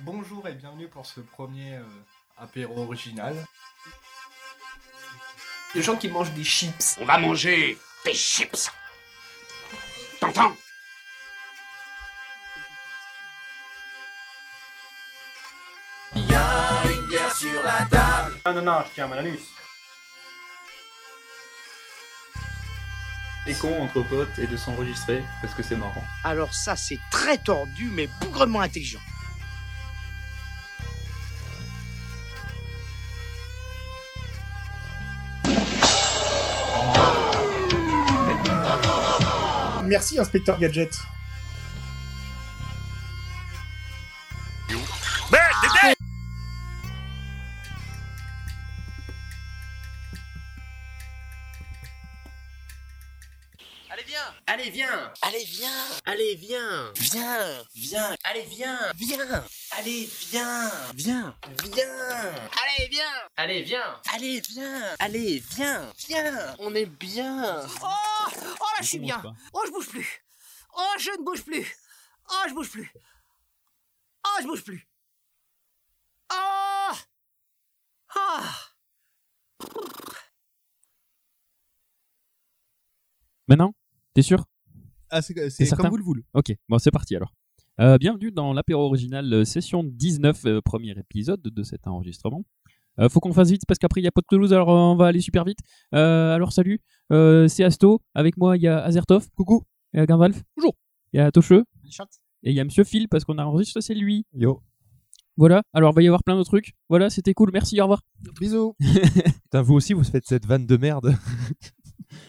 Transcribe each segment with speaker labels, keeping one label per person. Speaker 1: Bonjour et bienvenue pour ce premier euh, apéro original.
Speaker 2: Les gens qui mangent des chips.
Speaker 3: On va manger des chips. T'entends
Speaker 4: Non, non, non, je tiens mon anus.
Speaker 5: C'est con entre potes et de s'enregistrer parce que c'est marrant.
Speaker 6: Alors ça, c'est très tordu, mais bougrement intelligent.
Speaker 7: Merci, inspecteur Gadget.
Speaker 8: Allez, viens
Speaker 2: Allez, viens
Speaker 8: Allez, viens
Speaker 2: Allez, viens
Speaker 8: Viens
Speaker 2: Viens
Speaker 8: Allez, viens
Speaker 2: Viens
Speaker 8: Allez, viens
Speaker 2: Viens
Speaker 8: Viens
Speaker 6: Allez, viens
Speaker 2: Allez, viens
Speaker 8: Allez, viens
Speaker 2: Allez, viens
Speaker 8: Viens
Speaker 2: On est bien
Speaker 9: Oh Oh là, je suis bien Oh, je bouge plus Oh, je ne bouge plus Oh, je bouge plus Oh, je bouge plus Oh Ah
Speaker 10: Maintenant T'es sûr
Speaker 11: Ah, c'est
Speaker 10: T'es
Speaker 11: c'est
Speaker 10: certain
Speaker 11: comme vous le voulez.
Speaker 10: Ok, bon, c'est parti alors. Euh, bienvenue dans l'apéro original, euh, session 19, euh, premier épisode de cet enregistrement. Euh, faut qu'on fasse vite parce qu'après il y a Pot de Toulouse, alors euh, on va aller super vite. Euh, alors salut, euh, c'est Asto, avec moi il y a Azertov,
Speaker 11: Coucou.
Speaker 10: il y a Gandalf, bonjour, il y a Tocheux,
Speaker 2: Richard.
Speaker 10: et il y a Monsieur Phil parce qu'on enregistre c'est lui.
Speaker 11: Yo.
Speaker 10: Voilà, alors il va y avoir plein de trucs. Voilà, c'était cool, merci, au revoir.
Speaker 11: Bisous. Putain, vous aussi, vous faites cette vanne de merde.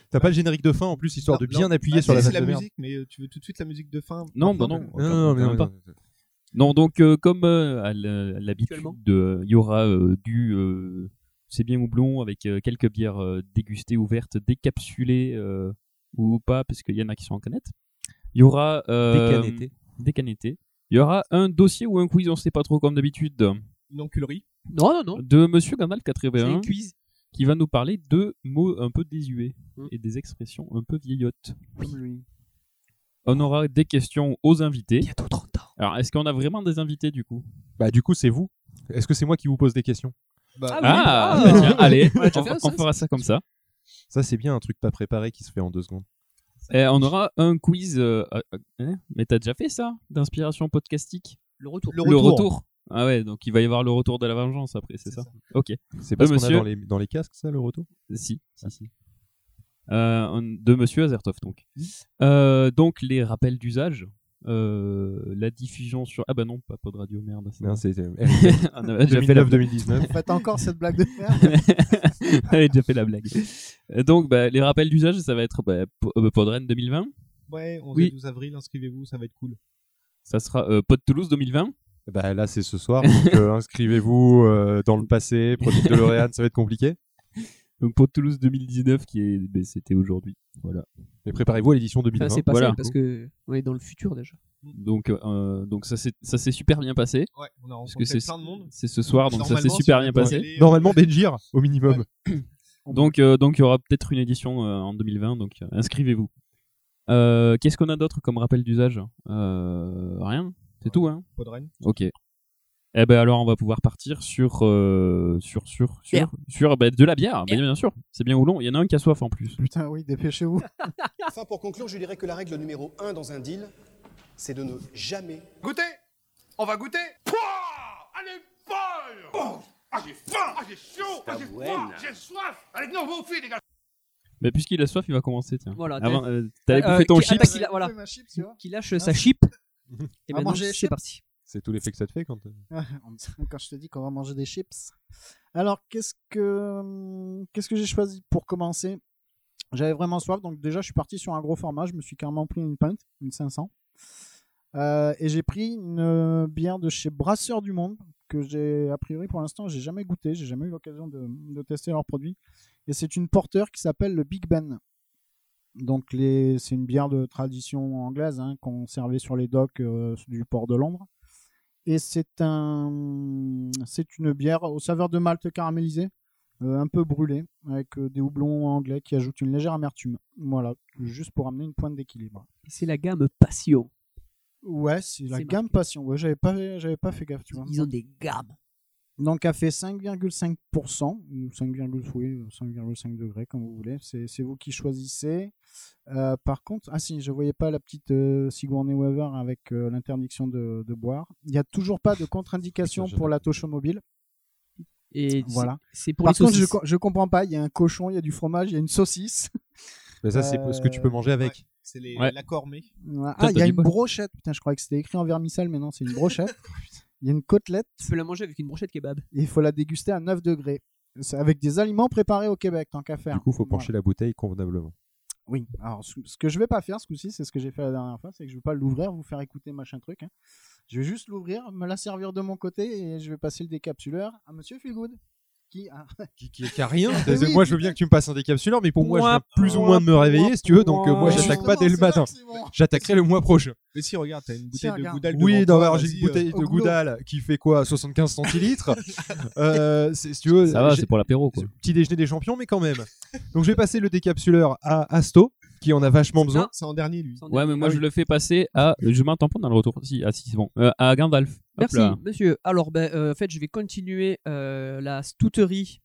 Speaker 11: T'as pas le générique de fin en plus, histoire de
Speaker 7: Non,
Speaker 11: bien
Speaker 7: non.
Speaker 11: appuyer
Speaker 7: Ah,
Speaker 11: sur
Speaker 7: si,
Speaker 11: la
Speaker 7: c'est
Speaker 11: vanne de merde.
Speaker 7: musique, mais euh, tu veux tout de suite la musique de fin
Speaker 10: Non,
Speaker 7: Enfin, euh,
Speaker 10: bah non.
Speaker 11: Non, non, non,
Speaker 10: Quand
Speaker 11: mais
Speaker 10: même
Speaker 11: non,
Speaker 10: pas.
Speaker 11: non, non.
Speaker 10: Non, donc euh, comme euh, à l- à l'habitude,
Speaker 11: Actuellement.
Speaker 10: euh, il y aura euh, du euh, c'est bien houblon avec euh, quelques bières euh, dégustées, ouvertes, décapsulées euh, ou pas, parce qu'il y en a qui sont en canette. Il y aura euh,
Speaker 11: Décanété.
Speaker 10: décanété. Il y aura un dossier ou un quiz, on sait pas trop comme d'habitude,
Speaker 11: Ah
Speaker 7: Une enculerie.
Speaker 10: Non, non, non. de Monsieur Gandalf 81
Speaker 11: quiz. Mmh.
Speaker 10: qui va nous parler de mots un peu désuets
Speaker 2: Mm.
Speaker 10: et des expressions un peu vieillottes. On aura des questions aux invités.
Speaker 2: Bientôt 30 ans.
Speaker 10: Alors, est-ce qu'on a vraiment des invités du coup
Speaker 11: Bah, du coup, c'est vous. Est-ce que c'est moi qui vous pose des questions
Speaker 7: Bah,
Speaker 10: Ah,
Speaker 2: Ah.
Speaker 10: bah tiens, allez,
Speaker 2: On
Speaker 10: on,
Speaker 2: l'a déjà fait, ça,
Speaker 10: on fera ça comme ça.
Speaker 11: Ça, c'est bien un truc pas préparé qui se fait en deux secondes.
Speaker 10: Et on aura un quiz. euh, euh, hein, mais t'as déjà fait ça D'inspiration podcastique
Speaker 2: Le retour.
Speaker 7: Le
Speaker 10: Le
Speaker 7: retour.
Speaker 10: retour Ah ouais, donc il va y avoir le retour de la vengeance après, c'est ça, Ok,
Speaker 11: C'est pas
Speaker 10: Euh,
Speaker 11: ce qu'on a
Speaker 10: monsieur.
Speaker 11: dans les, dans les casques, ça, le retour
Speaker 10: si. si, si. Euh, un- de Monsieur Azertov, donc. Euh, donc, les rappels d'usage. euh, la diffusion sur. Ah bah non, pas de radio, merde. c'est-
Speaker 11: Non, c'est c'est-
Speaker 10: On avait déjà fait la-
Speaker 11: 2009-2019.
Speaker 9: Faites encore cette blague de merde
Speaker 10: on avait déjà fait la blague. Euh, Donc, bah, les rappels d'usage, ça va être bah, P- euh, Podren 2020.
Speaker 7: Ouais, 11
Speaker 10: Oui.
Speaker 7: et 12 avril, inscrivez-vous, ça va être cool.
Speaker 10: Ça sera euh, Pod Toulouse 2020.
Speaker 11: Bah, là, c'est ce soir. donc, euh, inscrivez-vous euh, dans le passé. Produit de Lorraine, ça va être compliqué.
Speaker 10: Donc pour Toulouse 2019 qui est ben, c'était aujourd'hui. Voilà.
Speaker 11: Mais préparez-vous à l'édition 2020.
Speaker 2: Enfin, c'est pas
Speaker 10: Voilà.
Speaker 2: ça, parce que on est dans le futur déjà.
Speaker 10: Donc euh, donc ça s'est ça s'est super bien passé
Speaker 7: Ouais, on a
Speaker 10: parce que
Speaker 7: rencontré
Speaker 10: c'est
Speaker 7: plein de monde.
Speaker 10: c'est ce soir donc ça s'est
Speaker 7: Normalement,
Speaker 10: super
Speaker 7: si
Speaker 10: bien
Speaker 7: on
Speaker 10: passé.
Speaker 7: allait, euh,
Speaker 11: Normalement, Benjir, au minimum.
Speaker 10: Donc euh, donc il y aura peut-être une édition euh, en 2020 donc euh, inscrivez-vous. Euh, qu'est-ce qu'on a d'autre comme rappel d'usage Euh, rien, c'est tout hein.
Speaker 7: Podren.
Speaker 10: OK. Eh ben alors on va pouvoir partir sur euh, sur sur sur
Speaker 2: Bière.
Speaker 10: sur ben, de la bière, Ben, bien sûr. C'est bien ou long, il y en a un qui a soif en plus.
Speaker 9: Putain, oui, dépêchez-vous
Speaker 12: Enfin, pour conclure, je dirais que la règle numéro un dans un deal, c'est de ne jamais
Speaker 4: Goûtez On va goûter Pouah Allez, folle oh Ah, j'ai faim Ah, j'ai chaud Ah, j'ai froid J'ai soif Allez, non, vous au fil, les gars
Speaker 10: Mais puisqu'il a soif, il va commencer tiens.
Speaker 2: Voilà, t'as-
Speaker 10: Avant euh, t'allais
Speaker 2: Euh,
Speaker 10: bouffer ton
Speaker 2: qui- ah,
Speaker 10: chip.
Speaker 2: bah, qu'il a- voilà.
Speaker 9: Oui, ma chip, tu vois.
Speaker 2: Qui lâche sa chip. Et
Speaker 9: Ah, À
Speaker 2: maintenant,
Speaker 9: manger les
Speaker 2: c'est
Speaker 9: chips.
Speaker 2: parti.
Speaker 11: C'est tout l'effet que ça te fait quand. euh,
Speaker 9: Quand je te dis qu'on va manger des chips. Alors, qu'est-ce que, hum, qu'est-ce que j'ai choisi pour commencer J'avais vraiment soif, donc déjà, je suis parti sur un gros format. Je me suis carrément pris une pinte, une 500. Euh, et j'ai pris une euh, bière de chez Brasseur du Monde, que j'ai, a priori, pour l'instant, j'ai jamais goûté. J'ai jamais eu l'occasion de, de tester leurs produits. Et c'est une porteur qui s'appelle le Big Ben. Donc, les, c'est une bière de tradition anglaise, hein, qu'on servait sur les docks euh, du port de Londres et c'est un c'est une bière aux saveurs de malt caramélisé euh, un peu brûlée avec euh, des houblons anglais qui ajoutent une légère amertume voilà juste pour amener une pointe d'équilibre
Speaker 2: C'est la gamme Passion.
Speaker 9: Ouais, c'est la
Speaker 2: C'est
Speaker 9: gamme passion. Ouais, j'avais pas, j'avais pas fait gaffe, tu vois.
Speaker 2: Ils ont des gammes.
Speaker 9: Donc, a fait 5,5% ou 5,5 oui, 5,5 degrés, comme vous voulez. C'est c'est vous qui choisissez. Euh, par contre, ah si, je voyais pas la petite euh, Sigourney Weaver avec euh, l'interdiction de, de boire. Il n'y a toujours pas de contre-indication pour la tocho mobile.
Speaker 2: Et
Speaker 9: Voilà.
Speaker 2: c'est c'est pour
Speaker 9: Par
Speaker 2: les
Speaker 9: contre, je,
Speaker 2: saucisses.
Speaker 9: co- je comprends pas. Il y a un cochon, il y a du fromage, il y a une saucisse.
Speaker 11: Mais bah, ça, c'est ce que tu peux manger avec.
Speaker 9: ouais,
Speaker 7: c'est
Speaker 11: les- Ouais. la
Speaker 7: cornée.
Speaker 9: Ah, il y a une brochette. Putain, je croyais que c'était écrit en vermicelle, mais non, c'est une brochette. Il y a une côtelette.
Speaker 2: Tu peux la manger avec une brochette kebab.
Speaker 9: Et il faut la déguster à 9 degrés. C'est avec des aliments préparés au Québec, tant qu'à faire.
Speaker 11: Du coup, faut pencher la bouteille convenablement.
Speaker 9: Oui. Alors, ce ce que je vais pas faire ce coup-ci, c'est ce que j'ai fait la dernière fois, c'est que je vais pas l'ouvrir, vous faire écouter machin truc. hein. Je vais juste l'ouvrir, me la servir de mon côté et je vais passer le décapsuleur à Monsieur Feelgood. Qui a...
Speaker 11: Qui, qui a rien.
Speaker 9: Ah
Speaker 11: C'est-
Speaker 9: oui,
Speaker 11: moi, je veux bien que tu me passes un décapsuleur, mais pour moi, je
Speaker 7: Point,
Speaker 11: viens plus ou
Speaker 7: point,
Speaker 11: moins de me
Speaker 7: point,
Speaker 11: réveiller, si tu veux. Donc, euh,
Speaker 7: point.
Speaker 11: moi, j'attaque pas
Speaker 7: Justement,
Speaker 11: dès le
Speaker 7: c'est là
Speaker 11: matin.
Speaker 7: que c'est bon.
Speaker 11: J'attaquerai le mois prochain.
Speaker 7: Mais si, regarde, t'as une bouteille
Speaker 9: Tiens,
Speaker 7: de
Speaker 9: regarde.
Speaker 7: Goudal.
Speaker 11: Oui,
Speaker 7: devant
Speaker 11: non,
Speaker 7: toi,
Speaker 11: alors j'ai
Speaker 7: vas-y,
Speaker 11: une bouteille
Speaker 7: euh,
Speaker 11: de Goudal qui fait quoi 75 centilitres Euh, c'est- Si tu veux,
Speaker 10: Ça va,
Speaker 11: j'ai-
Speaker 10: c'est pour l'apéro quoi.
Speaker 11: Petit déjeuner des champions, mais quand même. Donc je vais passer le décapsuleur à Asto, qui en a vachement besoin.
Speaker 7: C'est en dernier, lui.
Speaker 10: Ouais,
Speaker 2: Ah
Speaker 10: mais moi je le fais passer à. Je mets un tampon dans le retour. Si, ah, si, c'est bon. Euh, à Gandalf. Hop
Speaker 2: Merci,
Speaker 10: là.
Speaker 2: monsieur. Alors, ben, euh, en fait, je vais continuer euh, la stouterie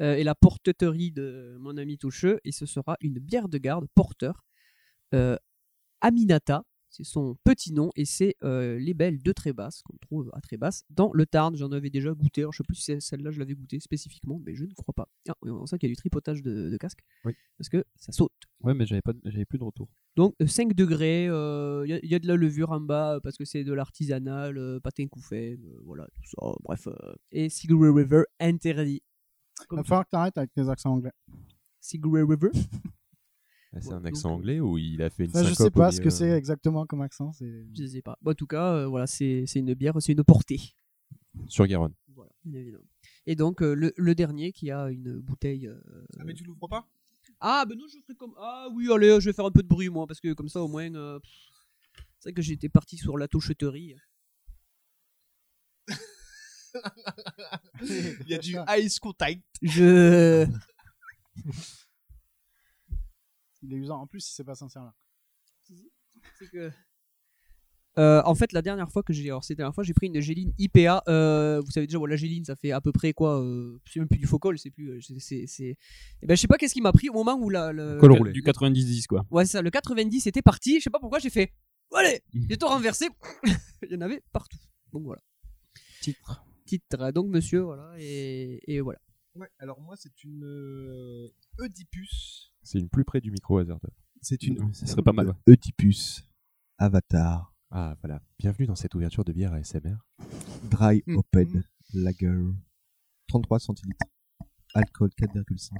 Speaker 2: euh, et la porteterie de mon ami Toucheux. Et ce sera une bière de garde porteur. euh, Aminata, c'est son petit nom. Et c'est euh, les belles de Trébasse, qu'on trouve à Trébasse, dans le Tarn. J'en avais déjà goûté. Alors, je sais plus si c'est- celle-là, je l'avais goûtée spécifiquement, mais je ne crois pas. Ah, on sent qu'il y a du tripotage de, de casque.
Speaker 10: Oui.
Speaker 2: Parce que ça saute.
Speaker 10: Ouais, mais j'avais pas, de- j'avais plus de retour.
Speaker 2: Donc euh, 5 degrés, il y, a- y a de la levure en bas euh, parce que c'est de l'artisanal, euh, patin couffé, euh, voilà, tout ça, bref. euh. Et Sigurd River interdit.
Speaker 9: Il va falloir que t'arrêtes avec tes accents anglais.
Speaker 2: Sigurd River
Speaker 11: Ah, C'est un accent
Speaker 10: euh,
Speaker 11: anglais où il a fait une
Speaker 9: Ça, Bah, je sais pas ce que c'est exactement comme accent. c'est-
Speaker 2: Je sais pas. Bon, en tout cas, euh, voilà, c'est c'est une bière, c'est une portée.
Speaker 11: Sur Garonne.
Speaker 2: Voilà, bien évidemment. Et donc euh, le, le dernier qui a une bouteille. euh,
Speaker 7: Ah, mais tu l'ouvres pas
Speaker 2: Ah, ben non, je ferai comme. Ah oui, allez, euh, je vais faire un peu de bruit moi parce que comme ça au moins. euh, pff, C'est vrai que j'étais parti sur la toucheterie.
Speaker 7: Il y a du ice contact.
Speaker 2: Je.
Speaker 9: Il est usant. En plus, il sait pas sincère là.
Speaker 2: C'est que. Euh, en fait, la dernière fois que j'ai, alors cette dernière fois, j'ai pris une géline IPA. euh, vous savez déjà, bon, la géline, ça fait à peu près quoi euh, C'est même plus du focal, c'est plus. euh, c'est, c'est- c'est- Eh ben, je sais pas qu'est-ce qui m'a pris au moment où la. Le...
Speaker 10: Col roulé. Du 90-10 quoi.
Speaker 2: Ouais, c'est ça. Le 90 était parti. Je sais pas pourquoi j'ai fait. Allez,
Speaker 13: Mmh.
Speaker 2: j'ai tout renversé. Il y en avait partout. Donc voilà.
Speaker 9: Titre.
Speaker 2: Titre. Donc monsieur, voilà et, et voilà.
Speaker 7: Ouais, alors moi, c'est une euh, Oedipus.
Speaker 11: C'est une plus près du micro hasard.
Speaker 7: C'est une.
Speaker 10: Ça serait pas mal. ouais.
Speaker 13: Oedipus, Avatar,
Speaker 11: Ah voilà. Bienvenue dans cette ouverture de bière ASMR.
Speaker 13: Dry
Speaker 9: Mm-hmm.
Speaker 13: Open, Lager, 33 centilitres, alcool 4,5.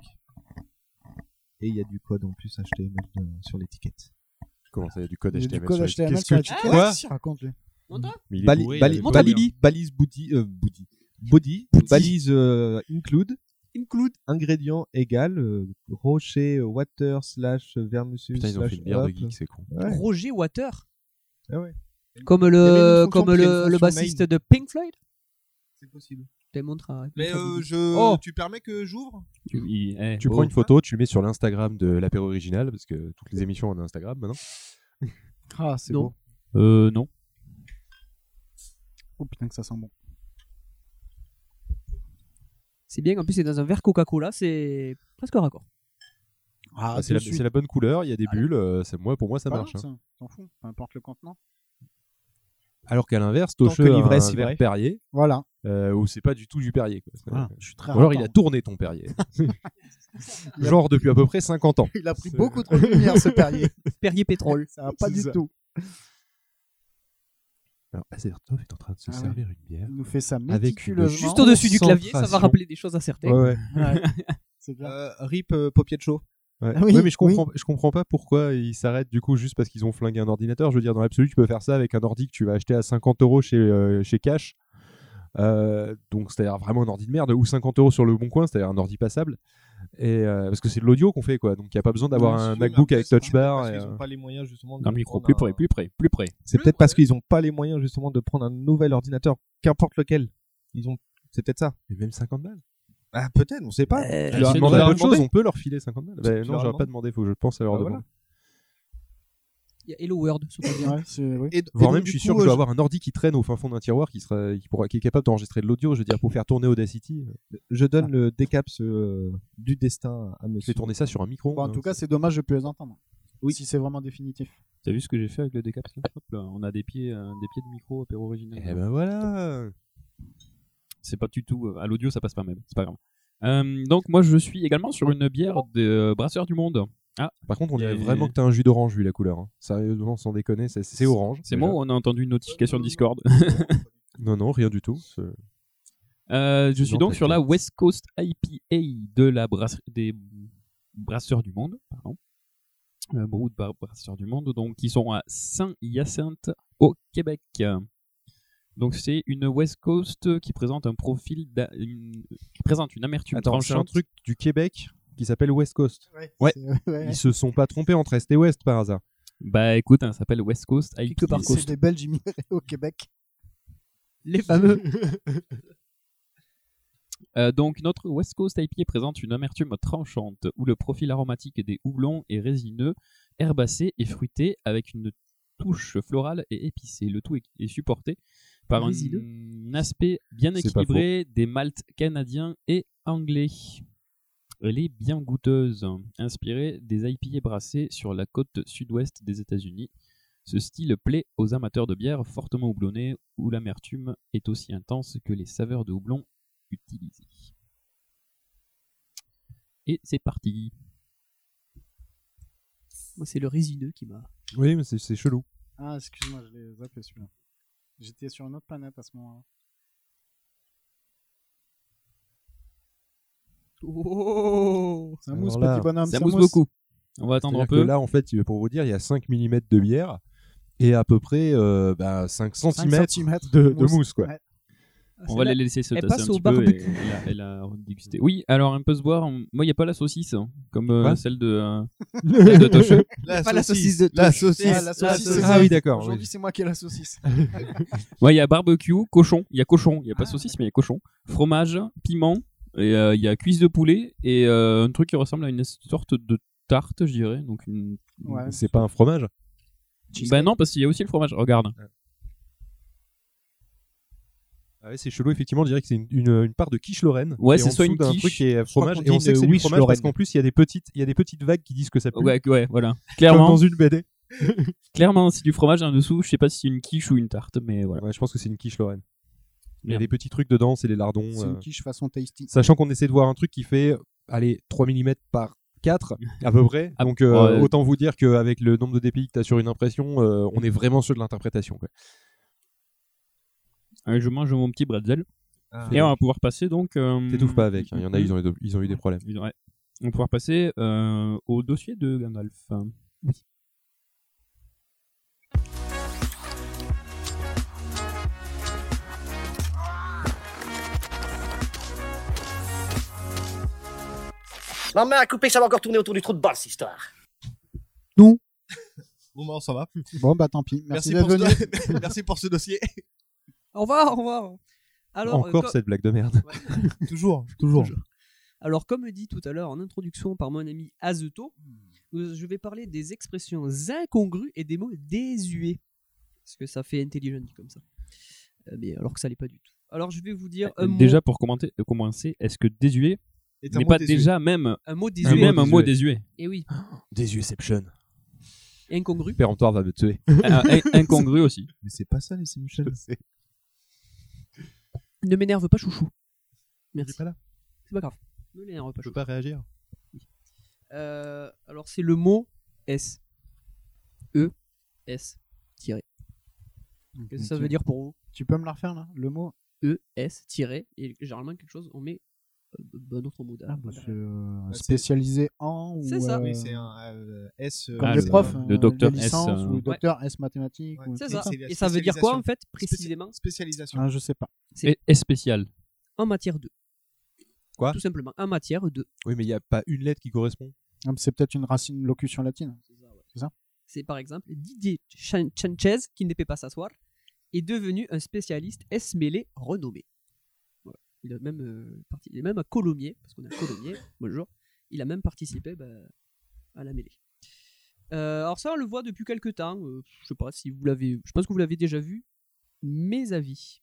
Speaker 13: Et il y a du code en plus acheté même, euh, sur l'étiquette.
Speaker 11: Comment ça, il y a du code
Speaker 9: Il y a
Speaker 11: HTML
Speaker 9: du code
Speaker 11: sur les-
Speaker 9: HTML
Speaker 11: Qu'est-ce
Speaker 9: sur Ah, la
Speaker 11: que tu
Speaker 9: ticket.
Speaker 11: crois
Speaker 9: Qu'est-ce qu'il raconte, lui
Speaker 11: Mais il est
Speaker 13: Bali-
Speaker 11: bourré,
Speaker 13: Bali-
Speaker 11: il
Speaker 13: Bali-
Speaker 11: avait pas
Speaker 13: Bali-
Speaker 11: bien.
Speaker 13: Balise Bouti- euh, Bouti. Body, balise euh, include,
Speaker 2: include,
Speaker 13: ingrédients égal, euh, rocher, euh, water, slash, euh, vermucus,
Speaker 11: Putain, ils ont
Speaker 13: slash
Speaker 11: fait une bière de
Speaker 13: up.
Speaker 11: geek, c'est con.
Speaker 13: Ouais.
Speaker 2: Roger Water.
Speaker 13: Ah ouais.
Speaker 2: Comme
Speaker 13: Il y avait une
Speaker 2: le
Speaker 13: fonction
Speaker 2: comme
Speaker 13: qui est une
Speaker 2: le, le
Speaker 13: fonction
Speaker 2: bassiste
Speaker 13: main.
Speaker 2: de Pink Floyd.
Speaker 7: C'est possible.
Speaker 2: Tu montré.
Speaker 7: Mais euh, je.
Speaker 2: Oh.
Speaker 7: Tu permets que j'ouvre
Speaker 10: Tu, il- eh,
Speaker 11: Tu
Speaker 10: oh.
Speaker 11: prends une photo, tu mets sur l'Instagram de l'apéro original, parce que toutes les émissions ont un Instagram maintenant.
Speaker 9: Ah, c'est
Speaker 2: Non.
Speaker 9: beau.
Speaker 10: Euh, non.
Speaker 9: Oh putain, que ça sent bon.
Speaker 2: C'est bien. En plus, c'est dans un verre Coca-Cola. C'est presque raccord.
Speaker 9: Ah,
Speaker 11: Ah, c'est la,
Speaker 9: dessus.
Speaker 11: c'est la bonne couleur, il y a des bulles, euh, c'est- moi, pour moi ça
Speaker 9: Pas
Speaker 11: marche.
Speaker 9: mal,
Speaker 11: hein.
Speaker 9: ça. T'en fous, peu importe le contenant.
Speaker 11: Alors qu'à l'inverse,
Speaker 9: Tant que
Speaker 11: Tocheux a un
Speaker 9: l'ivresse est
Speaker 11: verre
Speaker 9: vraie.
Speaker 11: Perrier,
Speaker 9: Voilà.
Speaker 11: euh, où c'est pas du tout du Perrier. quoi.
Speaker 9: Voilà,
Speaker 11: Euh,
Speaker 9: je suis Ah, très
Speaker 11: Ou alors il a
Speaker 9: rare,
Speaker 11: tourné ton Perrier. Genre depuis à peu près 50 ans.
Speaker 9: Il a pris
Speaker 11: C'est-
Speaker 9: beaucoup trop de lumière, ce Perrier.
Speaker 2: Perrier pétrole.
Speaker 9: Ça va pas
Speaker 11: C'est
Speaker 9: du
Speaker 11: ça.
Speaker 9: tout.
Speaker 11: Alors Azertov est en train de se
Speaker 9: Ah ouais.
Speaker 11: servir une bière.
Speaker 9: Il nous fait ça
Speaker 11: Avec une
Speaker 9: méticuleusement.
Speaker 2: Juste au-dessus du clavier, ça va
Speaker 11: Concentration.
Speaker 2: rappeler des choses à certains.
Speaker 11: Ouais,
Speaker 9: Ouais.
Speaker 7: C'est clair. Rip euh, Popiet Show.
Speaker 11: Ouais.
Speaker 9: Ah oui,
Speaker 11: Ouais, mais je comprends, je comprends pas pourquoi ils s'arrêtent du coup juste parce qu'ils ont flingué un ordinateur. Je veux dire, dans l'absolu, tu peux faire ça avec un ordi que tu vas acheter à 50 euros chez, euh, chez Cash. Euh, donc, c'est-à-dire vraiment un ordi de merde ou 50 euros sur le bon coin, c'est-à-dire un ordi passable. Et, euh, parce que c'est de l'audio qu'on fait quoi, donc il n'y a pas besoin d'avoir
Speaker 7: Ouais, si
Speaker 11: un
Speaker 7: tu veux, mais
Speaker 11: MacBook
Speaker 7: après,
Speaker 11: avec
Speaker 7: c'est
Speaker 11: Touch Bar.
Speaker 7: parce
Speaker 11: et,
Speaker 7: qu'ils
Speaker 11: euh,
Speaker 7: ont pas les moyens justement.
Speaker 10: Dans
Speaker 7: de
Speaker 10: le micro,
Speaker 7: prendre
Speaker 10: plus
Speaker 7: un-
Speaker 10: près, plus près, plus près.
Speaker 13: C'est peut-être parce qu'ils n'ont pas les moyens justement de prendre un nouvel ordinateur, qu'importe lequel. Ils ont, c'est peut-être ça.
Speaker 11: Mais même 50 balles.
Speaker 13: Ah peut-être, on sait pas.
Speaker 11: Tu
Speaker 13: Tu
Speaker 11: leur
Speaker 13: leur as
Speaker 11: demandes
Speaker 13: demandé
Speaker 11: la
Speaker 13: à
Speaker 11: bonne
Speaker 13: bonne
Speaker 11: chose,
Speaker 13: chose,
Speaker 11: on peut leur filer 50 balles.
Speaker 13: Tu
Speaker 11: Bah,
Speaker 13: leur
Speaker 11: non, j'aurais
Speaker 13: demandes
Speaker 11: pas demandé, faut que je pense à leur
Speaker 13: Bah,
Speaker 11: demander.
Speaker 2: Il y a Hello World sur ton
Speaker 9: Ouais, c'est- oui.
Speaker 7: Et-
Speaker 11: Voire
Speaker 9: donc,
Speaker 11: même,
Speaker 9: du
Speaker 11: je suis
Speaker 9: coup,
Speaker 11: sûr
Speaker 9: euh,
Speaker 11: que je
Speaker 9: je-
Speaker 11: dois avoir un ordi qui traîne au fin fond d'un tiroir qui, sera, qui, pourra, qui est capable d'enregistrer de l'audio. Je veux dire, pour faire tourner Audacity. Ah,
Speaker 13: Je donne le décaps euh, du destin à monsieur.
Speaker 11: J'ai tourné ça sur un micro. hein.
Speaker 9: Bon, en tout cas, hein, c'est dommage, je peux les entendre. Si c'est vraiment définitif.
Speaker 10: T'as vu ce que j'ai fait avec le décap là Hop là, on a des pieds, euh, des pieds de micro apéro original.
Speaker 11: Eh ben voilà
Speaker 10: C'est pas du tout. euh, À l'audio, ça passe pas même. C'est pas grave. Euh, donc, moi, je suis également sur une bière de euh, Brasseurs du Monde. Ah,
Speaker 11: Par contre, on dirait
Speaker 10: Et-
Speaker 11: vraiment que t'as un jus d'orange, vu la couleur. hein. Sérieusement, sans déconner, c'est- c'est orange.
Speaker 10: C'est
Speaker 11: déjà.
Speaker 10: moi ou on a entendu une notification Discord
Speaker 11: Non, non, rien du tout. c'est-
Speaker 10: Euh, je suis
Speaker 11: Non,
Speaker 10: donc
Speaker 11: t'as
Speaker 10: sur la West Coast IPA de la brasserie des brasseurs du monde, pardon. Euh, Brewed par brasseurs du monde, donc ils sont à Saint-Hyacinthe au Québec. Donc c'est une West Coast qui présente un profil d'a- une- qui présente une amertume
Speaker 11: Attends, c'est un
Speaker 10: tranchante.
Speaker 11: truc du Québec qui s'appelle West Coast.
Speaker 9: Ouais.
Speaker 11: Ils se sont pas trompés entre Est et Ouest par hasard.
Speaker 10: Bah écoute, hein, ça s'appelle West Coast IPA.
Speaker 9: C'est des Belges immigrés au Québec.
Speaker 2: Les fameux.
Speaker 10: Euh, donc notre West Coast IPA présente une amertume tranchante où le profil aromatique des houblons est résineux, herbacé et fruité avec une touche florale et épicée. Le tout est, est supporté par un,
Speaker 2: Résineux
Speaker 10: aspect bien
Speaker 11: C'est pas
Speaker 10: équilibré des maltes canadiens et anglais. Elle est bien goûteuse, inspirée des IPA brassés sur la côte sud-ouest des États-Unis. Ce style plaît aux amateurs de bière fortement houblonnée où l'amertume est aussi intense que les saveurs de houblon utilisées. Et c'est parti.
Speaker 2: Moi, c'est le résineux qui m'a.
Speaker 11: Oui, mais c'est- c'est chelou.
Speaker 9: Ah, excuse-moi, je l'ai zappé celui-là. J'étais sur une autre planète à ce moment-là.
Speaker 2: Oh
Speaker 9: Ça mousse,
Speaker 11: Alors là,
Speaker 9: petit bonhomme.
Speaker 10: ça mousse beaucoup. On va attendre un
Speaker 11: C'est-à-dire
Speaker 10: peu.
Speaker 11: que là, en fait, il- pour vous dire, il y a 5 mm de bière et à peu près euh, bah, 5 cm,
Speaker 9: centimètres
Speaker 11: de,
Speaker 9: de
Speaker 11: de
Speaker 9: mousse.
Speaker 11: mousse. quoi.
Speaker 9: Ouais.
Speaker 2: Ah,
Speaker 11: Ah,
Speaker 10: On va les laisser se
Speaker 2: Elle
Speaker 10: tasser
Speaker 2: passe
Speaker 10: un
Speaker 2: au
Speaker 10: petit peu et,
Speaker 2: barbecue.
Speaker 10: et la, et la déguster. Oui, alors un peu se boire. on- Moi, il n'y a pas la saucisse, hein, comme euh,
Speaker 11: Quoi
Speaker 10: celle de, euh, celle de Toche.
Speaker 9: La
Speaker 2: Pas la
Speaker 9: saucisse.
Speaker 2: saucisse de
Speaker 9: La
Speaker 2: Toche.
Speaker 9: saucisse.
Speaker 2: Ah,
Speaker 9: La
Speaker 2: la
Speaker 9: saucisse, Ah
Speaker 2: saucisse.
Speaker 9: c'est
Speaker 11: Ah
Speaker 9: ça.
Speaker 11: oui, d'accord,
Speaker 9: Aujourd'hui,
Speaker 11: oui.
Speaker 9: c'est moi qui ai la saucisse.
Speaker 10: Ouais, il y a barbecue, cochon. Il y a cochon. Il n'y a
Speaker 11: Ah.
Speaker 10: pas saucisse, mais il y a cochon. Fromage, piment. Et euh, il y a cuisse de poulet et euh, un truc qui ressemble à une sorte de tarte, je dirais. Donc une.
Speaker 9: Ouais.
Speaker 11: C'est pas un fromage
Speaker 10: Bah non, parce qu'il y a aussi le fromage. Regarde.
Speaker 11: Ah ouais, c'est chelou, effectivement, on dirait que c'est une, une- une part de quiche Lorraine.
Speaker 10: Ouais,
Speaker 11: Et
Speaker 10: c'est
Speaker 11: en
Speaker 10: soit
Speaker 11: dessous
Speaker 10: une
Speaker 11: d'un
Speaker 10: quiche,
Speaker 11: truc qui est
Speaker 10: je crois
Speaker 11: fromage,
Speaker 10: qu'on
Speaker 11: et on
Speaker 10: dit
Speaker 11: sait que
Speaker 10: une
Speaker 11: c'est du
Speaker 10: quiche
Speaker 11: fromage parce
Speaker 10: Lorraine.
Speaker 11: qu'en plus, il y a des petites, il y a des petites vagues qui disent que ça pue.
Speaker 10: Ouais, ouais, voilà.
Speaker 11: Comme
Speaker 10: Clairement,
Speaker 11: dans une BD.
Speaker 10: clairement, c'est du fromage en dessous. Je sais pas si c'est une quiche ou une tarte, mais voilà.
Speaker 11: Ouais, je pense que c'est une quiche Lorraine. Il y a
Speaker 10: Merde.
Speaker 11: des petits trucs dedans, c'est les lardons.
Speaker 9: C'est
Speaker 11: euh,
Speaker 9: une quiche façon tasty.
Speaker 11: Sachant qu'on essaie de voir un truc qui fait, allez, 3 mm par 4 à peu près.
Speaker 10: Ah,
Speaker 11: Donc euh,
Speaker 10: ouais.
Speaker 11: autant vous dire qu'avec le nombre de DPI que tu as sur une impression, euh, on est vraiment sur de l'interprétation. quoi.
Speaker 10: Euh, je mange mon petit bretzel.
Speaker 11: Ah.
Speaker 10: et on va pouvoir passer donc.
Speaker 7: Hmm.
Speaker 10: euh,
Speaker 11: T'étouffes pas avec, hein. il y en a, ils ont, eu- ils ont eu des problèmes.
Speaker 10: Ouais. On va pouvoir passer euh, au dossier de Gandalf.
Speaker 3: Ma main a coupé, ça va encore tourner autour du trou de balle, cette histoire.
Speaker 7: Bon, bah, ça va.
Speaker 9: Bon, bah tant pis. Merci,
Speaker 7: pour,
Speaker 9: d'être venu.
Speaker 7: ce... Merci pour ce dossier.
Speaker 2: Au revoir, au revoir. Alors, euh,
Speaker 11: Encore
Speaker 2: co-
Speaker 11: cette blague de merde.
Speaker 7: toujours, toujours.
Speaker 2: Alors, comme dit tout à l'heure en introduction par mon ami Azuto, euh, je vais parler des expressions incongrues et des mots désuets. Parce que ça fait intelligent dit comme ça. Euh, mais alors que ça l'est pas du tout. Alors, je vais vous dire un mot.
Speaker 10: Déjà pour commenter, euh, commencer, est-ce que désuet
Speaker 7: Est un
Speaker 10: n'est
Speaker 7: mot
Speaker 10: pas
Speaker 7: désuet.
Speaker 10: déjà même
Speaker 2: un mot
Speaker 10: un,
Speaker 2: désuet.
Speaker 10: même un mot désuet
Speaker 2: Et oui,
Speaker 11: Desueception.
Speaker 2: incongru.
Speaker 11: Péremptoire va me tuer.
Speaker 10: Ah, in- Incongru aussi.
Speaker 13: Mais c'est pas ça, les Simpsons.
Speaker 2: Ne m'énerve pas, chouchou. Merci.
Speaker 11: pas là.
Speaker 2: C'est pas grave. Ne m'énerve pas,
Speaker 11: Je peux
Speaker 2: chouchou.
Speaker 11: pas réagir.
Speaker 2: Euh, alors, c'est le mot S. E. S. Tiré. Qu'est-ce que ça veut dire pour vous
Speaker 9: Tu peux me la refaire là Le mot
Speaker 2: E, S, tiré, et généralement quelque chose, on met euh, un autre mot
Speaker 7: Ah,
Speaker 2: derrière.
Speaker 9: C'est, euh,
Speaker 7: c'est-
Speaker 9: Spécialisé en ou.
Speaker 2: C'est ça.
Speaker 9: euh,
Speaker 7: Oui, c'est un euh, S. euh,
Speaker 9: Comme
Speaker 10: Ah,
Speaker 9: les
Speaker 10: le-
Speaker 9: profs.
Speaker 10: le
Speaker 9: hein,
Speaker 10: docteur
Speaker 9: les
Speaker 10: S,
Speaker 9: licences
Speaker 10: euh,
Speaker 9: Ou
Speaker 10: ouais.
Speaker 9: docteur S mathématiques.
Speaker 7: Ouais.
Speaker 9: ou
Speaker 2: C'est
Speaker 9: truc
Speaker 2: ça.
Speaker 9: comme
Speaker 7: C'est la
Speaker 2: Et ça veut dire quoi en fait précisément
Speaker 7: Spécialisation.
Speaker 9: Ah, je sais pas.
Speaker 2: C'est-
Speaker 10: Et, et spécial.
Speaker 2: En matière de.
Speaker 11: Quoi
Speaker 2: Tout simplement, en matière de.
Speaker 11: Oui, mais il n'y a pas une lettre qui correspond.
Speaker 9: Ah, mais C'est peut-être une racine, une locution latine.
Speaker 2: C'est par exemple Didier Chan- Sanchez, qui ne peut pas s'asseoir, est devenu un spécialiste esmélé renommé. Voilà. Il, a même, euh, parti- il est même un Colomiers, parce qu'on est un Colomiers, bonjour. Il a même participé bah, à la mêlée. Euh, alors ça, on le voit depuis quelques temps. Euh, je sais pas si vous l'avez. Je pense que vous l'avez déjà vu. Mes avis.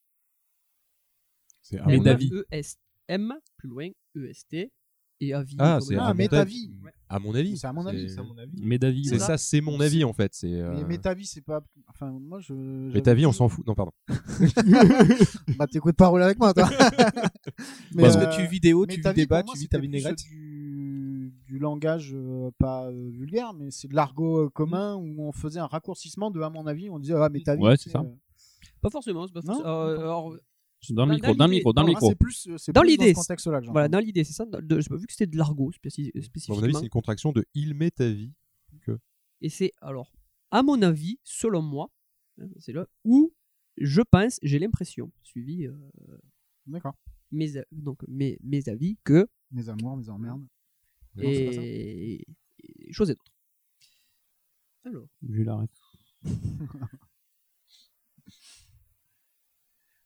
Speaker 11: C'est un
Speaker 2: M,
Speaker 11: mon avis.
Speaker 2: E S M plus loin E S T et avis.
Speaker 11: Ah,
Speaker 2: comme
Speaker 11: c'est
Speaker 2: ça.
Speaker 11: à mon avis. À mon avis.
Speaker 9: C'est à mon avis,
Speaker 11: C'est-
Speaker 9: c'est à mon avis.
Speaker 10: Médavis,
Speaker 11: C'est
Speaker 10: ouais.
Speaker 11: ça, c'est mon avis en fait. C'est.
Speaker 9: Mais
Speaker 11: euh,
Speaker 9: Métavis, c'est pas. Enfin, moi, je.
Speaker 11: Mais ta vie, on s'en fout. Non, pardon.
Speaker 9: bah, t'écoutes pas rouler avec moi, toi.
Speaker 11: Parce
Speaker 9: euh,
Speaker 11: que tu
Speaker 7: vis des hauts,
Speaker 9: mais
Speaker 7: tu
Speaker 9: ta
Speaker 7: vis des
Speaker 9: vie, pour
Speaker 7: bas,
Speaker 9: moi,
Speaker 7: tu vis
Speaker 9: c'était
Speaker 7: ta
Speaker 9: plus euh,
Speaker 7: vinaigrette.
Speaker 9: Du, du langage euh, pas euh, vulgaire, mais c'est de l'argot euh, commun où on faisait un raccourcissement de, à mon avis, on disait ah mais ta vie.
Speaker 10: Ouais,
Speaker 9: tu
Speaker 10: c'est
Speaker 9: sais,
Speaker 10: ça.
Speaker 9: euh.
Speaker 2: Pas forcément. c'est Pas forcément. Euh, alors,
Speaker 10: Dans le micro, dans le
Speaker 2: l'idée-
Speaker 9: Ah,
Speaker 10: micro, dans le
Speaker 2: non,
Speaker 10: micro.
Speaker 2: c'est plus, euh, c'est
Speaker 9: Dans
Speaker 2: plus
Speaker 9: l'idée,
Speaker 2: ce
Speaker 9: c'est-
Speaker 2: contexte-là que j'entends.
Speaker 9: voilà,
Speaker 2: dans l'idée, c'est ça. je vu que c'était de l'argot euh, spécifiquement.
Speaker 11: Bah, À mon avis, c'est une contraction de il met ta vie. Que...
Speaker 2: Et c'est alors, à mon avis, selon moi, hein, c'est là où je pense, j'ai l'impression, suivi euh,
Speaker 9: D'accord.
Speaker 2: mes, a- donc, mes, mes avis, que.
Speaker 9: Mes amours, mes emmerdes. Non, c'est pas ça.
Speaker 2: Et, et chose et d'autres. Alors.
Speaker 10: J'ai la ref.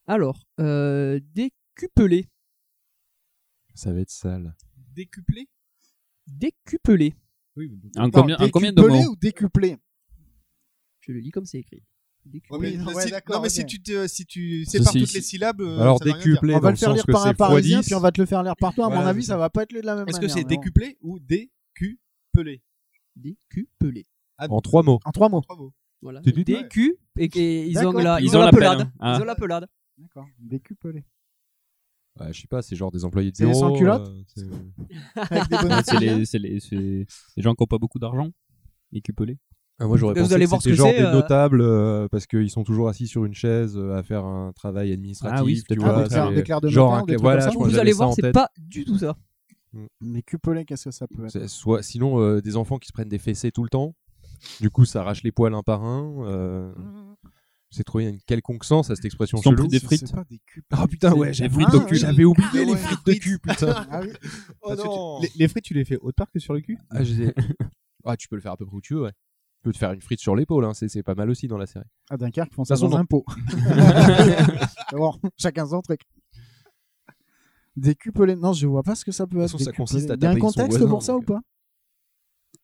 Speaker 2: Alors, euh, décupelé.
Speaker 11: Ça va être sale.
Speaker 7: Décuplé
Speaker 2: Décupelé.
Speaker 7: Oui,
Speaker 10: Un combien- un combien de
Speaker 9: décuplé
Speaker 10: mots
Speaker 9: ou décuplé
Speaker 2: Je le lis comme c'est écrit.
Speaker 7: Ouais, mais
Speaker 2: Décuplé.
Speaker 7: si- non, mais si tu, te- si tu
Speaker 10: Si,
Speaker 7: sépares
Speaker 10: si,
Speaker 7: toutes
Speaker 10: si.
Speaker 7: les syllabes. euh,
Speaker 11: Alors,
Speaker 7: ça veut rien
Speaker 11: décuplé
Speaker 7: dire.
Speaker 11: On va dans le le faire sens lire que par un c'est fois
Speaker 9: Parisien,
Speaker 11: 10.
Speaker 9: puis on va te le faire lire par toi. À mon
Speaker 7: Voilà,
Speaker 9: avis,
Speaker 7: c'est
Speaker 9: ça va pas être lu de la même
Speaker 7: Est-ce
Speaker 9: manière.
Speaker 7: que c'est
Speaker 9: mais bon.
Speaker 7: décuplé ou décupelé
Speaker 2: Décupelé.
Speaker 11: Ah, En trois mots.
Speaker 9: En trois mots.
Speaker 2: Voilà.
Speaker 11: Tu dis-
Speaker 2: Décu. Et, et ils ont
Speaker 9: D'accord.
Speaker 2: la,
Speaker 9: Ils
Speaker 2: ils ont
Speaker 9: ont
Speaker 2: la
Speaker 9: l'appel,
Speaker 2: pelade.
Speaker 9: hein.
Speaker 2: Ils
Speaker 9: Ah.
Speaker 2: ont la pelade.
Speaker 9: D'accord. Décuplé.
Speaker 11: Ouais, je sais pas, c'est genre des employés de
Speaker 9: C'est les
Speaker 11: bureau.
Speaker 9: sans-culottes
Speaker 11: euh, c'est-
Speaker 9: Avec des
Speaker 10: Ouais,
Speaker 9: bonnes
Speaker 10: c'est les,
Speaker 9: filles.
Speaker 10: c'est les, c'est les gens qui n'ont pas beaucoup d'argent et qui peuvent les.
Speaker 11: Ah, moi j'aurais
Speaker 2: Vous
Speaker 11: pensé
Speaker 2: allez
Speaker 11: que
Speaker 2: voir ce
Speaker 11: c'était
Speaker 2: que
Speaker 11: genre
Speaker 2: c'est,
Speaker 11: des
Speaker 2: euh.
Speaker 11: notables euh, parce qu'ils sont toujours assis sur une chaise euh, à faire un travail administratif.
Speaker 10: Ah oui,
Speaker 11: tu
Speaker 10: peut-être
Speaker 11: vois,
Speaker 10: un déclair-
Speaker 11: c'est-
Speaker 9: un déclair de
Speaker 11: genre
Speaker 9: notaire,
Speaker 11: un
Speaker 9: des trucs comme
Speaker 11: voilà,
Speaker 9: ça.
Speaker 11: je pense que
Speaker 2: Vous
Speaker 11: j'avais
Speaker 2: allez
Speaker 11: ça en
Speaker 2: voir, c'est
Speaker 11: tête.
Speaker 2: pas du tout ça.
Speaker 9: Décuplé, qu'est-ce que ça peut être
Speaker 11: C'est Soit sinon euh, des enfants qui se prennent des fessées tout le temps. Du coup, ça arrache les poils un par un. euh, C'est trop il y a une quelconque sens à cette expression
Speaker 10: Ils sont
Speaker 11: chelou.
Speaker 10: plus des frites.
Speaker 11: Ah putain, ouais,
Speaker 10: Des
Speaker 11: j'avais
Speaker 10: frites
Speaker 11: oublié-
Speaker 10: au cul.
Speaker 11: j'avais oublié
Speaker 7: Ah
Speaker 11: les
Speaker 7: ouais.
Speaker 11: frites de cul, putain.
Speaker 9: Ah oui.
Speaker 11: Parce que tu-
Speaker 7: les, les frites, tu les fais haute part que sur le cul
Speaker 11: Ah, je les- Ah, tu peux le faire à peu près où tu veux, ouais. Tu peux te faire une frite sur l'épaule, hein, c'est c'est pas mal aussi dans la série.
Speaker 9: À Dunkerque, ils font
Speaker 11: De
Speaker 9: ça
Speaker 11: toute façon,
Speaker 9: dans
Speaker 11: dans-
Speaker 9: un pot. Mais bon, chacun son truc. Décuplé. Non, je vois pas ce que ça peut être.
Speaker 11: façon, ça
Speaker 9: décuplé.
Speaker 11: consiste à
Speaker 9: Il y a un
Speaker 11: taper son
Speaker 9: contexte
Speaker 11: voisin,
Speaker 9: pour ça ou
Speaker 11: donc,
Speaker 9: pas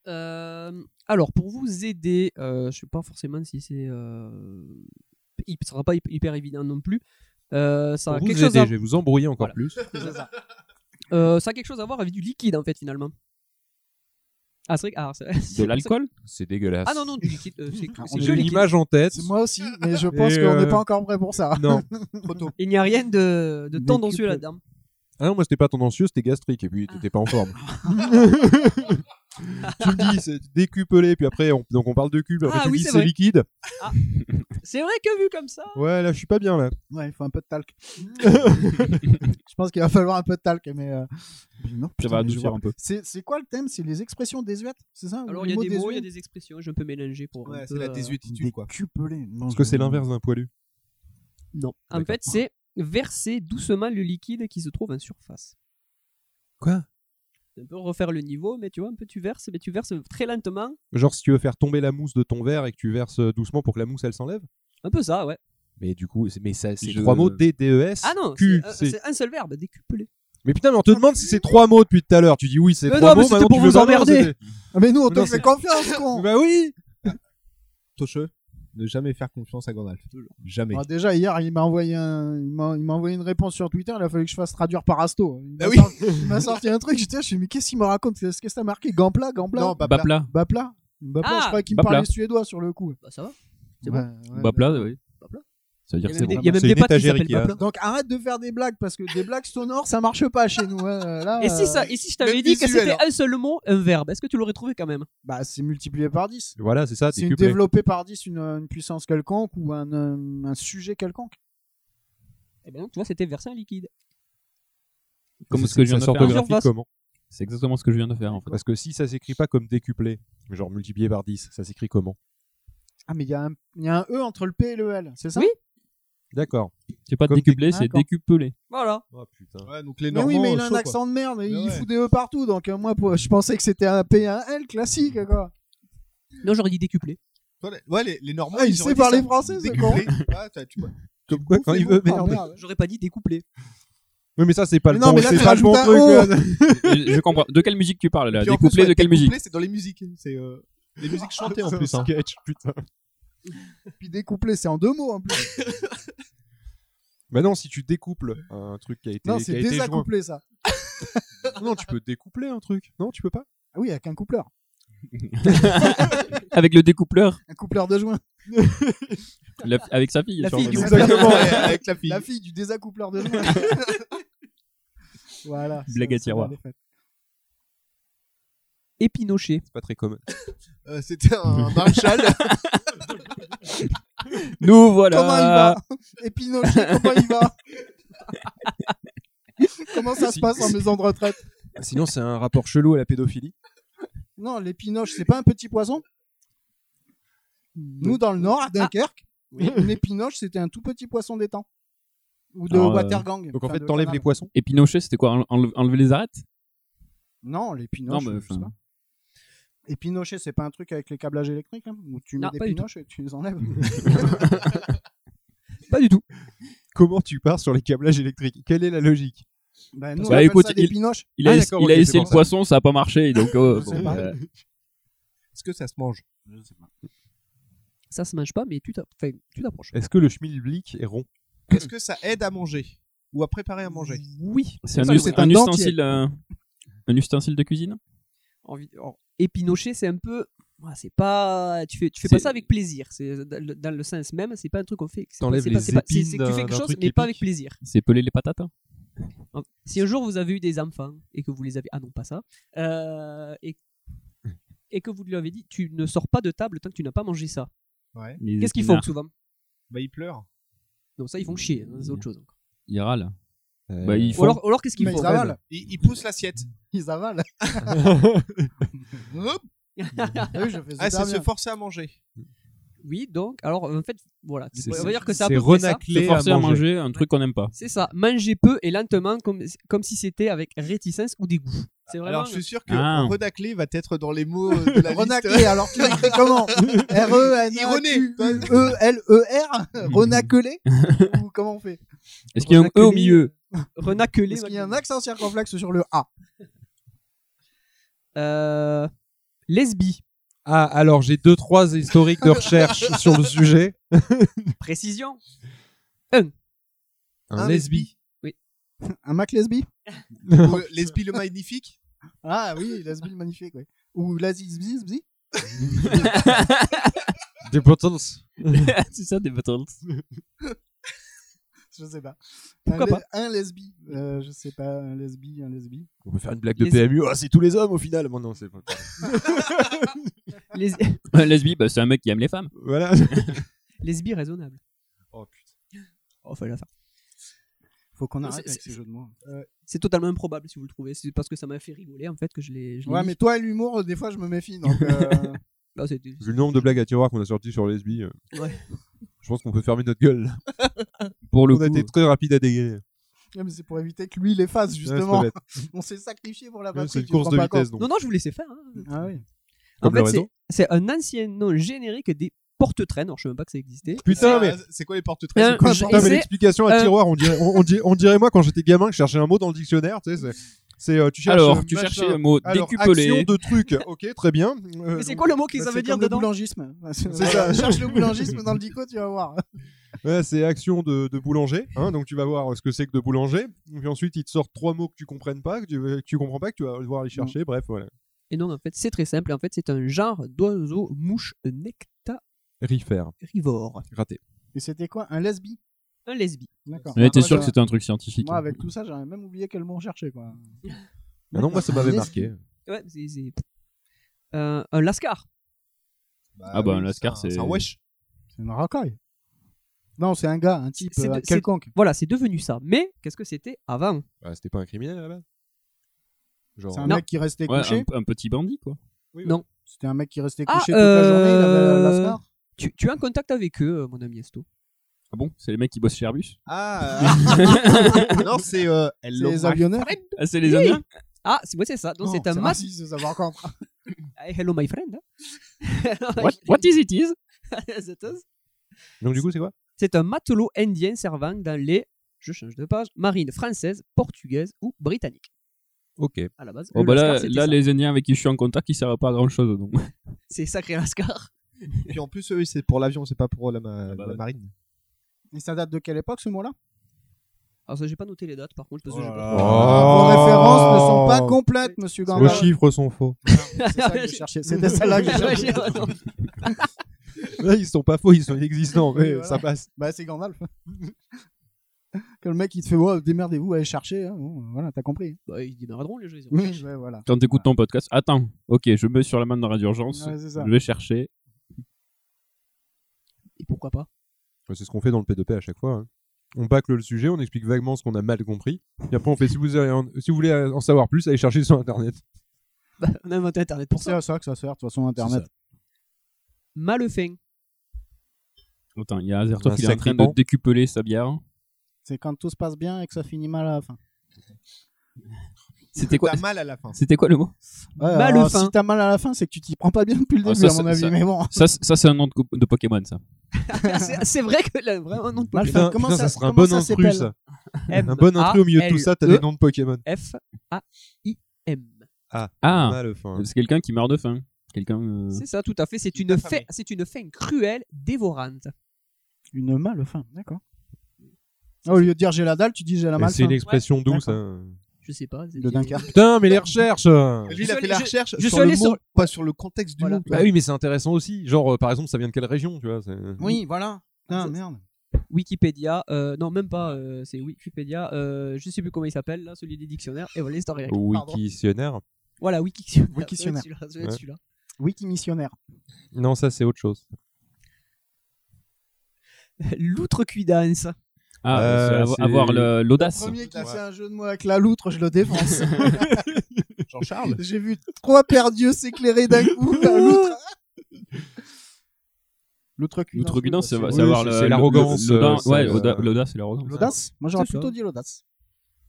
Speaker 2: Euh, alors, pour vous aider, euh, je sais pas forcément si c'est. Euh, hy- ça sera pas hy- hyper évident non plus. Euh, ça, a
Speaker 11: Pour vous
Speaker 2: quelque
Speaker 11: aider,
Speaker 2: chose à...
Speaker 11: je vais vous embrouiller encore plus.
Speaker 2: C'est ça. Euh, ça a quelque chose à voir avec du liquide en fait finalement. Ah c'est vrai. que- ah, c'est-
Speaker 10: De l'alcool
Speaker 11: C'est dégueulasse.
Speaker 2: Ah non non du liquide. euh, c'est-
Speaker 9: Ah,
Speaker 2: c'est
Speaker 9: on
Speaker 2: que
Speaker 9: est-
Speaker 11: J'ai l'image en tête.
Speaker 9: C'est moi aussi, mais je
Speaker 11: Et,
Speaker 9: pense qu'on
Speaker 11: euh,
Speaker 9: n'est pas encore prêt pour ça.
Speaker 11: Non.
Speaker 2: liquide. Il n'y a rien de, de tendancieux là-dedans.
Speaker 11: Ah non, moi c'était pas tendancieux, c'était gastrique, et puis
Speaker 2: Ah.
Speaker 11: t'étais pas en forme. tu me dis, c'est décuplé, puis après, on, donc on parle de cul, puis après
Speaker 2: Ah
Speaker 11: tu
Speaker 2: oui,
Speaker 11: dis
Speaker 2: c'est
Speaker 11: c'est
Speaker 2: vrai.
Speaker 11: liquide.
Speaker 2: C'est vrai que vu comme ça.
Speaker 11: Ouais, là je suis pas bien là.
Speaker 9: Ouais, il faut un peu de talc. je pense qu'il va falloir un peu de talc, mais. euh, Non, putain,
Speaker 10: va
Speaker 9: mais je
Speaker 10: adoucir
Speaker 9: vois
Speaker 10: un
Speaker 9: pas.
Speaker 10: peu.
Speaker 9: C'est c'est quoi le thème C'est les expressions désuètes, c'est ça Ou
Speaker 2: Alors
Speaker 9: les
Speaker 2: il y a
Speaker 9: mots
Speaker 2: des mots,
Speaker 9: désuets
Speaker 2: il y a des expressions, je peux mélanger pour. un
Speaker 7: Ouais,
Speaker 2: peu,
Speaker 7: c'est la
Speaker 2: euh,
Speaker 7: désuétitude, quoi.
Speaker 9: Décuplé. Non,
Speaker 11: Parce
Speaker 9: je-
Speaker 11: que c'est l'inverse d'un poilu.
Speaker 2: Non. En
Speaker 11: D'accord.
Speaker 2: fait c'est verser doucement le liquide qui se trouve en surface.
Speaker 11: Quoi
Speaker 2: On peut refaire le niveau, mais tu vois un peu tu verses, mais tu verses très lentement.
Speaker 11: Genre, si tu veux faire tomber la mousse de ton verre et que tu verses euh, doucement pour que la mousse elle s'enlève.
Speaker 2: Un peu ça ouais.
Speaker 11: Mais du coup, c'est- mais ça, c'est
Speaker 10: Je-
Speaker 11: trois mots D, D, E, S.
Speaker 2: Ah non,
Speaker 11: Q,
Speaker 2: c'est un-
Speaker 11: C.
Speaker 2: c'est un seul verbe, décuplé.
Speaker 11: Mais putain, mais on te demande si c'est trois mots depuis tout à l'heure. Tu dis oui, c'est
Speaker 2: Mais
Speaker 11: trois
Speaker 2: non,
Speaker 11: mots,
Speaker 2: mais c'était
Speaker 11: maintenant,
Speaker 2: pour
Speaker 11: tu veux
Speaker 2: vous
Speaker 11: pas dire,
Speaker 2: emmerder.
Speaker 11: c'était-
Speaker 9: Ah, mais nous, on te
Speaker 11: Non,
Speaker 9: fait
Speaker 11: c'est-
Speaker 9: confiance, con
Speaker 11: Bah oui
Speaker 7: Tocheux, ne jamais faire confiance à Gandalf. Jamais.
Speaker 9: Bon, Déjà, hier, il m'a envoyé, un... il m'a... il m'a envoyé une réponse sur Twitter, il a fallu que je fasse traduire par Asto. Il m'a,
Speaker 7: Bah oui.
Speaker 9: sorti... il m'a sorti un truc, j'étais là, je suis mais qu'est-ce qu'il me raconte Qu'est-ce que ça a marqué Gampla Gampla
Speaker 7: Non, Bapla.
Speaker 10: Bapla.
Speaker 9: Bapla Bapla,
Speaker 2: Ah
Speaker 9: je croyais qu'il me
Speaker 10: Bapla.
Speaker 9: parlait suédois sur le coup.
Speaker 2: Bah ça va. C'est
Speaker 9: Ouais, ouais,
Speaker 11: euh,
Speaker 10: Bapla, oui.
Speaker 2: Bapla.
Speaker 10: Ça veut dire
Speaker 2: Il
Speaker 10: que c'est
Speaker 2: y a même des-
Speaker 10: bon.
Speaker 2: il y a même
Speaker 11: C'est
Speaker 2: des
Speaker 11: une
Speaker 2: pâtes qui
Speaker 11: étagère
Speaker 2: s'appellent
Speaker 11: Ikea.
Speaker 2: Bapla.
Speaker 9: Donc arrête de faire des blagues parce que des blagues sonores ça marche pas chez nous. hein. Là,
Speaker 2: Et si,
Speaker 9: euh,
Speaker 2: ça, et si je
Speaker 7: même
Speaker 2: t'avais dit que
Speaker 7: visuel,
Speaker 2: c'était
Speaker 7: hein.
Speaker 2: un seul mot, un verbe, est-ce que tu l'aurais trouvé quand même
Speaker 9: bah, c'est multiplié par 10.
Speaker 11: Voilà, c'est ça,
Speaker 9: C'est une
Speaker 11: décuplé.
Speaker 9: développé par 10 une, une puissance quelconque ou un, euh, un sujet quelconque.
Speaker 2: Eh bien, tu vois, c'était versé un liquide.
Speaker 10: Comme
Speaker 11: Ça,
Speaker 10: ce que je viens de
Speaker 11: ça
Speaker 10: faire.
Speaker 11: s'orthographie
Speaker 2: Plusieurs
Speaker 11: comment
Speaker 10: C'est exactement ce que je viens de faire en fait.
Speaker 11: Parce que si ça s'écrit pas comme décuplé, genre multiplié par 10, ça s'écrit comment
Speaker 9: Ah mais il y, a un- il y a un E entre le P et le L, c'est ça
Speaker 2: Oui.
Speaker 11: D'accord.
Speaker 10: C'est pas
Speaker 11: Comme
Speaker 10: décuplé, c'est
Speaker 9: D'accord.
Speaker 10: décupelé.
Speaker 2: Voilà.
Speaker 11: Oh putain.
Speaker 7: Ouais, donc les
Speaker 9: Mais
Speaker 7: Normands.
Speaker 9: oui, mais
Speaker 7: euh,
Speaker 9: il a un
Speaker 7: chauds,
Speaker 9: accent de merde, il
Speaker 7: Ouais, ouais.
Speaker 9: fout des E partout, donc euh, moi pour- je pensais que c'était un P et un L classique quoi.
Speaker 2: Non, j'aurais dit décuplé.
Speaker 7: quoi. Ouais, les- Ouais, les, les Normands.
Speaker 9: Ah, il
Speaker 7: ils
Speaker 9: sait
Speaker 7: auraient dit
Speaker 9: parler
Speaker 7: ça.
Speaker 9: français, ce Ah,
Speaker 7: Décuplé. Ah, t'as- tu vois.
Speaker 11: Comme quoi, quand il veut, merde.
Speaker 2: J'aurais pas dit découplé.
Speaker 11: Oui, mais ça, c'est pas
Speaker 9: Mais
Speaker 11: le
Speaker 9: non,
Speaker 11: bon,
Speaker 9: mais là,
Speaker 11: c'est
Speaker 9: tu
Speaker 11: pas le bon
Speaker 9: rajoutes
Speaker 11: truc.
Speaker 9: un
Speaker 11: quoi.
Speaker 10: je, je comprends. De quelle musique tu parles là
Speaker 7: Puis en
Speaker 10: Découplé
Speaker 7: plus, ouais,
Speaker 10: de quelle
Speaker 7: découplé,
Speaker 10: musique
Speaker 7: C'est dans les musiques. C'est euh, Les musiques chantées en
Speaker 11: C'est un
Speaker 13: euh,
Speaker 7: plus. hein.
Speaker 11: sketch, putain.
Speaker 9: Ah, Puis découplé, c'est en deux mots en plus.
Speaker 11: Bah non, si tu découples un truc qui a été.
Speaker 9: non,
Speaker 11: qui
Speaker 9: c'est
Speaker 11: a été
Speaker 9: désaccouplé ça.
Speaker 11: joint- Non, tu peux découpler un truc. Non, tu peux pas.
Speaker 9: Ah oui, avec un coupleur.
Speaker 10: Avec le découpleur.
Speaker 9: Un coupleur de joint.
Speaker 10: La- avec sa fille,
Speaker 9: La
Speaker 10: sûrement.
Speaker 9: fille du
Speaker 10: Exactement,
Speaker 9: coupleur.
Speaker 10: avec la fille.
Speaker 9: La fille du désacoupleur de joint. voilà.
Speaker 10: Blague
Speaker 9: ça-
Speaker 10: à
Speaker 9: ça
Speaker 10: tiroir.
Speaker 9: va, les fêtes.
Speaker 2: Et Pinochet.
Speaker 11: C'est pas très commun.
Speaker 9: Euh, c'était un Marshall.
Speaker 10: Nous voilà.
Speaker 9: Comment il va Et Pinochet, comment il va Comment ça se
Speaker 11: Si-
Speaker 9: passe en
Speaker 11: si-
Speaker 9: maison de retraite
Speaker 11: Sinon, c'est un rapport chelou à la pédophilie.
Speaker 9: Non, les Pinoches, c'est pas un petit poisson Nous, dans le
Speaker 10: Ah.
Speaker 9: nord, à Dunkerque, une épinoche, c'était un tout petit poisson d'étang. Ou de
Speaker 10: Alors, euh,
Speaker 9: Watergang. Enfin, de canal.
Speaker 10: Et Pinochet, c'était quoi enle- enle- Enlever les arêtes
Speaker 9: Non, les pinoches,
Speaker 10: Non, mais,
Speaker 9: je sais
Speaker 10: enfin.
Speaker 9: pas. Et pinocher, c'est pas un truc avec les câblages électriques, hein, où tu mets
Speaker 2: Non,
Speaker 9: des
Speaker 2: pas du tout.
Speaker 9: pinoches et tu les enlèves.
Speaker 2: Pas du tout.
Speaker 11: Comment tu pars sur les câblages électriques Quelle est la logique
Speaker 9: bah,
Speaker 11: Parce
Speaker 9: nous,
Speaker 11: que-
Speaker 9: on appelle
Speaker 11: écoute,
Speaker 9: ça des
Speaker 11: il-
Speaker 9: pinoches.
Speaker 10: Il a,
Speaker 11: Ah,
Speaker 10: ess-
Speaker 11: d'accord,
Speaker 10: il a
Speaker 11: ok, c'est
Speaker 10: essayé
Speaker 11: pour
Speaker 10: le
Speaker 11: ça.
Speaker 10: poisson, ça a pas marché. Donc, euh,
Speaker 11: Je
Speaker 10: bon,
Speaker 11: sais pas.
Speaker 10: euh,
Speaker 7: Est-ce que ça se mange
Speaker 2: Ça se mange pas, mais tu t'a- enfin, tu t'approches.
Speaker 11: Est-ce que le schmilblick est rond
Speaker 7: Est-ce que ça aide à manger Ou à préparer à manger
Speaker 2: Oui.
Speaker 10: c'est un,
Speaker 7: Ça,
Speaker 10: us-
Speaker 7: c'est
Speaker 10: un
Speaker 7: un dentier.
Speaker 10: ustensile, euh, un ustensile de cuisine.
Speaker 2: Envie- en- Et Pinochet, c'est un peu. Ah, c'est pas. Tu fais, tu fais
Speaker 10: C'est-
Speaker 2: pas ça avec plaisir. C'est dans le- dans le sens même, c'est pas un truc qu'on fait. C'est pas,
Speaker 10: T'enlèves
Speaker 2: c'est pas-
Speaker 10: les
Speaker 2: c'est pas- c'est-
Speaker 10: épines
Speaker 2: c'est que
Speaker 10: d'un-
Speaker 2: tu fais quelque
Speaker 10: d'un
Speaker 2: chose, mais
Speaker 10: truc qui
Speaker 2: pas
Speaker 10: pique.
Speaker 2: avec plaisir.
Speaker 10: C'est peler les patates. hein.
Speaker 2: Donc, Si un jour vous avez eu des enfants et que vous les avez, ah non pas ça, euh, et, et que vous lui avez dit, tu ne sors pas de table tant que tu n'as pas mangé ça.
Speaker 7: Ouais.
Speaker 10: Les
Speaker 2: Qu'est-ce qu'ils font
Speaker 10: épinards.
Speaker 2: souvent
Speaker 7: Bah, il pleure.
Speaker 2: Non ça ils font chier, hein, c'est autre chose.
Speaker 10: Ils râlent.
Speaker 11: Euh,
Speaker 10: Bah, ils
Speaker 2: Ou
Speaker 10: font-
Speaker 2: alors, ou alors qu'est-ce qu'ils
Speaker 9: Mais
Speaker 2: font
Speaker 9: ils avalent.
Speaker 7: Ils, ils poussent l'assiette.
Speaker 9: Ils avalent. Hop. Ah oui, je fais
Speaker 7: Ah,
Speaker 9: super
Speaker 7: c'est
Speaker 9: bien.
Speaker 7: se forcer à manger.
Speaker 2: Oui donc alors en fait voilà,
Speaker 10: C'est-
Speaker 2: on
Speaker 10: c'est-
Speaker 2: va dire que c'est à
Speaker 10: c'est
Speaker 2: peu près ça.
Speaker 11: euh,
Speaker 10: renacler Se forcer à à manger. manger un truc qu'on n'aime pas.
Speaker 2: C'est ça, manger peu et lentement comme comme si c'était avec réticence ou dégoût. C'est vraiment.
Speaker 7: Alors, je suis sûr que
Speaker 10: Ah.
Speaker 7: renacler va être dans les mots euh, de la liste.
Speaker 9: Renaclé, alors tu l'écris comment E R-E-N-A-Q-U-E-L-E-R E Renaclé Ou comment on fait
Speaker 10: Est-ce qu'il y a un E au milieu
Speaker 2: Renaclé.
Speaker 9: Est-ce qu'il y a un accent circonflexe sur le A
Speaker 2: Euh, lesbi.
Speaker 11: Ah, alors j'ai deux, trois historiques de recherche sur le sujet.
Speaker 2: Précision.
Speaker 11: Un lesbi.
Speaker 2: Oui.
Speaker 9: Un Mac lesbi
Speaker 7: Ou Lesbi le magnifique
Speaker 9: Ah oui, lesbi le magnifique, oui. Ou l'azizbizbi
Speaker 11: Des bottles.
Speaker 10: c'est ça, des battles.
Speaker 9: Je sais pas.
Speaker 2: Pourquoi
Speaker 9: un,
Speaker 2: pas
Speaker 9: un lesbi Euh, Je sais pas, un lesbi, un lesbi.
Speaker 11: On peut faire une blague de
Speaker 2: Les-
Speaker 11: PMU. Ah, c'est tous les hommes au final. Bon, non, c'est pas.
Speaker 2: Les...
Speaker 10: Un lesbi, bah, c'est un mec qui aime les femmes.
Speaker 11: Voilà.
Speaker 2: Lesbi raisonnable.
Speaker 11: Oh, putain.
Speaker 2: Oh, fallait la faire.
Speaker 9: Faut qu'on
Speaker 2: Non,
Speaker 9: arrête
Speaker 2: c'est-
Speaker 9: avec
Speaker 2: c'est-
Speaker 9: ces jeux de mots.
Speaker 2: C'est totalement improbable si vous le trouvez. C'est parce que ça m'a fait rigoler en fait que je l'ai. je l'ai
Speaker 9: Ouais,
Speaker 2: mis.
Speaker 9: mais toi, l'humour, euh, des fois, je me méfie. Donc, euh,
Speaker 2: Là, c'était-
Speaker 11: Vu le nombre de blagues à tiroir qu'on a sorties sur lesbi, euh,
Speaker 2: Ouais.
Speaker 11: je pense qu'on peut fermer notre gueule.
Speaker 10: Pour le
Speaker 11: On a
Speaker 10: coup.
Speaker 11: été très rapide à dégayer.
Speaker 9: ouais, mais c'est pour éviter que lui les fasse,
Speaker 11: c'est pas
Speaker 9: justement.
Speaker 11: bête.
Speaker 9: On s'est sacrifié pour la
Speaker 11: Ouais,
Speaker 9: patrie.
Speaker 11: c'est une
Speaker 9: tu te
Speaker 11: course
Speaker 9: rends
Speaker 11: de
Speaker 9: pas compte.
Speaker 11: vitesse, donc.
Speaker 2: Non, non, je vous laissais faire. hein.
Speaker 9: Ah oui.
Speaker 2: En
Speaker 11: Comme le
Speaker 2: fait, c'est-
Speaker 11: réseau.
Speaker 2: c'est un ancien nom générique des porte-traînes. Alors, je sais même pas que ça existait.
Speaker 11: Putain,
Speaker 7: Ah,
Speaker 11: mais.
Speaker 7: C'est quoi les portes
Speaker 2: Euh,
Speaker 7: très
Speaker 2: je-
Speaker 11: Putain,
Speaker 2: et
Speaker 11: mais
Speaker 2: c'est-
Speaker 11: l'explication à
Speaker 2: euh,
Speaker 11: tiroir, on dirait, on, on dirait, on dirait moi quand j'étais gamin que je cherchais un mot dans le dictionnaire, tu sais, c'est- c'est euh, tu cherches
Speaker 10: Alors,
Speaker 11: euh,
Speaker 10: tu
Speaker 11: machin.
Speaker 10: cherchais le mot
Speaker 11: Alors,
Speaker 10: décuplé.
Speaker 11: action de truc, ok, très bien. Euh,
Speaker 2: Mais c'est
Speaker 11: donc,
Speaker 2: quoi le mot que
Speaker 9: Bah,
Speaker 2: ça
Speaker 9: c'est
Speaker 2: veut dire
Speaker 9: comme le
Speaker 2: dedans
Speaker 9: boulangisme. C'est
Speaker 11: ça.
Speaker 9: Cherche le boulangisme dans le dico, tu vas voir.
Speaker 11: ouais, C'est action de, de boulanger, hein, donc tu vas voir ce que c'est que de boulanger. Puis ensuite, ils te sortent trois mots que tu comprennes pas, que tu, euh, que tu comprends pas, que tu vas devoir aller chercher, bref, voilà.
Speaker 2: Et non, en fait, c'est très simple. En fait, c'est un genre d'oiseau mouche nectarivore.
Speaker 11: Refaire, raté.
Speaker 9: Et c'était quoi Un lesbi
Speaker 2: Un lesbi.
Speaker 9: D'accord.
Speaker 10: On était
Speaker 9: Moi,
Speaker 10: sûr que
Speaker 9: j'avais-
Speaker 10: c'était un truc scientifique.
Speaker 9: Ah, Moi, avec tout ça, j'avais même oublié quel mot on cherchait, quoi.
Speaker 2: Bah
Speaker 11: Ah non, moi ça m'avait
Speaker 9: Lesbi.
Speaker 11: marqué.
Speaker 2: Ouais, c'est. c'est- Euh, un lascar.
Speaker 10: Ah bah, un lascar, c'est-
Speaker 11: Euh, C'est un wesh.
Speaker 9: C'est une racaille. Non, c'est un gars, un type
Speaker 2: C'est
Speaker 9: euh,
Speaker 2: de- c'est-
Speaker 9: quelconque.
Speaker 2: Voilà, c'est devenu ça. Mais qu'est-ce que c'était avant
Speaker 11: Bah, C'était pas un criminel à la base Genre,
Speaker 9: C'est un
Speaker 2: Non. hein.
Speaker 9: mec qui restait
Speaker 10: Ouais,
Speaker 9: couché.
Speaker 10: un, un petit bandit, quoi.
Speaker 9: C'était un mec qui restait
Speaker 2: Ah,
Speaker 9: couché toute la journée. Il avait
Speaker 2: euh,
Speaker 9: la lascar.
Speaker 2: tu, tu es en contact avec eux, euh, mon ami Esto.
Speaker 10: Ah bon C'est les mecs qui bossent chez Airbus
Speaker 7: Ah euh, Non, c'est. euh,
Speaker 9: C'est
Speaker 7: Hello,
Speaker 9: les
Speaker 7: my
Speaker 9: avionneurs.
Speaker 10: Ah, c'est les Oh,
Speaker 2: Oui.
Speaker 10: Indiens
Speaker 2: Ah, c'est ouais, c'est ça. Donc,
Speaker 9: Non,
Speaker 2: c'est un mas-
Speaker 9: raciste de savoir quand.
Speaker 2: Hey, Hello, my friend.
Speaker 10: What, what is it is
Speaker 2: C'est un-
Speaker 11: Donc du coup, c'est quoi
Speaker 2: C'est un matelot indien servant dans les, je change de page, marines françaises, portugaises ou britanniques.
Speaker 10: Ok.
Speaker 2: À la base,
Speaker 10: Bon,
Speaker 2: le
Speaker 10: bah
Speaker 2: Lascar,
Speaker 10: là,
Speaker 2: c'était
Speaker 10: là
Speaker 2: ça.
Speaker 10: les Indiens avec qui je suis en contact, ils servent pas à grand chose. Donc.
Speaker 2: C'est sacré Lascar.
Speaker 7: Puis en plus, eux, c'est pour l'avion, c'est pas pour la, ma-
Speaker 11: Ah, bah
Speaker 7: la marine.
Speaker 9: Et ça date de quelle époque ce mot-là
Speaker 2: Alors ça, j'ai pas noté les dates, par contre, parce que
Speaker 10: Oh
Speaker 2: j'ai pas-
Speaker 9: Vos références ne sont pas complètes, monsieur Gandalf.
Speaker 11: Vos chiffres sont faux.
Speaker 9: C'est ça que je cherchais. C'était celle-là que
Speaker 2: Bah,
Speaker 9: je cherchais.
Speaker 11: Là, ils sont pas faux, ils sont inexistants, mais
Speaker 9: Oui, voilà.
Speaker 11: ça passe.
Speaker 9: Bah, c'est Gandalf. Quand le mec il te fait ouais, démerdez-vous, allez chercher, hein. Bon, voilà, t'as compris.
Speaker 2: Bah, ils démerderont les jeux. Ils
Speaker 9: Oui, ouais, voilà.
Speaker 10: Quand t'écoutes ton podcast, attends, ok, je me mets sur la main de la d'urgence,
Speaker 9: Ouais, c'est ça.
Speaker 10: je vais chercher.
Speaker 2: Et pourquoi pas
Speaker 11: Enfin, C'est ce qu'on fait dans le P2P à chaque fois. hein. On bâcle le sujet, on explique vaguement ce qu'on a mal compris. Et après, on fait si vous, avez en- si vous voulez en savoir plus, allez chercher sur Internet.
Speaker 2: Bah, on a inventé Internet pour
Speaker 9: C'est
Speaker 2: ça.
Speaker 9: à ça que ça sert, de toute façon, Internet.
Speaker 2: Malefin.
Speaker 10: Attends, il y a Azertov
Speaker 11: Un
Speaker 10: qui est en train
Speaker 11: sacripant.
Speaker 10: de décupeler sa bière.
Speaker 9: C'est quand tout se passe bien et que ça finit mal à la fin.
Speaker 10: C'était quoi
Speaker 9: T'as mal à la fin.
Speaker 10: C'était quoi le mot
Speaker 9: Ouais,
Speaker 10: Malefin.
Speaker 9: alors, si t'as mal à la fin, c'est que tu t'y prends pas bien depuis le
Speaker 10: Ah,
Speaker 9: début,
Speaker 10: ça,
Speaker 9: à mon
Speaker 10: c'est-
Speaker 9: avis.
Speaker 10: ça-
Speaker 9: Mais bon.
Speaker 10: Ça, c'est- ça, c'est un nom de, co- de Pokémon, ça.
Speaker 2: c'est c'est vrai que là, vraiment un nom de
Speaker 9: Malfin, Eh
Speaker 2: Pokémon.
Speaker 9: ben, comment
Speaker 11: Putain, ça, serait un bon intrus, ça.
Speaker 2: M
Speaker 11: un bon intrus au milieu de
Speaker 9: E.
Speaker 11: tout ça, t'as des
Speaker 2: A-L-E
Speaker 11: noms de Pokémon.
Speaker 2: F A I M.
Speaker 11: Ah, Malefin.
Speaker 10: Euh, c'est quelqu'un qui meurt de faim. Quelqu'un. euh,
Speaker 2: C'est ça, tout à fait. C'est une faim, c'est une faim cruelle, dévorante.
Speaker 9: Une malefin, d'accord. Ah, au lieu de dire j'ai la dalle, tu dis j'ai la
Speaker 11: Mais
Speaker 9: malfaim.
Speaker 11: C'est une expression douce.
Speaker 9: D'accord.
Speaker 11: hein.
Speaker 2: Je sais pas. c'est-
Speaker 9: De Dunkerque.
Speaker 11: Putain, mais les recherches euh.
Speaker 9: Lui, il a fait la recherche sur
Speaker 2: je suis
Speaker 9: le
Speaker 2: allé
Speaker 9: mot.
Speaker 2: sur
Speaker 13: Pas sur le contexte du
Speaker 9: Voilà.
Speaker 13: monde.
Speaker 11: Bah oui, mais c'est intéressant aussi. Genre, euh, par exemple, ça vient de quelle région, tu vois c'est-
Speaker 9: Oui, voilà. Putain, merde.
Speaker 2: Wikipédia, euh, non même pas, euh, c'est Wikipédia, euh, je sais plus comment il s'appelle, là, celui des dictionnaires, et voilà, l'historien.
Speaker 11: Oh.
Speaker 2: Pardon.
Speaker 11: Wiktionnaire.
Speaker 2: Voilà, Wikictionnaire.
Speaker 9: Wikictionnaire.
Speaker 2: Ça doit être celui-là, ça doit être
Speaker 11: Ouais.
Speaker 2: celui-là.
Speaker 9: Wikimissionnaire.
Speaker 11: Non, ça, c'est autre chose.
Speaker 2: L'outrecuidance.
Speaker 10: Ah,
Speaker 11: Euh,
Speaker 10: c'est avo-
Speaker 11: c'est-
Speaker 10: avoir le- l'audace.
Speaker 9: Premier qui fait un jeu de mots avec la loutre, je le défonce.
Speaker 13: Jean-Charles
Speaker 9: J'ai vu trois paires d'yeux s'éclairer d'un coup. La loutre. L'autre cul.
Speaker 10: L'outrecuidance, c'est
Speaker 11: Oui,
Speaker 10: c'est avoir
Speaker 11: c'est-
Speaker 10: le-
Speaker 11: c'est
Speaker 10: le-
Speaker 11: l'arrogance,
Speaker 10: le- l'audace.
Speaker 11: euh,
Speaker 10: Ouais,
Speaker 11: c'est, euh,
Speaker 10: l'auda- l'audace, c'est l'arrogance.
Speaker 9: L'audace Moi j'aurais
Speaker 2: C'est ça.
Speaker 9: plutôt dit l'audace.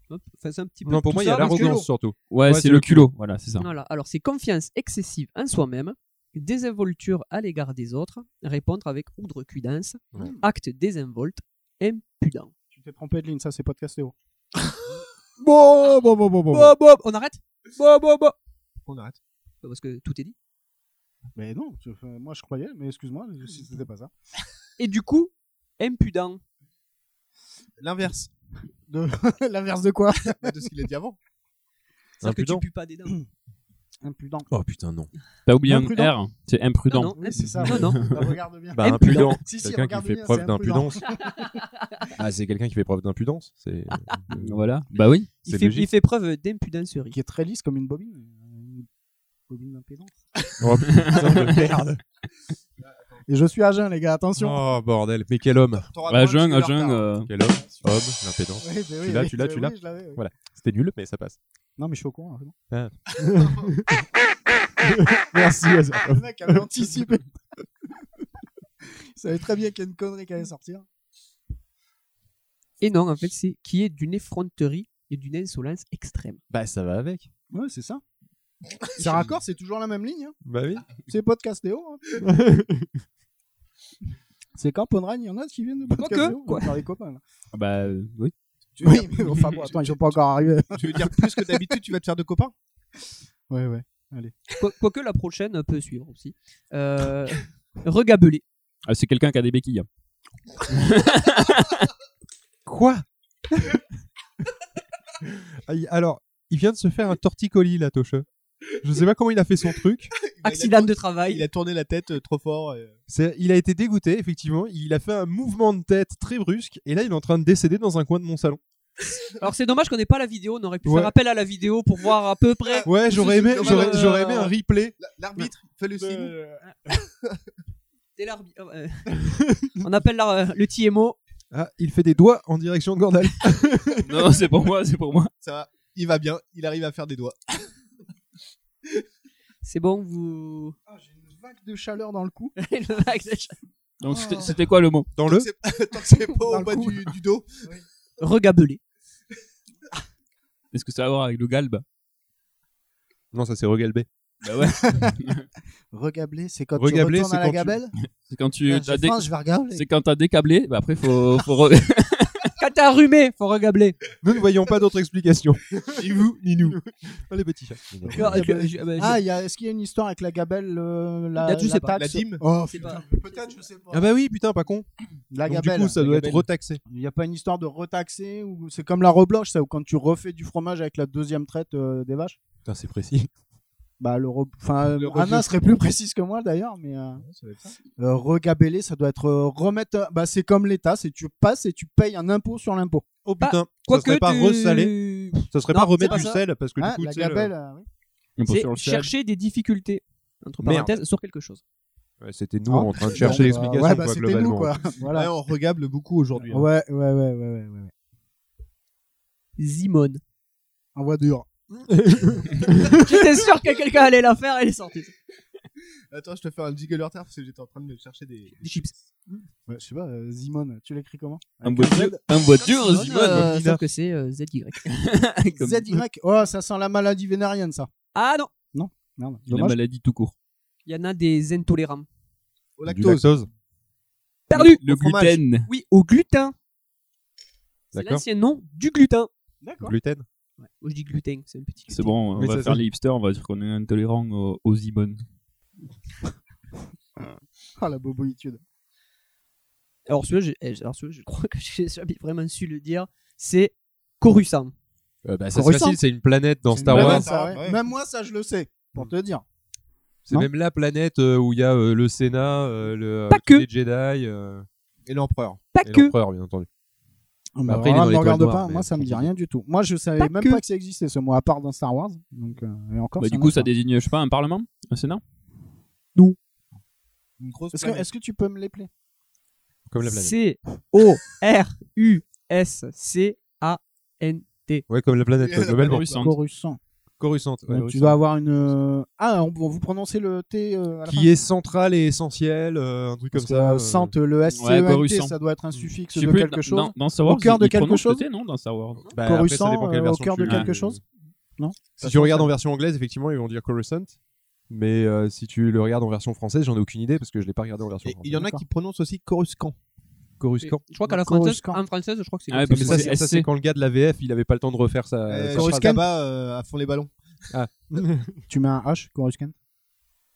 Speaker 2: Hop, enfin, c'est un petit peu
Speaker 11: Non, pour
Speaker 2: tout
Speaker 11: moi, il y a
Speaker 2: ça, parce que-
Speaker 11: l'arrogance surtout.
Speaker 10: Ouais, c'est le culot. Voilà, c'est ça.
Speaker 2: Voilà. Alors, c'est confiance excessive en soi-même, désinvolture à l'égard des autres, répondre avec outrecuidance,
Speaker 11: Ouais.
Speaker 2: acte désinvolte, impudent.
Speaker 9: Tu t'es trompé de ligne, ça c'est podcast Léo. bon, bon, bon, bon, bon.
Speaker 2: Bob, Bob, on arrête Bob, Bob, Bob.
Speaker 7: On arrête.
Speaker 2: Bah, Parce que tout est dit.
Speaker 9: Mais non, je- euh, moi je croyais, mais excuse-moi si c'était pas ça.
Speaker 2: Et du coup, impudent.
Speaker 7: L'inverse
Speaker 9: De... L'inverse de quoi
Speaker 7: de ce qu'il a dit avant.
Speaker 2: C'est-à-dire que tu
Speaker 11: Impudent.
Speaker 2: pues pas des dents.
Speaker 9: Impudent.
Speaker 11: Oh putain, non.
Speaker 10: T'as oublié un
Speaker 9: Imprudent.
Speaker 10: R, c'est imprudent.
Speaker 2: Non, non.
Speaker 9: Oui, c'est ça.
Speaker 2: Non, non.
Speaker 9: Ah, Regarde bien.
Speaker 11: Bah,
Speaker 2: Impudent.
Speaker 11: impudent.
Speaker 9: Si, si,
Speaker 11: quelqu'un
Speaker 9: regarde
Speaker 11: qui fait
Speaker 9: bien,
Speaker 11: preuve
Speaker 9: c'est impudent.
Speaker 11: d'impudence. ah, c'est quelqu'un qui fait preuve d'impudence. C'est euh,
Speaker 10: Voilà. Bah oui.
Speaker 2: Il
Speaker 11: c'est
Speaker 2: fait, il
Speaker 11: logique.
Speaker 2: fait preuve d'impudencerie.
Speaker 9: Qui est très lisse comme une bobine. Une bobine d'impédance.
Speaker 11: Oh putain de merde.
Speaker 9: Et je suis à jeun, les gars, attention.
Speaker 11: Oh bordel. Mais quel homme.
Speaker 10: Bah, Jung, ah, Jung, euh,
Speaker 11: Quel homme. Homme, l'impédance.
Speaker 9: Oui, bah oui,
Speaker 11: Tu l'as,
Speaker 9: oui,
Speaker 11: tu l'as,
Speaker 9: bah
Speaker 11: tu l'as.
Speaker 9: oui, je l'avais, oui.
Speaker 11: Voilà. C'était nul, mais ça passe.
Speaker 9: Non, mais je suis au courant. c'est bon.
Speaker 11: Merci.
Speaker 9: Le mec avait anticipé. Il savait très bien qu'il y a une connerie qui allait sortir.
Speaker 2: Et non, en fait, c'est qui est d'une effronterie et d'une insolence extrême.
Speaker 11: Bah ça va avec.
Speaker 9: Ouais, c'est ça. C'est raccord, c'est toujours la même ligne. hein.
Speaker 11: Bah oui.
Speaker 9: C'est podcast Léo. hein. c'est quand Ponragne, il y en a qui viennent de podcast
Speaker 2: Quoique,
Speaker 9: Léo. on
Speaker 2: quoi.
Speaker 9: va faire les copains. là.
Speaker 10: Bah euh, oui.
Speaker 13: Tu veux
Speaker 9: Oui,
Speaker 13: dire-
Speaker 9: mais enfin bon, attends, ils sont pas encore arrivés.
Speaker 13: tu veux dire plus que d'habitude, tu vas te faire de copains
Speaker 9: Ouais, ouais.
Speaker 2: Quoi- Quoique la prochaine peut suivre aussi. Euh, regabelé.
Speaker 10: Ah, c'est quelqu'un qui a des béquilles.
Speaker 11: Quoi Aïe, Alors, il vient de se faire un torticolis là, Tocheux. Je sais pas comment il a fait son truc.
Speaker 2: Accident de
Speaker 13: Il
Speaker 2: travail.
Speaker 13: a tourné la tête euh, trop fort. et-
Speaker 11: C'est- Il a été dégoûté, effectivement. Il a fait un mouvement de tête très brusque. Et là, il est en train de décéder dans un coin de mon salon.
Speaker 2: Alors c'est dommage qu'on n'ait pas la vidéo, on aurait pu
Speaker 11: Ouais.
Speaker 2: faire appel à la vidéo pour voir à peu près.
Speaker 11: Ouais, j'aurais aimé,
Speaker 13: dommage,
Speaker 11: j'aurais,
Speaker 2: euh,
Speaker 11: j'aurais aimé un replay.
Speaker 13: L- L'arbitre fait le signe.
Speaker 2: Dès l'arbi- euh, on appelle la- euh, le TMO.
Speaker 11: Ah, il fait des doigts en direction de Gordal.
Speaker 10: non, c'est pour moi, c'est pour moi.
Speaker 13: Ça va. Il va bien. Il arrive à faire des doigts.
Speaker 2: C'est bon, vous.
Speaker 9: Ah, J'ai une vague de chaleur dans le cou.
Speaker 2: Le vague de chat.
Speaker 10: Donc
Speaker 9: Oh.
Speaker 10: c'était- c'était quoi le mot
Speaker 11: Dans le.
Speaker 13: C'est- Tant que c'est pas
Speaker 9: Dans
Speaker 13: au
Speaker 9: le
Speaker 13: bas
Speaker 9: cou.
Speaker 13: du, du dos.
Speaker 2: Regabelé.
Speaker 10: Est-ce que ça a à voir avec le galbe
Speaker 11: Non, ça c'est regalbé.
Speaker 10: Bah ouais.
Speaker 9: Regablé, c'est quand
Speaker 11: Regablé,
Speaker 9: tu retournes
Speaker 11: c'est
Speaker 9: à la
Speaker 11: quand tu-
Speaker 9: gabelle.
Speaker 10: c'est quand tu
Speaker 9: Putain,
Speaker 10: t'as
Speaker 9: J'ai
Speaker 10: dé-
Speaker 9: faim, je vais regabler.
Speaker 10: c'est quand t'as décablé. Bah après faut faut re-
Speaker 2: Quand t'es arrumé, faut regabler.
Speaker 11: Nous ne voyons pas d'autre explication. ni vous, ni nous. Oh, les petits chats.
Speaker 9: Ah,
Speaker 2: Euh,
Speaker 9: il y a- est-ce qu'il y a une histoire avec la gabelle euh, la,
Speaker 11: Là, je sais pas.
Speaker 9: taxe
Speaker 11: La dîme
Speaker 9: Oh,
Speaker 11: C'est
Speaker 9: putain.
Speaker 1: Peut-être, je sais pas.
Speaker 11: Ah bah oui, putain, pas con.
Speaker 9: La
Speaker 11: Donc,
Speaker 9: gabelle.
Speaker 11: Du coup, ça
Speaker 9: la
Speaker 11: doit
Speaker 9: gabelle.
Speaker 11: être retaxé.
Speaker 9: Il n'y a pas une histoire de retaxer ou c'est comme la rebloche, ça, où quand tu refais du fromage avec la deuxième traite euh, des vaches.
Speaker 11: Putain, c'est précis.
Speaker 9: Bah, le re- enfin,
Speaker 11: Le
Speaker 9: Anna
Speaker 11: rebloche.
Speaker 9: serait plus précise que moi d'ailleurs, mais euh, euh, regabeler, ça doit être euh, remettre. euh, Bah, c'est comme l'État, c'est tu passes et tu payes un impôt sur l'impôt.
Speaker 11: Oh
Speaker 7: Bah,
Speaker 11: putain, ça serait pas ressalé. Ça serait pas remettre du sel parce que
Speaker 9: Ah,
Speaker 11: du coup,
Speaker 9: la
Speaker 11: tu sais, le-
Speaker 9: gabelle, euh, oui.
Speaker 11: Impôt sur le
Speaker 2: C'est
Speaker 11: sel.
Speaker 2: chercher des difficultés, entre
Speaker 11: Merde.
Speaker 2: parenthèses, sur quelque chose.
Speaker 11: Ouais, C'était nous
Speaker 9: Ah.
Speaker 11: en train de chercher
Speaker 9: Ouais,
Speaker 11: l'explication
Speaker 9: bah,
Speaker 11: quoi,
Speaker 9: c'était nous,
Speaker 11: globalement.
Speaker 9: quoi. Voilà.
Speaker 7: Ouais, on regable beaucoup aujourd'hui. hein.
Speaker 9: Ouais, ouais, ouais, ouais, ouais, ouais.
Speaker 2: Zimone.
Speaker 9: En voie dure.
Speaker 2: J'étais sûr que quelqu'un allait la faire, elle est sortie.
Speaker 7: Attends, je te fais un jiggle en retard parce que j'étais en train de me chercher des, des
Speaker 2: chips.
Speaker 9: Ouais, je sais pas, euh, Zimone, tu l'écris comment
Speaker 10: Un bois dur- un bois dur, Zimone,
Speaker 2: euh,
Speaker 10: Mokina.
Speaker 2: sauf que c'est euh, ZY. Comme-
Speaker 9: ZY, oh, ça sent la maladie vénérienne, ça.
Speaker 2: Ah non
Speaker 9: Non, merde.
Speaker 10: La
Speaker 9: Dommage.
Speaker 10: maladie tout court.
Speaker 2: Il y en a des intolérants.
Speaker 7: Au
Speaker 10: Du lactose.
Speaker 2: Perdu
Speaker 10: Le
Speaker 2: Au fromage.
Speaker 10: gluten.
Speaker 2: Oui, au gluten. C'est
Speaker 10: D'accord.
Speaker 2: l'ancien nom du gluten.
Speaker 9: D'accord.
Speaker 11: Gluten.
Speaker 2: Ouais, moi, je dis gluten, c'est un petit.
Speaker 10: C'est bon, on
Speaker 11: Mais
Speaker 10: va
Speaker 11: ça,
Speaker 10: faire
Speaker 11: ça-
Speaker 10: les hipsters, on va dire qu'on est intolérant aux, aux ibones.
Speaker 9: Ah, la boboïtude.
Speaker 2: Alors celui-là, j'ai- eh, alors, celui-là, je crois que j'ai jamais vraiment su le dire. C'est Coruscant.
Speaker 11: Euh, bah, ça c'est
Speaker 2: Coruscant.
Speaker 11: facile, c'est une planète dans
Speaker 9: C'est
Speaker 11: Star
Speaker 9: une
Speaker 11: Wars.
Speaker 9: planète, ça, ouais. Même moi, ça, je le sais, pour te dire.
Speaker 11: C'est
Speaker 9: Non
Speaker 11: même la planète euh, où il y a euh, le Sénat, euh, le,
Speaker 9: Pas
Speaker 11: que. les Jedi euh, et l'empereur.
Speaker 2: Pas
Speaker 11: Et
Speaker 2: que.
Speaker 11: l'empereur, bien entendu.
Speaker 9: Ah, bah,
Speaker 11: Après, il est
Speaker 9: voilà,
Speaker 11: dans
Speaker 9: me
Speaker 11: l'étoile
Speaker 9: regarde
Speaker 11: noire,
Speaker 9: pas,
Speaker 11: mais-
Speaker 9: moi, ça me dit rien du tout. Moi, je savais même pas que ça existait, ce mot, à part dans Star Wars. Donc, euh, et encore,
Speaker 10: Bah,
Speaker 9: c'est
Speaker 10: du
Speaker 9: un
Speaker 10: coup,
Speaker 9: autre.
Speaker 10: ça désigne, je sais pas, un parlement Un sénat
Speaker 7: Une grosse
Speaker 9: Est-ce que, est-ce que tu peux me l'épeler
Speaker 11: Comme la planète.
Speaker 2: C O R U S C A N T.
Speaker 11: Ouais, comme la planète,
Speaker 2: Et
Speaker 11: quoi,
Speaker 2: la
Speaker 11: globalement.
Speaker 2: planète
Speaker 9: Coruscant.
Speaker 11: Coruscant, ouais,
Speaker 9: Donc, tu
Speaker 11: Coruscant.
Speaker 9: dois avoir une. euh, Ah, on, on vous prononcez le T euh, à la fin.
Speaker 11: Qui est centrale et essentielle, euh, un truc
Speaker 9: Parce
Speaker 11: comme
Speaker 9: que,
Speaker 11: ça.
Speaker 9: euh, centre, le S, C, E, N, T, ça doit être un
Speaker 10: Je
Speaker 9: suffixe
Speaker 10: sais
Speaker 9: de
Speaker 10: plus,
Speaker 9: quelque
Speaker 10: dans-
Speaker 9: chose.
Speaker 10: Dans, dans Star Wars,
Speaker 9: au cœur de
Speaker 10: ils
Speaker 9: quelque
Speaker 10: prononcent le
Speaker 9: chose
Speaker 10: T, non, dans Star Wars.
Speaker 11: Bah, après, ça
Speaker 9: Coruscant,
Speaker 11: dépend quelle
Speaker 9: euh, au
Speaker 11: version
Speaker 9: cœur de
Speaker 11: tu-
Speaker 9: quelque
Speaker 11: Ah.
Speaker 9: chose Non
Speaker 11: Si tu regardes en version anglaise, effectivement, ils vont dire Coruscant. Mais euh, si tu le regardes en version française, j'en ai aucune idée parce que je l'ai pas regardé en version
Speaker 7: Et
Speaker 11: française.
Speaker 7: il y en a qui prononcent aussi Coruscant.
Speaker 11: Coruscant.
Speaker 2: Je crois qu'à la française, en française, je crois que c'est.
Speaker 11: Ah ouais,
Speaker 2: comme
Speaker 11: mais ça, c'est- ça, c'est quand le gars de la VF, il avait pas le temps de refaire sa.
Speaker 7: Euh,
Speaker 11: sa
Speaker 7: Coruscant
Speaker 11: phrase.
Speaker 7: là-bas euh, à fond les ballons.
Speaker 11: Ah.
Speaker 9: Tu mets un H, Coruscant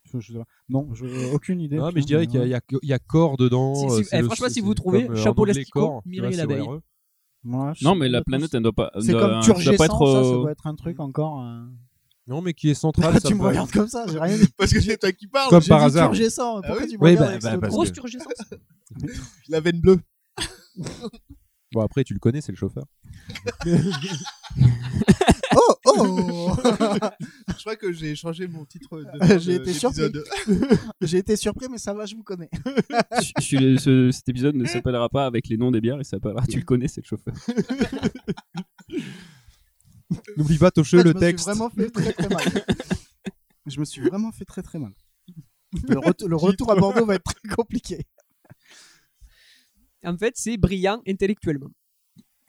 Speaker 9: Je- je sais pas. Non, je- aucune idée.
Speaker 11: Non,
Speaker 9: putain,
Speaker 11: mais je dirais qu'il y, a- il y a- il y a corps dedans.
Speaker 2: Si- si-
Speaker 11: euh,
Speaker 2: eh,
Speaker 11: c'est le-
Speaker 2: franchement, si
Speaker 11: c'est
Speaker 2: vous trouvez,
Speaker 11: comme, euh,
Speaker 2: chapeau
Speaker 11: en anglais,
Speaker 2: elastico,
Speaker 11: corps, tu
Speaker 2: Mireille
Speaker 11: vois,
Speaker 2: l'abeille.
Speaker 11: CORE.
Speaker 9: Moi, je
Speaker 10: Non,
Speaker 9: sais
Speaker 10: mais la planète, elle doit pas.
Speaker 9: C'est
Speaker 10: doit-
Speaker 9: comme
Speaker 10: ça
Speaker 9: turgescent,
Speaker 10: doit pas être,
Speaker 9: ça, ça
Speaker 10: euh,
Speaker 9: doit être un truc encore. euh,
Speaker 11: Non, mais qui est central.
Speaker 9: Pourquoi
Speaker 11: ça
Speaker 9: tu me
Speaker 11: peut-
Speaker 9: regardes comme ça J'ai rien dit.
Speaker 7: Parce que c'est toi qui parles.
Speaker 11: Comme
Speaker 9: J'ai
Speaker 11: par
Speaker 9: dit
Speaker 11: hasard.
Speaker 9: turgescent, pourquoi tu me
Speaker 11: Oui,
Speaker 9: regardes
Speaker 11: bah,
Speaker 9: avec
Speaker 11: bah,
Speaker 9: ce
Speaker 11: parce
Speaker 9: truc
Speaker 11: que-
Speaker 2: turgescence.
Speaker 7: La veine bleue.
Speaker 11: Bon, après, tu le connais, c'est le chauffeur.
Speaker 9: Oh, oh
Speaker 7: Je crois que j'ai changé mon titre de fin
Speaker 9: Euh,
Speaker 7: de
Speaker 9: J'ai été surpris.
Speaker 7: l'épisode.
Speaker 9: J'ai été surpris, mais ça va, je vous connais.
Speaker 10: Je- je suis le- ce- cet épisode ne s'appellera pas avec les noms des bières, il s'appellera Tu le connais, c'est le chauffeur.
Speaker 11: N'oublie pas, Tocheux,
Speaker 9: En fait,
Speaker 11: le
Speaker 9: je me suis
Speaker 11: texte.
Speaker 9: vraiment fait très, très mal. Je me suis vraiment fait très très mal. Le, retou- le retour à Bordeaux va être très compliqué.
Speaker 2: En fait, c'est brillant intellectuellement.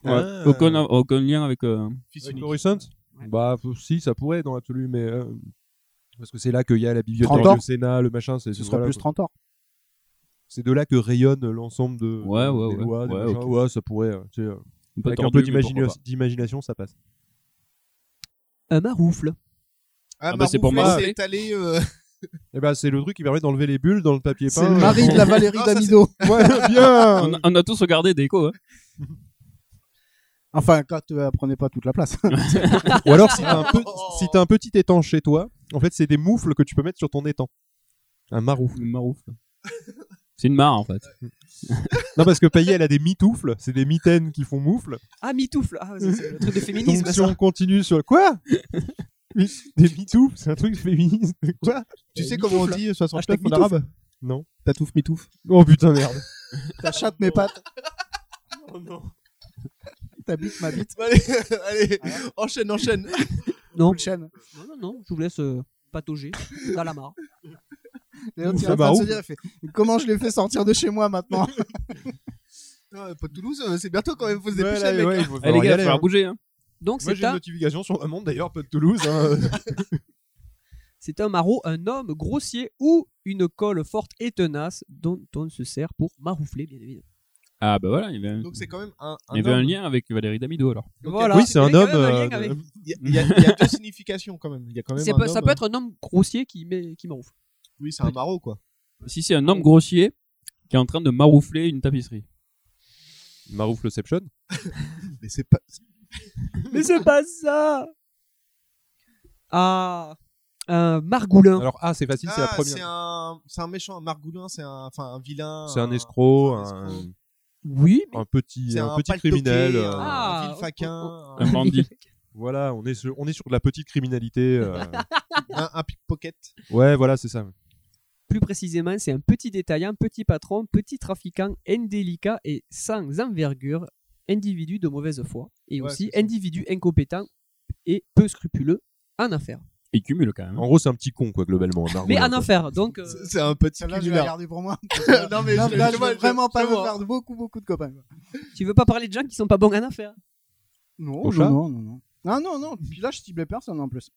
Speaker 11: Ah.
Speaker 10: Ouais, aucun, aucun lien avec. euh,
Speaker 11: Avec Coruscant Bah, f- si, ça pourrait dans l'absolu, mais. euh, Parce que c'est là qu'il y a la
Speaker 9: Trentor
Speaker 11: bibliothèque, le Sénat, le machin. c'est-
Speaker 9: Ce
Speaker 11: c'est-
Speaker 9: sera
Speaker 11: voilà,
Speaker 9: plus
Speaker 11: quoi.
Speaker 9: 30 ans.
Speaker 11: C'est de là que rayonne l'ensemble de,
Speaker 10: Ouais, ouais,
Speaker 11: des
Speaker 10: ouais.
Speaker 11: lois, des
Speaker 10: Ouais,
Speaker 11: machins.
Speaker 10: ok.
Speaker 11: Ouais, ça pourrait. euh, tu sais, euh,
Speaker 10: Un peu
Speaker 11: avec un
Speaker 10: tordu,
Speaker 11: peu
Speaker 10: mais
Speaker 11: d'imagina-
Speaker 10: pourquoi pas.
Speaker 11: d'imagination, ça passe.
Speaker 2: Un maroufle.
Speaker 7: Ah,
Speaker 11: bah,
Speaker 7: bah,
Speaker 11: c'est pour
Speaker 7: moi.
Speaker 11: moi.
Speaker 7: C'est étalé. euh,
Speaker 11: Et bah, c'est le truc qui permet d'enlever les bulles dans le papier peint.
Speaker 9: C'est le mari de la Valérie
Speaker 7: Ah, ça,
Speaker 9: Damido.
Speaker 11: Ouais, bien
Speaker 10: On, a- on a tous regardé Déco. Hein.
Speaker 9: Enfin, quand euh, prenez pas toute la place.
Speaker 11: Ou alors, si t'as un, peu- si t'as un petit étang chez toi, en fait, c'est des moufles que tu peux mettre sur ton étang. Un maroufle.
Speaker 10: maroufle. C'est une mare en fait.
Speaker 11: non, parce que Payet, elle a des mitoufles, c'est des mitaines qui font moufles.
Speaker 2: Ah, mitoufle. Ah, ça, c'est le truc de féminisme.
Speaker 11: Donc, si on
Speaker 2: ça.
Speaker 11: continue sur. Quoi Oui, Des mitoufles, c'est un truc féministe. Quoi
Speaker 7: Tu sais
Speaker 11: Mitoufle.
Speaker 7: comment on dit 69
Speaker 11: Hashtag
Speaker 7: en
Speaker 11: mitouf.
Speaker 7: arabe
Speaker 11: Non.
Speaker 7: Tatouf mitouf.
Speaker 11: Oh putain, merde.
Speaker 9: Ta chatte mes pattes,
Speaker 7: Oh non.
Speaker 9: ta bite ma bite.
Speaker 7: Allez, allez, enchaîne, enchaîne.
Speaker 2: Non.
Speaker 9: Chaîne.
Speaker 2: non, non, non, je vous laisse euh, patauger. T'as la marre.
Speaker 9: Et l'autre, il est
Speaker 11: Ça
Speaker 9: en train de se
Speaker 11: m'arrouve.
Speaker 9: dire, il fait, comment je l'ai fait sortir de chez moi maintenant
Speaker 7: Ah, pas de Toulouse, euh, c'est bientôt quand même, faut se
Speaker 11: Ouais,
Speaker 7: dépêcher,
Speaker 11: là,
Speaker 7: mec.
Speaker 11: ouais, il
Speaker 7: hein.
Speaker 10: Eh,
Speaker 11: faut
Speaker 10: les
Speaker 11: falloir
Speaker 10: gars,
Speaker 11: y
Speaker 10: il va
Speaker 11: aller,
Speaker 10: falloir
Speaker 11: hein.
Speaker 10: bouger. Hein.
Speaker 2: Donc,
Speaker 11: Moi,
Speaker 2: c'est
Speaker 11: j'ai une
Speaker 2: un,
Speaker 11: notification sur la montre d'ailleurs, pas de Toulouse. hein.
Speaker 2: c'est un maraud, un homme grossier ou une colle forte et tenace dont on se sert pour maroufler, bien évidemment.
Speaker 10: Ah bah voilà, il y avait,
Speaker 11: Donc c'est quand même un-
Speaker 10: il y
Speaker 11: un
Speaker 10: avait un
Speaker 11: homme.
Speaker 10: lien avec Valérie Damido alors.
Speaker 2: Voilà.
Speaker 11: Oui, c'est un
Speaker 2: Il y a
Speaker 11: homme.
Speaker 2: quand même un lien
Speaker 11: euh,
Speaker 2: avec-
Speaker 11: Il y a- il y a deux significations quand même. Il y a quand même
Speaker 2: C'est
Speaker 11: un
Speaker 2: pas- ça
Speaker 11: homme,
Speaker 2: peut être un homme grossier qui, met, qui m'enroufle.
Speaker 11: Oui, c'est un barreau quoi.
Speaker 10: Si c'est un homme grossier qui est en train de maroufler une tapisserie.
Speaker 11: Maroufleception
Speaker 13: Mais c'est pas.
Speaker 2: Mais c'est pas ça Ah un Margoulin.
Speaker 11: Alors, ah, c'est facile, c'est la
Speaker 13: Ah,
Speaker 11: première.
Speaker 13: C'est un, c'est un méchant, un margoulin, c'est un, enfin, un vilain.
Speaker 11: C'est
Speaker 9: Ah,
Speaker 11: un escroc, un.
Speaker 2: Oui.
Speaker 11: Un petit,
Speaker 13: C'est
Speaker 11: un
Speaker 13: un
Speaker 11: petit
Speaker 13: paltoqué,
Speaker 11: criminel.
Speaker 13: un
Speaker 11: euh,
Speaker 13: Ah, vil faquin,
Speaker 2: Oh,
Speaker 13: un
Speaker 11: un-
Speaker 13: bandit.
Speaker 11: Voilà, on est sur, on est sur de la petite criminalité. euh.
Speaker 2: oh.
Speaker 13: un, un pickpocket.
Speaker 11: Ouais, voilà, c'est ça.
Speaker 2: Plus précisément, c'est un petit détaillant, petit patron, petit trafiquant, indélicat et sans envergure, individu de mauvaise foi et
Speaker 11: Ouais,
Speaker 2: aussi individu incompétent et peu scrupuleux en affaires.
Speaker 10: Il cumule quand même.
Speaker 11: En gros, c'est un petit con quoi, globalement. un
Speaker 2: Mais
Speaker 11: argonaute,
Speaker 2: en
Speaker 11: quoi.
Speaker 2: affaires, donc. euh,
Speaker 13: C'est un petit
Speaker 9: Là, je vais la
Speaker 2: cumulard.
Speaker 9: garder pour moi.
Speaker 13: Non, mais
Speaker 9: là,
Speaker 13: je-
Speaker 9: là,
Speaker 13: je
Speaker 9: je
Speaker 13: vois,
Speaker 9: veux
Speaker 13: je-
Speaker 9: vraiment
Speaker 13: je
Speaker 9: pas me
Speaker 13: vois.
Speaker 9: faire beaucoup, beaucoup de copains. quoi.
Speaker 2: Tu veux pas parler de gens qui sont pas bons en affaires
Speaker 9: Non,
Speaker 2: Au
Speaker 9: non,
Speaker 2: chat
Speaker 9: non, non, non. Ah non, non. Puis là, je ciblais personne en plus.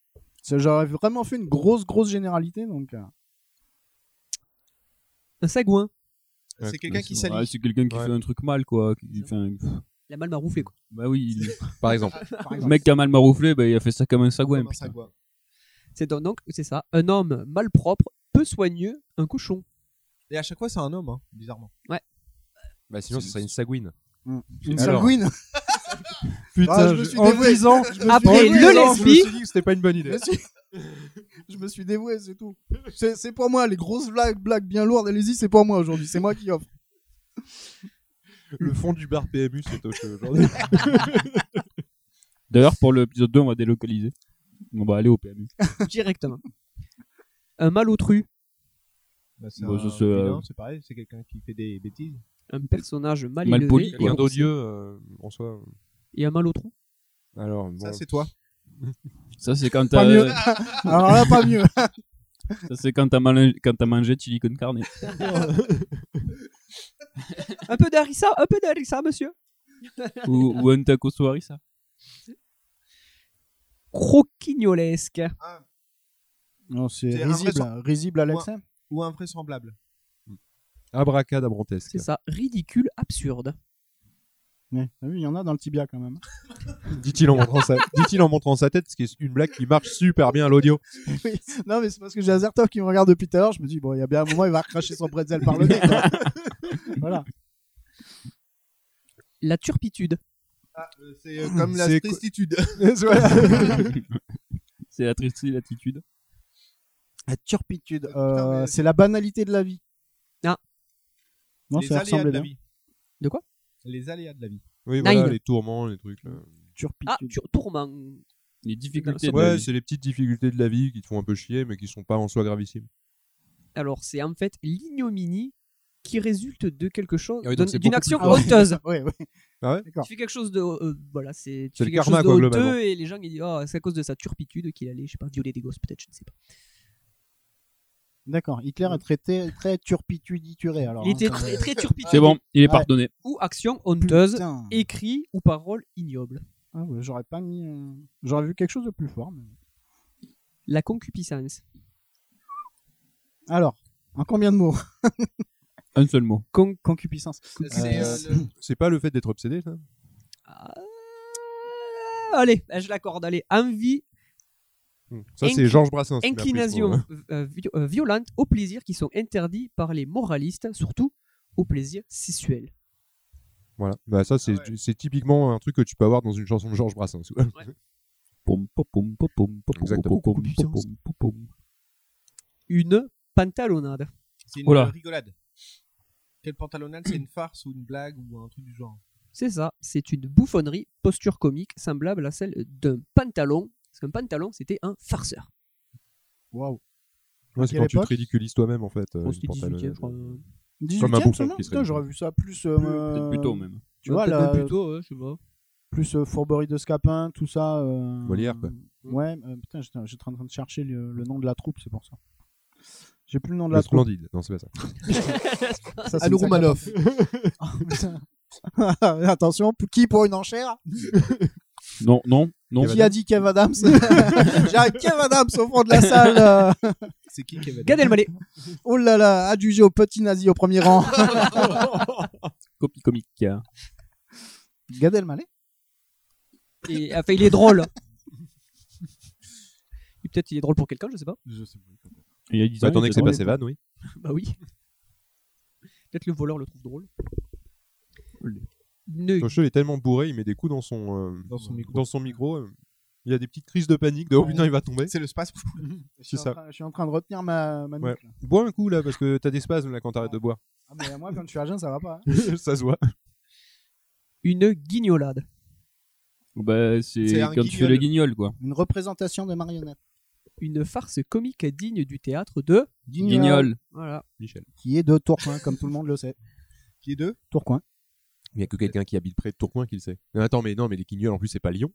Speaker 9: C'est- J'aurais vraiment fait une grosse, grosse généralité. Donc, euh,
Speaker 2: Un sagouin.
Speaker 10: Ouais, ouais, c'est quelqu'un qui fait un truc mal quoi. qui- enfin, pff,
Speaker 2: Il a mal marouflé quoi.
Speaker 10: bah oui. il-
Speaker 11: Par exemple.
Speaker 10: Le mec qui a mal marouflé, bah, il a fait ça comme un sagouin. putain.
Speaker 2: C'est donc, donc- c'est ça, un homme malpropre, peu soigneux, un cochon.
Speaker 13: Et à chaque fois, c'est un homme, hein, bizarrement.
Speaker 2: Ouais.
Speaker 11: Bah, sinon, ça serait une sagouine.
Speaker 13: Une
Speaker 11: Alors.
Speaker 13: sagouine
Speaker 11: Putain,
Speaker 13: Ah, je me suis
Speaker 11: en
Speaker 13: dévoué.
Speaker 11: disant,
Speaker 13: Je me suis
Speaker 11: après
Speaker 13: dévoué.
Speaker 11: le
Speaker 13: Non, je me suis
Speaker 11: lesbi,
Speaker 13: dit que
Speaker 11: c'était pas une bonne idée.
Speaker 9: Je me suis, je me suis dévoué, c'est tout. C'est c'est pour moi, les grosses blagues, blagues bien lourdes, allez-y, c'est pour moi aujourd'hui. C'est moi qui offre.
Speaker 11: Le fond du bar PMU, c'est au cheveu aujourd'hui.
Speaker 10: D'ailleurs, pour l'épisode 2, on va délocaliser. On va aller au PMU.
Speaker 2: Directement. Un malotru.
Speaker 13: Bah, c'est
Speaker 10: Bon,
Speaker 13: un
Speaker 10: ça, c'est,
Speaker 13: vilain,
Speaker 10: euh,
Speaker 13: c'est pareil, c'est quelqu'un qui fait des bêtises.
Speaker 2: Un personnage mal,
Speaker 10: Mal
Speaker 2: élevé
Speaker 10: poli,
Speaker 2: et
Speaker 10: quoi.
Speaker 11: Rien
Speaker 2: grossier.
Speaker 11: d'odieux, euh, en soi.
Speaker 2: Et un malotru.
Speaker 11: Alors, bon.
Speaker 13: Ça, c'est toi.
Speaker 10: Ça, c'est quand
Speaker 9: Pas
Speaker 10: t'as.
Speaker 9: mieux. Alors là, pas mieux.
Speaker 10: Ça, c'est quand t'as mal... quand t'as mangé chili con carne.
Speaker 2: un peu d'harissa, un peu d'harissa, monsieur.
Speaker 10: ou, ou un taco soirée, ça.
Speaker 2: Croquignolesque.
Speaker 9: Non, c'est
Speaker 13: C'est
Speaker 9: risible,
Speaker 13: invraisemblable.
Speaker 9: risible à l'accès.
Speaker 13: Ou invraisemblable.
Speaker 11: Abracadabrantesque.
Speaker 2: C'est ça, ridicule, absurde.
Speaker 9: Mais t'as vu, il y en a dans le tibia quand même.
Speaker 11: Dit-il en, montrant sa... dit en montrant sa tête, ce qui est une blague qui marche super bien à l'audio.
Speaker 9: Oui. Non, mais c'est parce que j'ai Azertov qui me regarde depuis tout à l'heure. Je me dis, bon, il y a bien un moment, il va recracher son bretzel par le nez. quoi. voilà.
Speaker 2: La turpitude.
Speaker 13: C'est euh, comme la
Speaker 11: C'est quoi-
Speaker 13: tristitude.
Speaker 10: c'est la triste l'attitude.
Speaker 9: La turpitude.
Speaker 13: Putain,
Speaker 9: euh,
Speaker 13: mais-
Speaker 9: c'est la banalité de la vie.
Speaker 2: Ah.
Speaker 9: Non,
Speaker 13: les aléas
Speaker 9: ça
Speaker 13: de
Speaker 9: ressemblait
Speaker 13: la
Speaker 9: bien.
Speaker 13: vie.
Speaker 2: De quoi
Speaker 13: Les aléas de la vie.
Speaker 11: Oui, voilà,
Speaker 2: Nine.
Speaker 11: les tourments, les trucs. Là.
Speaker 2: Ah,
Speaker 9: Turpitude.
Speaker 2: tur- tourment.
Speaker 10: Les difficultés de la
Speaker 11: Ouais,
Speaker 10: vie.
Speaker 11: c'est les petites difficultés de la vie qui te font un peu chier, mais qui sont pas en soi gravissimes.
Speaker 2: Alors, c'est en fait l'ignominie qui résulte de quelque chose,
Speaker 11: Ah oui, donc
Speaker 2: d'un-
Speaker 11: c'est
Speaker 2: d'une
Speaker 11: beaucoup
Speaker 2: action
Speaker 11: plus
Speaker 9: fort.
Speaker 2: honteuse.
Speaker 9: Ouais, ouais.
Speaker 11: Ah ouais
Speaker 9: D'accord.
Speaker 2: Tu fais quelque chose de. euh, voilà, c'est. Tu
Speaker 11: C'est
Speaker 2: fais
Speaker 11: le
Speaker 2: quelque
Speaker 11: karma,
Speaker 2: chose de
Speaker 11: quoi,
Speaker 2: honteux
Speaker 11: globalement.
Speaker 2: et les gens ils disent Ah, c'est à cause de sa turpitude qu'il allait, je sais pas, violer des gosses, peut-être, je ne sais pas.
Speaker 9: D'accord. Hitler est traité très turpitudituré. Alors,
Speaker 2: Il
Speaker 9: hein,
Speaker 2: était
Speaker 9: ça-
Speaker 2: très, très turpitude.
Speaker 10: C'est bon, il est
Speaker 9: Ouais.
Speaker 10: pardonné.
Speaker 2: Ou action honteuse,
Speaker 9: Putain.
Speaker 2: écrit ou parole ignoble.
Speaker 9: Ah ouais, j'aurais pas mis. euh, J'aurais vu quelque chose de plus fort. mais-
Speaker 2: La concupiscence.
Speaker 9: Alors, en combien de mots
Speaker 10: Un seul mot.
Speaker 2: Con-
Speaker 9: Concupiscence.
Speaker 13: C'est,
Speaker 9: Euh,
Speaker 13: euh, le-
Speaker 11: C'est pas le fait d'être obsédé, ça
Speaker 2: Ah, Allez, eh, je l'accorde, allez. Envie,
Speaker 11: Mmh. Ça,
Speaker 2: Inclin-
Speaker 11: c'est Georges Brassens. qui l'a pris, ce
Speaker 2: inclination
Speaker 11: mot, hein.
Speaker 2: euh, vi- euh, violente au plaisir qui sont interdits par les moralistes, surtout au plaisir sexuel.
Speaker 11: Voilà. Bah, ça, c'est c'est typiquement un truc que tu peux avoir dans une chanson de Georges Brassens. quoi.
Speaker 10: Pom, pom, pom, pom, pom, pom,
Speaker 11: Exactement.
Speaker 10: pom, pom, pom, pom, pom, pom.
Speaker 2: Une pantalonnade.
Speaker 13: C'est une
Speaker 10: Oh là.
Speaker 13: euh, rigolade. Quel pantalonnade C'est une farce ou une blague ou un truc du genre
Speaker 2: C'est ça, c'est une bouffonnerie, posture comique semblable à celle d'un pantalon. Parce qu'un pantalon, c'était un farceur.
Speaker 9: Waouh.
Speaker 11: Ouais, c'est
Speaker 9: quelle
Speaker 11: quand tu te
Speaker 9: époque
Speaker 11: ridiculises toi-même, en fait. euh,
Speaker 2: Oh,
Speaker 11: une
Speaker 2: c'était
Speaker 11: pantalonnade.
Speaker 2: 18 je crois.
Speaker 9: 18
Speaker 11: Comme un
Speaker 9: e
Speaker 11: bouffon
Speaker 9: seulement
Speaker 11: qui se
Speaker 9: Putain,
Speaker 11: réveille.
Speaker 9: j'aurais vu ça plus. euh,
Speaker 10: Peut-être plus tôt même.
Speaker 9: Tu vois,
Speaker 2: Peut-être
Speaker 9: là,
Speaker 2: plutôt, ouais, euh, je sais pas.
Speaker 9: plus euh, Fourberie de Scapin, tout ça. euh,
Speaker 11: Molière, quoi.
Speaker 9: Ouais, euh, putain, j'étais j'étais en train de chercher le, le nom de la troupe, c'est pour ça. J'ai plus le nom de
Speaker 11: Le
Speaker 9: la troupe.
Speaker 11: splendide. Non, c'est pas ça.
Speaker 9: Ça, c'est
Speaker 13: Anne
Speaker 9: une sacrée-
Speaker 13: Roumanoff.
Speaker 9: Ah, putain. Attention, pour- qui pour une enchère
Speaker 10: Non, non,
Speaker 11: Eh
Speaker 10: non.
Speaker 11: ben,
Speaker 9: Qui a dit Kev Adams J'ai un Kev Adams au fond de la salle. euh.
Speaker 13: C'est qui qui avait
Speaker 2: Gad Elmaleh.
Speaker 9: Oh là là, adjugé au petit nazi au premier rang.
Speaker 10: Copie comique.
Speaker 9: Gad Elmaleh
Speaker 2: Et, enfin, il est drôle. Et Peut-être il est drôle pour quelqu'un, je sais pas.
Speaker 7: Je sais pas.
Speaker 10: Il y a dix
Speaker 11: Bah,
Speaker 10: ans,
Speaker 11: attendez
Speaker 10: il
Speaker 11: que c'est
Speaker 10: était
Speaker 11: pas
Speaker 10: dans-
Speaker 11: Sévan, oui.
Speaker 2: bah oui. Peut-être le voleur le trouve drôle. Ne-
Speaker 11: Tocheux, il est tellement bourré, il met des coups dans son, euh, dans son micro. euh, il y a des petites crises de panique de oh putain, il va tomber.
Speaker 7: C'est le space.
Speaker 9: Je suis
Speaker 11: c'est
Speaker 9: en
Speaker 11: ça.
Speaker 9: train- Je suis en train de retenir ma, ma nuque,
Speaker 11: Ouais.
Speaker 9: là.
Speaker 11: Bois un coup là, parce que t'as des spasmes là quand t'arrêtes de boire.
Speaker 9: Ah, mais moi, quand je suis à jeun, ça va pas. hein.
Speaker 11: ça se voit.
Speaker 2: Une guignolade.
Speaker 10: Bah, c'est
Speaker 9: un
Speaker 10: quand tu fais le
Speaker 9: guignol.
Speaker 10: guignol, quoi.
Speaker 9: Une représentation de marionnette.
Speaker 2: Une farce comique digne du théâtre de
Speaker 9: Guignol. Guignol.
Speaker 2: Voilà.
Speaker 11: Michel.
Speaker 9: Qui est de Tourcoing, comme tout le monde le sait.
Speaker 7: Qui est de
Speaker 9: Tourcoing.
Speaker 11: Il n'y a que quelqu'un qui habite près de Tourcoing qui le sait. Non, attends, mais non, mais les quignols en plus, c'est pas Lyon.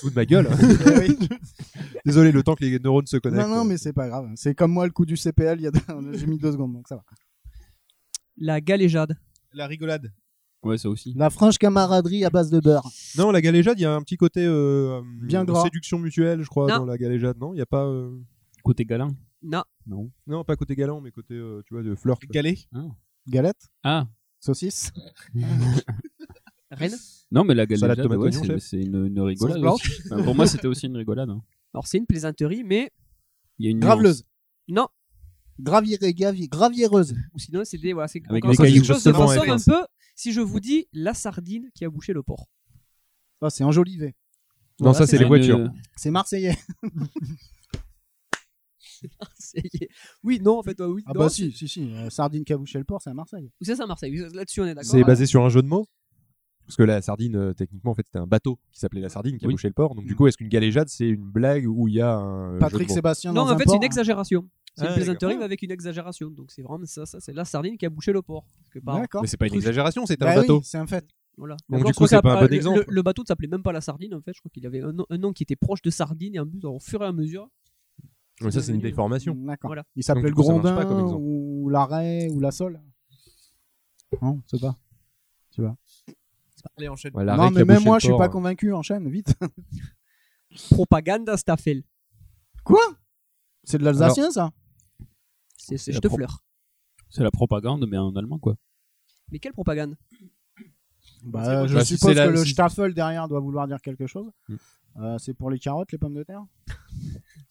Speaker 11: Sous de ma gueule. Désolé, le temps que les neurones se connectent.
Speaker 9: Non, non, mais c'est pas grave. C'est comme moi le coup du CPL, il y a... j'ai mis deux secondes, donc ça va.
Speaker 2: La galéjade.
Speaker 7: La rigolade.
Speaker 10: Ouais, ça aussi.
Speaker 9: La franche camaraderie à base de beurre.
Speaker 11: Non, la galéjade, il y a un petit côté euh, euh,
Speaker 9: Bien gras.
Speaker 11: séduction mutuelle, je crois,
Speaker 9: Non.
Speaker 11: dans la galéjade, non Il n'y a pas. euh,
Speaker 10: Côté galin
Speaker 2: Non.
Speaker 10: Non.
Speaker 11: Non, pas côté galant, mais côté, euh, tu vois, de flirt.
Speaker 7: Galet
Speaker 9: Galette
Speaker 10: Ah.
Speaker 9: Saucisse
Speaker 2: Reine
Speaker 10: Non, mais la galéjade,
Speaker 11: Salade tomate
Speaker 10: ouais,
Speaker 11: oignon,
Speaker 10: c'est
Speaker 11: chef.
Speaker 10: c'est une, une rigolade.
Speaker 2: Sauce blanche.
Speaker 10: aussi. Enfin, pour moi, c'était aussi une rigolade. hein.
Speaker 2: Alors c'est une plaisanterie, mais
Speaker 10: Il y a une
Speaker 9: Graveleuse.
Speaker 2: Non.
Speaker 9: Graviré, gavi- graviéreuse.
Speaker 2: Ou sinon c'est des voilà, c'est
Speaker 10: Avec
Speaker 2: encore
Speaker 10: des
Speaker 2: quelque
Speaker 10: cailloux,
Speaker 2: chose qui
Speaker 10: justement,
Speaker 2: ressemble
Speaker 10: ouais.
Speaker 2: un peu. Si je vous dis la sardine qui a bouché le porc.
Speaker 9: Ah, c'est enjolivé.
Speaker 11: Non, ça, c'est les voitures.
Speaker 10: euh,
Speaker 9: C'est marseillais.
Speaker 2: Marseillais. Ah, Oui, non, en fait, ouais, oui.
Speaker 9: Ah
Speaker 2: non,
Speaker 9: bah
Speaker 2: c'est-
Speaker 9: si, si, si. euh, Sardine cabouchée le port, c'est à Marseille.
Speaker 2: C'est ça, Marseille. Là-dessus, on est d'accord.
Speaker 11: C'est basé sur un jeu de mots Parce que la sardine, euh, techniquement, en fait, c'était un bateau qui s'appelait la sardine qui a
Speaker 10: Oui.
Speaker 11: bouché le port. Donc, du coup, est-ce qu'une galéjade, c'est une blague où il y a un. euh, jeu
Speaker 9: Patrick
Speaker 11: de mots
Speaker 9: Sébastien
Speaker 2: Non,
Speaker 9: dans
Speaker 2: en
Speaker 9: un
Speaker 2: fait, c'est
Speaker 9: port,
Speaker 2: une
Speaker 9: hein.
Speaker 2: exagération.
Speaker 9: Ah,
Speaker 2: C'est une
Speaker 9: d'accord.
Speaker 2: plaisanterie mais avec une exagération. Donc c'est vraiment ça, ça c'est la sardine qui a bouché le porc. Parce que, par-
Speaker 9: D'accord.
Speaker 11: Mais c'est pas une
Speaker 2: Truc.
Speaker 11: exagération, c'est un
Speaker 9: Bah oui,
Speaker 11: bateau.
Speaker 9: c'est un fait.
Speaker 2: Voilà.
Speaker 11: Donc,
Speaker 2: D'abord,
Speaker 11: du
Speaker 2: je
Speaker 11: coup,
Speaker 2: crois
Speaker 11: c'est
Speaker 2: que
Speaker 11: pas
Speaker 2: ça-
Speaker 11: un bon
Speaker 2: le-
Speaker 11: exemple.
Speaker 2: Le, le bateau ne s'appelait même pas la sardine, en fait. Je crois qu'il avait un, nom- un nom qui était proche de sardine et en plus, au fur et à mesure.
Speaker 11: Mais ça, c'est une
Speaker 2: devenu-
Speaker 11: déformation.
Speaker 9: D'accord.
Speaker 2: Voilà.
Speaker 9: Il s'appelait
Speaker 11: Donc,
Speaker 9: le
Speaker 11: du coup, ça marche
Speaker 9: Grondin
Speaker 11: pas comme exemple.
Speaker 9: ou l'arrêt ou la sole. Non, c'est pas. Tu vois.
Speaker 2: Allez, enchaîne.
Speaker 11: Voilà,
Speaker 9: non,
Speaker 11: Arrête
Speaker 9: mais
Speaker 11: la
Speaker 9: même
Speaker 11: bouchée
Speaker 9: moi,
Speaker 11: de
Speaker 9: je suis
Speaker 11: porc,
Speaker 9: pas
Speaker 11: hein.
Speaker 9: convaincu. Enchaîne, vite.
Speaker 2: Propaganda Staffel.
Speaker 9: Quoi C'est de l'alsacien,
Speaker 2: Alors-
Speaker 9: ça
Speaker 2: C'est c'est
Speaker 10: la
Speaker 2: je te
Speaker 10: pro-
Speaker 2: fleure.
Speaker 10: C'est la propagande, mais en allemand, quoi.
Speaker 2: Mais quelle propagande
Speaker 9: Bah, je
Speaker 10: Bah, si
Speaker 9: suppose
Speaker 10: c'est la-
Speaker 9: que le
Speaker 10: si-
Speaker 9: staffel derrière doit vouloir dire quelque chose.
Speaker 11: Mm.
Speaker 10: Hmm.
Speaker 9: Euh, c'est pour les carottes, les pommes de terre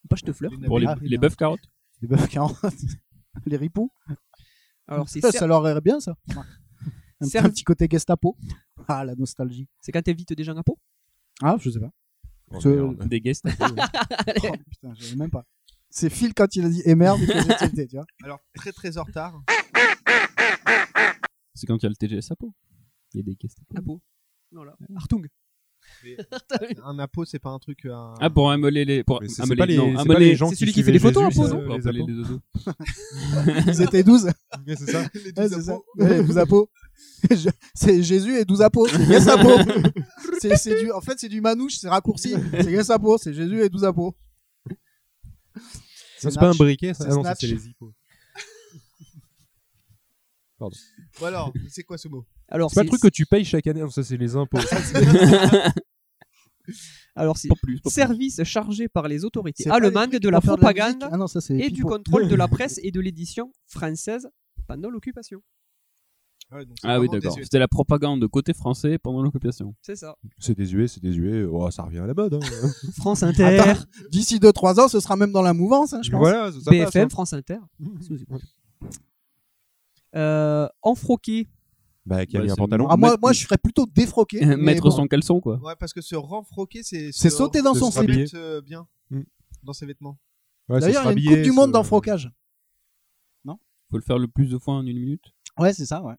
Speaker 2: Pas je te fleure.
Speaker 10: Pour les,
Speaker 9: Ah,
Speaker 10: les
Speaker 9: putain.
Speaker 10: bœufs carottes
Speaker 9: Les bœufs carottes Les ripoux
Speaker 2: Alors, c'est
Speaker 9: ça,
Speaker 2: cer-
Speaker 9: ça leur irait bien, ça. Un, petit-
Speaker 2: Servi-
Speaker 9: un petit côté Gestapo. Ah, la nostalgie.
Speaker 2: C'est quand t'invites des gens à peau
Speaker 9: Ah, je sais pas.
Speaker 11: Oh,
Speaker 9: Ce-
Speaker 11: merde.
Speaker 10: Des guests.
Speaker 9: Oh, putain, je sais même pas. C'est Phil quand il a dit et merde que j'ai tilté, tu vois.
Speaker 7: Alors, très très en retard.
Speaker 10: C'est quand il y a le TGS à peau. Il y a des guests.
Speaker 2: À peau. Voilà. Artung.
Speaker 7: un apo, c'est pas un truc. euh, Un...
Speaker 10: Ah, pour ameuler les. Pour
Speaker 11: Mais c'est- c'est
Speaker 10: ameuler,
Speaker 11: pas les-
Speaker 10: non,
Speaker 11: c'est pas
Speaker 10: ameuler-
Speaker 11: les gens
Speaker 2: C'est
Speaker 11: qui
Speaker 2: celui qui fait
Speaker 11: suivaient
Speaker 2: des photos
Speaker 11: Jésus,
Speaker 2: à
Speaker 11: ça,
Speaker 2: peau, non
Speaker 10: hein. pour
Speaker 11: les
Speaker 10: appeler
Speaker 11: apôtres.
Speaker 10: les oiseaux.
Speaker 9: Ils étaient 12. Ouais,
Speaker 11: Ouais, c'est ça.
Speaker 9: c'est ça. Ouais, 12 apôts. Je- C'est Jésus et 12 apôts. C'est Gestapo. c'est, c'est du... En fait, c'est du manouche, c'est raccourci. C'est Gestapo, c'est Jésus et 12 apôts.
Speaker 11: Ça, C'est pas un
Speaker 9: Snatch.
Speaker 11: briquet, ça
Speaker 9: C'est
Speaker 11: Ah non, ça,
Speaker 9: Snatch.
Speaker 11: c'est les hippos. Pardon.
Speaker 7: Ou alors, c'est quoi ce mot
Speaker 2: Alors,
Speaker 11: C'est pas
Speaker 2: c'est
Speaker 11: le truc que tu payes chaque année, Non, ça c'est les impôts.
Speaker 2: alors, c'est
Speaker 10: Pas plus. pas plus.
Speaker 2: service chargé par les autorités
Speaker 9: C'est pas
Speaker 2: allemandes
Speaker 9: les trucs
Speaker 2: de la
Speaker 9: pour faire de
Speaker 2: propagande
Speaker 9: musique. Ah non, ça, c'est
Speaker 2: et du
Speaker 9: Pipo.
Speaker 2: contrôle de la presse et de l'édition française pendant l'occupation.
Speaker 10: Ah oui, d'accord. C'était la propagande côté français pendant l'occupation.
Speaker 2: C'est ça.
Speaker 11: C'est désuet, c'est désuet. Oh, ça revient à la mode. hein.
Speaker 2: France Inter,
Speaker 9: Attends, D'ici 2-3 ans, ce sera même dans la mouvance, hein, je pense.
Speaker 11: voilà, ça passe,
Speaker 2: BFM,
Speaker 11: hein.
Speaker 2: France Inter. Euh, enfroqué.
Speaker 11: Bah, qui a
Speaker 10: Bah,
Speaker 11: mis un
Speaker 10: c'est-
Speaker 11: pantalon.
Speaker 9: Ah, moi, moi, je serais plutôt défroqué. mais
Speaker 10: Mettre
Speaker 9: bon.
Speaker 10: son caleçon, quoi.
Speaker 7: Ouais, parce que se renfroquer, c'est.
Speaker 9: C'est
Speaker 7: se-
Speaker 9: sauter dans
Speaker 7: se
Speaker 9: son slip.
Speaker 7: rhabiller, euh, bien.
Speaker 11: Mm.
Speaker 7: Dans ses vêtements.
Speaker 11: Ouais, c'est
Speaker 9: D'ailleurs, il y a une
Speaker 11: Strabier,
Speaker 9: Coupe du Monde
Speaker 11: ce-
Speaker 9: dans frocage.
Speaker 10: Faut le faire le plus de fois en une minute.
Speaker 9: Ouais, c'est ça, ouais.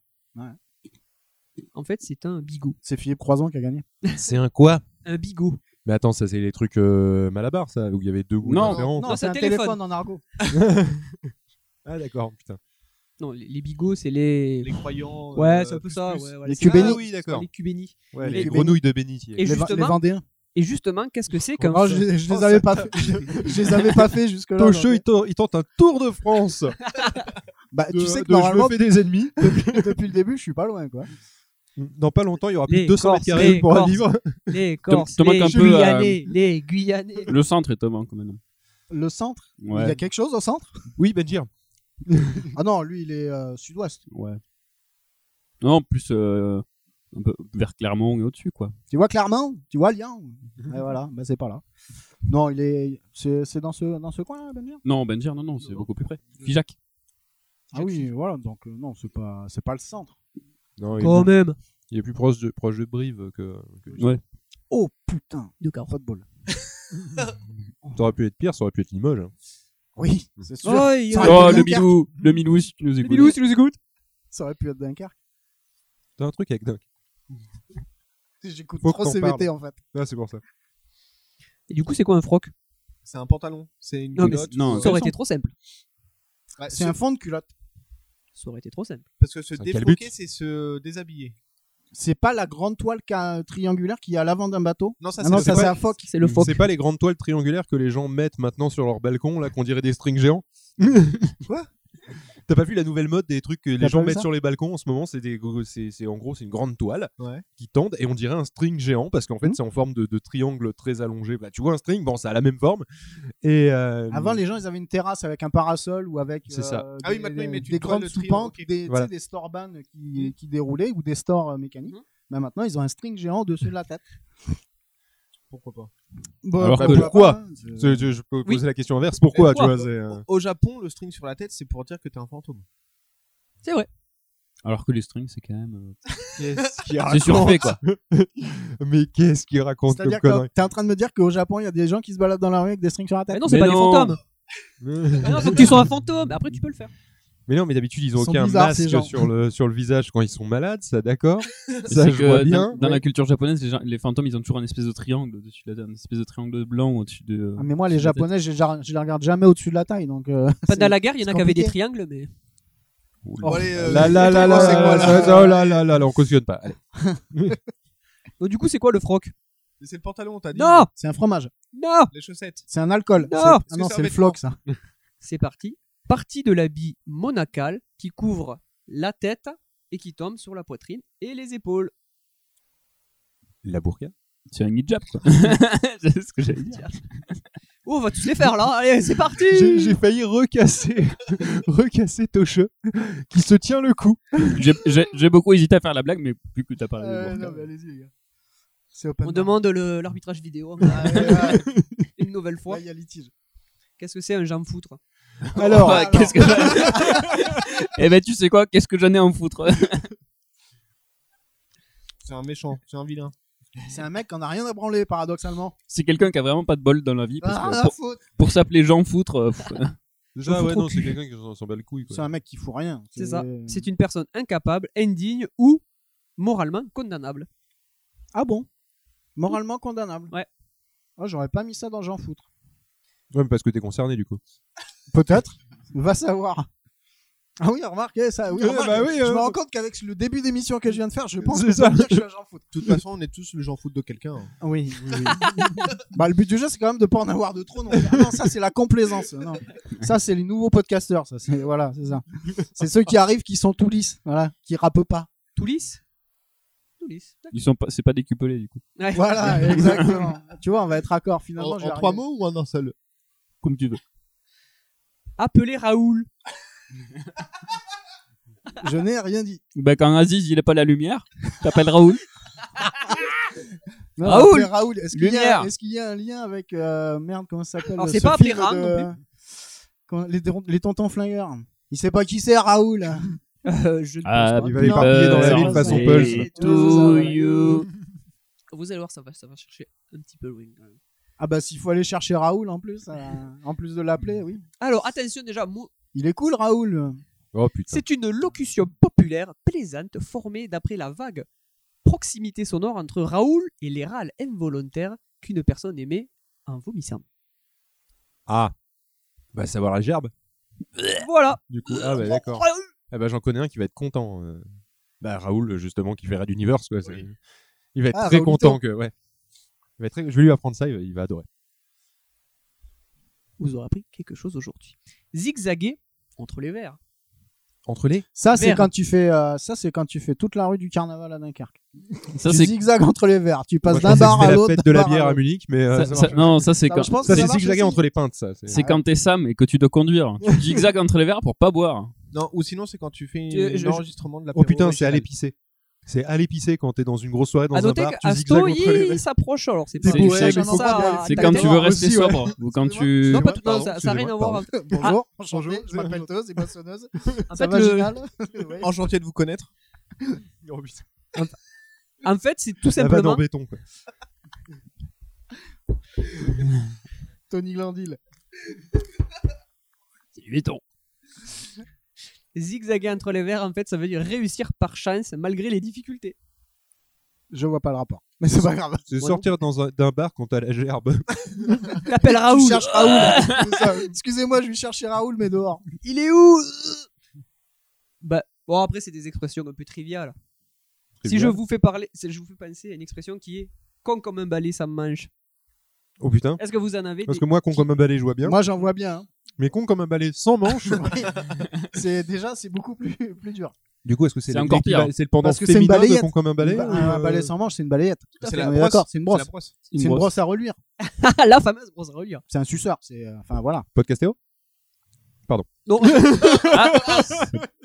Speaker 2: En fait, c'est un bigot.
Speaker 9: C'est Philippe Croison qui a gagné.
Speaker 11: C'est un quoi
Speaker 2: Un bigot.
Speaker 11: Mais attends, ça c'est les trucs euh, Malabar, ça, où il y avait deux goûts
Speaker 10: Non.
Speaker 11: différents.
Speaker 9: Non,
Speaker 2: Non,
Speaker 9: c'est
Speaker 2: c'est
Speaker 9: un
Speaker 2: un téléphone.
Speaker 9: téléphone en argot.
Speaker 11: Ah d'accord, putain.
Speaker 2: Non, les, les bigots, c'est les.
Speaker 7: Les croyants.
Speaker 2: Ouais,
Speaker 7: euh,
Speaker 2: c'est un peu
Speaker 7: plus,
Speaker 2: ça.
Speaker 7: plus.
Speaker 2: ouais, voilà,
Speaker 9: Les
Speaker 2: c'est ça.
Speaker 9: Cubénis.
Speaker 7: Ah oui, d'accord.
Speaker 2: Les Cubénis.
Speaker 7: Ouais,
Speaker 2: les
Speaker 7: les,
Speaker 2: les
Speaker 11: Grenouilles de bénitier.
Speaker 9: Les,
Speaker 2: Et
Speaker 9: va- les
Speaker 2: justement,
Speaker 9: Vendéens.
Speaker 2: et justement qu'est-ce que c'est qu'un.
Speaker 9: Oh, je, je les avais pas fait. Je, je les avais pas fait jusque-là.
Speaker 11: Tocheux,
Speaker 9: donc. euh,
Speaker 11: il, to- il tente un tour de France.
Speaker 9: Bah,
Speaker 11: de-
Speaker 9: tu sais
Speaker 11: de
Speaker 9: que normalement,
Speaker 11: je me fais des ennemis.
Speaker 9: depuis le début, je suis pas loin, quoi.
Speaker 11: Dans pas longtemps, il y aura plus
Speaker 2: Les
Speaker 11: de 200 mètres
Speaker 2: Corses,
Speaker 11: carrés
Speaker 2: les
Speaker 11: pour
Speaker 2: Corses.
Speaker 11: vivre.
Speaker 2: Les Corses,
Speaker 10: te manque
Speaker 2: les
Speaker 10: un peu,
Speaker 2: Guyanais, les Guyanais.
Speaker 10: Le centre est homme, hein, quand même.
Speaker 9: Le centre. Il y a
Speaker 10: Ouais.
Speaker 9: quelque chose au centre
Speaker 11: Oui, Benjir.
Speaker 9: Ah non, lui, il est euh, sud-ouest.
Speaker 10: Ouais. Non, en plus euh, un peu vers Clermont et au-dessus, quoi.
Speaker 9: Tu vois clairement Tu vois Lien Et voilà, bah, c'est pas là. Non, il est, c'est c'est dans ce, dans ce coin-là, Benjamin
Speaker 10: Non, Benjir, non, non, c'est beaucoup plus près. Figeac.
Speaker 9: Ah oui, voilà, donc euh, non, c'est pas, c'est pas le centre.
Speaker 11: Non, il est
Speaker 9: Quand
Speaker 11: plus-
Speaker 9: même.
Speaker 11: Il est plus proche de, proche de Brive que. que-
Speaker 10: Ouais.
Speaker 9: Oh putain,
Speaker 2: de
Speaker 9: pas de bol.
Speaker 11: Ça aurait pu être pire, ça aurait pu être Limoges. hein.
Speaker 9: Oui, c'est sûr.
Speaker 2: Oh, il-
Speaker 9: Ça aurait
Speaker 10: Oh,
Speaker 9: pu
Speaker 10: le
Speaker 9: être Dunkerque.
Speaker 10: Milou, le Milou, si tu nous écoutes.
Speaker 9: Milou,
Speaker 10: Milou,
Speaker 9: si
Speaker 10: nous écoutes.
Speaker 9: Ça aurait pu être Dunkerque.
Speaker 11: T'as un truc avec Dunk.
Speaker 9: J'écoute
Speaker 11: Faut
Speaker 9: trop
Speaker 11: qu'on
Speaker 9: CVT
Speaker 11: parle.
Speaker 9: en fait.
Speaker 11: Ouais, Ah, c'est pour ça.
Speaker 2: Et du coup, c'est quoi un froc
Speaker 7: C'est un pantalon. C'est une
Speaker 2: Non, mais
Speaker 7: culotte.
Speaker 2: c'est- non, ça aurait été trop simple.
Speaker 7: Ouais,
Speaker 9: C'est un fond de culotte.
Speaker 2: Ça aurait été trop simple.
Speaker 7: Parce que se
Speaker 2: Ça a quel
Speaker 7: défroquer, c'est se déshabiller.
Speaker 9: C'est pas la grande toile qu'a- triangulaire qui est à l'avant d'un bateau
Speaker 7: Non, ça,
Speaker 9: Ah non,
Speaker 7: c'est-
Speaker 9: ça
Speaker 7: c'est
Speaker 9: c'est
Speaker 7: pas-
Speaker 9: un phoque.
Speaker 11: C'est pas les grandes toiles triangulaires que les gens mettent maintenant sur leur balcon, là, qu'on dirait des strings géants.
Speaker 7: Quoi
Speaker 11: T'as pas vu la nouvelle mode des trucs que
Speaker 7: T'as
Speaker 11: les
Speaker 7: pas
Speaker 11: gens
Speaker 7: vu
Speaker 11: mettent
Speaker 7: ça
Speaker 11: sur les balcons en ce moment C'est des, gros- c'est, c'est- en gros c'est une grande toile
Speaker 7: Ouais.
Speaker 11: qui tendent et on dirait un string géant parce qu'en fait c'est en forme de, de triangle très allongé. Bah, tu vois un string, bon ça a la même forme. Et euh,
Speaker 9: Avant, les gens, ils avaient une terrasse avec un parasol ou avec euh,
Speaker 11: C'est ça.
Speaker 7: Ah oui, maintenant, ils mettent une
Speaker 9: des grandes
Speaker 7: toile de tri-
Speaker 9: soupentes,
Speaker 7: ok.
Speaker 9: des, tu sais,
Speaker 11: Voilà.
Speaker 9: des store bands qui, qui déroulaient ou des stores euh, mécaniques. Bah, maintenant, ils ont un string géant dessus de la tête.
Speaker 7: Pourquoi pas
Speaker 9: Bon,
Speaker 11: Alors
Speaker 9: bah,
Speaker 11: que pourquoi
Speaker 9: pas, c'est-
Speaker 11: je, je- je peux poser la question inverse. Pourquoi, tu vois, c'est, euh,
Speaker 7: Au Japon, le string sur la tête, c'est pour dire que t'es un fantôme.
Speaker 2: C'est vrai.
Speaker 10: Alors que les strings, c'est quand même. euh,
Speaker 7: Qu'est-ce
Speaker 9: Ah,
Speaker 7: qu'il
Speaker 10: C'est
Speaker 7: raconte
Speaker 10: surfait, quoi.
Speaker 11: Mais qu'est-ce qu'il raconte comme
Speaker 9: C'est-à-dire que
Speaker 11: connerie
Speaker 9: t'es en train de me dire qu'au Japon, il y a des gens qui se baladent dans la rue avec des strings sur la tête.
Speaker 2: Mais non, c'est pas des fantômes. Ah non, faut que tu sois un fantôme. Après, tu peux le faire.
Speaker 11: Mais non, mais d'habitude, ils ont
Speaker 9: Ils sont
Speaker 11: aucun
Speaker 9: bizarres, ces gens.
Speaker 11: masque sur le, sur le visage quand ils sont malades, ça d'accord Ça,
Speaker 10: c'est
Speaker 11: je
Speaker 10: que
Speaker 11: vois
Speaker 10: dans-
Speaker 11: bien.
Speaker 10: Dans, la culture japonaise, les, gens- les fantômes, ils ont toujours un espèce de triangle au-dessus de la tête, un espèce de triangle blanc au-dessus de. euh,
Speaker 9: Ah, mais moi, les Japonais, je, les- je les regarde jamais au-dessus de la taille. Donc, euh,
Speaker 2: Pendant
Speaker 9: c'est-
Speaker 2: la guerre, il y en
Speaker 9: c'est
Speaker 2: a qui avaient des
Speaker 9: compliqué.
Speaker 2: triangles, mais.
Speaker 9: Oh,
Speaker 11: Là, là, là, là, là, là, là, là, là, là, on cautionne pas. Allez.
Speaker 2: Donc, du coup, c'est quoi le froc
Speaker 7: Mais c'est le pantalon, t'as dit
Speaker 2: Non
Speaker 9: C'est un fromage.
Speaker 2: Non
Speaker 7: Les chaussettes.
Speaker 9: C'est un alcool.
Speaker 2: Non
Speaker 9: C'est- ah
Speaker 2: Parce
Speaker 9: non,
Speaker 2: que c'est un
Speaker 9: c'est le
Speaker 2: vêtement.
Speaker 9: floc, ça.
Speaker 2: C'est parti. Partie de l'habit monacal qui couvre la tête et qui tombe sur la poitrine et les épaules.
Speaker 11: La burqa
Speaker 10: C'est un hijab, quoi. c'est ce que j'allais dire.
Speaker 2: Oh, on va tous les faire là. Allez, c'est parti
Speaker 11: J'ai j'ai failli recasser, recasser Tosheux, qui se tient le coup.
Speaker 10: J'ai- J'ai j'ai beaucoup hésité à faire la blague, mais plus que t'as parlé. de
Speaker 9: Euh,
Speaker 10: Warcraft.
Speaker 9: non, mais allez-y, les gars. C'est
Speaker 2: On
Speaker 9: open. Ah, bar.
Speaker 2: demande le- l'arbitrage vidéo. hein, Une nouvelle fois.
Speaker 9: Là, il y a litige.
Speaker 2: Qu'est-ce que c'est un jambe foutre
Speaker 9: Alors,
Speaker 10: Ah, qu'est-ce que j'en- Eh ben, tu sais quoi Qu'est-ce que j'en ai à en foutre
Speaker 7: C'est un méchant, c'est un vilain.
Speaker 9: C'est un mec qu'on a rien à branler, paradoxalement.
Speaker 10: C'est quelqu'un qui a vraiment pas de bol dans la vie. Parce
Speaker 9: Ah,
Speaker 10: que
Speaker 9: la
Speaker 10: pour-
Speaker 9: faute.
Speaker 10: pour s'appeler Jean Foutre. euh, pff,
Speaker 11: Déjà,
Speaker 2: Faut
Speaker 11: ouais,
Speaker 2: trop
Speaker 11: non, c'est
Speaker 2: cul.
Speaker 11: quelqu'un qui s'en s'en bat le couille.
Speaker 9: C'est un mec qui fout rien.
Speaker 2: C'est ça. C'est une personne incapable, indigne ou moralement condamnable.
Speaker 9: Ah bon Moralement condamnable.
Speaker 2: Ouais.
Speaker 9: Oh, j'aurais pas mis ça dans Jean Foutre.
Speaker 11: Même parce que t'es concerné, du coup.
Speaker 9: Peut-être. Va savoir. Ah oui, remarquez ça. Oui,
Speaker 7: Ouais,
Speaker 9: remarque,
Speaker 7: bah oui,
Speaker 9: je
Speaker 7: euh,
Speaker 9: me rends compte qu'avec le début d'émission que je viens de faire, je pense
Speaker 7: C'est
Speaker 9: que je
Speaker 7: ça.
Speaker 9: peux dire que je suis un Jean Foutre.
Speaker 7: De toute façon, on est tous le j'en fous de quelqu'un. hein.
Speaker 9: Ah Oui. bah, le but du jeu, c'est quand même de pas en avoir de trop. Non, Ah non, ça c'est la complaisance. Non. Ça c'est les nouveaux podcasteurs. Ça c'est voilà, c'est ça. C'est ceux qui arrivent qui sont tout lisses, voilà, qui rappent pas.
Speaker 2: Tout lisse Tout lisse. d'accord.
Speaker 10: Ils sont pas, c'est pas décupelé du coup.
Speaker 2: Ouais.
Speaker 9: Voilà, exactement. tu vois, on va être accord
Speaker 7: En,
Speaker 9: finalement.
Speaker 7: en
Speaker 9: je vais
Speaker 7: trois
Speaker 9: arriver.
Speaker 7: mots ou en un seul
Speaker 10: Comme tu veux.
Speaker 2: Appelez Raoul.
Speaker 9: Je n'ai rien dit.
Speaker 10: Bah quand Aziz il a pas la lumière, t'appelles Raoul.
Speaker 9: Non,
Speaker 10: Raoul
Speaker 9: appelez Raoul, est-ce qu'il y, a-
Speaker 10: Lumière
Speaker 9: est-ce qu'il y a un lien avec. euh, merde, comment ça s'appelle
Speaker 2: Alors,
Speaker 9: euh,
Speaker 2: c'est
Speaker 9: ce
Speaker 2: pas appelé
Speaker 9: film
Speaker 2: Ram
Speaker 9: de-
Speaker 2: non
Speaker 9: Comment- les, déron- les tontons flingueurs. Il sait pas qui c'est Raoul. Euh,
Speaker 2: Euh, je ne
Speaker 10: Ah,
Speaker 2: pense
Speaker 11: Il va
Speaker 2: pas.
Speaker 11: aller parpiller dans la ville façon Pulse.
Speaker 10: birthday to
Speaker 9: Ouais,
Speaker 10: you.
Speaker 2: Vous allez voir, ça va, ça va chercher un petit peu loin. quand même.
Speaker 9: Ah bah s'il faut aller chercher Raoul en plus, euh, en plus de l'appeler, oui.
Speaker 2: Alors attention déjà, mot-
Speaker 9: Il est cool Raoul.
Speaker 11: Oh putain.
Speaker 2: c'est une locution populaire plaisante formée d'après la vague proximité sonore entre Raoul et les râles involontaires qu'une personne émet en vomissant.
Speaker 11: Ah. Bah, savoir la gerbe.
Speaker 2: Voilà.
Speaker 11: Du coup, ah bah d'accord. Ah bah j'en connais un qui va être content. euh. Bah Raoul justement qui fait Red Universe quoi. c'est- Il va être
Speaker 9: Ah,
Speaker 11: très
Speaker 9: Raoulito.
Speaker 11: content que ouais. Il va être très- Je vais lui apprendre ça, il va, il va adorer.
Speaker 2: Vous aurez appris quelque chose aujourd'hui. Zigzaguer entre les verres.
Speaker 11: Entre les
Speaker 9: Ça c'est
Speaker 2: Merde.
Speaker 9: quand tu fais euh, ça c'est quand tu fais toute la rue du carnaval à Dunkerque.
Speaker 10: Ça
Speaker 9: tu
Speaker 10: c'est
Speaker 9: zigzags entre les verres, tu passes
Speaker 11: Moi, je
Speaker 9: d'un
Speaker 11: pensais que
Speaker 9: bar
Speaker 11: c'était
Speaker 9: à
Speaker 11: la
Speaker 9: l'autre.
Speaker 11: fête
Speaker 9: d'un
Speaker 11: de la
Speaker 9: bar à
Speaker 11: bière à
Speaker 9: l'autre.
Speaker 11: Munich mais euh,
Speaker 10: ça-
Speaker 11: ça
Speaker 10: ça-
Speaker 11: marche.
Speaker 10: non ça c'est
Speaker 9: Ça,
Speaker 10: quand
Speaker 9: je pense
Speaker 11: Ça,
Speaker 9: que ça
Speaker 11: c'est
Speaker 9: marche
Speaker 11: zigzaguer
Speaker 9: aussi.
Speaker 11: entre les pintes ça. c'est-
Speaker 10: c'est quand t'es Sam et que tu dois conduire. Tu zigzags entre les verres pour pas boire.
Speaker 7: Non, ou sinon, c'est quand tu fais
Speaker 2: Tu- je-
Speaker 7: l'enregistrement de la
Speaker 11: Oh putain, c'est à l'épicer. C'est à l'épicer quand t'es dans une grosse soirée, dans
Speaker 2: À
Speaker 11: un
Speaker 2: noter
Speaker 11: bar, tu zigzags
Speaker 2: qu'Asto,
Speaker 11: entre les
Speaker 2: il
Speaker 11: mecs.
Speaker 2: s'approche alors. C'est
Speaker 11: T'es
Speaker 2: pas
Speaker 11: bourré, mais
Speaker 2: ça,
Speaker 11: faut
Speaker 2: ça-
Speaker 10: C'est quand tu veux rester
Speaker 11: Aussi, ouais.
Speaker 10: sobre ou quand tu.
Speaker 2: Non, pas tout, non, ça n'a rien à voir. avec-
Speaker 9: Bonjour,
Speaker 2: Ah,
Speaker 9: enchanté, je m'appelle Toz et boissonneuse.
Speaker 2: En
Speaker 9: Ça
Speaker 2: fait,
Speaker 9: va,
Speaker 2: le-
Speaker 9: Ginal Oui.
Speaker 7: Enchanté de vous connaître. Oh,
Speaker 2: En fait, c'est tout
Speaker 11: La vanne
Speaker 2: simplement.
Speaker 11: en béton, quoi.
Speaker 9: Tony Glandil.
Speaker 2: Zigzaguer entre les verres, en fait, ça veut dire réussir par chance malgré les difficultés.
Speaker 9: Je vois pas le rapport. Mais c'est pas grave.
Speaker 11: C'est sortir dans un- d'un bar quand t'as la gerbe.
Speaker 2: T'appelles Raoul.
Speaker 9: Je cherche Raoul. C'est ça. Excusez-moi, je vais chercher Raoul, mais dehors.
Speaker 2: Il est où Bah, bon, après, c'est des expressions un peu triviales. Si je
Speaker 11: Triviales.
Speaker 2: vous fais parler, si je vous fais penser à une expression qui est con comme un balai, ça me mange.
Speaker 11: Oh putain.
Speaker 2: Est-ce que vous en avez
Speaker 11: Parce
Speaker 2: des-
Speaker 11: que moi, con comme un balai, je vois bien.
Speaker 9: Moi, j'en vois bien. hein.
Speaker 11: Mais con comme un balai sans manche.
Speaker 9: C'est déjà, c'est beaucoup plus, plus dur.
Speaker 11: Du coup, est-ce que c'est
Speaker 10: C'est
Speaker 11: le-
Speaker 10: encore
Speaker 11: l'équivalent-
Speaker 10: pire.
Speaker 11: C'est le pendant
Speaker 9: Parce que c'est une
Speaker 11: féminin de
Speaker 9: balayette.
Speaker 11: con comme un balai
Speaker 9: Une ba-
Speaker 11: ou,
Speaker 9: un
Speaker 11: euh,
Speaker 9: balai sans manche, c'est une balayette.
Speaker 7: à fait.
Speaker 9: C'est on
Speaker 7: la
Speaker 9: est
Speaker 7: brosse.
Speaker 9: d'accord, c'est une
Speaker 7: C'est la
Speaker 9: brosse.
Speaker 7: brosse.
Speaker 9: C'est
Speaker 11: Une
Speaker 9: une
Speaker 11: brosse.
Speaker 9: brosse à reluire.
Speaker 2: Ah, La fameuse brosse à reliure.
Speaker 9: C'est un suceur. C'est, euh, enfin voilà.
Speaker 11: Podcastéo Pardon.
Speaker 2: Non. Ah,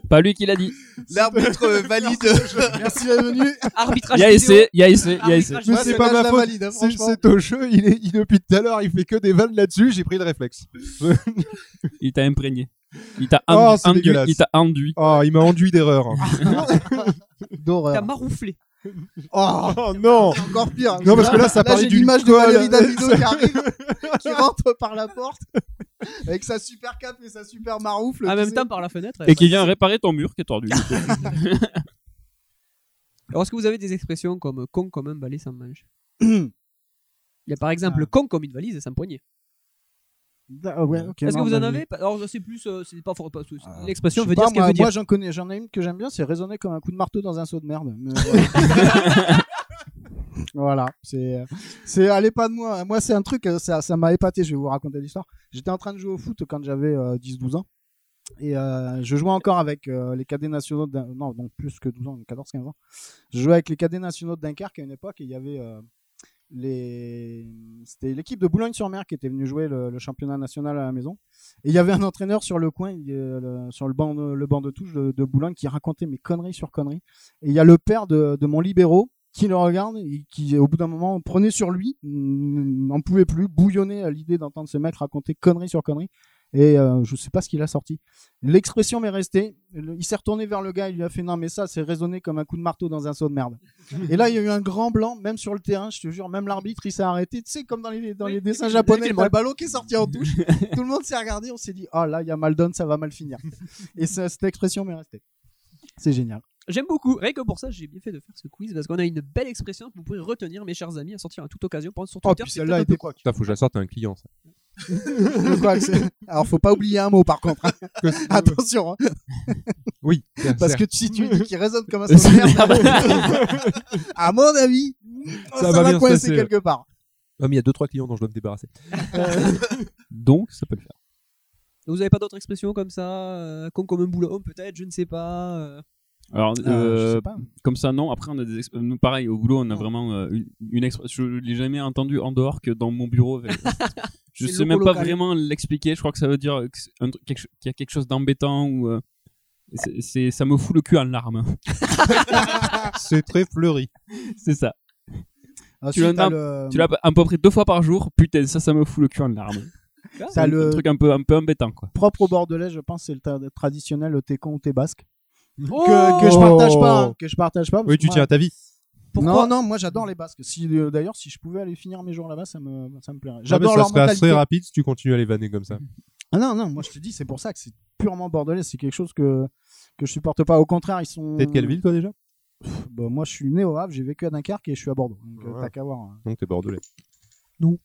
Speaker 10: Pas lui qui l'a dit.
Speaker 14: L'arbitre euh, valide.
Speaker 9: Merci bienvenue.
Speaker 2: Arbitrage.
Speaker 10: Il y a
Speaker 2: Ah, vidéo. Ah,
Speaker 10: essayé, il y a essayé, il y a essayé.
Speaker 11: Mais c'est pas ma faute. C'est- c'est au jeu. Il est, il, depuis tout à l'heure, il fait que des vannes là-dessus. J'ai pris le réflexe.
Speaker 10: Il t'a imprégné. Il t'a
Speaker 11: Oh,
Speaker 10: endu-
Speaker 11: c'est
Speaker 10: enduit.
Speaker 11: dégueulasse.
Speaker 10: Il t'a enduit.
Speaker 11: Oh, il m'a enduit d'erreur. hein.
Speaker 2: T'as
Speaker 9: D'horreur.
Speaker 2: marouflé.
Speaker 9: Oh,
Speaker 11: oh non
Speaker 9: encore pire.
Speaker 11: Non, parce que là, ça parlait
Speaker 9: j'ai
Speaker 11: d'une
Speaker 9: l'image de
Speaker 11: colle.
Speaker 9: Valérie Davido qui arrive, qui rentre par la porte avec sa super cape et sa super maroufle.
Speaker 2: En
Speaker 9: tu
Speaker 2: même
Speaker 9: sais.
Speaker 2: temps, par la fenêtre.
Speaker 10: Et qui vient réparer ton mur qui est tordu.
Speaker 2: Alors, est-ce que vous avez des expressions comme con comme un balai, ça me mange Il y a par exemple con comme une valise, ça me poignait.
Speaker 9: Ah, ouais, ok,
Speaker 2: Est-ce que
Speaker 9: non,
Speaker 2: vous
Speaker 9: bah,
Speaker 2: en
Speaker 9: je-
Speaker 2: avez Pas- Alors, je sais plus, euh, c'est pas fort. pas- c'est-
Speaker 9: Ah, Je
Speaker 2: L'expression
Speaker 9: sais
Speaker 2: veut
Speaker 9: pas,
Speaker 2: dire ce qu'elle
Speaker 9: moi,
Speaker 2: veut dire.
Speaker 9: moi, j'en connais, j'en ai une que j'aime bien, c'est résonner comme un coup de marteau dans un seau de merde. Mais voilà. Voilà, c'est, c'est, allez pas de moi. Moi, c'est un truc, euh, ça, ça m'a épaté. Je vais vous raconter l'histoire. J'étais en train de jouer au foot quand j'avais euh, 10-12 ans. Et euh, je jouais encore avec euh, les cadets nationaux, d'un- non, donc plus que 12 ans, 14-15 ans. Je jouais avec les cadets nationaux de Dunkerque à une époque et il y avait euh, les... c'était l'équipe de Boulogne-sur-Mer qui était venue jouer le, le championnat national à la maison. Et il y avait un entraîneur sur le coin, il, euh, le- sur le banc, de, le banc de touche de, de Boulogne, qui racontait mes conneries sur conneries. Et il y a le père de, de mon libéraux qui le regarde et qui, au bout d'un moment, prenait sur lui, mm, n'en pouvait plus, bouillonnait à l'idée d'entendre ce mec raconter conneries sur conneries. Et euh, je sais pas ce qu'il a sorti. L'expression m'est restée. Le- il s'est retourné vers le gars, il lui a fait Non, mais ça, c'est résonné comme un coup de marteau dans un seau de merde. et là, il y a eu un grand blanc, même sur le terrain, je te jure, même l'arbitre, il s'est arrêté. Tu sais, comme dans les, dans les dessins japonais, t'as le ballon qui est sorti en touche. Tout le monde s'est regardé, on s'est dit Oh là, il y a Maldon, ça va mal finir. et ça- cette expression m'est restée. C'est génial.
Speaker 2: J'aime beaucoup. Rien que pour ça, j'ai bien fait de faire ce quiz parce qu'on a une belle expression que vous pouvez retenir, mes chers amis, à sortir à toute occasion. Par exemple, sur
Speaker 9: Oh,
Speaker 2: Twitter,
Speaker 9: puis
Speaker 2: c'est
Speaker 9: celle-là
Speaker 2: peut-être un
Speaker 9: était
Speaker 2: peu-
Speaker 9: quoi
Speaker 11: Putain, faut que je la sorte à un client. ça.
Speaker 9: Le quoi, c'est- Alors, faut pas oublier un mot par contre. hein. Attention. hein.
Speaker 11: Oui.
Speaker 9: Parce
Speaker 11: certes.
Speaker 9: que si tu dis qu'il résonne comme un son de merde, à mon avis, ça,
Speaker 11: Ça va
Speaker 9: va,
Speaker 11: bien se
Speaker 9: coincer
Speaker 11: passer,
Speaker 9: quelque part.
Speaker 11: Ah, mais il y a 2-3 clients dont je dois me débarrasser.
Speaker 10: Donc, ça peut le faire.
Speaker 2: Vous avez pas d'autres expressions comme ça euh, Con comme un boulot, peut-être, je ne sais pas. euh.
Speaker 10: Alors,
Speaker 9: Ah,
Speaker 10: euh,
Speaker 9: je sais pas.
Speaker 10: comme ça, non. Après, on a des exp- nous, pareil, au boulot, on a vraiment euh, une, une expression. Je l'ai jamais entendu en dehors que dans mon bureau. euh, je
Speaker 2: C'est
Speaker 10: sais
Speaker 2: le
Speaker 10: même
Speaker 2: mot
Speaker 10: pas
Speaker 2: local.
Speaker 10: vraiment l'expliquer. Je crois que ça veut dire que c'est un truc- quelque cho- qu'il y a quelque chose d'embêtant ou. euh, c'est- c'est- ça me fout le cul en larmes.
Speaker 11: C'est très fleuri.
Speaker 10: C'est ça. tu
Speaker 9: Ensuite,
Speaker 10: l'entends
Speaker 9: Ah, t'as le-
Speaker 10: tu l'as à peu près deux fois par jour. Putain, ça, ça me fout le cul en larmes. C'est
Speaker 9: T'as
Speaker 10: un,
Speaker 9: le-
Speaker 10: un truc un peu, un peu embêtant, quoi.
Speaker 9: Propre au bordelais, je pense, c'est le ta- traditionnel euh, t'es con ou t'es basque.
Speaker 2: Oh
Speaker 9: que, que je partage pas. hein, que je partage pas. parce
Speaker 11: Oui,
Speaker 9: que
Speaker 11: tu
Speaker 9: moi-
Speaker 11: tiens à ta vie.
Speaker 9: non,
Speaker 2: Pourquoi
Speaker 9: non, moi j'adore les Basques. Si, euh, D'ailleurs, si je pouvais aller finir mes jours là-bas, ça me, ça me plairait.
Speaker 11: Ah, mais
Speaker 9: J'adore
Speaker 11: ça
Speaker 9: leur
Speaker 11: serait assez
Speaker 9: mentalité.
Speaker 11: rapide si tu continues à les vanner comme ça.
Speaker 9: Ah non, non, moi je te dis, c'est pour ça que c'est purement bordelais. C'est quelque chose que, que je supporte pas. Au contraire, ils sont.
Speaker 11: T'es de quelle ville, toi, déjà
Speaker 9: Pff, bah, Moi je suis né au Havre, j'ai vécu à Dunkerque et je suis à Bordeaux. Donc euh,
Speaker 11: Ouais.
Speaker 9: t'as qu'à voir. hein.
Speaker 11: Donc, t'es bordelais.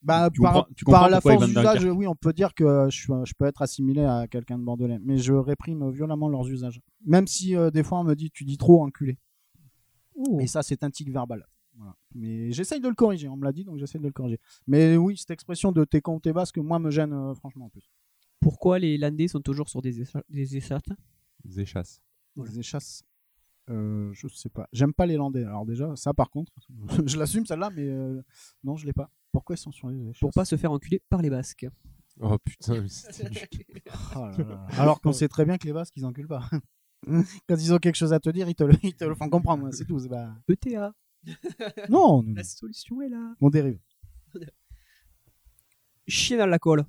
Speaker 9: Bah,
Speaker 10: Tu
Speaker 9: par,
Speaker 10: comprends- tu
Speaker 9: par
Speaker 10: comprends
Speaker 9: la
Speaker 10: pourquoi ils
Speaker 9: force
Speaker 10: viennent d'un
Speaker 9: d'usage, oui, on peut dire que je, suis- je peux être assimilé à quelqu'un de bordelais. Mais je réprime violemment leurs usages. Même si euh, des fois on me dit tu dis trop enculé. Et ça, c'est un tic verbal. Voilà. Mais j'essaye de le corriger, on me l'a dit, donc j'essaye de le corriger. Mais oui, cette expression de t'es con ou t'es basque, moi, me gêne euh, franchement en plus.
Speaker 2: Pourquoi les Landais sont toujours sur des, écha- des échasses
Speaker 11: Ils échassent.
Speaker 9: Les échasses, euh, je sais pas. J'aime pas les landais. Alors déjà, ça par contre, je l'assume celle-là, mais euh, non, je l'ai pas. Pourquoi ils sont sur les échasses
Speaker 2: pour pas se faire enculer par les Basques E
Speaker 11: Oh putain, mais c'était nul.
Speaker 9: Oh là là. Alors qu'on sait très bien que les Basques, ils enculent pas. Quand ils ont quelque chose à te dire, ils te le, ils te le font comprendre, hein, c'est tout. c'est Pas...
Speaker 2: ETA.
Speaker 9: Non, non.
Speaker 2: La solution est là.
Speaker 9: On dérive.
Speaker 2: Chien à la colle.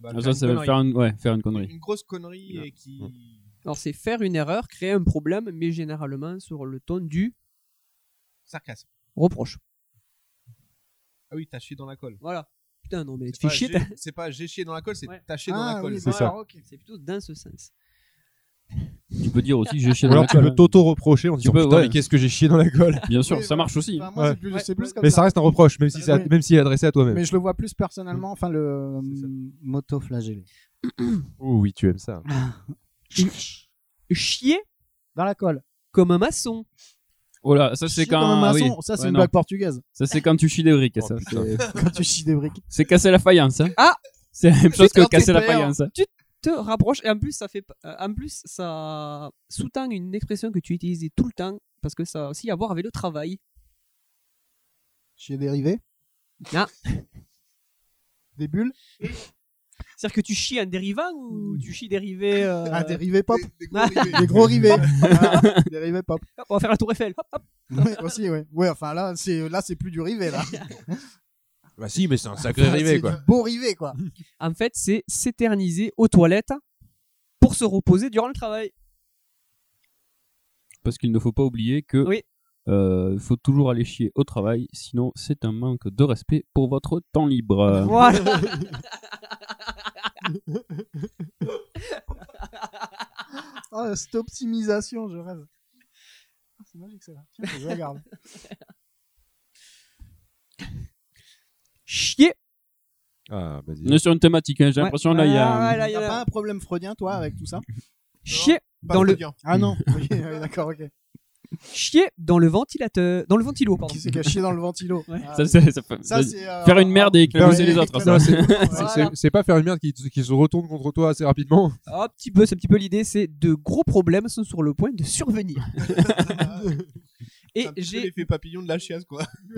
Speaker 7: bah,
Speaker 10: Ah, ça, ça veut faire, une... ouais, faire une connerie.
Speaker 7: Une grosse connerie et qui.
Speaker 2: Alors, c'est faire une erreur, créer un problème, mais généralement sur le ton du
Speaker 7: Sarcasme.
Speaker 2: reproche.
Speaker 7: Ah oui, t'as chié dans la colle.
Speaker 2: Voilà. Putain, non, mais tu
Speaker 7: C'est
Speaker 2: fais
Speaker 7: pas
Speaker 2: chier.
Speaker 7: j'ai-
Speaker 2: t'as-
Speaker 7: C'est pas j'ai chié dans la colle, c'est t'as chié dans
Speaker 2: Ah
Speaker 7: la
Speaker 2: oui,
Speaker 7: colle.
Speaker 2: bon, alors, ok. C'est plutôt dans ce sens.
Speaker 10: Tu peux dire aussi j'ai chié
Speaker 11: Ou
Speaker 10: dans
Speaker 11: alors
Speaker 10: la
Speaker 11: tu
Speaker 10: colle.
Speaker 11: peux t'auto-reprocher en disant
Speaker 10: peux,
Speaker 11: putain
Speaker 10: ouais.
Speaker 11: mais qu'est-ce que j'ai chié dans la colle.
Speaker 10: Bien sûr, Oui, ça voilà. marche aussi. Enfin,
Speaker 9: moi, c'est plus- c'est plus comme
Speaker 11: mais
Speaker 9: ça.
Speaker 11: ça reste un reproche même si c'est à-
Speaker 9: Oui.
Speaker 11: même s'il est adressé à toi-même.
Speaker 9: Mais je le vois plus personnellement, enfin le hum, moto flagellé.
Speaker 11: Oh oui, tu aimes ça.
Speaker 2: Chier
Speaker 9: dans la colle.
Speaker 2: Comme un maçon.
Speaker 10: Oh là, ça c'est
Speaker 9: Chier
Speaker 10: quand.
Speaker 9: comme un maçon,
Speaker 10: oui.
Speaker 9: ça, c'est
Speaker 10: Ouais,
Speaker 9: une
Speaker 10: non.
Speaker 9: blague portugaise.
Speaker 10: Ça c'est quand tu chies des briques. ça.
Speaker 9: Quand tu chies des briques.
Speaker 10: C'est casser la faïence. Hein.
Speaker 2: Ah
Speaker 10: C'est la même chose que casser la faïence. hein.
Speaker 2: faïence. Tu te rapproches et en plus ça fait p- euh, en plus ça sous-tend une expression que tu utilisais tout le temps parce que ça a aussi à voir avec le travail.
Speaker 9: Chier dérivé.
Speaker 2: Ah.
Speaker 9: Des bulles.
Speaker 2: C'est-à-dire que tu chies en dérivant
Speaker 10: Hmm.
Speaker 2: ou tu chies dérivé euh,
Speaker 9: Ah, dérivé pop.
Speaker 2: Des,
Speaker 9: Des gros rivets. Ah, dérivé pop.
Speaker 2: On va faire la tour Eiffel. Hop, hop.
Speaker 9: Ouais, aussi, ouais. Ouais, enfin là, c'est là, c'est plus du rivet là.
Speaker 11: Bah si, mais c'est un
Speaker 9: sacré rivet, C'est quoi. du beau rivet, quoi.
Speaker 2: En fait, c'est s'éterniser aux toilettes pour se reposer durant le travail.
Speaker 10: Parce qu'il ne faut pas oublier que euh, faut toujours aller chier au travail, sinon c'est un manque de respect pour votre temps libre.
Speaker 2: Voilà.
Speaker 9: Oh, cette optimisation, je rêve. Ah, C'est magique celle-là. Tiens, faut que je regarde.
Speaker 2: Chier.
Speaker 11: Ah, vas-y.
Speaker 10: On est sur une thématique, hein, j'ai l'impression là il y a. Ah, bah,
Speaker 9: T'as pas un problème freudien toi avec tout ça
Speaker 2: Chier
Speaker 9: Pas
Speaker 2: dans le
Speaker 9: freudien. Ah non. Ok, ouais, D'accord, ok.
Speaker 2: chier dans le ventilateur, dans le ventilo pardon.
Speaker 9: Qui s'est caché dans le ventilo Ah,
Speaker 10: Ça, c'est- ça fait-
Speaker 9: ça, c'est, euh,
Speaker 10: Faire une merde et
Speaker 11: Faire
Speaker 10: éclabousser
Speaker 11: une-
Speaker 10: les autres. hein,
Speaker 11: Non,
Speaker 10: ça.
Speaker 11: c'est- c'est- c'est- C'est pas faire une merde qui, qui se retourne contre toi assez rapidement.
Speaker 2: Un petit peu, c'est un petit peu l'idée, c'est de gros problèmes sont sur le point de survenir. Et j'ai
Speaker 7: l'effet papillon de la chiasse, quoi.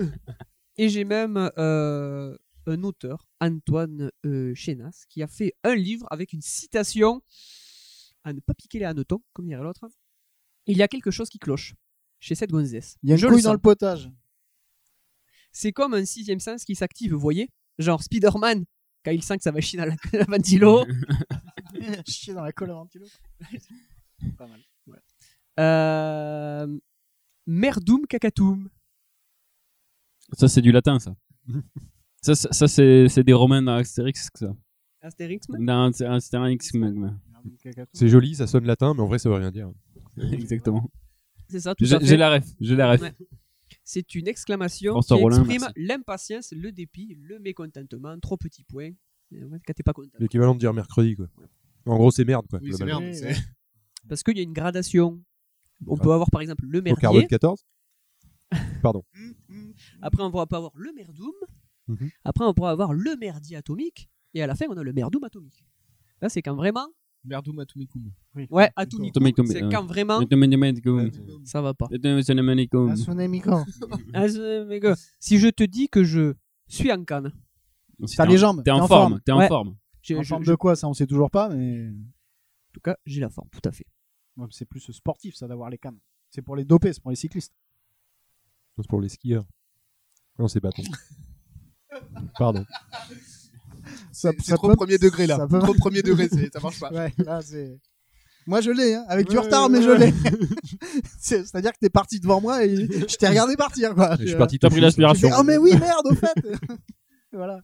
Speaker 2: Et j'ai même euh, un auteur, Antoine euh, Chénas, qui a fait un livre avec une citation à ne pas piquer les hannetons, comme dirait l'autre. Il y a quelque chose qui cloche chez cette gonzesse.
Speaker 9: Il y a une
Speaker 2: Je
Speaker 9: couille
Speaker 2: le
Speaker 9: dans
Speaker 2: sens.
Speaker 9: le potage.
Speaker 2: C'est comme un sixième sens qui s'active, vous voyez Genre Spider-Man, quand il sent que ça va chier dans la, la ventilo.
Speaker 9: Chier dans la colle à ventilo. pas mal. Ouais.
Speaker 2: Euh, Merdum cacatum.
Speaker 10: Ça, c'est du latin, ça. ça, ça, ça, c'est c'est des romains dans Astérix, ça.
Speaker 2: Astérix
Speaker 10: Dans Ast- Astérix, même.
Speaker 11: C'est joli, ça sonne latin, mais en vrai ça veut rien dire.
Speaker 10: Exactement.
Speaker 2: C'est ça, tout
Speaker 10: J'ai-
Speaker 2: à fait.
Speaker 10: j'ai la ref, j'ai la ref.
Speaker 2: Ouais. C'est une exclamation
Speaker 10: François
Speaker 2: qui
Speaker 10: Rollin,
Speaker 2: exprime
Speaker 10: merci.
Speaker 2: l'impatience, le dépit, le mécontentement, trois petits points. Et en fait, Quand t'es pas content.
Speaker 11: L'équivalent de dire mercredi, quoi. En gros, c'est merde, quoi.
Speaker 2: Oui,
Speaker 7: c'est
Speaker 11: globalement.
Speaker 7: merde,
Speaker 2: c'est- Parce qu'il y a une gradation. On peut avoir par exemple le
Speaker 11: Au carbone
Speaker 2: merdier. Mm,
Speaker 11: 14 Pardon.
Speaker 2: Après, on pourra pas avoir le merdoum.
Speaker 11: Mhm.
Speaker 2: Après, on pourra avoir le merdier atomique. Et à la fin, on a le merdoum atomique. Là, c'est quand vraiment.
Speaker 7: Merdoum atomicum.
Speaker 2: Ouais, atomique.
Speaker 10: Atomique, euh,
Speaker 2: C'est quand vraiment. Ça va pas. Ah, c'est- mais que- Si je te dis que je suis en canne.
Speaker 9: T'as les jambes.
Speaker 10: t'es en forme, t'es en forme.
Speaker 2: J'ai-
Speaker 9: En
Speaker 2: je-
Speaker 9: forme
Speaker 2: je-
Speaker 9: de quoi Ça, on sait toujours pas, mais. En
Speaker 2: tout cas, j'ai la forme, tout à fait.
Speaker 9: C'est plus sportif, ça, d'avoir les cannes. C'est pour les dopés, c'est pour les cyclistes.
Speaker 11: C'est pour les skieurs. Non, c'est bâton. Pardon.
Speaker 9: Ça,
Speaker 7: c'est trop premier degré, là.
Speaker 9: ça peut-
Speaker 7: Trop premier degré, c'est- ça marche pas.
Speaker 9: Ouais, là, c'est. Moi, je l'ai, hein, avec du
Speaker 7: Ouais,
Speaker 9: retard,
Speaker 7: ouais,
Speaker 9: mais je
Speaker 7: ouais.
Speaker 9: l'ai. C'est- C'est-à-dire que t'es parti devant moi et je t'ai regardé partir, quoi.
Speaker 11: Je suis parti tout
Speaker 10: T'as pris
Speaker 11: juste.
Speaker 10: l'aspiration.
Speaker 9: Ah, mais oui, merde, au fait Voilà.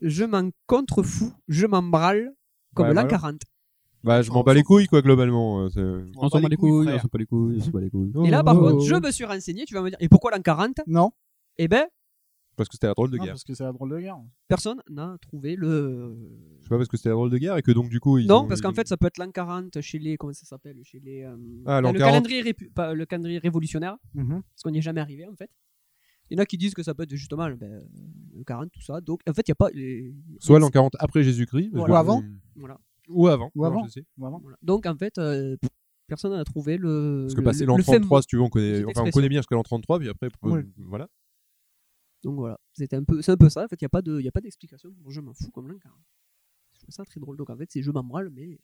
Speaker 2: Je m'en contrefous, je m'en brale comme
Speaker 11: Ouais,
Speaker 2: l'an
Speaker 11: voilà.
Speaker 2: 40.
Speaker 11: Bah, je m'en bats les couilles, quoi, globalement. euh, c'est-
Speaker 10: On s'en bat les couilles, on s'en bat les couilles, on s'en bat les couilles.
Speaker 2: Et là, par contre, je me suis renseigné. Tu vas me dire, et pourquoi l'an 40
Speaker 9: Non.
Speaker 2: Eh ben,
Speaker 11: Parce que c'était la drôle de guerre.
Speaker 9: parce que c'est la drôle de guerre.
Speaker 2: personne n'a trouvé le.
Speaker 11: Je sais pas, parce que c'était la drôle de guerre et que donc, du coup. Ils
Speaker 2: non,
Speaker 11: ont-
Speaker 2: parce
Speaker 11: ils
Speaker 2: qu'en
Speaker 11: ont-
Speaker 2: fait, ça peut être l'an 40 chez les. Comment ça s'appelle Chez les. euh,
Speaker 11: Ah, l'an
Speaker 2: le,
Speaker 11: 40.
Speaker 2: calendrier répu- pas, le calendrier révolutionnaire.
Speaker 9: Mhm.
Speaker 2: Parce qu'on n'y est jamais arrivé, en fait. Il y en a qui disent que ça peut être justement ben, le 40, tout ça. Donc, en fait, il n'y a pas. les-
Speaker 11: Soit l'an 40 après Jésus-Christ. parce que-
Speaker 2: Voilà. Ou avant. Voilà.
Speaker 11: Ou avant.
Speaker 9: Ou
Speaker 11: alors,
Speaker 9: avant.
Speaker 11: je sais.
Speaker 9: Ou avant.
Speaker 2: Voilà. Donc, en fait, euh, pff, personne n'a trouvé le.
Speaker 11: Parce que
Speaker 2: le-
Speaker 11: passer
Speaker 2: le-
Speaker 11: l'an
Speaker 2: le fait
Speaker 11: 33,
Speaker 2: mot.
Speaker 11: si tu veux, on connaît,
Speaker 2: Cette
Speaker 11: enfin, on
Speaker 2: expression.
Speaker 11: connaît bien jusqu'à l'an 33, puis après, euh,
Speaker 2: Ouais.
Speaker 11: voilà.
Speaker 2: Donc voilà, c'était un peu, c'est un peu ça. En fait, il n'y a pas de, il y a pas d'explication. Bon, je m'en fous comme l'un. trouve ça très drôle. Donc en fait, c'est je m'en branle, mais.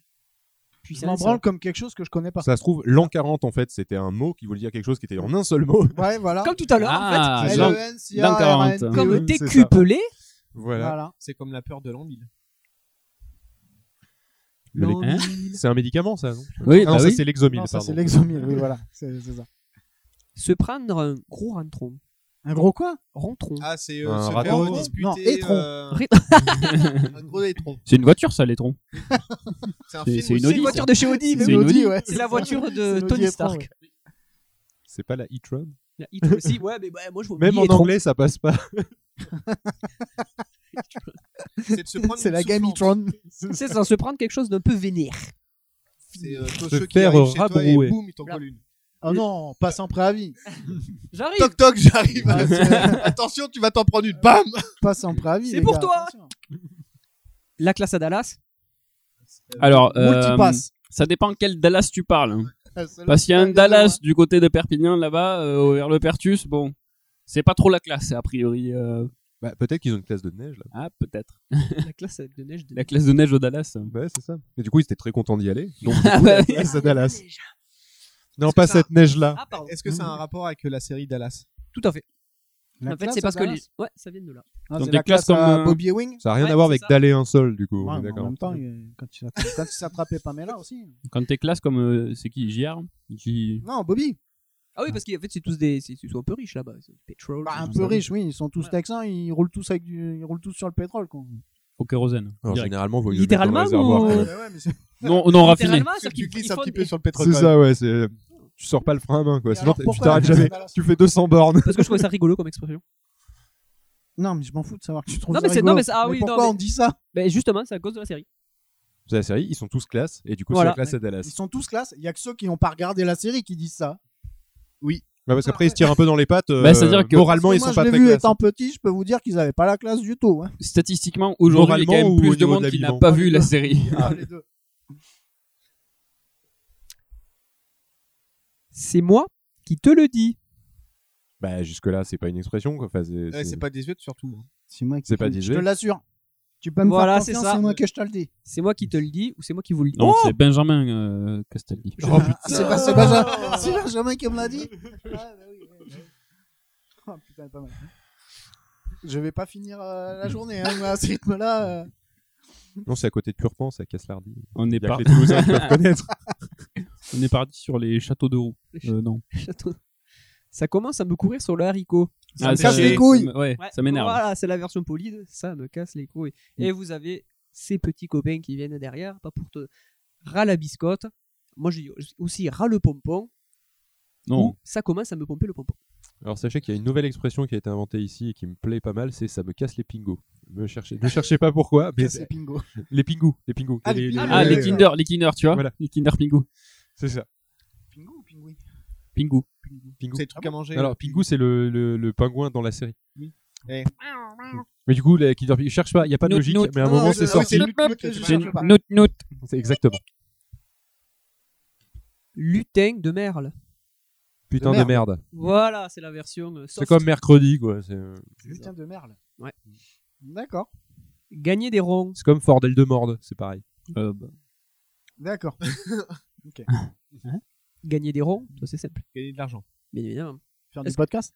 Speaker 9: Je m'en
Speaker 2: euh,
Speaker 9: branle comme quelque chose que je connais pas.
Speaker 11: Ça se trouve, l'an 40, en fait, c'était un mot qui voulait dire quelque chose qui était en un seul mot.
Speaker 9: Ouais, voilà. E
Speaker 2: Comme tout à l'heure,
Speaker 11: Ah,
Speaker 2: en
Speaker 9: euh,
Speaker 2: fait.
Speaker 11: l'an- l'an 40.
Speaker 2: Comme
Speaker 11: C'est ça.
Speaker 2: décuplé.
Speaker 11: Voilà.
Speaker 7: C'est comme la peur de l'envie.
Speaker 11: Le
Speaker 7: Non,
Speaker 11: lec-
Speaker 9: hein.
Speaker 11: C'est un médicament, ça non
Speaker 10: Oui,
Speaker 11: Ah
Speaker 10: bah
Speaker 11: non, ça
Speaker 10: oui.
Speaker 11: c'est l'exomile.
Speaker 9: Non, ça,
Speaker 11: pardon.
Speaker 9: c'est l'exomile, oui, voilà. C'est c'est ça.
Speaker 2: Se prendre un gros rentron.
Speaker 9: Un gros quoi
Speaker 2: Rentron.
Speaker 7: Ah, c'est
Speaker 11: Un
Speaker 7: se
Speaker 11: râteau.
Speaker 7: faire disputer.
Speaker 9: Non, étron.
Speaker 7: euh,
Speaker 2: Ré-
Speaker 7: un gros étron.
Speaker 10: C'est une voiture, ça, l'étron.
Speaker 7: C'est un film
Speaker 10: C'est c'est une
Speaker 7: aussi.
Speaker 10: Audi.
Speaker 2: C'est une voiture
Speaker 10: ça.
Speaker 2: de chez Audi,
Speaker 10: C'est
Speaker 2: mais
Speaker 10: une Audi.
Speaker 9: ouais,
Speaker 2: C'est
Speaker 9: c'est
Speaker 2: la
Speaker 9: ça.
Speaker 2: voiture
Speaker 9: C'est
Speaker 2: de
Speaker 9: l'Audi
Speaker 2: Tony
Speaker 9: étron,
Speaker 2: Stark.
Speaker 11: C'est pas la e-tron
Speaker 2: La Hit aussi, ouais, mais bah, moi je vois
Speaker 11: Même en
Speaker 2: Billy et Tron.
Speaker 11: anglais, ça passe pas.
Speaker 7: C'est de se prendre
Speaker 9: C'est
Speaker 7: une
Speaker 9: la Gamitron.
Speaker 2: C'est ça, se prendre quelque chose d'un peu vénère.
Speaker 7: C'est euh,
Speaker 11: Se
Speaker 7: Tosheux qui
Speaker 11: faire
Speaker 7: arrive chez toi
Speaker 11: rabrouer.
Speaker 7: et boum, il t'en colle une.
Speaker 2: Ah
Speaker 9: Oh non, pas sans préavis.
Speaker 2: J'arrive
Speaker 14: Toc toc, j'arrive.
Speaker 9: Ah, c'est-
Speaker 14: Attention, tu vas t'en prendre une. Bam
Speaker 9: Pas sans préavis.
Speaker 2: C'est
Speaker 9: les
Speaker 2: pour
Speaker 9: gars,
Speaker 2: toi.
Speaker 9: attention.
Speaker 2: La classe à Dallas.
Speaker 10: Alors, euh,
Speaker 9: Multipass.
Speaker 10: ça dépend quel Dallas tu parles.
Speaker 9: Ah, celle-là,
Speaker 10: Parce qu'il y a
Speaker 9: tu
Speaker 10: un
Speaker 9: la gardes,
Speaker 10: Dallas du côté de Perpignan là-bas, euh, vers le Pertus. Bon, c'est pas trop la classe a priori. euh.
Speaker 11: Bah, peut-être qu'ils ont une classe de neige là.
Speaker 10: Ah, peut-être.
Speaker 2: La classe de neige. De...
Speaker 10: La classe de neige au Dallas.
Speaker 11: Bah, ouais, c'est ça. Et du coup, ils étaient très contents d'y aller. Donc, du coup, la classe à Dallas. Non,
Speaker 7: Est-ce
Speaker 11: pas
Speaker 7: que ça-
Speaker 11: cette neige là.
Speaker 2: Ah, pardon.
Speaker 7: Est-ce que ça a un rapport avec euh, la série Dallas
Speaker 2: Tout à fait.
Speaker 9: La
Speaker 2: en fait,
Speaker 9: classe
Speaker 2: c'est parce
Speaker 9: à
Speaker 2: que.
Speaker 9: Dallas.
Speaker 2: les- Ouais, ça vient de là.
Speaker 9: Non,
Speaker 10: Donc
Speaker 9: c'est
Speaker 10: des
Speaker 9: la
Speaker 10: classes
Speaker 9: classe à
Speaker 10: comme, euh,
Speaker 9: Bobby Ewing.
Speaker 11: Ça a rien
Speaker 2: Ouais,
Speaker 11: à voir
Speaker 2: c'est
Speaker 11: avec
Speaker 2: ça.
Speaker 11: d'aller un seul, du coup.
Speaker 9: Ouais,
Speaker 11: on est
Speaker 9: mais en
Speaker 11: d'accord.
Speaker 9: même temps, il- quand il a- quand il s'attrapait Pamela aussi.
Speaker 10: Quand t'es classe comme. euh, c'est qui JR qui...
Speaker 9: Non, Bobby.
Speaker 2: Ah oui, parce qu'en fait, c'est tous des. c'est- Ils sont un peu riches là-bas. C'est Petrol.
Speaker 9: Bah, un
Speaker 2: c'est
Speaker 9: peu
Speaker 2: tout ça.
Speaker 9: riche, oui, ils sont tous texans, ils roulent tous avec du, ils roulent tous sur le pétrole, quoi.
Speaker 10: Au kérosène.
Speaker 11: Alors,
Speaker 10: direct.
Speaker 11: généralement, vaut mieux le mettre dans le
Speaker 2: Littéralement
Speaker 11: réservoir, quand
Speaker 2: ou.
Speaker 11: même.
Speaker 9: ouais, mais c'est-
Speaker 10: Non, non raffiné.
Speaker 2: Littéralement, c'est-à-dire
Speaker 14: Tu
Speaker 2: qu'ils-
Speaker 14: glisses
Speaker 2: ils
Speaker 14: un
Speaker 2: font
Speaker 14: petit
Speaker 2: des-
Speaker 14: peu sur le pétrole.
Speaker 11: C'est
Speaker 14: quand même.
Speaker 11: ça, ouais. c'est- Tu sors pas le frein à main, quoi.
Speaker 9: Et
Speaker 11: Sinon,
Speaker 9: alors,
Speaker 11: t- tu
Speaker 9: pourquoi
Speaker 11: t'arrêtes
Speaker 9: la classe
Speaker 11: jamais.
Speaker 9: à Dallas
Speaker 11: Tu fais 200 bornes.
Speaker 2: Parce que je trouvais ça rigolo comme expression.
Speaker 9: Non, mais je m'en fous de savoir que tu trouves
Speaker 2: Non,
Speaker 9: ça
Speaker 2: mais c'est-
Speaker 9: rigolo.
Speaker 2: non, mais c'est- ah oui, non,
Speaker 9: pourquoi
Speaker 2: mais-
Speaker 9: on dit ça
Speaker 2: Mais Ben, justement, c'est à cause de la série.
Speaker 11: C'est la série, ils sont tous classe. Et du coup,
Speaker 2: Voilà.
Speaker 11: c'est la classe à Dallas.
Speaker 9: Ils sont tous classes, il y a que ceux qui n'ont pas regardé la série qui disent ça.
Speaker 11: Bah, parce qu'après, ils se tirent un peu dans les pattes. euh,
Speaker 10: Bah, c'est-à-dire que-
Speaker 11: Moralement,
Speaker 9: Parce
Speaker 11: ils
Speaker 9: que moi,
Speaker 11: sont pas
Speaker 9: je l'ai
Speaker 11: très
Speaker 9: vu
Speaker 11: classe.
Speaker 9: étant petit, je peux vous dire qu'ils n'avaient pas la classe du tout. hein.
Speaker 10: Statistiquement, aujourd'hui, il y a quand
Speaker 11: Moralement
Speaker 10: même
Speaker 11: ou au
Speaker 10: plus de
Speaker 11: niveau de
Speaker 10: monde
Speaker 11: la
Speaker 10: qui
Speaker 11: vie,
Speaker 10: n'a
Speaker 11: non
Speaker 10: pas
Speaker 11: Ah,
Speaker 10: vu la série.
Speaker 9: Ah, les deux.
Speaker 2: C'est moi qui te le dis.
Speaker 11: Bah, jusque-là, c'est pas une expression, quoi. Enfin, c'est-
Speaker 7: Ouais,
Speaker 11: c'est-
Speaker 7: C'est pas désuet surtout.
Speaker 9: C'est moi qui
Speaker 11: C'est pas
Speaker 9: te- Je
Speaker 11: DJ.
Speaker 9: te l'assure. Tu peux me
Speaker 2: Voilà,
Speaker 9: faire
Speaker 2: c'est
Speaker 9: confiance,
Speaker 2: ça.
Speaker 9: c'est moi que je te le dis.
Speaker 2: C'est moi qui te le dis ou c'est moi qui vous le dis.
Speaker 10: Non,
Speaker 2: Oh
Speaker 10: c'est Benjamin euh, Castaldi.
Speaker 11: Oh, putain.
Speaker 9: Ah, C'est pas- c'est Benjamin, c'est Benjamin qui me l'a dit. Ah, bah oui, ouais, ouais. Oh, putain, pas mal. Je vais pas finir euh, la journée hein, moi, à ce rythme-là. euh.
Speaker 11: Non, c'est à côté de Curpan, c'est à Caslardi.
Speaker 10: On est,
Speaker 11: Il y a
Speaker 10: par-
Speaker 11: que les Toulousains qui peuvent connaître.
Speaker 10: on est parti sur les châteaux de roue. Euh, non.
Speaker 2: Château. Ça commence à me courir sur le haricot.
Speaker 10: Ah,
Speaker 9: me casse
Speaker 10: c'est-
Speaker 9: les couilles.
Speaker 10: ça me- Ouais,
Speaker 2: Ouais,
Speaker 10: ça m'énerve.
Speaker 2: Voilà, c'est la version polie. de Ça me casse les couilles. Et vous avez ces petits copains qui viennent derrière, pas pour te ras la biscotte. Moi, j'ai aussi ras le pompon.
Speaker 10: Non.
Speaker 2: Ou ça commence à me pomper le pompon.
Speaker 11: Alors sachez qu'il y a une nouvelle expression qui a été inventée ici et qui me plaît pas mal, c'est ça me casse les pingos. Me cherchez, ne cherchez pas pourquoi, mais
Speaker 9: C'est Pingo.
Speaker 11: les pingous, les pingous.
Speaker 9: Ah, les pingous.
Speaker 10: Ah, les Kinder, les Kinder, tu vois.
Speaker 11: Voilà.
Speaker 10: Les Kinder Pingu.
Speaker 11: C'est ça.
Speaker 9: Pingo ou Pingoui
Speaker 10: Pingu.
Speaker 11: Pingou.
Speaker 7: C'est le truc à manger.
Speaker 11: Alors pingou c'est le, le, le pingouin dans la série.
Speaker 7: Oui. Eh.
Speaker 11: Mais du coup, les Kinder Pingou, cherche pas, il y a pas de
Speaker 10: Note,
Speaker 11: logique,
Speaker 10: note.
Speaker 11: mais à un
Speaker 9: Non,
Speaker 11: moment
Speaker 9: non,
Speaker 11: c'est
Speaker 9: c'est-
Speaker 11: sorti.
Speaker 9: c'est-
Speaker 10: C'est
Speaker 9: Je sais pas.
Speaker 10: note, note.
Speaker 11: C'est exactement.
Speaker 2: Lutin de merle.
Speaker 11: Putain de
Speaker 9: merde.
Speaker 11: merde.
Speaker 2: Voilà, c'est la version euh, soft.
Speaker 11: C'est comme mercredi quoi. C'est euh,
Speaker 9: Putain de merle.
Speaker 2: Ouais.
Speaker 9: D'accord.
Speaker 2: Gagner des ronds.
Speaker 11: c'est comme Fordel de Morde, c'est pareil.
Speaker 10: Euh, bah,
Speaker 9: D'accord.
Speaker 2: Gagner des ronds, ça, c'est simple.
Speaker 7: Gagner de l'argent.
Speaker 2: Bien évidemment.
Speaker 9: Faire
Speaker 2: Est-ce
Speaker 9: du
Speaker 2: que-
Speaker 9: podcast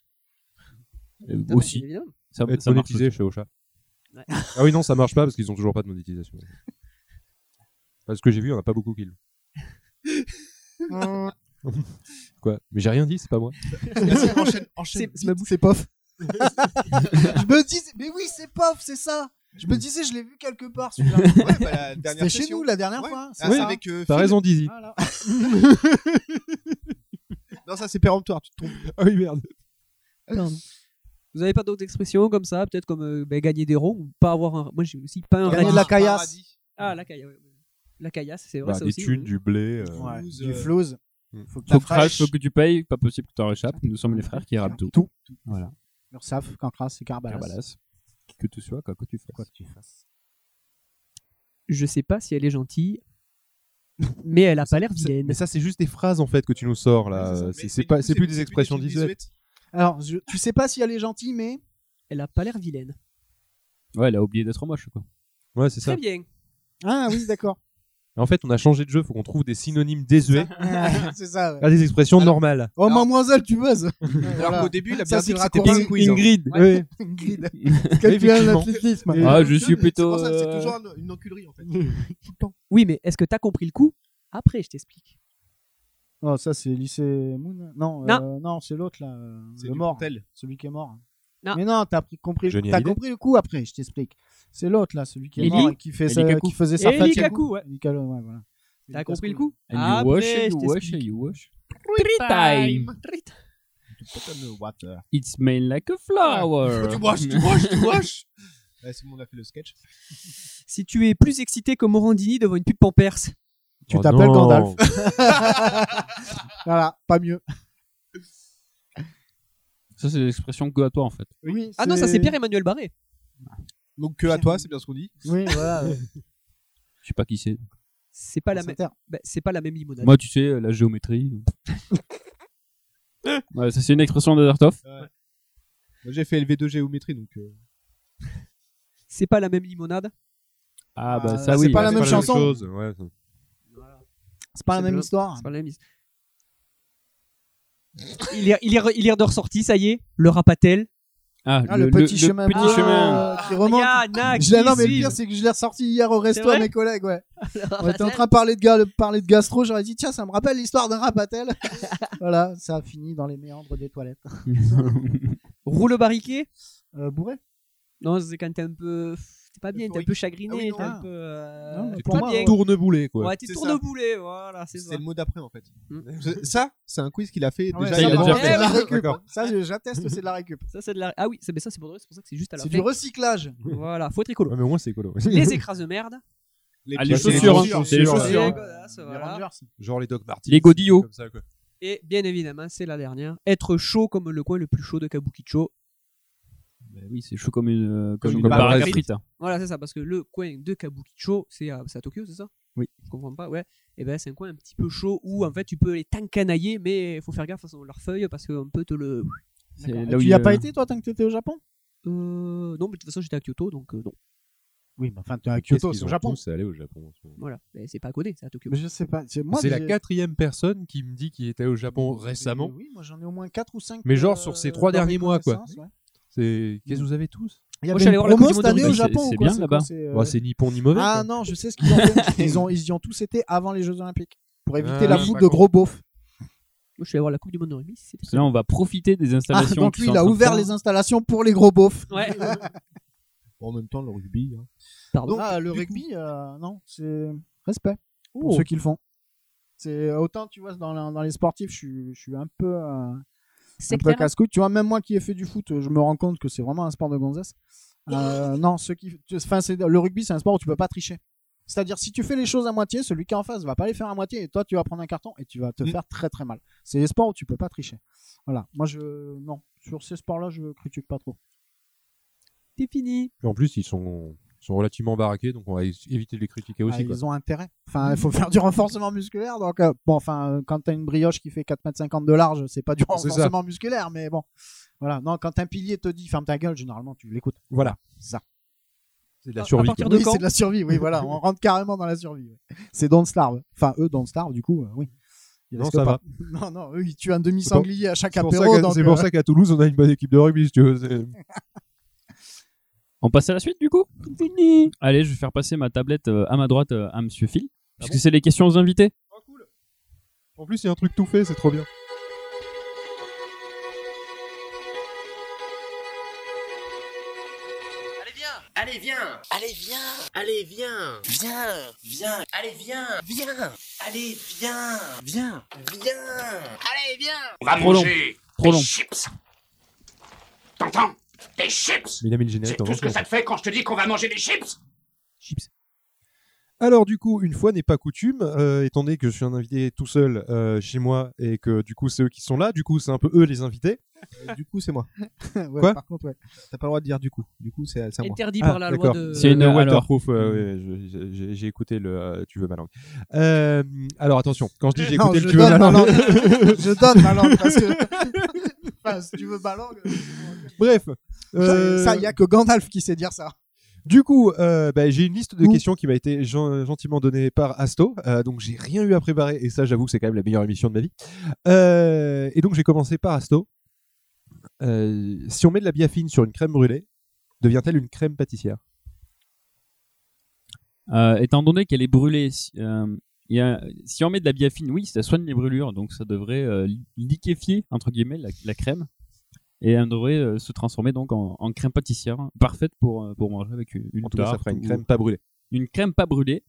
Speaker 10: euh,
Speaker 2: Évidemment, bien
Speaker 10: aussi.
Speaker 2: évidemment.
Speaker 10: Ça,
Speaker 11: Être
Speaker 10: ça marche.
Speaker 11: monétisé chez Ocha.
Speaker 2: Ouais.
Speaker 11: Ah oui non, ça marche pas parce qu'ils ont toujours pas de monétisation. Parce que j'ai vu, on a pas beaucoup qui l'ont. Quoi Mais j'ai rien dit, c'est pas moi.
Speaker 7: Vas-y, enchaîne,
Speaker 2: C'est
Speaker 7: enchaîne.
Speaker 2: c'est ma bouche.
Speaker 9: C'est pof. je me disais, mais oui, c'est pof, c'est ça. Je me disais, je l'ai vu quelque part celui-là.
Speaker 7: Ouais, bah, la dernière
Speaker 9: C'était chez
Speaker 7: session.
Speaker 9: nous la dernière
Speaker 7: Ouais.
Speaker 9: fois. hein,
Speaker 7: Ah,
Speaker 9: c'est
Speaker 7: c'est
Speaker 9: ça.
Speaker 7: avec, euh,
Speaker 11: T'as
Speaker 7: Phil.
Speaker 11: raison, Dizzy.
Speaker 9: Voilà.
Speaker 7: Non, ça c'est péremptoire, tu te trompes.
Speaker 11: Ah oui, merde.
Speaker 2: Pardon. Vous avez pas d'autres expressions comme ça, peut-être comme euh, ben, gagner des ronds ou pas avoir un. Moi j'ai aussi pas un
Speaker 9: Gagner
Speaker 2: radis.
Speaker 9: de la caillasse.
Speaker 7: Paradis.
Speaker 2: Ah, la caillasse, ouais, ouais. La caillasse, c'est vrai
Speaker 11: Bah,
Speaker 2: ça
Speaker 11: des
Speaker 2: aussi.
Speaker 11: thunes,
Speaker 2: ouais.
Speaker 11: du blé. euh,
Speaker 9: Ouais,
Speaker 7: Flouze,
Speaker 9: Du
Speaker 7: euh,
Speaker 9: flouze.
Speaker 11: hmm.
Speaker 9: Faut que
Speaker 10: Faut que
Speaker 9: tu
Speaker 10: tu fasses, faut que tu payes, pas possible que tu en réchappes. Nous sommes les frères qui érapent tout.
Speaker 9: Tout.
Speaker 10: Voilà.
Speaker 9: Ursaf, Cancras et Carbalas.
Speaker 10: Carbalas. Que tu sois, quoi que tu fasses.
Speaker 2: Je sais pas si elle est gentille, mais elle a pas l'air
Speaker 11: c'est-
Speaker 2: vilaine.
Speaker 11: Mais ça, c'est juste des phrases en fait que tu nous sors là.
Speaker 7: Ouais, ça.
Speaker 11: Euh,
Speaker 7: Mais-
Speaker 11: C'est
Speaker 7: mais
Speaker 11: c'est
Speaker 7: du
Speaker 11: pas,
Speaker 7: coup,
Speaker 11: c'est plus des expressions
Speaker 7: trucs
Speaker 11: visuelles.
Speaker 9: Alors, je- tu sais pas si elle est gentille, mais
Speaker 2: Elle a pas l'air vilaine.
Speaker 10: Ouais, elle a oublié d'être moche, quoi.
Speaker 11: Ouais, c'est
Speaker 2: Très
Speaker 11: ça.
Speaker 2: bien.
Speaker 9: Ah oui, d'accord.
Speaker 11: En fait, on a changé de jeu, faut qu'on trouve des synonymes désuets
Speaker 9: Ouais, c'est ça. ouais.
Speaker 11: à des expressions normales.
Speaker 9: Oh, mademoiselle, tu buzzes Alors
Speaker 15: qu'au début, la
Speaker 9: personne
Speaker 15: bière dite, c'était Bing Quiz, hein.
Speaker 11: Ingrid,
Speaker 9: ouais.
Speaker 11: oui.
Speaker 9: Ingrid. Quel tu as
Speaker 11: Effectivement.
Speaker 9: l'athlétisme
Speaker 11: Et- Ah, je suis plutôt,
Speaker 9: C'est pour ça, c'est
Speaker 11: euh,
Speaker 9: toujours un- une enculerie en fait.
Speaker 2: Oui, mais est-ce que t'as compris le coup Après, je t'explique.
Speaker 9: Non, ça c'est lycée Moon. Non, euh, non, c'est l'autre là, euh, le mort, celui qui est mort.
Speaker 2: Non.
Speaker 9: Mais non, t'as pris- compris,
Speaker 11: Johnny
Speaker 9: t'as
Speaker 11: Hallyday.
Speaker 9: compris le coup après, je t'explique. C'est l'autre là, celui qui est
Speaker 2: Eli-
Speaker 9: mort et qui, fait ça,
Speaker 2: Elikaku.
Speaker 9: qui faisait sa fatigue.
Speaker 2: Elikaku, ouais.
Speaker 9: voilà.
Speaker 2: T'as compris le coup
Speaker 10: And you wash,
Speaker 2: Après,
Speaker 10: you
Speaker 2: Ah, je
Speaker 10: wash,
Speaker 2: t'explique.
Speaker 10: you wash.
Speaker 2: Three
Speaker 10: time.
Speaker 2: time. Three time.
Speaker 10: It smells like a flower.
Speaker 2: Tu washes, tu washes, tu washes.
Speaker 7: Ouais, c'est bon, on a fait le sketch.
Speaker 2: Si tu es plus excité que Morandini devant une pub Pampers.
Speaker 11: Oh
Speaker 9: Tu t'appelles Gandalf. voilà, pas mieux.
Speaker 10: Ça, c'est l'expression que à toi en fait.
Speaker 9: Oui,
Speaker 2: Ah non, ça c'est Pierre-Emmanuel Barré.
Speaker 7: Donc
Speaker 11: euh,
Speaker 7: que à toi, c'est bien ce qu'on dit.
Speaker 9: Oui, voilà.
Speaker 10: Je sais pas qui c'est.
Speaker 2: C'est pas, la
Speaker 9: France
Speaker 2: même- bah, c'est pas la même limonade.
Speaker 10: Moi, tu sais, euh, la géométrie. ouais, ça, c'est une expression d'Azartov.
Speaker 7: Moi, J'ai fait LV2 géométrie, donc. euh,
Speaker 2: C'est pas la même limonade.
Speaker 10: Ah,
Speaker 7: Ah,
Speaker 10: bah ça,
Speaker 7: c'est
Speaker 10: oui.
Speaker 7: pas la
Speaker 10: ouais.
Speaker 7: même chanson.
Speaker 11: chose, ouais, ça-
Speaker 9: C'est pas la
Speaker 2: C'est
Speaker 9: même
Speaker 2: le-
Speaker 9: histoire.
Speaker 2: c'est pas la même histoire. il, est, il, est, re- il est de ressorti, ça y est. Le rapatel.
Speaker 10: Ah,
Speaker 9: Ah, le, petit chemin bleu,
Speaker 2: Ah.
Speaker 9: euh, qui remonte.
Speaker 2: Yana,
Speaker 9: Je l'ai- non,
Speaker 2: Ah, qui
Speaker 9: mais le
Speaker 2: suit.
Speaker 9: pire, c'est que je l'ai ressorti hier au resto
Speaker 2: vrai
Speaker 9: à mes collègues. Ouais. On était en train de parler de, ga- de parler de gastro. J'aurais dit, tiens, ça me rappelle l'histoire d'un rapatel. voilà, ça a fini dans les méandres des toilettes.
Speaker 2: Roule barriqué.
Speaker 9: Euh, bourré
Speaker 2: Non, c'est quand t'es un peu. T'es pas bien, t'es un peu chagriné,
Speaker 7: Ah oui, non.
Speaker 2: t'es un peu. euh,
Speaker 7: Non, mais
Speaker 2: t'es
Speaker 7: pour
Speaker 2: pas
Speaker 7: moi,
Speaker 2: bien.
Speaker 7: tourneboulet, quoi.
Speaker 2: Ouais, t'es
Speaker 7: C'est ça.
Speaker 2: tourneboulet, voilà, c'est ça.
Speaker 7: C'est le mot d'après en fait. C'est- Ça, c'est un quiz qu'il a fait
Speaker 9: Ah ouais,
Speaker 7: déjà.
Speaker 9: ça,
Speaker 7: il a
Speaker 9: par
Speaker 7: déjà
Speaker 9: contre,
Speaker 7: fait.
Speaker 9: c'est de la récup. hein.
Speaker 7: D'accord.
Speaker 9: Ça, je- j'atteste, c'est de la récup.
Speaker 2: Ça, c'est de la. Ah oui, c'est mais ça, c'est pour de vrai, c'est pour ça que c'est juste à la
Speaker 9: C'est
Speaker 2: fin.
Speaker 9: du recyclage.
Speaker 2: Voilà, faut être écolo.
Speaker 11: Ouais, mais au moins, c'est écolo.
Speaker 2: Les écrases de merde.
Speaker 11: Les
Speaker 10: Ah, les
Speaker 11: petites-
Speaker 10: chaussures,
Speaker 11: les
Speaker 10: hein, c'est les chaussures.
Speaker 11: ouais.
Speaker 2: Dégueulasse, voilà.
Speaker 11: Genre les Doc Martens.
Speaker 10: Les godillots.
Speaker 11: comme ça, quoi.
Speaker 2: Et bien évidemment, c'est la dernière. Être chaud comme le coin le plus chaud de Kabukicho.
Speaker 10: Bah oui, c'est chaud comme une, euh, comme
Speaker 11: Chaud
Speaker 10: une
Speaker 11: comme
Speaker 10: baraque
Speaker 11: la
Speaker 10: à frites.
Speaker 2: Voilà, c'est ça, parce que le coin de Kabukicho, c'est à, c'est à Tokyo, c'est ça
Speaker 10: Oui.
Speaker 2: Je comprends pas, ouais. Et ben c'est un coin un petit peu chaud où en fait tu peux les t'encanailler, mais faut faire gaffe à son- leurs feuilles parce qu'on peut te le.
Speaker 10: C'est
Speaker 2: D'accord.
Speaker 10: là où
Speaker 9: tu
Speaker 10: il
Speaker 9: n'y
Speaker 10: y
Speaker 9: as
Speaker 10: a-
Speaker 9: pas été, toi, tant que t'étais au Japon
Speaker 2: Euh, non, mais de toute façon j'étais à Kyoto donc euh, non.
Speaker 9: Oui, mais enfin, t'es à
Speaker 11: Qu'est-ce
Speaker 9: Kyoto,
Speaker 11: qu'ils
Speaker 9: c'est au
Speaker 11: ont
Speaker 9: Japon.
Speaker 11: tous à aller au Japon. en ce moment
Speaker 2: Voilà, mais c'est pas à côté, c'est à Tokyo.
Speaker 9: Mais je sais pas. c'est- moi,
Speaker 11: C'est la
Speaker 9: j'ai-
Speaker 11: quatrième personne qui me dit qu'il était au Japon récemment.
Speaker 9: Oui, moi j'en ai au moins 4 ou euh, 5.
Speaker 11: Mais genre sur ces trois derniers mois, quoi. C'est qu'est-ce que vous avez tous
Speaker 9: Il y
Speaker 2: Moi,
Speaker 9: avait
Speaker 2: je suis allé
Speaker 9: une
Speaker 2: voir la
Speaker 9: promo
Speaker 2: Coupe du
Speaker 9: cette
Speaker 2: Monde
Speaker 9: année
Speaker 2: de
Speaker 9: au
Speaker 2: rugby,
Speaker 9: Japon
Speaker 10: c'est-
Speaker 9: ou
Speaker 10: c'est
Speaker 9: quoi,
Speaker 10: bien là-bas.
Speaker 9: quoi, c'est, euh,
Speaker 11: Bah, C'est ni bon ni mauvais.
Speaker 9: Ah
Speaker 11: quoi.
Speaker 9: non, je sais ce qu'ils ont fait. ils, ont, ils y ont tous été avant les Jeux Olympiques. Pour éviter
Speaker 11: Ah,
Speaker 9: la
Speaker 11: oui.
Speaker 9: foule de gros beaufs.
Speaker 2: Moi, je suis allé voir la Coupe du Monde de rugby. c'était
Speaker 10: Là, on va profiter des
Speaker 9: Ah,
Speaker 10: installations.
Speaker 9: donc
Speaker 10: qui
Speaker 9: lui,
Speaker 10: sont
Speaker 9: il
Speaker 10: en
Speaker 9: a
Speaker 10: train de
Speaker 9: ouvert
Speaker 10: faire.
Speaker 9: les installations pour les gros beaufs.
Speaker 2: Ouais.
Speaker 7: En même temps, le rugby. hein.
Speaker 2: Pardon.
Speaker 9: Ah, le
Speaker 7: du
Speaker 9: rugby, euh, non, c'est respect pour
Speaker 2: Oh.
Speaker 9: ceux qui le font. C'est euh, autant tu vois dans, la- dans les sportifs, je suis, je suis un peu euh, un peu
Speaker 2: Sectaire.
Speaker 9: casse-couille. Tu vois, même moi qui ai fait du foot, je me rends compte que c'est vraiment un sport de gonzesse. Euh, non, ceux qui, tu- enfin, c'est le rugby, c'est un sport où tu peux pas tricher. C'est-à-dire, si tu fais les choses à moitié, celui qui est en face va pas les faire à moitié, et toi, tu vas prendre un carton et tu vas te faire très très mal. C'est les sports où tu peux pas tricher. Voilà. Moi, je non sur ces sports-là, je critique pas trop.
Speaker 2: C'est fini.
Speaker 11: Et En plus, ils sont ils sont relativement baraqués, donc on va é- éviter de les critiquer
Speaker 9: Ah,
Speaker 11: aussi. quoi.
Speaker 9: ils ont intérêt. Enfin, il faut faire du renforcement musculaire. Donc, euh, bon, enfin, euh, quand t'as une brioche qui fait 4m50 de large, c'est pas du
Speaker 11: C'est ça.
Speaker 9: renforcement musculaire, mais bon. Voilà. Non, quand un pilier te dit ferme ta gueule, généralement, tu l'écoutes.
Speaker 11: Voilà,
Speaker 9: Ça.
Speaker 11: c'est de la
Speaker 2: À- à
Speaker 11: survie.
Speaker 2: partir
Speaker 11: quoi.
Speaker 2: de
Speaker 9: Oui,
Speaker 2: quand
Speaker 9: c'est de la survie. Oui, voilà. On rentre carrément dans la survie. ouais. C'est Don't Starve. Enfin, eux, Don't Starve, du coup, euh, oui. Ils
Speaker 11: Non,
Speaker 9: risquent
Speaker 11: ça
Speaker 9: pas. Non,
Speaker 11: va.
Speaker 9: non, eux, ils tuent un demi-sanglier à chaque
Speaker 11: C'est pour ça
Speaker 9: apéro.
Speaker 11: qu'à-
Speaker 9: donc,
Speaker 11: C'est pour
Speaker 9: euh,
Speaker 11: ça qu'à Toulouse, on a une bonne équipe de rugby. si tu veux, c'est-
Speaker 10: On passe à la suite du coup
Speaker 2: Fini.
Speaker 10: Allez, je vais faire passer ma tablette euh, à ma droite euh, à Monsieur Phil, puisque c'est les questions aux invités.
Speaker 9: Ah,
Speaker 11: En plus, il y a un truc tout fait, c'est trop bien.
Speaker 8: Allez, viens Allez, viens Allez, viens Allez, viens Viens Viens Allez, viens Viens Allez, viens Viens Viens Allez, viens
Speaker 4: On va
Speaker 10: Trop long.
Speaker 4: manger
Speaker 10: Trop long.
Speaker 4: des chips. T'entends Des chips
Speaker 11: Mais il a mis le
Speaker 4: C'est
Speaker 11: générique en
Speaker 4: tout ce que
Speaker 11: même temps.
Speaker 4: ça te fait quand je te dis qu'on va manger des chips
Speaker 11: Alors du coup, une fois n'est pas coutume, euh, étant donné que je suis un invité tout seul euh, chez moi et que du coup c'est eux qui sont là, du coup c'est un peu eux les invités.
Speaker 7: Et Du coup, c'est moi.
Speaker 9: ouais,
Speaker 11: Quoi
Speaker 9: par contre, ouais.
Speaker 7: T'as pas le droit de dire du coup. Du coup, c'est c'est à moi.
Speaker 2: Interdit
Speaker 11: Ah,
Speaker 2: par la loi
Speaker 11: d'accord.
Speaker 2: de.
Speaker 10: C'est une-
Speaker 11: Euh,
Speaker 10: alors-
Speaker 11: waterproof, euh, oui, je- j'ai j'ai écouté le euh, tu veux ma langue. Euh, alors attention, quand je dis j'ai
Speaker 9: Non,
Speaker 11: écouté
Speaker 9: je
Speaker 11: le tu veux ma
Speaker 9: donne ma
Speaker 11: langue.
Speaker 9: langue. je donne ma langue parce que. Enfin, si tu veux ma langue.
Speaker 11: Bref, euh,
Speaker 9: Ça, il y a que Gandalf qui sait dire ça.
Speaker 11: Du coup, euh, bah, j'ai une liste de questions qui m'a été gen- gentiment donnée par Asto, euh, donc j'ai rien eu à préparer, et ça j'avoue que c'est quand même la meilleure émission de ma vie. Euh, et donc j'ai commencé par Asto. Euh, si on met de la biafine sur une crème brûlée, devient-elle une crème pâtissière
Speaker 10: Euh, étant donné qu'elle est brûlée, si, euh, il y a- si on met de la biafine, oui, ça soigne les brûlures, donc ça devrait euh, li- liquéfier entre guillemets la, la crème et elle devrait euh, se transformer donc en, en crème pâtissière parfaite pour euh, pour manger avec une, une
Speaker 11: En tout cas, ça
Speaker 10: tarte
Speaker 11: ferait une
Speaker 10: ou-
Speaker 11: crème pas brûlée.
Speaker 10: Une crème pas brûlée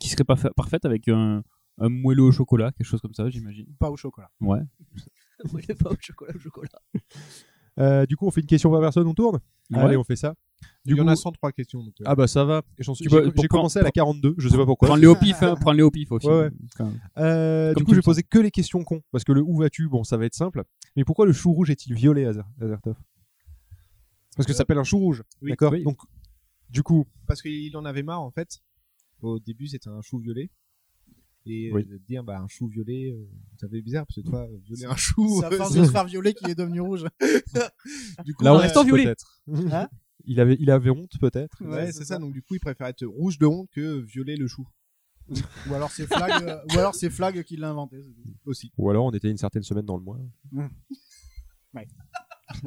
Speaker 10: qui serait parfa- parfaite avec un, un moelleux au chocolat, quelque chose comme ça, j'imagine.
Speaker 9: Pas au chocolat.
Speaker 10: Ouais.
Speaker 2: Moi, j'ai pas au chocolat, au chocolat.
Speaker 11: Euh, du coup, on fait une question par personne, on tourne
Speaker 7: Ouais.
Speaker 11: Allez, on fait ça.
Speaker 7: Il y en
Speaker 11: coup-
Speaker 7: a 103 questions, donc, euh.
Speaker 11: Ah bah ça va. Et j'en suis-
Speaker 10: Tu
Speaker 11: J'ai
Speaker 10: peux-
Speaker 11: j'ai
Speaker 10: pour prendre-
Speaker 11: commencé à la
Speaker 10: pour-
Speaker 11: 42, je sais pas pourquoi.
Speaker 10: Prends-les au pif, hein, prends-les au pif aussi.
Speaker 11: Ouais, ouais.
Speaker 10: Quand-
Speaker 11: Euh,
Speaker 10: comme
Speaker 11: du
Speaker 10: tu
Speaker 11: coup, je
Speaker 10: le
Speaker 11: vais
Speaker 10: sens.
Speaker 11: poser que les questions cons, parce que le où vas-tu, bon, ça va être simple. Mais pourquoi le chou rouge est-il violet, Azer- Azertov Parce que ça s'appelle un chou rouge,
Speaker 7: Oui.
Speaker 11: d'accord
Speaker 7: Oui.
Speaker 11: Donc, du coup,
Speaker 7: Parce qu'il en avait marre en fait. Au début, c'était un chou violet. Et euh,
Speaker 11: Oui.
Speaker 7: de dire bah, un chou violet, euh, ça fait bizarre parce que toi, euh, violer un chou.
Speaker 9: C'est à force de se faire violer qu'il est devenu rouge.
Speaker 7: du
Speaker 11: la honte,
Speaker 7: euh,
Speaker 11: peut-être.
Speaker 9: Hein
Speaker 11: il, avait, il avait honte, peut-être.
Speaker 7: Ouais, c'est ça. Donc du coup, il préfère être rouge de honte que violer le chou.
Speaker 9: ou alors c'est Flag, euh, ou alors c'est Flag qui l'a inventé. c'est tout.
Speaker 7: Aussi.
Speaker 11: Ou alors, on était une certaine semaine dans le mois.
Speaker 9: Ouais.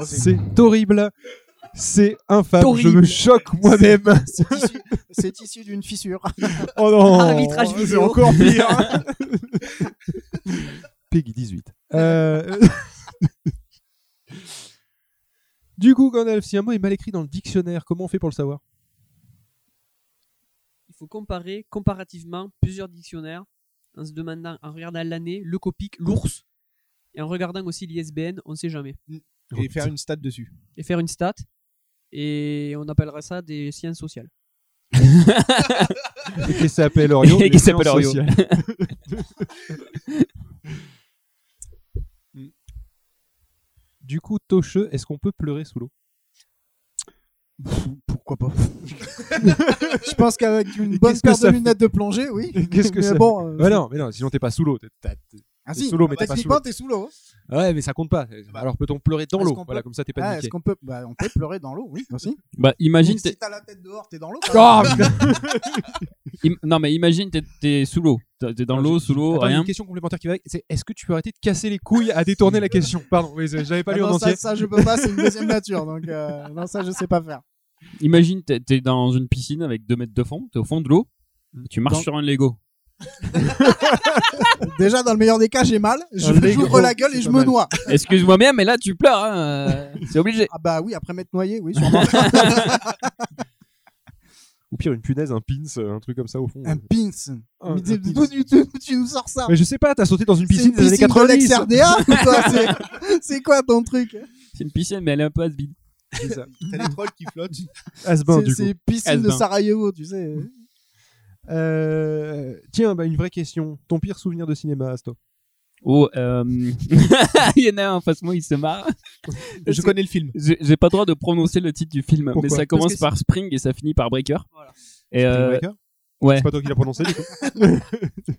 Speaker 11: C'est horrible. C'est infâme. Je me
Speaker 9: Oh, Horrible.
Speaker 11: choque moi-même.
Speaker 9: C'est issu- C'est issu d'une fissure.
Speaker 11: Oh non
Speaker 9: Arbitrage
Speaker 11: C'est
Speaker 9: vidéo.
Speaker 11: encore pire Peggy 18. Euh, du coup, Gandalf, si un mot est mal écrit dans le dictionnaire, comment on fait pour le savoir
Speaker 2: Il faut comparer comparativement plusieurs dictionnaires en se demandant, en regardant l'année, le copic, l'ours, et en regardant aussi l'ISBN, on ne sait jamais.
Speaker 7: Et faire une stat dessus.
Speaker 2: Et faire une stat, et on appellera ça des sciences sociales.
Speaker 11: Et qui s'appelle Orion
Speaker 10: Et
Speaker 11: les
Speaker 10: qui s'appelle
Speaker 11: sciences
Speaker 10: Orion.
Speaker 11: sociales. Du coup, Tocheux, est-ce qu'on peut pleurer sous l'eau
Speaker 9: Pourquoi pas Je pense qu'avec une
Speaker 11: Et
Speaker 9: bonne
Speaker 11: qu'est-ce que
Speaker 9: paire
Speaker 11: ça
Speaker 9: de
Speaker 11: fait
Speaker 9: lunettes de plongée, oui.
Speaker 11: Qu'est-ce que
Speaker 9: Mais
Speaker 11: c'est
Speaker 9: bon, euh,
Speaker 11: Ouais, non, mais non, sinon t'es pas sous l'eau. t'es- t'as- t'es-
Speaker 9: Ah
Speaker 11: t'es
Speaker 9: si,
Speaker 11: sous l'eau,
Speaker 9: bah,
Speaker 11: mais t'es pas sous
Speaker 9: techniquement,
Speaker 11: l'eau.
Speaker 9: t'es sous l'eau.
Speaker 11: Ah Ouais, mais ça compte pas. Alors peut-on pleurer dans
Speaker 9: Est-ce
Speaker 11: l'eau
Speaker 9: qu'on
Speaker 11: Voilà,
Speaker 9: peut-
Speaker 11: comme ça t'es
Speaker 9: Ah,
Speaker 11: pas
Speaker 9: Est-ce
Speaker 11: niqué.
Speaker 9: qu'on peut... Bah, on peut pleurer dans l'eau, oui, aussi.
Speaker 10: Bah, imagine
Speaker 9: Donc, Si
Speaker 10: t'es-
Speaker 9: t'as la tête dehors, t'es dans l'eau.
Speaker 10: Oh, putain. Im- non mais imagine t'es- t'es sous l'eau, t'es t'es dans l'eau, sous l'eau,
Speaker 11: Attends, il y a
Speaker 10: rien.
Speaker 11: une question complémentaire qui va avec, c'est est-ce que tu peux arrêter de casser les couilles à détourner la question Pardon, oui, j'avais pas
Speaker 9: Ah
Speaker 11: lu en
Speaker 9: non,
Speaker 11: entier.
Speaker 9: ça, ça, je peux pas, c'est une deuxième nature. Donc, euh, non, ça, je sais pas faire.
Speaker 10: Imagine t'es t'es dans une piscine avec 2 mètres de fond, t'es au fond de l'eau,
Speaker 11: Mm.
Speaker 10: tu marches
Speaker 9: Dans-
Speaker 10: sur un Lego.
Speaker 9: Déjà, dans le meilleur des cas, j'ai mal. Je
Speaker 10: Un Lego,
Speaker 9: j'ouvre la gueule et
Speaker 10: c'est
Speaker 9: je
Speaker 10: pas
Speaker 9: me
Speaker 10: mal.
Speaker 9: noie.
Speaker 10: Excuse-moi bien, mais là tu pleures, hein, euh, c'est obligé.
Speaker 9: Ah bah oui, après m'être noyé, oui, sûrement.
Speaker 11: Ou pire, une punaise, un pins, euh, un truc comme ça au fond.
Speaker 9: Un pins.
Speaker 7: Oh,
Speaker 11: Un-
Speaker 9: Mais
Speaker 11: un
Speaker 9: t'es-
Speaker 11: pins.
Speaker 9: d'où tu- d'où tu nous sors ça
Speaker 11: Mais je sais pas, t'as sauté dans une piscine
Speaker 9: C'est
Speaker 11: des années hein.
Speaker 9: piscine de
Speaker 11: 90.
Speaker 9: l'ex-RDA ou quoi C'est- C'est quoi ton truc
Speaker 10: C'est une piscine, mais elle est un peu has-been.
Speaker 7: T'as des trolls qui flottent.
Speaker 11: Asbin,
Speaker 9: C'est-
Speaker 11: Ah, du coup.
Speaker 9: C'est piscine de
Speaker 11: Asbin.
Speaker 9: Sarajevo, tu sais.
Speaker 11: Euh, tiens, bah, une vraie question. Ton pire souvenir de cinéma, Asto
Speaker 10: Oh, euh, il y en a un en face de moi, il se marre.
Speaker 11: Je connais le film.
Speaker 10: J'ai j'ai pas le droit de prononcer le titre du film,
Speaker 11: Pourquoi
Speaker 10: mais ça
Speaker 11: Parce
Speaker 10: commence
Speaker 11: que
Speaker 10: par Spring et ça finit par Breaker. Et
Speaker 11: Spring
Speaker 10: euh,
Speaker 11: Breaker
Speaker 10: ouais.
Speaker 11: C'est pas toi qui l'as prononcé, du coup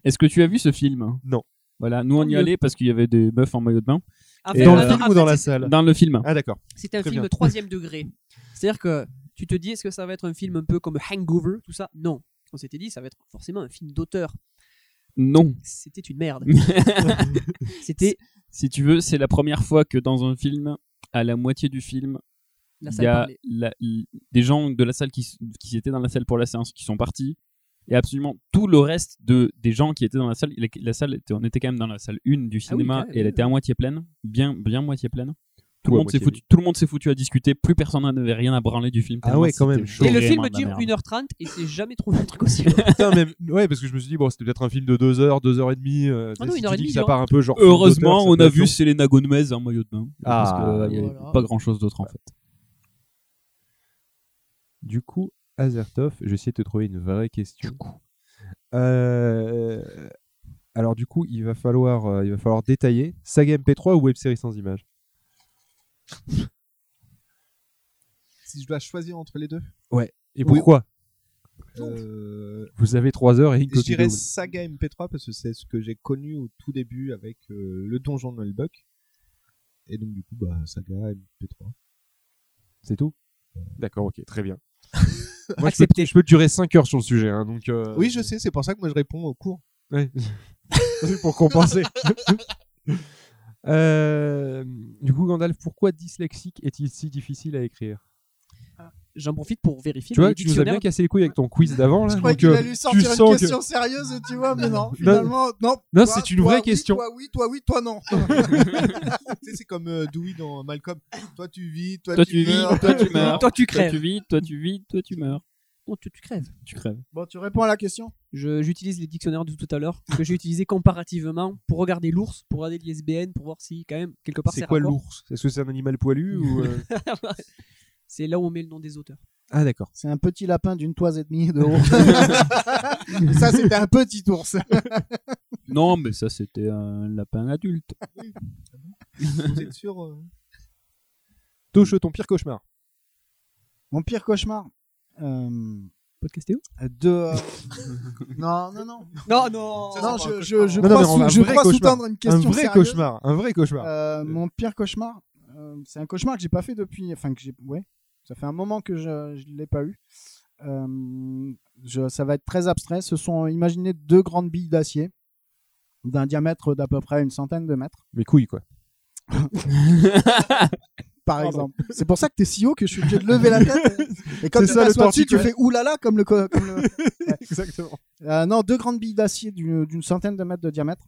Speaker 10: Est-ce que tu as vu ce film
Speaker 11: Non.
Speaker 10: Voilà, nous on y
Speaker 11: Mieux.
Speaker 10: allait parce qu'il y avait des meufs en maillot de bain.
Speaker 2: Ah,
Speaker 10: Et,
Speaker 2: dans
Speaker 10: euh,
Speaker 2: le film ou dans la salle
Speaker 10: Dans le film.
Speaker 11: Ah d'accord.
Speaker 2: C'est un film troisième degré. C'est-à-dire que tu te dis, est-ce que ça va être un film un peu comme Hangover, tout ça Non. On s'était dit, ça va être forcément un film d'auteur.
Speaker 10: Non.
Speaker 2: C'était une merde.
Speaker 10: C'était. Si tu veux, c'est la première fois que dans un film, à la moitié du film,
Speaker 2: La
Speaker 10: il
Speaker 2: salle
Speaker 10: y a
Speaker 2: parlait.
Speaker 10: la- l- des gens de la salle qui, s- qui étaient dans la salle pour la séance qui sont partis. Et absolument tout le reste de, des gens qui étaient dans la salle, la, la salle était- on était quand même dans la salle 1 du cinéma
Speaker 2: Ah quand même,
Speaker 10: et elle
Speaker 2: ouais.
Speaker 10: était à moitié pleine, bien, bien moitié pleine. Tout,
Speaker 11: Ouais,
Speaker 10: le monde s'est
Speaker 11: moitié
Speaker 10: foutu, tout le monde s'est foutu à discuter, plus personne n'avait rien à branler du film.
Speaker 11: Ah
Speaker 10: tellement
Speaker 11: ouais, quand même,
Speaker 10: c'était
Speaker 11: chaud.
Speaker 2: Et le
Speaker 10: vraiment de
Speaker 2: film
Speaker 10: la
Speaker 2: dure
Speaker 10: merde.
Speaker 2: 1h30 et c'est jamais trouvé un truc aussi.
Speaker 11: Putain, même... Ouais, parce que je me suis dit, bon, c'était peut-être un film de 2h, 2h30. Euh,
Speaker 2: Ah non,
Speaker 11: si
Speaker 2: une
Speaker 11: tu
Speaker 2: heure et
Speaker 11: dis que
Speaker 2: demie,
Speaker 11: ça
Speaker 2: genre.
Speaker 11: part un peu genre. film
Speaker 10: Heureusement,
Speaker 11: d'auteur,
Speaker 10: on
Speaker 11: ça
Speaker 10: a
Speaker 11: peut être
Speaker 10: vu
Speaker 11: long.
Speaker 10: Selena Gomez en maillot de bain.
Speaker 11: Ah,
Speaker 10: parce qu'il n'y avait
Speaker 11: voilà.
Speaker 10: pas grand chose d'autre en fait.
Speaker 11: Du coup, Azertov, je vais essayer de te trouver une vraie question. Euh, Alors du coup, il va falloir, euh, il va falloir détailler saga MP3 ou web série sans images.
Speaker 7: Si je dois choisir entre les deux,
Speaker 11: Ouais.
Speaker 7: Oui.
Speaker 11: Et pourquoi
Speaker 7: euh,
Speaker 11: Vous avez 3 heures et une
Speaker 7: je
Speaker 11: copie
Speaker 7: dirais
Speaker 11: double.
Speaker 7: saga MP3 parce que c'est ce que j'ai connu au tout début avec euh, le donjon de Nullbuck. Et donc du coup, bah, saga MP3.
Speaker 11: C'est tout D'accord, ok, très bien. Moi, je peux, je peux durer 5 heures sur le sujet. hein, donc, euh,
Speaker 7: Oui, je sais, c'est pour ça que moi je réponds au cours.
Speaker 11: Ouais. C'est pour compenser. Euh, du coup, Gandalf, pourquoi dyslexique est-il si difficile à écrire
Speaker 2: J'en profite pour vérifier.
Speaker 11: Tu vois,
Speaker 2: le
Speaker 11: tu nous as
Speaker 2: dictionnaire.
Speaker 11: bien cassé les couilles avec ton quiz d'avant. là,
Speaker 2: Je croyais
Speaker 11: donc,
Speaker 2: qu'il
Speaker 11: euh,
Speaker 2: allait lui
Speaker 11: tu
Speaker 2: sortir une
Speaker 11: sens que-
Speaker 9: Question sérieuse, tu vois, mais non. Finalement, non.
Speaker 11: Non,
Speaker 9: toi,
Speaker 11: c'est une
Speaker 9: toi,
Speaker 11: vraie
Speaker 9: oui,
Speaker 11: question.
Speaker 9: Toi, oui, toi, oui, toi, non.
Speaker 7: Tu sais, c'est comme euh, Dewey dans Malcolm. Toi, tu vis, toi,
Speaker 10: Toi tu vis,
Speaker 7: meurs,
Speaker 10: toi tu meurs.
Speaker 2: Toi, tu crèves.
Speaker 10: Toi tu vis, toi tu vis, toi tu meurs.
Speaker 2: Non, tu, tu crèves.
Speaker 10: Tu crèves.
Speaker 9: Bon, tu réponds à la question.
Speaker 2: Je- J'utilise les dictionnaires de tout à l'heure que j'ai utilisé comparativement pour regarder l'ours, pour regarder l'ISBN, pour voir si quand même quelque part
Speaker 11: C'est quoi
Speaker 2: raccord.
Speaker 11: l'ours Est-ce que c'est un animal poilu ou euh,
Speaker 2: C'est là où on met le nom des auteurs.
Speaker 11: Ah, d'accord.
Speaker 9: C'est un petit lapin d'une toise et demie de haut. Ça, c'était un petit ours.
Speaker 10: Non, mais ça c'était un lapin adulte.
Speaker 7: Vous êtes sûr euh
Speaker 11: Toche, ton pire cauchemar.
Speaker 9: Mon pire cauchemar. Euh...
Speaker 2: Podcastéo
Speaker 9: De. euh, non, non, non.
Speaker 2: Non, non.
Speaker 9: Non, je, je, je
Speaker 11: Non, non,
Speaker 9: crois,
Speaker 11: mais on
Speaker 9: sous-
Speaker 11: a un
Speaker 9: je
Speaker 11: vrai
Speaker 9: crois
Speaker 11: cauchemar.
Speaker 9: sous-tendre une question.
Speaker 11: Un vrai
Speaker 9: sérieuse.
Speaker 11: cauchemar, un vrai cauchemar.
Speaker 9: Euh, Mon pire cauchemar, euh, c'est un cauchemar que j'ai pas fait depuis. Enfin, que j'ai. Ouais. Ça fait un moment que je je l'ai pas eu. Euh, je- ça va être très abstrait. Ce sont, imaginez, deux grandes billes d'acier d'un diamètre d'à peu près une centaine de mètres.
Speaker 11: Mes couilles, quoi.
Speaker 9: par exemple. C'est pour ça que t'es si haut que je suis obligé de lever la tête. Et quand
Speaker 11: C'est
Speaker 9: tu
Speaker 11: ça, le
Speaker 9: t'assois dessus, tu fais
Speaker 11: torticolis.
Speaker 9: oulala comme le. co- Comme le... Ouais.
Speaker 11: Exactement.
Speaker 9: Euh, non, deux grandes billes d'acier d'une d'une centaine de mètres de diamètre,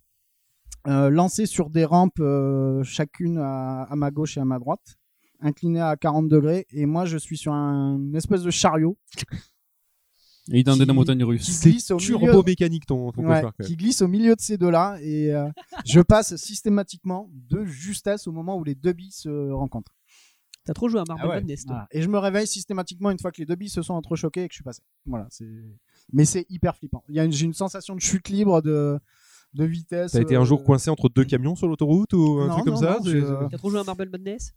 Speaker 9: euh, lancées sur des rampes, euh, chacune à, à ma gauche et à ma droite, inclinées à 40 degrés. Et moi, je suis sur un une espèce de chariot.
Speaker 10: Il est dans
Speaker 9: qui-
Speaker 10: la montagne russe.
Speaker 9: qui glisse au milieu-
Speaker 11: turbo-mécanique, ton- ton
Speaker 9: Ouais,
Speaker 11: cauchemar, quand même.
Speaker 9: qui glisse au milieu de ces deux-là. Et euh, je passe systématiquement de justesse au moment où les deux billes se rencontrent.
Speaker 2: T'as trop joué à
Speaker 11: Ah
Speaker 2: Marble Madness, toi.
Speaker 9: Voilà. Et je me réveille systématiquement une fois que les deux billes se sont entrechoquées et que je suis passé. Voilà, c'est. Mais c'est hyper flippant. Il y a une- J'ai une sensation de chute libre, de, de vitesse.
Speaker 11: T'as été
Speaker 9: euh,
Speaker 11: un jour coincé entre deux camions sur l'autoroute ou un
Speaker 9: Non,
Speaker 11: truc
Speaker 9: non,
Speaker 11: comme ça
Speaker 9: non,
Speaker 11: c'est-
Speaker 9: je-
Speaker 2: T'as trop joué à Marble Madness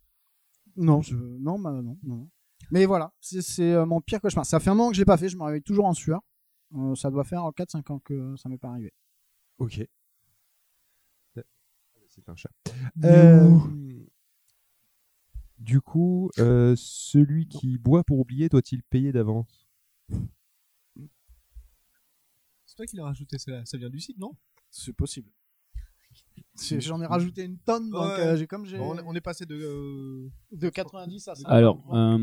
Speaker 9: Non, je... non, bah, non, non, non. Mais voilà, c'est- c'est euh, mon pire cauchemar. Ça fait un moment que je l'ai pas fait, je me réveille toujours en sueur. Euh, ça doit faire 4-5 ans que ça m'est pas arrivé.
Speaker 11: Ok. Ah, C'est un chat. Euh, Du coup, euh, celui qui boit pour oublier doit-il payer d'avance
Speaker 7: C'est toi qui l'as rajouté, ça, ça vient du site, non
Speaker 9: C'est possible. C'est- J'en ai rajouté une tonne, donc
Speaker 7: Ouais.
Speaker 9: euh, j'ai comme j'ai.
Speaker 7: Bon, on, est- on est passé de. euh,
Speaker 9: De 90 à 50.
Speaker 10: Alors, euh,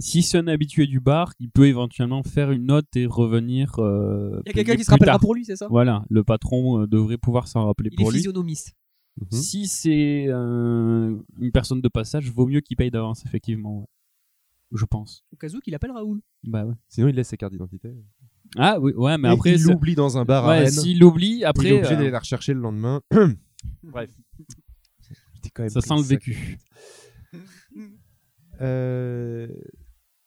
Speaker 10: si c'est un habitué du bar, il peut éventuellement faire une note et revenir. euh,
Speaker 2: Il y a quelqu'un
Speaker 10: plus-
Speaker 2: qui se
Speaker 10: plus
Speaker 2: rappellera
Speaker 10: tard.
Speaker 2: pour lui, c'est ça
Speaker 10: Voilà, le patron euh, devrait pouvoir s'en rappeler
Speaker 2: Il
Speaker 10: pour
Speaker 2: est
Speaker 10: lui.
Speaker 2: physionomiste.
Speaker 11: Hmm.
Speaker 10: Si c'est euh, une personne de passage, vaut mieux qu'il paye d'avance, effectivement. ouais. Je pense.
Speaker 2: Au cas où qu'il appelle Raoul.
Speaker 10: Bah ouais.
Speaker 11: Sinon, il laisse sa carte d'identité.
Speaker 10: Ah oui, ouais, mais
Speaker 11: Et
Speaker 10: après.
Speaker 11: il
Speaker 10: ça-
Speaker 11: l'oublie dans un bar à
Speaker 10: Ouais,
Speaker 11: Rennes.
Speaker 10: s'il l'oublie, après.
Speaker 11: Il est obligé
Speaker 10: euh,
Speaker 11: d'aller la rechercher le lendemain. Bref.
Speaker 10: Ça sent le vécu.
Speaker 11: Euh,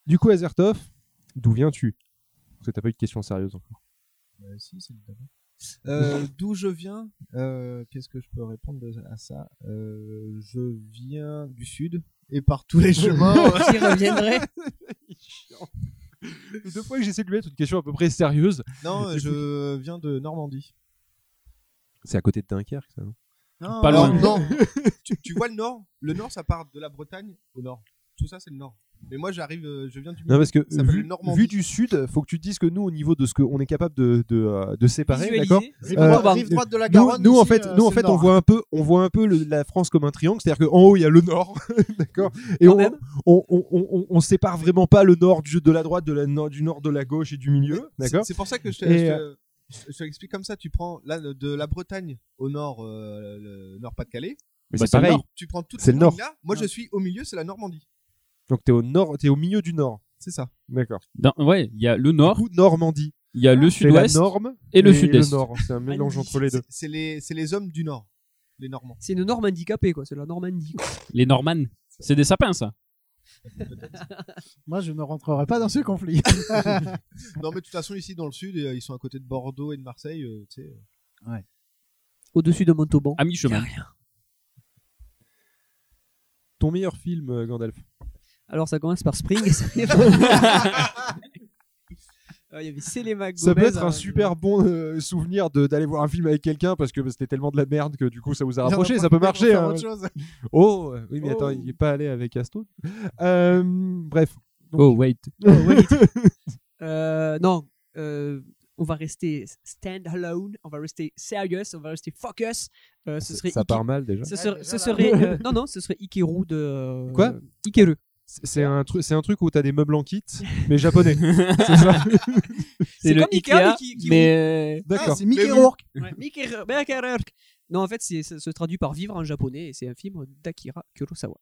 Speaker 11: Du coup, Azertov, d'où viens-tu Parce que t'as pas eu de question sérieuse encore.
Speaker 7: euh, si, c'est le d'abord. Euh, D'où je viens Euh, Qu'est-ce que je peux répondre de- à ça Euh, Je viens du sud et par tous les chemins.
Speaker 2: J'y reviendrai.
Speaker 11: Deux fois que j'essaie de lui mettre une question à peu près sérieuse.
Speaker 7: Non, euh, je viens de Normandie.
Speaker 11: C'est à côté de Dunkerque, ça. non
Speaker 2: Ah.
Speaker 7: Non,
Speaker 11: Pas
Speaker 7: alors,
Speaker 11: loin.
Speaker 7: non. tu, tu vois le nord Le nord, ça part de la Bretagne au nord. Tout ça, c'est le nord. Mais moi, j'arrive, euh, je viens du.
Speaker 11: Non, parce que
Speaker 7: ça s'appelle
Speaker 11: vu,
Speaker 7: Normandie.
Speaker 11: vu du sud, faut que tu te dises que nous, au niveau de ce qu'on est capable de, de, euh, de séparer,
Speaker 7: Visualiser.
Speaker 11: d'accord
Speaker 7: Rive droite- rive droite de la Garonne,
Speaker 11: Euh, Nous, nous, en
Speaker 7: ici,
Speaker 11: fait,
Speaker 7: euh,
Speaker 11: nous, en
Speaker 7: c'est
Speaker 11: fait,
Speaker 7: le
Speaker 11: on
Speaker 7: nord.
Speaker 11: voit un peu, on voit un peu le- la France comme un triangle, c'est-à-dire qu'en haut il y a le nord, d'accord, et on, on, on, on, on- on sépare vraiment pas le nord du, de la droite, de la nord- du nord, de la gauche et du milieu,
Speaker 7: C'est-
Speaker 11: d'accord.
Speaker 7: C'est pour ça que je te,
Speaker 11: Et,
Speaker 7: je te-
Speaker 11: euh,
Speaker 7: je te l'explique comme ça. Tu prends là, de la Bretagne au nord, euh, le Nord-Pas-de-Calais.
Speaker 11: Mais Bah, c'est c'est le pareil. nord.
Speaker 7: Tu prends toute
Speaker 11: C'est
Speaker 7: cette
Speaker 11: le nord.
Speaker 7: ligne-là. Moi, je suis au milieu, c'est la Normandie.
Speaker 11: donc t'es au nord, t'es au milieu du nord.
Speaker 7: C'est ça.
Speaker 11: D'accord.
Speaker 10: Dans- ouais, il y a le nord.
Speaker 11: Normandie.
Speaker 10: Il y a le
Speaker 11: C'est la
Speaker 10: sud-ouest.
Speaker 11: Norme
Speaker 10: Et le
Speaker 11: et
Speaker 10: sud-est.
Speaker 11: le nord. C'est un mélange entre les deux.
Speaker 7: C'est- C'est les, c'est les hommes du nord, les Normands.
Speaker 2: C'est une norme handicapée, quoi. C'est la Normandie. quoi.
Speaker 10: Les Normands. C'est des sapins, ça.
Speaker 9: Moi, je ne rentrerai pas dans ce conflit.
Speaker 7: non, mais de toute façon, ici dans le sud, euh, ils sont à côté de Bordeaux et de Marseille. euh, tu sais, euh.
Speaker 2: Au-dessus de Montauban.
Speaker 10: À mi-chemin.
Speaker 11: Ton meilleur film, euh, Gandalf
Speaker 2: Alors ça commence par Spring. et ça finit par- Ah, Il y avait Selena Gomez.
Speaker 11: Ça peut être
Speaker 2: hein,
Speaker 11: un super bon euh, souvenir de- d'aller voir un film avec quelqu'un parce que bah, c'était tellement de la merde que du coup ça vous
Speaker 7: Il y
Speaker 11: a
Speaker 7: en a
Speaker 11: rapproché,
Speaker 7: pas
Speaker 11: ça peut
Speaker 7: qui vont
Speaker 11: marcher.
Speaker 7: faire
Speaker 11: hein.
Speaker 7: autre chose.
Speaker 11: Oh, euh, oui, mais
Speaker 7: Oh.
Speaker 11: attends, il est pas allé avec Aston. Euh, bref.
Speaker 10: Oh, wait.
Speaker 11: Oh, wait.
Speaker 2: Euh, non, euh, on va rester stand alone, on va rester serious, on va rester focus. Euh, ce
Speaker 11: Ça-
Speaker 2: serait
Speaker 11: ça part mal, déjà.
Speaker 2: Ce
Speaker 11: Ouais,
Speaker 2: serait,
Speaker 11: déjà,
Speaker 2: ce
Speaker 11: là.
Speaker 2: serait euh, non non, ce serait Ikeru de euh,
Speaker 11: Quoi
Speaker 2: Ikeru.
Speaker 11: C'est- C'est un truc, c'est un truc où t'as des meubles en kit, mais japonais. c'est ça.
Speaker 2: C'est comme Ikea, mais qui, qui
Speaker 11: mais
Speaker 2: roule.
Speaker 9: Ah,
Speaker 11: d'accord.
Speaker 2: Mickey
Speaker 11: Mais-
Speaker 2: Rourke. Ouais, Mickey Rourke, Mickey Rourke. Non, en fait, c'est- ça se traduit par vivre en japonais et c'est un film d'Akira Kurosawa,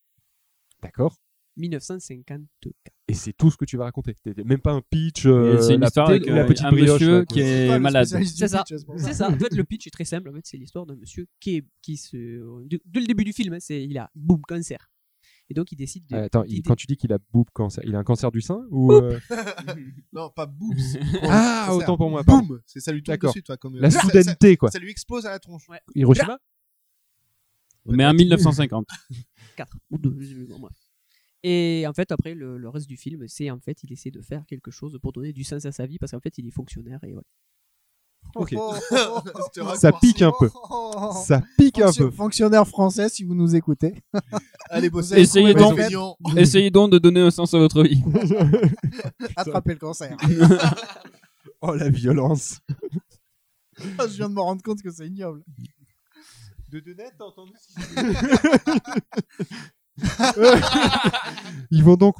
Speaker 11: D'accord.
Speaker 2: 1952.
Speaker 11: Et c'est tout ce que tu vas raconter. T'es- t'es Même pas un pitch. euh,
Speaker 10: Et c'est une
Speaker 11: la
Speaker 10: histoire
Speaker 11: petite-
Speaker 10: avec, euh,
Speaker 11: la petite
Speaker 10: un
Speaker 11: brioche,
Speaker 10: monsieur
Speaker 11: là,
Speaker 10: qui
Speaker 11: quoi.
Speaker 10: est C'est pas le malade. spécialiste
Speaker 2: C'est ça. C'est ça. En fait, le pitch est très simple. En fait, c'est l'histoire d'un monsieur qui, est, qui se. de- Dès le début du film, hein, c'est il a boum cancer. Et donc il décide de.
Speaker 11: Euh, attends, il- quand tu dis qu'il a boob cancer, il a un cancer du sein ou
Speaker 2: Boop.
Speaker 11: euh,
Speaker 14: non, pas boobs.
Speaker 11: Ah,
Speaker 14: Ça,
Speaker 11: autant pour moi. pardon.
Speaker 14: Boum C'est ça lui tombe
Speaker 11: D'accord.
Speaker 14: dessus, toi.
Speaker 7: euh,
Speaker 14: Comme...
Speaker 11: La
Speaker 14: Ça- ça-
Speaker 11: soudaineté, quoi.
Speaker 14: Ça lui explose à la tronche.
Speaker 11: Hiroshima
Speaker 10: Mais en 1950.
Speaker 2: 4 ou 2, je sais plus, bon, bref. Et en fait, après, le, le reste du film, c'est en fait, il essaie de faire quelque chose pour donner du sens à sa vie parce qu'en fait, il est fonctionnaire et voilà.
Speaker 11: Ok.
Speaker 9: Oh, C'était
Speaker 11: Ça pique hein. un
Speaker 9: oh,
Speaker 11: peu. Ça pique un
Speaker 9: Fonction-
Speaker 11: peu.
Speaker 9: Fonctionnaire français, si vous nous écoutez.
Speaker 14: Allez, bosser.
Speaker 10: Essayez
Speaker 14: trouvez
Speaker 10: donc,
Speaker 14: des feignants.
Speaker 10: essayez donc de donner un sens à votre vie.
Speaker 9: Attraper le cancer.
Speaker 11: oh la violence.
Speaker 9: Je viens de me rendre compte que c'est ignoble.
Speaker 14: De Denette,
Speaker 7: hein.
Speaker 14: t'as entendu ce
Speaker 11: Ils vont donc.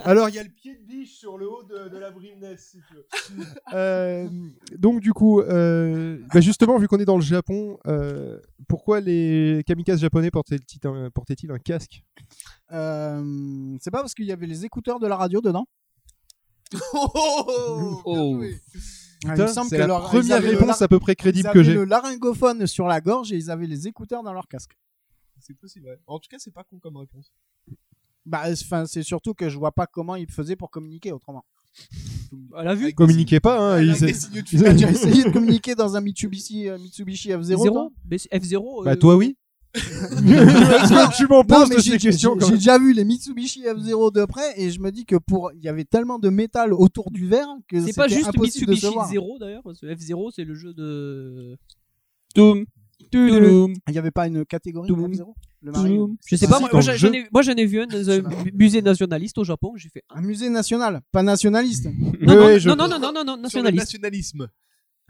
Speaker 11: Alors, il y a
Speaker 14: le pied de biche sur le haut de, de la brimness, si tu veux.
Speaker 11: Euh, donc du coup, euh, bah, justement, vu qu'on est dans le Japon, euh, pourquoi les kamikazes japonais portaient-ils un, portaient-ils un casque
Speaker 9: Euh, c'est pas parce qu'il y avait les écouteurs de la radio dedans
Speaker 11: Oh,
Speaker 9: Ah, il me
Speaker 11: Putain,
Speaker 9: semble
Speaker 11: c'est
Speaker 9: que
Speaker 11: la
Speaker 9: leur- ils
Speaker 11: première
Speaker 9: avaient le
Speaker 11: réponse
Speaker 9: lar-
Speaker 11: à peu près crédible
Speaker 9: ils
Speaker 11: que
Speaker 9: avaient
Speaker 11: j'ai.
Speaker 9: le laryngophone sur la gorge et ils avaient les écouteurs dans leur casque.
Speaker 14: C'est possible, ouais. En tout cas, c'est pas con comme réponse.
Speaker 9: Bah, enfin, c'est surtout que je vois pas comment ils faisaient pour communiquer autrement.
Speaker 2: Elle a vu
Speaker 11: Communiquaient pas. Hein, ils- ils-
Speaker 9: Ah, tu as essayé de communiquer dans un Mitsubishi, euh, Mitsubishi F0
Speaker 2: Zéro euh,
Speaker 9: toi
Speaker 2: Mais c'est F0.
Speaker 11: Bah toi oui.
Speaker 9: que
Speaker 11: tu m'en poses
Speaker 9: mais
Speaker 11: de
Speaker 9: j'ai-
Speaker 11: ces questions,
Speaker 9: j'ai-
Speaker 11: quand
Speaker 9: J'ai
Speaker 11: même.
Speaker 9: déjà vu les Mitsubishi F0 de près et je me dis que pour il y avait tellement de métal autour du verre que
Speaker 2: C'est pas
Speaker 9: c'était
Speaker 2: juste
Speaker 9: impossible de se
Speaker 2: Mitsubishi
Speaker 9: voir.
Speaker 2: 0 d'ailleurs. parce que F0, c'est le jeu de.
Speaker 10: Toum.
Speaker 9: Touloum. Il y avait pas une catégorie de F0 Le Mario
Speaker 2: Je sais
Speaker 9: Ah,
Speaker 2: pas,
Speaker 9: si,
Speaker 2: moi,
Speaker 9: dans
Speaker 2: moi,
Speaker 9: le
Speaker 2: j'en
Speaker 9: jeu.
Speaker 2: j'en ai, moi j'en ai vu un dans un mu- musée nationaliste au Japon, j'ai fait.
Speaker 9: un musée national, pas nationaliste.
Speaker 2: Non, non, non, non, non, non, non, non, nationaliste.
Speaker 14: nationalisme.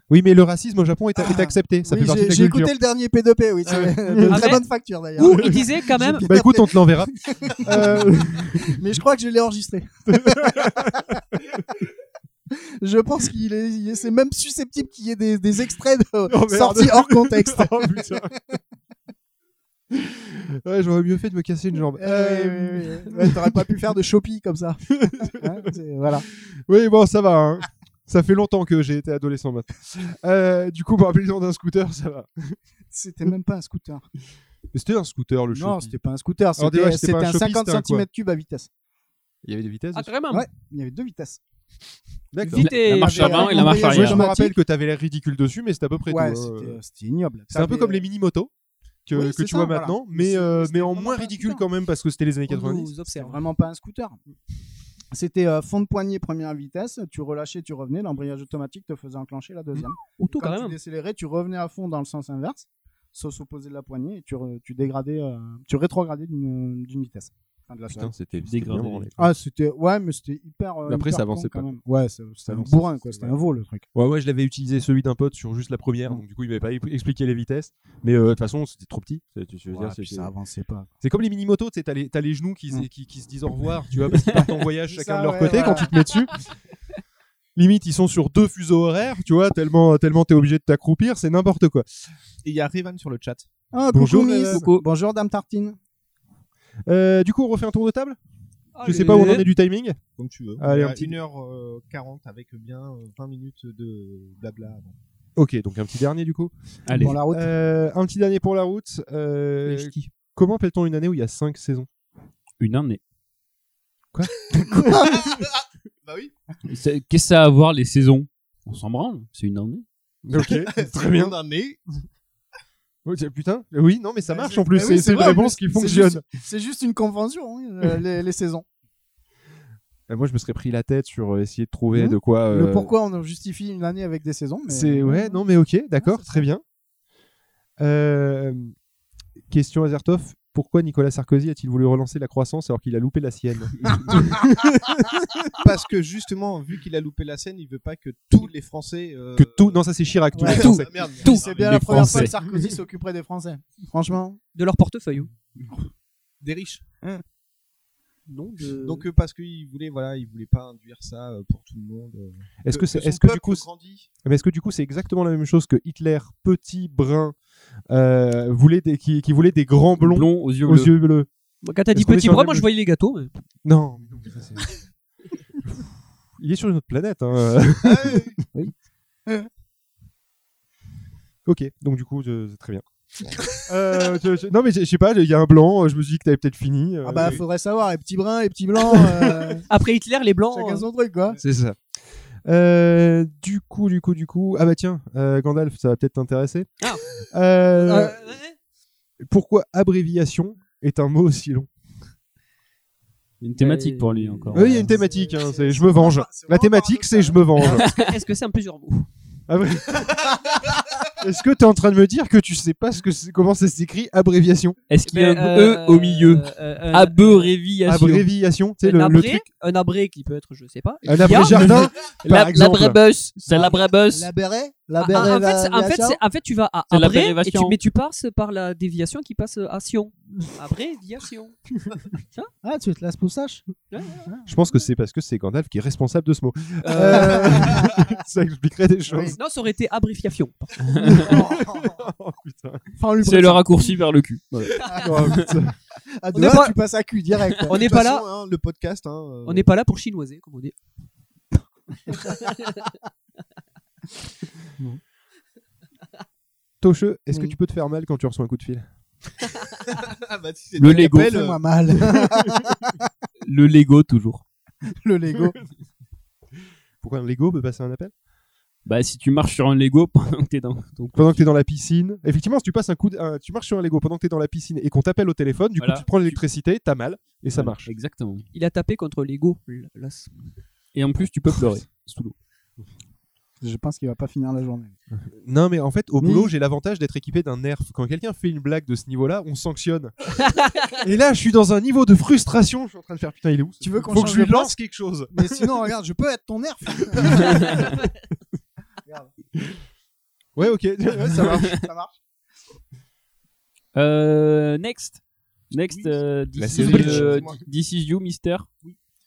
Speaker 11: Oui, mais le racisme au Japon est, est accepté. Ça
Speaker 9: Ah, Oui,
Speaker 11: fait partie
Speaker 9: j'ai
Speaker 11: de la
Speaker 9: j'ai
Speaker 11: culture.
Speaker 9: écouté le dernier P2P, oui, c'est de
Speaker 2: Ah
Speaker 9: très
Speaker 2: ouais
Speaker 9: bonne facture d'ailleurs.
Speaker 2: Où il disait quand même-
Speaker 11: Bah écoute, on te l'enverra. Euh,
Speaker 9: Mais je crois que je l'ai enregistré. je pense qu'il est, il est- c'est même susceptible qu'il y ait des, des extraits de-
Speaker 11: Oh, merde.
Speaker 9: sortis hors contexte.
Speaker 11: Oh, putain. ouais, j'aurais mieux fait de me casser une jambe. Euh,
Speaker 9: Eh oui, oui, oui, oui. Ouais, T'aurais pas pu faire de Shopee comme ça. Hein, c'est- voilà.
Speaker 11: Oui, bon, ça va. hein. Ça fait longtemps que j'ai été adolescent maintenant. Euh, du coup, par rappelez nom d'un scooter, ça va.
Speaker 9: C'était même pas un scooter.
Speaker 11: Mais C'était un scooter, le
Speaker 9: Non,
Speaker 11: Shopee.
Speaker 9: c'était pas un scooter.
Speaker 11: Alors, déjà,
Speaker 9: C'était
Speaker 11: c'était pas
Speaker 9: c'était un
Speaker 11: Shopee,
Speaker 9: 50
Speaker 11: c'était un quoi
Speaker 9: cm3 à vitesse.
Speaker 11: Il y avait des vitesses.
Speaker 2: Ah,
Speaker 11: dessus
Speaker 2: carrément.
Speaker 9: Ouais, il y avait deux vitesses.
Speaker 11: D'accord.
Speaker 2: Vite et- La marche
Speaker 10: avant et la marche
Speaker 11: Moi,
Speaker 10: arrière.
Speaker 11: je me rappelle que t'avais l'air ridicule dessus, mais hein. c'était à peu près
Speaker 9: Ouais,
Speaker 11: tout. hein.
Speaker 9: c'était- c'était ignoble.
Speaker 11: C'est un peu
Speaker 9: T'avais-
Speaker 11: comme les mini-motos que,
Speaker 9: Oui,
Speaker 11: que
Speaker 9: c'est
Speaker 11: tu
Speaker 9: ça,
Speaker 11: vois
Speaker 9: voilà.
Speaker 11: maintenant, mais, euh, mais en moins ridicule Oh, quand même parce que c'était les années 90.
Speaker 9: C'est euh,
Speaker 2: hein.
Speaker 9: vraiment pas un scooter. C'était euh, fond de poignée première vitesse, tu relâchais, tu revenais, l'embrayage automatique te faisait enclencher la deuxième.
Speaker 2: Auto,
Speaker 9: quand
Speaker 2: quand
Speaker 9: tu
Speaker 2: même.
Speaker 9: décélérais, tu revenais à fond dans le sens inverse, sauce opposée de la poignée, et tu, re- tu dégradais, euh, tu rétrogradais d'une euh, d'une vitesse. Enfin, de la
Speaker 11: Ah, Putain,
Speaker 9: seconde.
Speaker 11: c'était c'était bien
Speaker 10: Dégradé.
Speaker 11: branlé.
Speaker 9: Ah, c'était ouais, mais c'était hyper. euh,
Speaker 11: Après,
Speaker 9: hyper
Speaker 11: ça avançait
Speaker 9: con, quand
Speaker 11: pas.
Speaker 9: même. Ouais, c'est- c'était
Speaker 11: Ça
Speaker 9: un
Speaker 11: avançait,
Speaker 9: bourrin quoi, c'était un veau le truc.
Speaker 11: Ouais, ouais, je l'avais utilisé celui d'un pote sur juste la
Speaker 9: Mm.
Speaker 11: première, donc du coup, il m'avait pas ép- expliqué les vitesses. Mais euh, de toute façon, c'était trop petit. C'est- tu- je veux
Speaker 9: Ouais,
Speaker 11: dire,
Speaker 9: puis
Speaker 11: c'était-
Speaker 9: ça avançait pas.
Speaker 11: C'est comme les mini-motos, tu sais, t'as les, t'as les genoux qui, se- qui, qui se disent au revoir, tu vois, parce qu'ils partent en voyage
Speaker 9: C'est
Speaker 11: chacun
Speaker 9: ça,
Speaker 11: de leur
Speaker 9: ouais,
Speaker 11: côté
Speaker 9: voilà.
Speaker 11: quand tu te mets dessus. Limite, ils sont sur deux fuseaux horaires, tu vois, tellement tellement t'es obligé de t'accroupir, c'est n'importe quoi.
Speaker 14: Et il y a Revan sur le chat.
Speaker 9: Ah, bonjour,
Speaker 11: Bonjour,
Speaker 9: Miss.
Speaker 11: Revan.
Speaker 9: Bonjour, Dame Tartine.
Speaker 11: Euh, du coup, on refait un tour de table Je sais pas où on en est du timing.
Speaker 14: Comme tu veux.
Speaker 11: Allez,
Speaker 14: On
Speaker 11: un
Speaker 14: a
Speaker 11: petit-
Speaker 14: 1h40 avec bien euh, 20 minutes de blabla avant.
Speaker 11: Ok, donc un petit dernier du coup.
Speaker 10: Allez. Pour
Speaker 9: la route.
Speaker 11: Euh, un petit dernier pour la route. Euh,
Speaker 10: Les ch'tis.
Speaker 11: comment appelle-t-on une année où il y a 5 saisons
Speaker 10: Une année.
Speaker 11: Quoi
Speaker 14: Bah oui.
Speaker 10: C'est- Qu'est-ce que ça a à voir les saisons On s'en branle, c'est une année.
Speaker 11: Ok, très bien.
Speaker 14: Une année.
Speaker 11: Oh, tiens, putain, oui, non, mais ça marche en plus.
Speaker 9: Eh oui,
Speaker 11: c'est c'est une
Speaker 9: vrai, en
Speaker 11: réponse
Speaker 9: plus.
Speaker 11: qui
Speaker 9: C'est
Speaker 11: fonctionne.
Speaker 9: juste- C'est juste, une convention, hein, euh, les- les saisons.
Speaker 11: Euh, Moi, je me serais pris la tête sur euh, essayer de trouver
Speaker 9: Mhm.
Speaker 11: de quoi.
Speaker 9: Le
Speaker 11: euh,
Speaker 9: pourquoi on justifie une année avec des saisons. Mais...
Speaker 11: C'est ouais, non mais ok, d'accord, très bien. Euh, question Azertov, pourquoi Nicolas Sarkozy a-t-il voulu relancer la croissance alors qu'il a loupé la sienne
Speaker 7: Parce que justement, vu qu'il a loupé la scène, il veut pas que tous les Français. euh,
Speaker 11: Que tout, non ça c'est Chirac, tous
Speaker 7: Ouais.
Speaker 11: les
Speaker 7: Tout.
Speaker 11: Français.
Speaker 7: Ah, Merde.
Speaker 11: Tout.
Speaker 9: C'est bien
Speaker 11: Les
Speaker 9: la première fois
Speaker 11: Français.
Speaker 9: que Sarkozy s'occuperait des Français. Franchement.
Speaker 2: De leur portefeuille. hein.
Speaker 7: Des riches.
Speaker 9: Donc,
Speaker 7: Donc euh, parce qu'il voulait, voilà, il voulait pas induire ça euh, pour tout le monde. euh,
Speaker 11: Est-ce que,
Speaker 7: que-
Speaker 11: c'est-
Speaker 7: que son
Speaker 11: est-ce que du
Speaker 7: peuple
Speaker 11: coup, c'est-
Speaker 7: grandit.
Speaker 11: mais est-ce que du coup c'est exactement la même chose que Hitler, petit brun, euh, voulait des, qui, qui voulait des grands blonds
Speaker 10: Blond aux yeux bleus.
Speaker 2: Bon, quand t'as
Speaker 11: Est-ce
Speaker 2: dit
Speaker 11: qu'on est
Speaker 2: petit
Speaker 11: sur le
Speaker 2: bras,
Speaker 11: même-
Speaker 2: moi je voyais les gâteaux. mais-
Speaker 11: Non, mais non, mais ça, c'est- il est sur une autre planète. hein. ok, donc du coup, je- c'est très bien. Euh, je- je- non mais je je sais pas, il y a un blanc, euh, je me suis dit que t'avais peut-être fini. euh,
Speaker 9: Ah bah,
Speaker 11: oui.
Speaker 9: faudrait savoir, les petits bruns, les petits blancs. euh,
Speaker 2: Après Hitler, les blancs.
Speaker 9: Chacun
Speaker 2: euh,
Speaker 9: son truc, quoi.
Speaker 11: C'est ça. Euh, du coup, du coup, du coup. Ah bah tiens, euh, Gandalf, ça va peut-être t'intéresser. Euh, Pourquoi abréviation est un mot aussi long
Speaker 10: Une thématique pour lui encore.
Speaker 11: Oui, il y a une thématique, hein, c'est je me venge. La thématique, c'est je me venge.
Speaker 2: Est-ce que- Est-ce que c'est un plusieurs mots
Speaker 11: Ah vrai Est-ce que t'es en train de me dire que tu sais pas ce que c'est- comment ça s'écrit abréviation
Speaker 10: Est-ce
Speaker 2: qu'il y a Ben, un euh, E au milieu euh, euh,
Speaker 10: Abréviation.
Speaker 11: Abréviation, tu sais,
Speaker 2: un,
Speaker 11: le, le
Speaker 2: abré,
Speaker 11: truc.
Speaker 2: un abré qui peut être, je sais pas.
Speaker 11: Un
Speaker 2: Il y a-
Speaker 11: abré-jardin, par exemple. Ah.
Speaker 10: L'abrébus, c'est l'abrébus.
Speaker 9: La béret
Speaker 2: Ah,
Speaker 9: La
Speaker 2: ah,
Speaker 9: béret
Speaker 2: en, fait, c'est- en, fait, c'est- en fait, tu vas à
Speaker 10: C'est
Speaker 2: Abré, et tu,
Speaker 10: l'abréviation.
Speaker 2: mais tu passes par la déviation qui passe à Sion. Abréviation. Ça
Speaker 9: Ah, tu te lasses poussage
Speaker 11: Je pense que c'est parce que c'est Gandalf qui est responsable de ce mot.
Speaker 2: Euh.
Speaker 11: Euh, ça expliquerait des choses.
Speaker 2: Non, ça aurait été abréviation.
Speaker 10: C'est le raccourci vers le cul.
Speaker 11: Oh, putain.
Speaker 9: Ah,
Speaker 2: On
Speaker 9: de
Speaker 2: n'est
Speaker 9: là,
Speaker 2: pas-
Speaker 9: tu passes à cul direct.
Speaker 2: On
Speaker 9: De
Speaker 2: n'est
Speaker 9: toute
Speaker 2: pas
Speaker 9: façon,
Speaker 2: là.
Speaker 9: hein, le podcast. hein, euh,
Speaker 2: On n'est pas là pour chinoiser, comme on dit.
Speaker 11: Tocheux, est-ce que tu peux te faire mal quand tu reçois un coup de fil
Speaker 7: Ah bah, si c'est
Speaker 10: Le
Speaker 7: toi qui
Speaker 10: Lego.
Speaker 7: appelles, euh,
Speaker 9: Fais-moi hein, mal.
Speaker 10: Le Lego toujours.
Speaker 9: le Lego.
Speaker 11: Pourquoi un Lego peut passer un appel
Speaker 10: Bah si tu marches sur un Lego pendant que t'es dans ton
Speaker 11: Pendant que t'es dans la piscine. Effectivement, si tu passes un coup, de- un- tu marches sur un Lego pendant que t'es dans la piscine et qu'on t'appelle au téléphone, du
Speaker 10: Voilà.
Speaker 11: coup tu te prends l'électricité, t'as mal et ça
Speaker 10: Voilà,
Speaker 11: marche.
Speaker 10: Exactement.
Speaker 2: Il a tapé contre l'ego. l- l'as.
Speaker 10: Et en plus tu peux pleurer sous l'eau.
Speaker 9: Je pense qu'il va pas finir la journée.
Speaker 11: Non, mais en fait, au
Speaker 9: Mais-
Speaker 11: boulot, j'ai l'avantage d'être équipé d'un nerf. Quand quelqu'un fait une blague de ce niveau-là, on sanctionne. et là, je suis dans un niveau de frustration. Je suis en train de faire putain, il est où
Speaker 9: Tu veux qu'on
Speaker 11: Faut que
Speaker 9: change
Speaker 11: je lui
Speaker 9: de place
Speaker 11: lance quelque chose.
Speaker 9: Mais sinon, regarde, je peux être ton nerf. Regarde,
Speaker 11: Ouais, ok, Ouais, ça marche.
Speaker 9: ça marche.
Speaker 10: Euh, next. Next, euh,
Speaker 11: La
Speaker 10: this,
Speaker 11: série,
Speaker 10: is, euh,
Speaker 11: excuse-moi.
Speaker 10: this is you, Mister.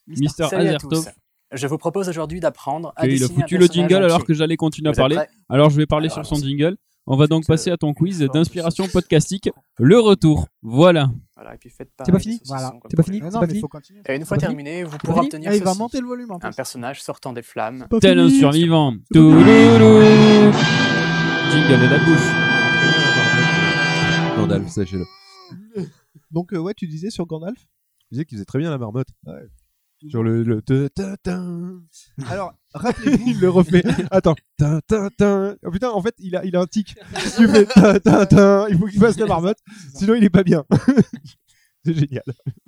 Speaker 10: Mister
Speaker 15: Salut à
Speaker 10: Azertov.
Speaker 15: tous. Je vous propose aujourd'hui d'apprendre à
Speaker 10: Ok, il a
Speaker 15: dessiner un
Speaker 10: foutu le
Speaker 15: personnage
Speaker 10: jingle alors
Speaker 15: entier.
Speaker 10: que j'allais continuer à
Speaker 15: Vous êtes
Speaker 10: parler.
Speaker 15: prêts
Speaker 10: Alors je vais parler sur son jingle. On va donc passer à ton quiz d'inspiration podcastique. Le retour. Voilà.
Speaker 15: Voilà, et puis faites
Speaker 10: C'est pas fini
Speaker 15: Voilà.
Speaker 10: C'est pas fini
Speaker 9: Mais
Speaker 10: C'est
Speaker 9: non,
Speaker 10: pas
Speaker 9: mais
Speaker 10: fini
Speaker 9: faut continuer.
Speaker 15: Et une fois
Speaker 9: C'est pas
Speaker 15: terminé,
Speaker 9: fini
Speaker 15: vous
Speaker 9: C'est
Speaker 15: pourrez
Speaker 9: pas fini
Speaker 15: obtenir
Speaker 9: Ah, il va
Speaker 15: ceci.
Speaker 9: monter le volume en plus.
Speaker 15: Un personnage sortant des flammes.
Speaker 10: Tel un survivant. Touloulou. Jingle à la bouche.
Speaker 11: Gandalf, sachez-le.
Speaker 7: Euh, Donc euh, ouais, tu disais sur Gandalf.
Speaker 11: Il disait qu'il faisait très bien la marmotte. Sur le. le ta- ta- ta-
Speaker 7: Alors
Speaker 11: il
Speaker 7: rappelez-vous.
Speaker 11: le refait. Attends. Ta- ta- ta. Oh putain, en fait, il a, il a un tic. Si tu fais ta- ta- ta, il faut qu'il fasse la marmotte. Sinon, il est pas bien. C'est génial.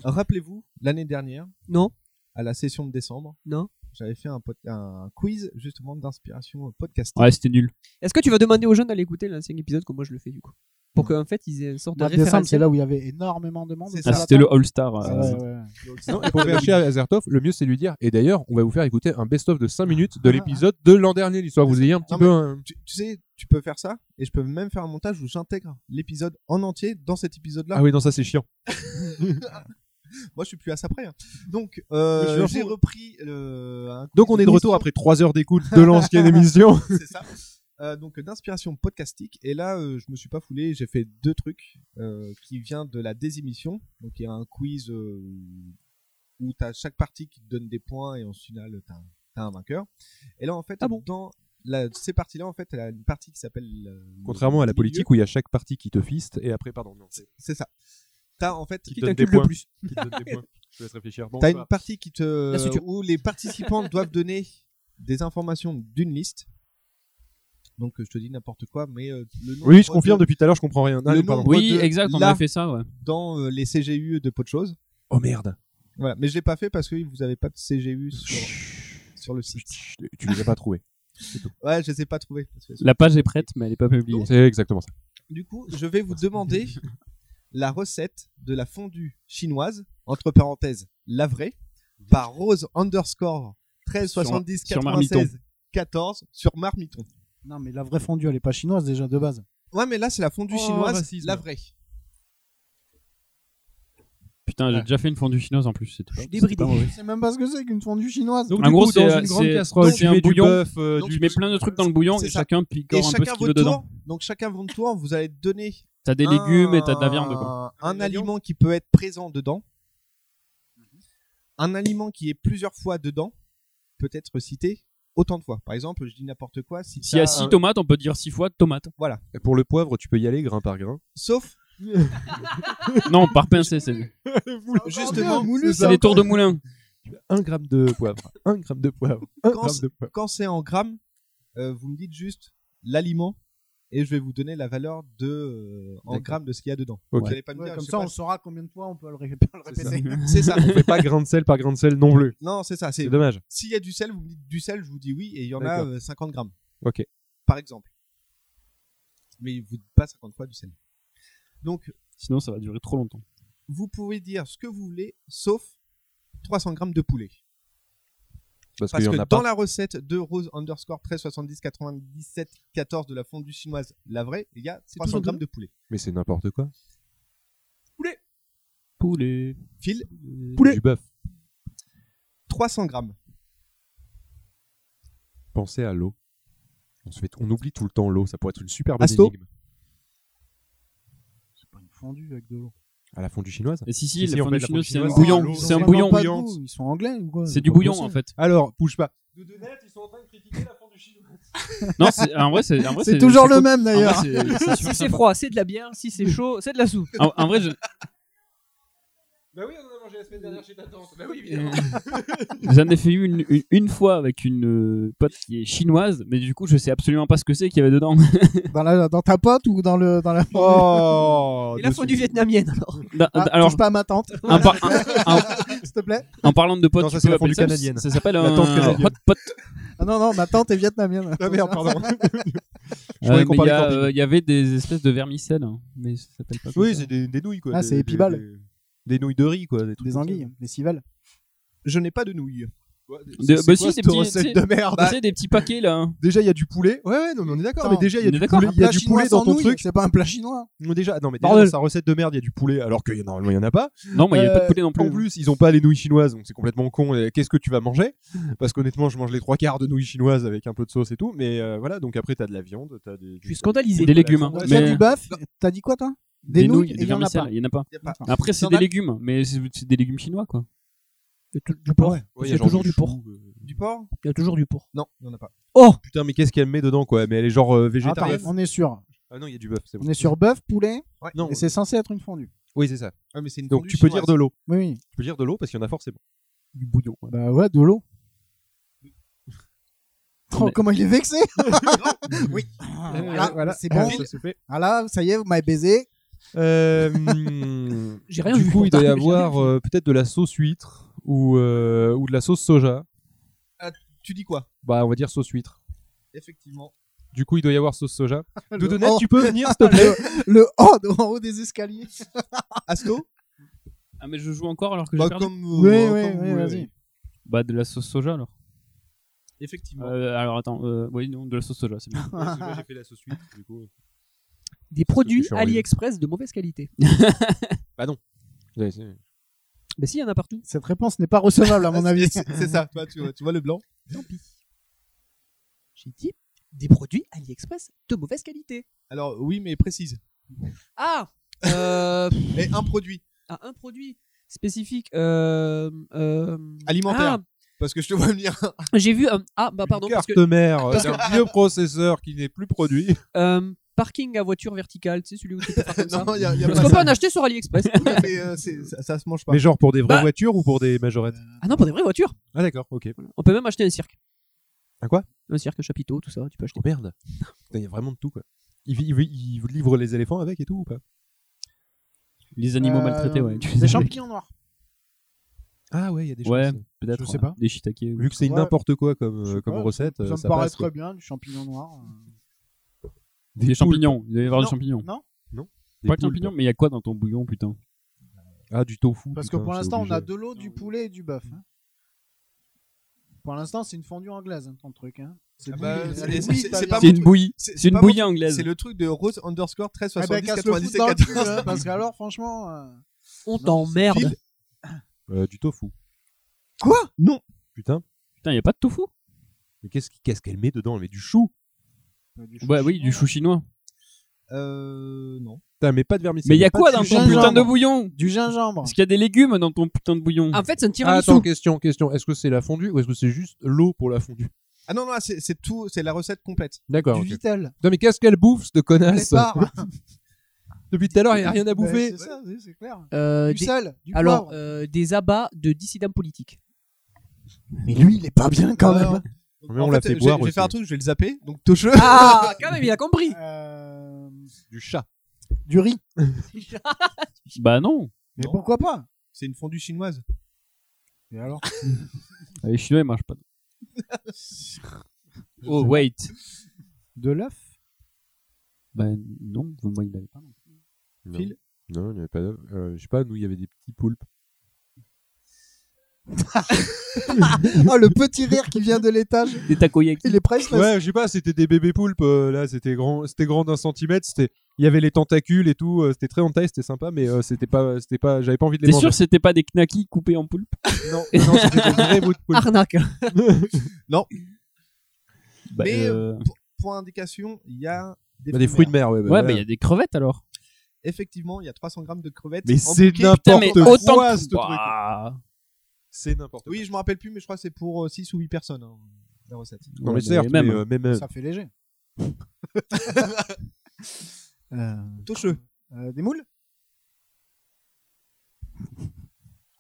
Speaker 7: Rappelez-vous l'année dernière.
Speaker 2: Non.
Speaker 7: À la session de décembre.
Speaker 2: Non.
Speaker 7: J'avais fait un, pod- un quiz justement d'inspiration podcast.
Speaker 10: Ouais, c'était nul.
Speaker 2: Est-ce que tu vas demander aux jeunes d'aller écouter l'ancien épisode comme moi je le fais du coup Pour qu'en fait ils aient une sorte de
Speaker 9: Mois de décembre,
Speaker 2: référence.
Speaker 9: Bah, c'est là où il y avait énormément de monde.
Speaker 10: Ah, c'était le All-Star. euh,
Speaker 9: Ouais, ouais,
Speaker 11: Non, et pour chercher à Azertov, le mieux c'est de lui dire. Et d'ailleurs, on va vous faire écouter un best-of de 5 minutes de l'épisode de l'an dernier, l'histoire. Vous ayez un petit
Speaker 7: Non,
Speaker 11: peu.
Speaker 7: mais
Speaker 11: un-
Speaker 7: tu, tu sais, tu peux faire ça et je peux même faire un montage où j'intègre l'épisode en entier dans cet épisode-là.
Speaker 11: Ah oui, non, ça c'est chiant.
Speaker 7: Moi, je suis plus à ça près. hein. Donc, euh,
Speaker 11: Je suis un
Speaker 7: j'ai
Speaker 11: fou.
Speaker 7: repris. le- un
Speaker 11: Donc on est de retour après 3 heures d'écoute de l'ancienne émission.
Speaker 7: C'est ça. Euh, donc euh, d'inspiration podcastique et là euh, je me suis pas foulé j'ai fait deux trucs euh, qui vient de la désémission donc il y a un quiz euh, où t'as chaque partie qui te donne des points et en finale t'as as un vainqueur et là en fait
Speaker 11: Ah
Speaker 7: dans la- ces parties là en fait elle a une partie qui s'appelle euh, le-
Speaker 11: Contrairement à la
Speaker 7: milieu.
Speaker 11: politique où il y a chaque parti qui te fiste et après, pardon, non.
Speaker 7: c'est ça t'as en fait
Speaker 11: Qui te donne des points. Qui te donne des points. Je te laisse réfléchir. Bon,
Speaker 7: T'as
Speaker 11: ça
Speaker 7: une
Speaker 11: va.
Speaker 7: partie qui
Speaker 11: La suture.
Speaker 7: te où les participants doivent donner des informations d'une liste. Donc euh, je te dis n'importe quoi, mais euh, le nombre
Speaker 11: Oui, je
Speaker 7: de-
Speaker 11: confirme depuis tout à l'heure, je comprends rien. Ah,
Speaker 7: le
Speaker 11: pardon.
Speaker 7: nombre
Speaker 10: Oui,
Speaker 7: de
Speaker 10: exact, on
Speaker 7: là
Speaker 10: avait fait ça, ouais.
Speaker 7: Dans euh, les CGU de peu de choses.
Speaker 11: Oh merde.
Speaker 7: Voilà, mais je l'ai pas fait parce que vous avez pas de CGU sur, sur le site.
Speaker 11: Tu les as pas trouvés.
Speaker 7: Ouais, je les ai pas trouvés. parce que-
Speaker 11: Oh.
Speaker 10: La page est prête, mais elle n'est pas publiée.
Speaker 11: C'est exactement ça.
Speaker 7: Du coup, je vais vous demander la recette de la fondue chinoise, entre parenthèses, la vraie, par Rose underscore 1370
Speaker 10: Sur- sur Marmiton.
Speaker 7: 96 14 sur Marmiton.
Speaker 9: Non, mais la vraie fondue, elle est pas chinoise déjà de base.
Speaker 7: Ouais, mais là, c'est la fondue
Speaker 9: Oh,
Speaker 7: chinoise,
Speaker 9: racisme.
Speaker 7: la vraie.
Speaker 10: Putain, j'ai déjà fait une fondue chinoise en plus, c'est tout. C'était pas mauvais.
Speaker 9: Je sais même pas ce que c'est qu'une fondue chinoise.
Speaker 10: en gros, c'est euh, c'est- tu mets un bouillon, tu mets plein de trucs dans le bouillon
Speaker 7: C'est
Speaker 10: et
Speaker 7: ça.
Speaker 10: chacun picore
Speaker 7: Et
Speaker 10: un peu
Speaker 7: chacun
Speaker 10: ce qu'il
Speaker 7: votre
Speaker 10: veut dedans.
Speaker 7: tour, Donc chacun votre tour, vous allez donner.
Speaker 10: T'as des
Speaker 7: un-
Speaker 10: légumes et t'as de la viande, quoi.
Speaker 7: Un aliment qui peut être présent dedans. Un aliment qui est plusieurs fois dedans peut être cité autant de fois. Par exemple, je dis n'importe quoi. Si
Speaker 10: S'il y a
Speaker 7: t'as
Speaker 10: 6
Speaker 7: un-
Speaker 10: tomates, on peut dire 6 fois tomate.
Speaker 7: Voilà.
Speaker 11: Et pour le poivre, tu peux y aller grain par grain.
Speaker 7: Sauf.
Speaker 10: non, par pincée, c'est mieux.
Speaker 7: Justement,
Speaker 10: c'est des tours de moulin.
Speaker 11: 1 gramme de poivre, 1 gramme de poivre, 1
Speaker 7: Quand,
Speaker 11: gramme de poivre.
Speaker 7: quand c'est en grammes, euh, vous me dites juste l'aliment et je vais vous donner la valeur de euh, en
Speaker 11: D'accord.
Speaker 7: grammes de ce qu'il y a dedans.
Speaker 11: Ok.
Speaker 7: Vous allez pas me
Speaker 9: Ouais,
Speaker 7: dire,
Speaker 9: comme
Speaker 7: je sais
Speaker 9: ça,
Speaker 7: pas
Speaker 9: on saura combien de fois on peut le, ré- le répéter.
Speaker 7: C'est ça.
Speaker 11: On fait pas grain de sel par grain de sel non plus.
Speaker 7: Non, c'est ça.
Speaker 11: C'est dommage.
Speaker 7: S'il y a du sel, vous me dites du sel, je vous dis oui, et il y en a
Speaker 11: D'accord.
Speaker 7: euh, 50 grammes,
Speaker 11: Ok.
Speaker 7: par exemple. Mais vous dites pas 50 fois du sel. Donc,
Speaker 10: Sinon, ça va durer trop longtemps.
Speaker 7: vous pouvez dire ce que vous voulez, sauf 300 grammes de poulet.
Speaker 11: Parce,
Speaker 7: Parce
Speaker 11: qu'il y
Speaker 7: que
Speaker 11: en a
Speaker 7: dans
Speaker 11: pas.
Speaker 7: la recette de Rose underscore 1370 97 14 de la fondue chinoise, la vraie, il y a 300
Speaker 11: toujours
Speaker 7: grammes
Speaker 11: dedans
Speaker 7: de poulet.
Speaker 11: Mais c'est n'importe quoi.
Speaker 10: Poulet.
Speaker 7: Phil,
Speaker 11: Poulet. Du bœuf.
Speaker 7: 300 grammes.
Speaker 11: Pensez à l'eau. On, se fait... on oublie tout le temps l'eau. Ça pourrait être une super bonne
Speaker 7: Asto
Speaker 11: énigme.
Speaker 9: Fondue avec de l'eau.
Speaker 11: À la fondue chinoise
Speaker 10: Et si, si, la
Speaker 11: on fait
Speaker 10: fondue
Speaker 11: de
Speaker 10: chinoise, c'est un
Speaker 11: chinoise.
Speaker 10: bouillon. Ah, l'eau. C'est un
Speaker 9: Ils ont
Speaker 10: bouillon.
Speaker 9: pas de
Speaker 10: Bouillon.
Speaker 9: goût, Ils sont anglais ou quoi
Speaker 10: C'est du bouillon, en fait.
Speaker 11: Alors, bouge pas.
Speaker 10: Non, c'est- en vrai, c'est Ah, en vrai,
Speaker 9: C'est toujours le
Speaker 10: cool.
Speaker 9: même, d'ailleurs.
Speaker 10: En vrai, c'est- c'est super
Speaker 2: Si c'est
Speaker 10: sympa.
Speaker 2: froid, c'est de la bière. Si c'est chaud, c'est de la soupe.
Speaker 10: En, en vrai, je-
Speaker 7: Bah oui, on en a mangé la semaine dernière chez ta tante. Bah oui,
Speaker 10: j'en ai fait une, une, une fois avec une euh, pote qui est chinoise, mais du coup, je sais absolument pas ce que c'est qu'il y avait dedans.
Speaker 9: Dans, la- dans ta pote ou dans, le, dans la.
Speaker 11: Oh
Speaker 2: Et la fondue vietnamienne alors.
Speaker 10: Da-
Speaker 9: Ah,
Speaker 10: da- alors,
Speaker 9: touche pas à ma tante.
Speaker 10: en, par- en-
Speaker 9: S'il te plaît.
Speaker 10: en parlant de pote,
Speaker 11: Non, ça,
Speaker 10: tu
Speaker 11: c'est
Speaker 10: peux
Speaker 11: la fondue
Speaker 10: appeler ça-
Speaker 11: canadienne.
Speaker 10: Ça s'appelle
Speaker 11: La
Speaker 10: un
Speaker 11: tente canadienne.
Speaker 10: hot pot.
Speaker 9: Ah non, non, ma tante est vietnamienne.
Speaker 11: Ah merde, pardon. Je
Speaker 10: Euh,
Speaker 11: croyais
Speaker 10: mais Il
Speaker 11: qu'on
Speaker 10: y,
Speaker 11: parlait
Speaker 10: a,
Speaker 11: camping.
Speaker 10: euh, il y avait des espèces de vermicelles, hein, mais ça s'appelle pas. comme
Speaker 11: Oui,
Speaker 10: ça.
Speaker 11: c'est des, des nouilles quoi.
Speaker 9: Ah,
Speaker 11: Des-
Speaker 9: c'est
Speaker 11: des-
Speaker 9: épibal.
Speaker 11: Des, des nouilles de riz quoi. Des, trucs
Speaker 9: Des
Speaker 11: comme ça.
Speaker 9: anguilles, des civelles.
Speaker 7: Je n'ai pas de nouilles.
Speaker 10: Des-
Speaker 11: C'est
Speaker 10: bah
Speaker 11: quoi
Speaker 10: si, des
Speaker 11: cette
Speaker 10: petits,
Speaker 11: recette
Speaker 10: tu sais-
Speaker 11: de merde
Speaker 10: tu sais, Bah, des petits paquets là.
Speaker 11: Déjà, il y a du poulet. Ouais, ouais, non, mais on est d'accord.
Speaker 9: Attends,
Speaker 11: Mais déjà,
Speaker 10: on
Speaker 11: il y
Speaker 10: est
Speaker 11: a du
Speaker 10: d'accord.
Speaker 11: poulet,
Speaker 9: Un
Speaker 11: il y
Speaker 9: plat
Speaker 11: a du
Speaker 9: chinois
Speaker 11: poulet dans
Speaker 9: sans
Speaker 11: ton
Speaker 9: nouilles,
Speaker 11: truc.
Speaker 9: C'est pas un plat chinois.
Speaker 11: Non, déjà, Ah non, mais déjà,
Speaker 10: Bordel.
Speaker 11: dans sa recette de merde, il y a du poulet, alors que normalement, il n'y en a pas.
Speaker 10: Non, mais il y avait pas de
Speaker 11: Euh,
Speaker 10: poulet non plus.
Speaker 11: En plus, ils n'ont pas les nouilles chinoises, donc c'est complètement con. Et Qu'est-ce que tu vas manger Parce qu'honnêtement, je mange les trois quarts de nouilles chinoises avec un peu de sauce et tout. Mais euh, voilà, donc après, t'as de la viande, t'as des.
Speaker 2: Je suis scandalisé.
Speaker 10: Des légumes. hein,
Speaker 9: Il y a
Speaker 10: mais-
Speaker 9: du bœuf. T'as dit quoi, toi Des, nouilles, et
Speaker 10: des
Speaker 9: il y en a
Speaker 10: vermicelles,
Speaker 9: pas.
Speaker 10: il y en a pas.
Speaker 7: Y a pas.
Speaker 10: Après, c'est
Speaker 7: T'en
Speaker 10: des
Speaker 7: as-
Speaker 10: légumes, mais c'est c'est des légumes chinois quoi.
Speaker 2: Il y a tout- du porc.
Speaker 11: Ouais,
Speaker 2: Il
Speaker 11: ouais,
Speaker 2: y
Speaker 11: y a euh,
Speaker 2: a
Speaker 11: genre
Speaker 2: toujours
Speaker 11: du
Speaker 2: du porc.
Speaker 7: Du porc
Speaker 2: Il y a toujours du porc.
Speaker 7: Non, il n'y en a pas.
Speaker 2: Oh
Speaker 11: Putain, mais qu'est-ce qu'elle met dedans, quoi Mais elle est genre euh,
Speaker 9: Attends,
Speaker 11: végétarienne.
Speaker 9: on est sûr.
Speaker 11: Ah non, il y a du bœuf, c'est bon.
Speaker 9: On est sur bœuf, poulet,
Speaker 11: Ouais, non,
Speaker 9: et c'est censé être une fondue.
Speaker 11: oui, c'est ça.
Speaker 7: Ah, mais c'est une
Speaker 11: Donc
Speaker 7: fondue
Speaker 11: tu peux
Speaker 7: chinoise.
Speaker 11: dire de l'eau.
Speaker 9: Oui, oui.
Speaker 11: Tu peux dire de l'eau parce qu'il y en a forcément.
Speaker 10: Du bouillon. ouais.
Speaker 9: Bah ouais, de l'eau. Oh,
Speaker 10: Mais-
Speaker 9: Comment il est vexé
Speaker 7: Oui.
Speaker 9: Ah,
Speaker 11: Euh,
Speaker 9: voilà,
Speaker 11: voilà.
Speaker 9: c'est bon.
Speaker 11: Ça se fait.
Speaker 9: Ah là, ça y est, vous m'avez baisé.
Speaker 11: Euh, hmm,
Speaker 2: J'ai rien
Speaker 11: du
Speaker 2: vu
Speaker 11: coup, il
Speaker 2: pourtant,
Speaker 11: doit y
Speaker 2: j'ai rien
Speaker 11: avoir euh, peut-être de la sauce huître ou, euh, ou de la sauce soja.
Speaker 7: Tu dis quoi
Speaker 11: Bah, on va dire sauce huître.
Speaker 7: Effectivement.
Speaker 11: Du coup, il doit y avoir sauce soja.
Speaker 9: Le
Speaker 11: Doudounette,
Speaker 9: oh.
Speaker 11: tu peux venir, s'il te plaît
Speaker 9: Le, le oh de- en haut des escaliers.
Speaker 7: Asto
Speaker 10: Ah, mais je joue encore alors que j'ai
Speaker 7: Bah,
Speaker 10: perdu.
Speaker 7: comme.
Speaker 9: Oui,
Speaker 7: euh,
Speaker 9: oui,
Speaker 7: comme
Speaker 9: oui,
Speaker 7: vous voulez.
Speaker 9: vas-y.
Speaker 10: Bah, de la sauce soja alors.
Speaker 7: Effectivement.
Speaker 10: Euh, alors attends, euh, oui, non, de la sauce soja, c'est bien.
Speaker 11: j'ai fait la sauce huître, du coup.
Speaker 2: Des produits
Speaker 11: je suis horrible.
Speaker 2: AliExpress de mauvaise qualité.
Speaker 11: Bah
Speaker 2: Mais Bah si, il y en a partout.
Speaker 9: Cette réponse n'est pas recevable à mon avis.
Speaker 7: Ah, C'est c'est ça, toi, tu, vois, tu vois le blanc.
Speaker 2: Tant pis. J'ai dit des produits AliExpress de mauvaise qualité.
Speaker 7: Alors, oui, mais précise.
Speaker 2: Ah euh,
Speaker 7: Et un produit
Speaker 2: à un produit spécifique euh, euh,
Speaker 7: alimentaire. Parce que je te vois venir.
Speaker 2: ah, j'ai vu euh, ah bah pardon
Speaker 11: Une
Speaker 2: parce
Speaker 11: carte
Speaker 2: que
Speaker 11: mère euh, d'un vieux processeur qui n'est plus produit.
Speaker 2: euh, parking à voiture verticale tu sais celui où tu peux faire comme ça
Speaker 7: non, il y a, y a
Speaker 2: parce
Speaker 7: pas
Speaker 2: qu'on peut
Speaker 7: ça.
Speaker 2: en acheter sur AliExpress
Speaker 7: Mais, euh, c'est- ça, ça se mange pas.
Speaker 11: Mais genre pour des vraies
Speaker 2: Bah.
Speaker 11: voitures ou pour des majorettes
Speaker 2: ah non pour des vraies voitures
Speaker 11: Ah, d'accord, ok.
Speaker 2: on peut même acheter un cirque
Speaker 11: Un quoi
Speaker 2: un cirque un chapiteau tout ça tu peux acheter
Speaker 11: Oh merde. Putain, Il y a vraiment de tout, quoi. Ils il, il livrent les éléphants avec et tout ou pas
Speaker 10: Les animaux
Speaker 9: Euh,
Speaker 10: maltraités, ouais. tu les
Speaker 9: Des
Speaker 10: as-
Speaker 9: champignons noirs.
Speaker 11: Ah, ouais, il y a des choses.
Speaker 10: Ouais,
Speaker 11: comme ça.
Speaker 10: peut-être.
Speaker 9: Je sais
Speaker 10: ouais.
Speaker 9: pas.
Speaker 10: Des euh, shiitakes.
Speaker 11: Vu que c'est
Speaker 9: Ouais.
Speaker 11: n'importe quoi comme,
Speaker 9: Je
Speaker 11: euh,
Speaker 9: sais
Speaker 11: comme
Speaker 9: pas,
Speaker 11: recette,
Speaker 9: Ça
Speaker 11: euh,
Speaker 9: me
Speaker 11: ça
Speaker 9: paraît
Speaker 11: passe,
Speaker 9: très
Speaker 11: quoi.
Speaker 9: bien, du champignon noir. euh.
Speaker 10: Des champignons. Il doit y avoir des
Speaker 9: Non,
Speaker 10: champignons.
Speaker 9: Non.
Speaker 11: Non. Des
Speaker 10: Pas de
Speaker 11: poules,
Speaker 10: champignons,
Speaker 11: quoi.
Speaker 10: mais il y a quoi dans ton bouillon, putain
Speaker 11: Ah, du tofu.
Speaker 9: Parce que
Speaker 11: putain,
Speaker 9: pour
Speaker 11: c'est
Speaker 9: l'instant, on a
Speaker 11: obligé.
Speaker 9: de l'eau,
Speaker 7: Ah
Speaker 9: du poulet et du bœuf. hein. Pour l'instant, c'est une fondue anglaise, hein, ton truc. hein. C'est
Speaker 7: Ah bah,
Speaker 9: bouillie,
Speaker 7: c'est-
Speaker 9: la
Speaker 7: c'est-
Speaker 9: bouillie
Speaker 7: c'est- c'est
Speaker 9: italienne.
Speaker 7: pas mon truc.
Speaker 9: Ah, c'est
Speaker 7: pas
Speaker 9: une bouillie
Speaker 7: mon truc.
Speaker 9: anglaise.
Speaker 7: C'est le truc de rose underscore 13
Speaker 9: Ah bah,
Speaker 7: 70
Speaker 9: casse le foot
Speaker 7: 97
Speaker 9: dans le cul,
Speaker 7: 14.
Speaker 9: hein, parce que alors, franchement. euh,
Speaker 2: On
Speaker 9: non,
Speaker 2: t'emmerde.
Speaker 11: Euh, du tofu.
Speaker 9: Quoi
Speaker 11: Non. Putain.
Speaker 10: Putain, y a pas de tofu
Speaker 11: Mais qu'est-ce qui- qu'est-ce qu'elle met dedans Elle met du chou.
Speaker 10: Ouais, Bah oui, du chou chinois.
Speaker 7: Euh. Non.
Speaker 11: Putain, mais pas de vermicelle.
Speaker 10: Mais il y a
Speaker 11: Pas
Speaker 10: quoi
Speaker 11: de
Speaker 10: dans
Speaker 11: chou
Speaker 10: ton
Speaker 11: chinois.
Speaker 10: putain de bouillon
Speaker 9: Du gingembre.
Speaker 10: Parce qu'il y a des légumes dans ton putain de bouillon.
Speaker 2: En fait, c'est un
Speaker 11: Ah, Attends, question, question. Est-ce que c'est la fondue ou est-ce que c'est juste l'eau pour la fondue
Speaker 7: Ah non, non, c'est c'est tout, c'est la recette complète.
Speaker 11: D'accord.
Speaker 7: Du
Speaker 11: ok.
Speaker 7: Vitel.
Speaker 11: Putain, mais qu'est-ce qu'elle bouffe, cette connasse
Speaker 7: Prépare.
Speaker 11: Depuis tout à l'heure, il n'y a rien à bouffer.
Speaker 9: Ouais, c'est ça, c'est- c'est clair.
Speaker 2: Euh,
Speaker 9: du
Speaker 2: des-
Speaker 9: sel, du
Speaker 2: Alors,
Speaker 9: poivre.
Speaker 2: euh, des abats de dissidents politiques.
Speaker 9: Mais lui, il est pas bien quand
Speaker 7: Ah,
Speaker 9: même.
Speaker 7: non.
Speaker 11: Mais
Speaker 7: En
Speaker 11: on l'a
Speaker 7: fait,
Speaker 11: fait
Speaker 7: je-
Speaker 11: boire
Speaker 7: Je vais
Speaker 11: aussi.
Speaker 7: faire un truc, je vais le zapper. Donc, Tocheux.
Speaker 2: Ah, quand même, il a compris.
Speaker 11: Du chat.
Speaker 9: euh, Du riz.
Speaker 10: Bah non.
Speaker 9: Mais pourquoi pas
Speaker 7: C'est une fondue chinoise.
Speaker 9: Et alors
Speaker 10: Les chinois, ils mangent pas. Oh, wait.
Speaker 9: De l'œuf
Speaker 10: Bah non, moi, il n'avait pas. non.
Speaker 11: Non.
Speaker 9: Phil
Speaker 11: Non, il n'y avait pas d'œuf. Euh, je sais pas, nous, il y avait des petits poulpes.
Speaker 9: Oh, le petit rire qui vient de l'étage.
Speaker 10: Des takoyaki.
Speaker 9: Il est presque.
Speaker 11: Ouais, je sais pas, c'était des bébés poulpes. euh, là, c'était grand, c'était grand d'un centimètre. C'était, il y avait les tentacules et tout. euh, c'était très en taille, c'était sympa, mais euh, c'était pas, c'était pas, j'avais pas envie de les
Speaker 10: T'es
Speaker 11: manger.
Speaker 10: sûr que c'était pas des knackis coupés en poulpe
Speaker 11: Non, non, c'était des vrais bouts de poulpe.
Speaker 2: Arnaque.
Speaker 7: non.
Speaker 10: Bah,
Speaker 7: mais
Speaker 10: euh,
Speaker 7: euh, pour, pour indication, il y a des,
Speaker 11: Bah, des fruits de mer, ouais. bah,
Speaker 10: Ouais,
Speaker 11: voilà.
Speaker 10: mais il y a des crevettes alors.
Speaker 7: Effectivement, il y a 300 grammes de crevettes.
Speaker 11: Mais
Speaker 7: en
Speaker 11: c'est
Speaker 7: bouquet.
Speaker 11: n'importe
Speaker 10: mais
Speaker 11: quoi,
Speaker 10: autant que- Bah.
Speaker 11: ce truc.
Speaker 10: Ouah.
Speaker 11: C'est n'importe
Speaker 7: Oui, je me rappelle plus, mais je crois que c'est pour 6 ou 8 personnes hein, la recette.
Speaker 11: Non,
Speaker 10: Ouais,
Speaker 11: mais certes,
Speaker 10: mais
Speaker 11: mais,
Speaker 10: même.
Speaker 11: euh, même, euh,
Speaker 9: Ça fait léger.
Speaker 7: Tocheux.
Speaker 9: Euh, des moules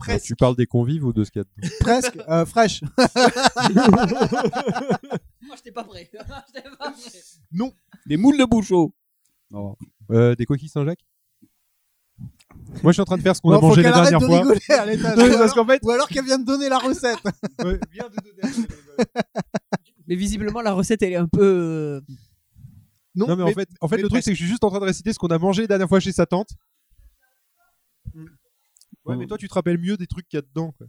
Speaker 11: Alors, tu parles des convives ou de ce qu'il y a dedans
Speaker 9: Presque. Euh, fraîche.
Speaker 2: Moi, j'étais pas prêt. J'étais pas prêt.
Speaker 7: Non.
Speaker 10: Des moules de
Speaker 9: oh.
Speaker 10: bouchot.
Speaker 11: Euh, Des coquilles Saint-Jacques Moi, je suis en train de faire ce qu'on
Speaker 9: Bon,
Speaker 11: a
Speaker 9: faut
Speaker 11: mangé
Speaker 9: qu'elle
Speaker 11: la
Speaker 9: arrête
Speaker 11: dernière
Speaker 9: de
Speaker 11: fois.
Speaker 9: rigoler à l'étage.
Speaker 11: Non, mais
Speaker 9: Ou
Speaker 11: parce qu'en
Speaker 9: alors-
Speaker 11: fait-
Speaker 9: Ou alors qu'elle vient de donner la recette.
Speaker 11: Ouais, viens de donner la recette.
Speaker 2: Mais visiblement, la recette, elle est un peu. euh,
Speaker 11: Non, mais, en fait, en fait le truc, c'est que je suis juste en train de réciter ce qu'on a mangé la dernière fois chez sa tante. Mm. Ouais, mais toi, tu te rappelles mieux des trucs qu'il y a dedans. Quoi.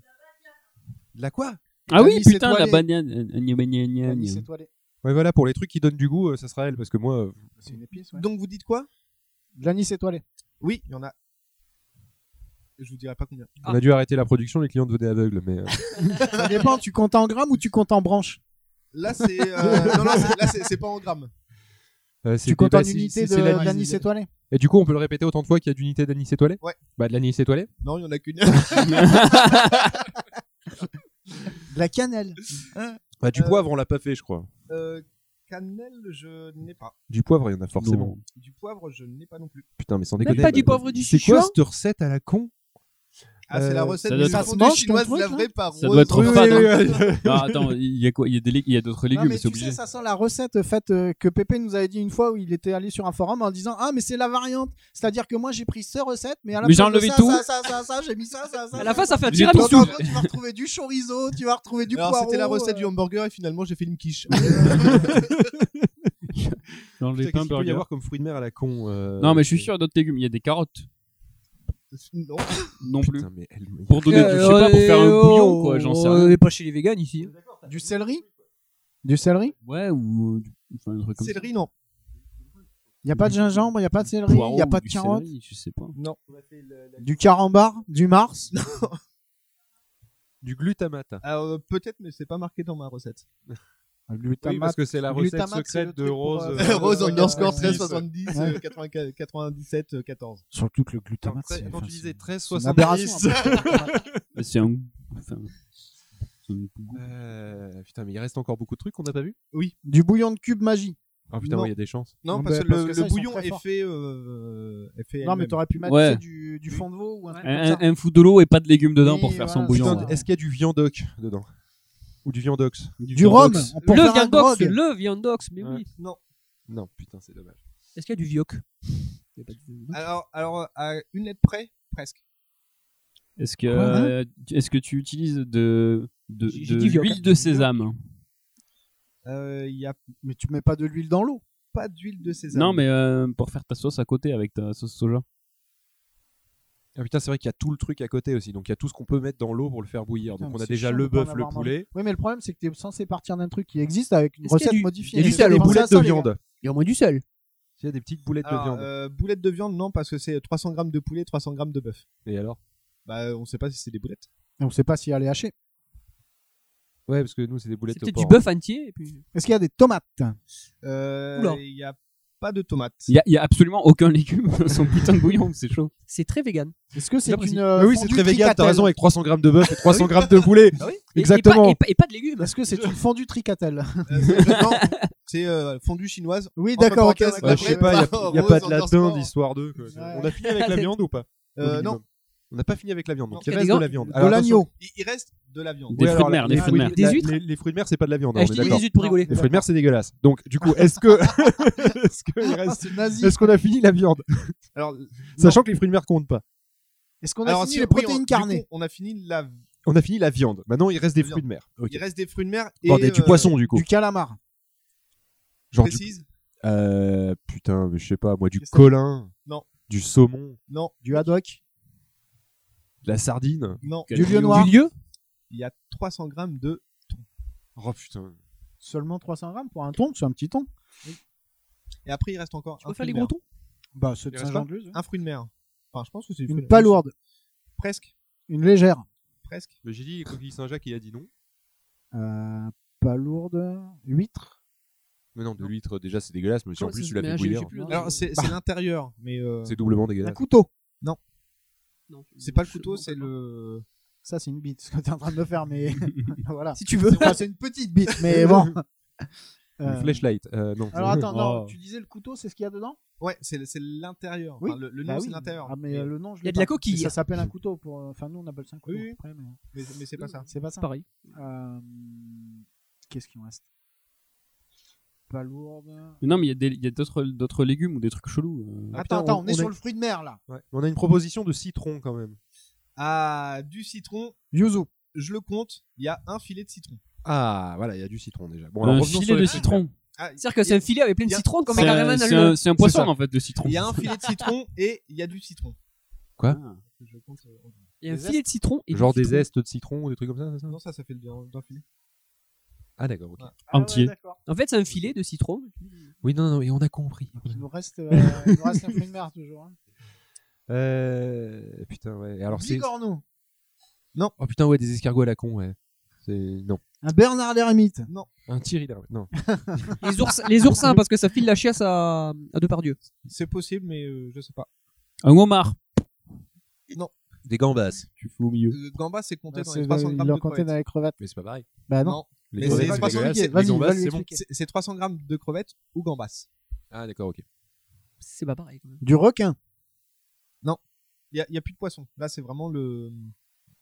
Speaker 11: De la quoi
Speaker 10: Ah oui,
Speaker 11: Anis
Speaker 10: putain, la
Speaker 11: étoilé.
Speaker 10: banane. euh, gna, gna, gna,
Speaker 9: Anis
Speaker 10: gna.
Speaker 9: étoilé.
Speaker 11: Ouais, voilà, pour les trucs qui donnent du goût, euh, ça sera elle, parce que moi. euh,
Speaker 9: C'est une épice, ouais.
Speaker 7: Donc, vous dites quoi
Speaker 9: De l'anis étoilé.
Speaker 7: Oui, il y en a. Je vous dirai pas combien.
Speaker 11: On a dû arrêter la production, les clients devenaient aveugles, mais. euh,
Speaker 9: Ça dépend, tu comptes en grammes ou tu comptes en branches
Speaker 7: Là, c'est. euh, non, non, c'est- là, c'est c'est pas en grammes.
Speaker 11: euh, c'est
Speaker 9: Tu comptes
Speaker 11: des-
Speaker 9: en
Speaker 11: c'est-
Speaker 9: unité
Speaker 11: c'est-
Speaker 9: de-
Speaker 11: c'est l'anis.
Speaker 9: d'anis étoilé
Speaker 11: Et du coup, on peut le répéter autant de fois qu'il y a d'unités d'anis étoilé
Speaker 7: Ouais.
Speaker 11: Bah, de l'anis étoilé
Speaker 7: Non, il y en a qu'une.
Speaker 9: De la cannelle.
Speaker 11: Bah, du poivre, on l'a pas fait, je crois.
Speaker 7: Euh, cannelle, je n'ai pas.
Speaker 11: Du poivre, il y en a forcément.
Speaker 10: Non.
Speaker 7: Du poivre, je n'ai pas non plus.
Speaker 11: Putain, mais sans
Speaker 2: Même
Speaker 11: déconner.
Speaker 2: pas du poivre du
Speaker 11: C'est quoi
Speaker 2: Sichuan
Speaker 11: cette recette à la con
Speaker 7: Ah, c'est la
Speaker 11: Euh,
Speaker 7: recette
Speaker 10: ça
Speaker 7: du
Speaker 10: doit
Speaker 9: être-
Speaker 7: fondue
Speaker 9: Ça se mange, ton
Speaker 7: chinoise
Speaker 9: truc, là
Speaker 7: lavrée par
Speaker 10: Ça
Speaker 7: Rose.
Speaker 10: doit être
Speaker 7: Oui,
Speaker 10: fade,
Speaker 7: oui,
Speaker 10: hein.
Speaker 7: oui, oui.
Speaker 10: Non, attends, il y a quoi Il y a des lég- il y a d'autres
Speaker 9: Non,
Speaker 10: légumes,
Speaker 9: mais
Speaker 10: c'est
Speaker 9: tu
Speaker 10: obligé.
Speaker 9: sais, ça sent la recette faite euh, que Pépé nous avait dit une fois où il était allé sur un forum en disant Ah, mais c'est la variante. C'est-à-dire que moi, j'ai pris cette recette, mais à la
Speaker 10: Mais j'ai
Speaker 9: place de
Speaker 10: enlevé
Speaker 9: ça,
Speaker 10: tout.
Speaker 9: ça, ça, ça, ça, j'ai mis ça, ça, ça.
Speaker 2: À la fin, ça fait un
Speaker 10: J'ai
Speaker 2: tiramisu.
Speaker 9: Attends, tu vas retrouver du chorizo, tu vas retrouver du
Speaker 7: Alors,
Speaker 9: poireau.
Speaker 7: c'était la recette
Speaker 9: euh,
Speaker 7: du hamburger et finalement, j'ai fait une quiche.
Speaker 10: Dans les pains
Speaker 11: Putain, Qu'est-ce qu'il peut y
Speaker 10: burgers.
Speaker 11: avoir comme fruit de mer à la con euh,
Speaker 10: Non, mais je suis sûr d'autres légumes. Il y a des carottes
Speaker 7: non.
Speaker 9: Ah
Speaker 10: non plus.
Speaker 11: Putain, mais elle-
Speaker 10: Pour donner, je sais pas, pour faire un Euh, oh, bouillon, quoi, j'en sais
Speaker 2: Euh, oh, On
Speaker 10: rien.
Speaker 2: est pas chez les véganes ici.
Speaker 9: Du céleri Du céleri
Speaker 10: Ouais, ou euh, du- enfin, un truc comme ça.
Speaker 7: Céleri, non.
Speaker 9: Il n'y a pas de gingembre, il n'y a pas de céleri, il
Speaker 10: Poireau
Speaker 9: n'y a
Speaker 10: ou
Speaker 9: pas de
Speaker 10: du
Speaker 9: carotte,
Speaker 10: céleri, Je sais pas.
Speaker 7: Non.
Speaker 9: du carambar, du mars.
Speaker 11: Du glutamate.
Speaker 7: Alors, Ah, euh, peut-être, mais c'est pas marqué dans ma recette.
Speaker 11: Oui, parce que c'est la recette
Speaker 9: Glutamate, c'est le
Speaker 11: secrète de
Speaker 9: truc pour,
Speaker 11: Rose.
Speaker 9: euh,
Speaker 11: euh,
Speaker 7: Rose
Speaker 9: Euh,
Speaker 7: underscore
Speaker 9: euh,
Speaker 7: 13 70
Speaker 9: ouais.
Speaker 7: euh, 84, 97 euh, 14.
Speaker 9: Surtout que le
Speaker 11: Quand
Speaker 9: glutamate, c'est
Speaker 11: quand
Speaker 9: enfin,
Speaker 11: tu disais
Speaker 9: c'est-
Speaker 11: 13,
Speaker 9: c'est une aberration,
Speaker 11: 70.
Speaker 9: en fait, le glutamate.
Speaker 10: Bah, C'est un. Enfin, c'est un-
Speaker 11: Euh, Putain, mais il reste encore beaucoup de trucs qu'on n'a pas vu.
Speaker 9: du bouillon de cube magie.
Speaker 11: Ah putain,
Speaker 7: Non.
Speaker 11: ouais, il y a des chances.
Speaker 7: Non,
Speaker 9: Non,
Speaker 7: parce
Speaker 9: bah,
Speaker 7: que
Speaker 9: parce
Speaker 7: le,
Speaker 9: que ça,
Speaker 7: le
Speaker 9: ils sont
Speaker 7: bouillon
Speaker 9: très
Speaker 7: est
Speaker 9: forts.
Speaker 7: fait, euh, est fait
Speaker 9: Non, mais
Speaker 7: elle-même.
Speaker 9: t'aurais pu mettre
Speaker 10: Ouais.
Speaker 9: tu sais, du, du fond de veau ou un truc comme
Speaker 10: Un,
Speaker 9: ça.
Speaker 10: un fou de l'eau et pas de légumes dedans
Speaker 9: Oui,
Speaker 10: pour faire son
Speaker 9: voilà.
Speaker 10: bouillon. hein.
Speaker 11: Putain,
Speaker 9: ouais.
Speaker 11: est-ce qu'il y a du viandoc dedans Ou du viandox
Speaker 9: Du rhum
Speaker 10: Viandox.
Speaker 9: on peut
Speaker 2: Le
Speaker 9: faire un
Speaker 2: viandox,
Speaker 9: grog.
Speaker 2: le viandox, mais
Speaker 11: Ouais.
Speaker 2: oui.
Speaker 7: Non.
Speaker 11: Non, putain, c'est dommage.
Speaker 2: Est-ce qu'il y a du vioc
Speaker 7: Alors, alors, à une lettre près, presque.
Speaker 10: Est-ce que,
Speaker 9: Quoi, hein
Speaker 10: euh, tu- est-ce que tu utilises de, de,
Speaker 2: J'ai- j'ai
Speaker 10: de
Speaker 2: dit vioque,
Speaker 10: l'huile de sésame
Speaker 7: Euh, Il y a
Speaker 9: Mais tu mets pas de l'huile dans l'eau.
Speaker 7: pas d'huile de sésame.
Speaker 10: Non, mais euh, pour faire ta sauce à côté avec ta sauce soja.
Speaker 11: Ah putain, c'est vrai qu'il y a tout le truc à côté aussi. Donc il y a tout ce qu'on peut mettre dans l'eau pour le faire bouillir. Donc
Speaker 9: Putain,
Speaker 11: on
Speaker 9: mais
Speaker 11: a
Speaker 9: c'est
Speaker 11: déjà
Speaker 9: chiant
Speaker 11: le
Speaker 9: de pas en
Speaker 11: bœuf, le
Speaker 9: avoir mangé.
Speaker 11: poulet.
Speaker 9: Oui, mais le problème, c'est que t'es censé partir d'un truc qui existe avec une
Speaker 2: Est-ce qu'il y a
Speaker 9: recette
Speaker 2: du-
Speaker 9: modifiée.
Speaker 2: il y a du
Speaker 9: J'ai
Speaker 2: sel,
Speaker 9: pensé
Speaker 2: les
Speaker 9: à
Speaker 2: boulettes
Speaker 9: ça,
Speaker 2: de
Speaker 9: les gars.
Speaker 2: viande. Il y a au moins du sel.
Speaker 11: Il y a des petites boulettes
Speaker 7: Alors,
Speaker 11: de viande.
Speaker 7: euh, boulettes de viande, non, parce que c'est 300 grammes de poulet, 300 grammes de bœuf.
Speaker 11: Et alors
Speaker 7: Bah, euh, on sait pas si c'est des boulettes.
Speaker 9: Et on sait pas si elle est hachée.
Speaker 11: Ouais, parce que nous, c'est des boulettes au
Speaker 9: peut-être
Speaker 11: porc.
Speaker 2: entier. et puis-
Speaker 9: Est-ce qu'il y a des tomates
Speaker 7: Euh,
Speaker 9: Oula.
Speaker 7: Il y a pas de tomates.
Speaker 10: Il y a, il y a absolument aucun légume dans son putain de bouillon, c'est chaud.
Speaker 2: C'est très vegan.
Speaker 9: Est-ce que euh,
Speaker 2: c'est une,
Speaker 11: Ah oui, c'est très vegan, t'as raison, avec 300 grammes de bœuf et 300 grammes de poulet. Exactement.
Speaker 2: de légumes.
Speaker 9: Est-ce que c'est une fondue tricatelle
Speaker 7: Non, c'est euh, fondue chinoise.
Speaker 9: Oui,
Speaker 7: Entre
Speaker 9: d'accord, ok,
Speaker 7: parenthèses,
Speaker 9: d'accord.
Speaker 11: Ouais, je sais pas, il
Speaker 7: Rose
Speaker 11: n'y a, pas de la
Speaker 7: endorsement.
Speaker 11: dinde histoire d'eux. quoi. On a fini avec la viande ou pas Au
Speaker 7: Euh,
Speaker 11: minimum.
Speaker 7: non.
Speaker 11: On n'a pas fini avec la viande, donc
Speaker 7: Il
Speaker 11: il
Speaker 7: y a
Speaker 11: reste
Speaker 7: des
Speaker 11: de
Speaker 7: gants-
Speaker 11: la viande.
Speaker 7: de
Speaker 11: Alors, attention.
Speaker 7: l'agneau. Il- il reste de la viande.
Speaker 11: Ouais,
Speaker 7: Des fruits
Speaker 11: alors,
Speaker 7: de mer,
Speaker 11: la-
Speaker 7: des fruits de mer.
Speaker 11: la-
Speaker 7: Des huîtres
Speaker 11: Les, les fruits de mer, c'est pas de la viande. hein,
Speaker 7: Ah,
Speaker 11: on
Speaker 7: je
Speaker 11: est
Speaker 7: dis les
Speaker 11: d'accord.
Speaker 7: huîtres pour rigoler.
Speaker 11: Les fruits de mer, c'est dégueulasse. Donc, du coup, est-ce que. est-ce que il reste-
Speaker 9: Ah, c'est nazi.
Speaker 11: est-ce qu'on a fini la viande
Speaker 7: Alors,
Speaker 11: Sachant que les fruits de mer comptent pas.
Speaker 9: Est-ce qu'on a
Speaker 7: Alors,
Speaker 9: fini
Speaker 7: si,
Speaker 9: les
Speaker 7: oui, on-
Speaker 9: protéines
Speaker 7: du
Speaker 9: carnées
Speaker 7: coup, On a fini la.
Speaker 11: On a fini la viande. Maintenant, il reste des fruits de mer. Ok.
Speaker 7: Il reste des fruits de mer et.
Speaker 11: Bon, des- du
Speaker 7: euh,
Speaker 11: poisson, du coup.
Speaker 9: Du calamar.
Speaker 11: Genre du-
Speaker 7: précise.
Speaker 11: Euh, putain, mais je sais pas, moi, du colin.
Speaker 7: Non.
Speaker 11: Du saumon.
Speaker 7: Non.
Speaker 9: Du haddock.
Speaker 11: De la sardine.
Speaker 7: Non.
Speaker 11: Quel lion. Du lieu
Speaker 7: Il y a 300 grammes de.
Speaker 11: Oh putain.
Speaker 9: Seulement 300 grammes pour un thon, c'est un petit thon.
Speaker 7: Et après, il reste encore.
Speaker 9: peux faire les gros
Speaker 7: thons
Speaker 9: Bah, ceux de Saint-Jean-de-Luz,
Speaker 7: Un fruit de mer. Enfin, je pense que c'est du fruit
Speaker 9: Une
Speaker 7: de mer.
Speaker 9: palourde.
Speaker 7: Presque.
Speaker 9: Une légère.
Speaker 7: Presque.
Speaker 11: Mais j'ai dit les coquilles Saint-Jacques, il a dit non.
Speaker 9: Euh, palourde. Huître.
Speaker 11: Mais non, de l'huître, déjà, c'est dégueulasse, mais si en
Speaker 9: Comment
Speaker 11: plus,
Speaker 9: ça
Speaker 11: tu
Speaker 9: se
Speaker 11: l'as fait
Speaker 9: mélange,
Speaker 11: bouillir.
Speaker 9: j'ai plus le nom.
Speaker 7: Alors, c'est c'est
Speaker 9: Bah.
Speaker 7: l'intérieur, mais. euh,
Speaker 11: C'est doublement dégueulasse.
Speaker 9: Un couteau.
Speaker 7: Non.
Speaker 2: Non.
Speaker 7: C'est pas le couteau, c'est le.
Speaker 9: Ça, c'est une bite, ce que t'es en train de me faire, mais voilà.
Speaker 2: Si tu veux.
Speaker 9: Enfin, c'est une petite bite, mais bon.
Speaker 11: Une
Speaker 9: Euh,
Speaker 11: flashlight. euh, non.
Speaker 9: Alors attends, non,
Speaker 11: Oh.
Speaker 9: tu disais le couteau, c'est ce qu'il y a dedans
Speaker 7: Ouais, c'est c'est l'intérieur.
Speaker 9: Oui.
Speaker 7: Enfin, le, le nom,
Speaker 9: Bah
Speaker 7: c'est
Speaker 9: oui.
Speaker 7: l'intérieur.
Speaker 9: Ah, mais euh, le nom, je
Speaker 2: Il y a
Speaker 9: l'ai
Speaker 2: de la
Speaker 9: pas.
Speaker 2: coquille.
Speaker 9: Mais Ça s'appelle un couteau. Pour... euh, Enfin, nous, on appelle ça un couteau.
Speaker 7: Oui, oui.
Speaker 9: après, mais-
Speaker 7: Mais, mais c'est pas ça.
Speaker 9: C'est pas ça.
Speaker 2: Pareil.
Speaker 9: Euh, Qu'est-ce qu'il me reste Pas lourde.
Speaker 10: Mais non, mais il y a des- il y a d'autres d'autres légumes ou des trucs chelous. euh.
Speaker 9: attends,
Speaker 11: putain,
Speaker 9: Ah, attends,
Speaker 11: on-
Speaker 9: on, est
Speaker 11: on
Speaker 9: sur
Speaker 11: est-
Speaker 9: le fruit de mer là.
Speaker 11: Ouais. On a une proposition de citron quand même.
Speaker 7: Ah, du citron,
Speaker 9: Yuzu.
Speaker 7: je le compte, il y a un filet de citron.
Speaker 11: Ah, voilà, il y a du citron déjà. Bon,
Speaker 10: Un
Speaker 11: alors, revenons
Speaker 10: filet
Speaker 11: sur les
Speaker 10: de
Speaker 11: fruits
Speaker 10: citron.
Speaker 7: Ah,
Speaker 2: C'est-à-dire que c'est un filet avec plein de
Speaker 7: il y a-
Speaker 2: citrons, comme
Speaker 10: C'est
Speaker 2: un
Speaker 10: un-
Speaker 2: ramen
Speaker 10: c'est un, c'est un poisson en fait de citron.
Speaker 7: Il y a un filet de citron et il y a du citron.
Speaker 11: Quoi
Speaker 7: Je compte, euh, en-
Speaker 2: Il y a un
Speaker 7: Des
Speaker 2: filet de
Speaker 7: zestes
Speaker 2: citron et
Speaker 11: Genre
Speaker 2: du
Speaker 11: des
Speaker 2: citron.
Speaker 11: zestes de citron ou des trucs comme ça, c'est ça
Speaker 7: Non, ça, ça fait le bien d'un filet.
Speaker 11: Ah, d'accord, ok.
Speaker 10: Entier.
Speaker 2: En fait, c'est un filet de citron.
Speaker 11: Oui, non, non, et on a compris.
Speaker 9: Il nous reste, euh, il nous reste un fruit de mer toujours. Hein.
Speaker 11: Euh, putain, ouais. Et Alors, c'est.
Speaker 9: Bigorneau.
Speaker 11: Non. Oh putain, ouais, des escargots à la con, ouais. C'est. Non.
Speaker 9: Un Bernard l'ermite.
Speaker 7: Non.
Speaker 11: Un Thierry Lhermitte, Non.
Speaker 2: les, ours, les oursins, parce que ça file la chiasse à, à Depardieu.
Speaker 7: C'est possible, mais euh, je sais pas.
Speaker 10: Un homard.
Speaker 7: Non.
Speaker 11: Des gambas. Tu fous au milieu.
Speaker 7: Le Euh, gamba, c'est compté
Speaker 9: Ah,
Speaker 7: dans
Speaker 9: c'est-
Speaker 7: les 300
Speaker 9: il
Speaker 7: grammes de
Speaker 9: leur comptait dans
Speaker 7: crevettes.
Speaker 9: les crevettes.
Speaker 11: Mais c'est pas pareil.
Speaker 9: Bah non.
Speaker 7: Non.
Speaker 11: Les
Speaker 7: Mais
Speaker 11: crevettes,
Speaker 7: c'est
Speaker 11: c'est
Speaker 7: 300
Speaker 11: dégueulasse.
Speaker 7: liquides.
Speaker 11: Les
Speaker 9: Vas-y,
Speaker 11: gambas,
Speaker 9: va lui
Speaker 11: c'est bon.
Speaker 9: expliquer.
Speaker 7: C'est c'est 300 grammes de crevettes ou gambas.
Speaker 11: Ah, d'accord, ok.
Speaker 2: C'est pas pareil. quand même.
Speaker 9: Du requin.
Speaker 7: Il n'y a, plus de poisson. Là, c'est vraiment le.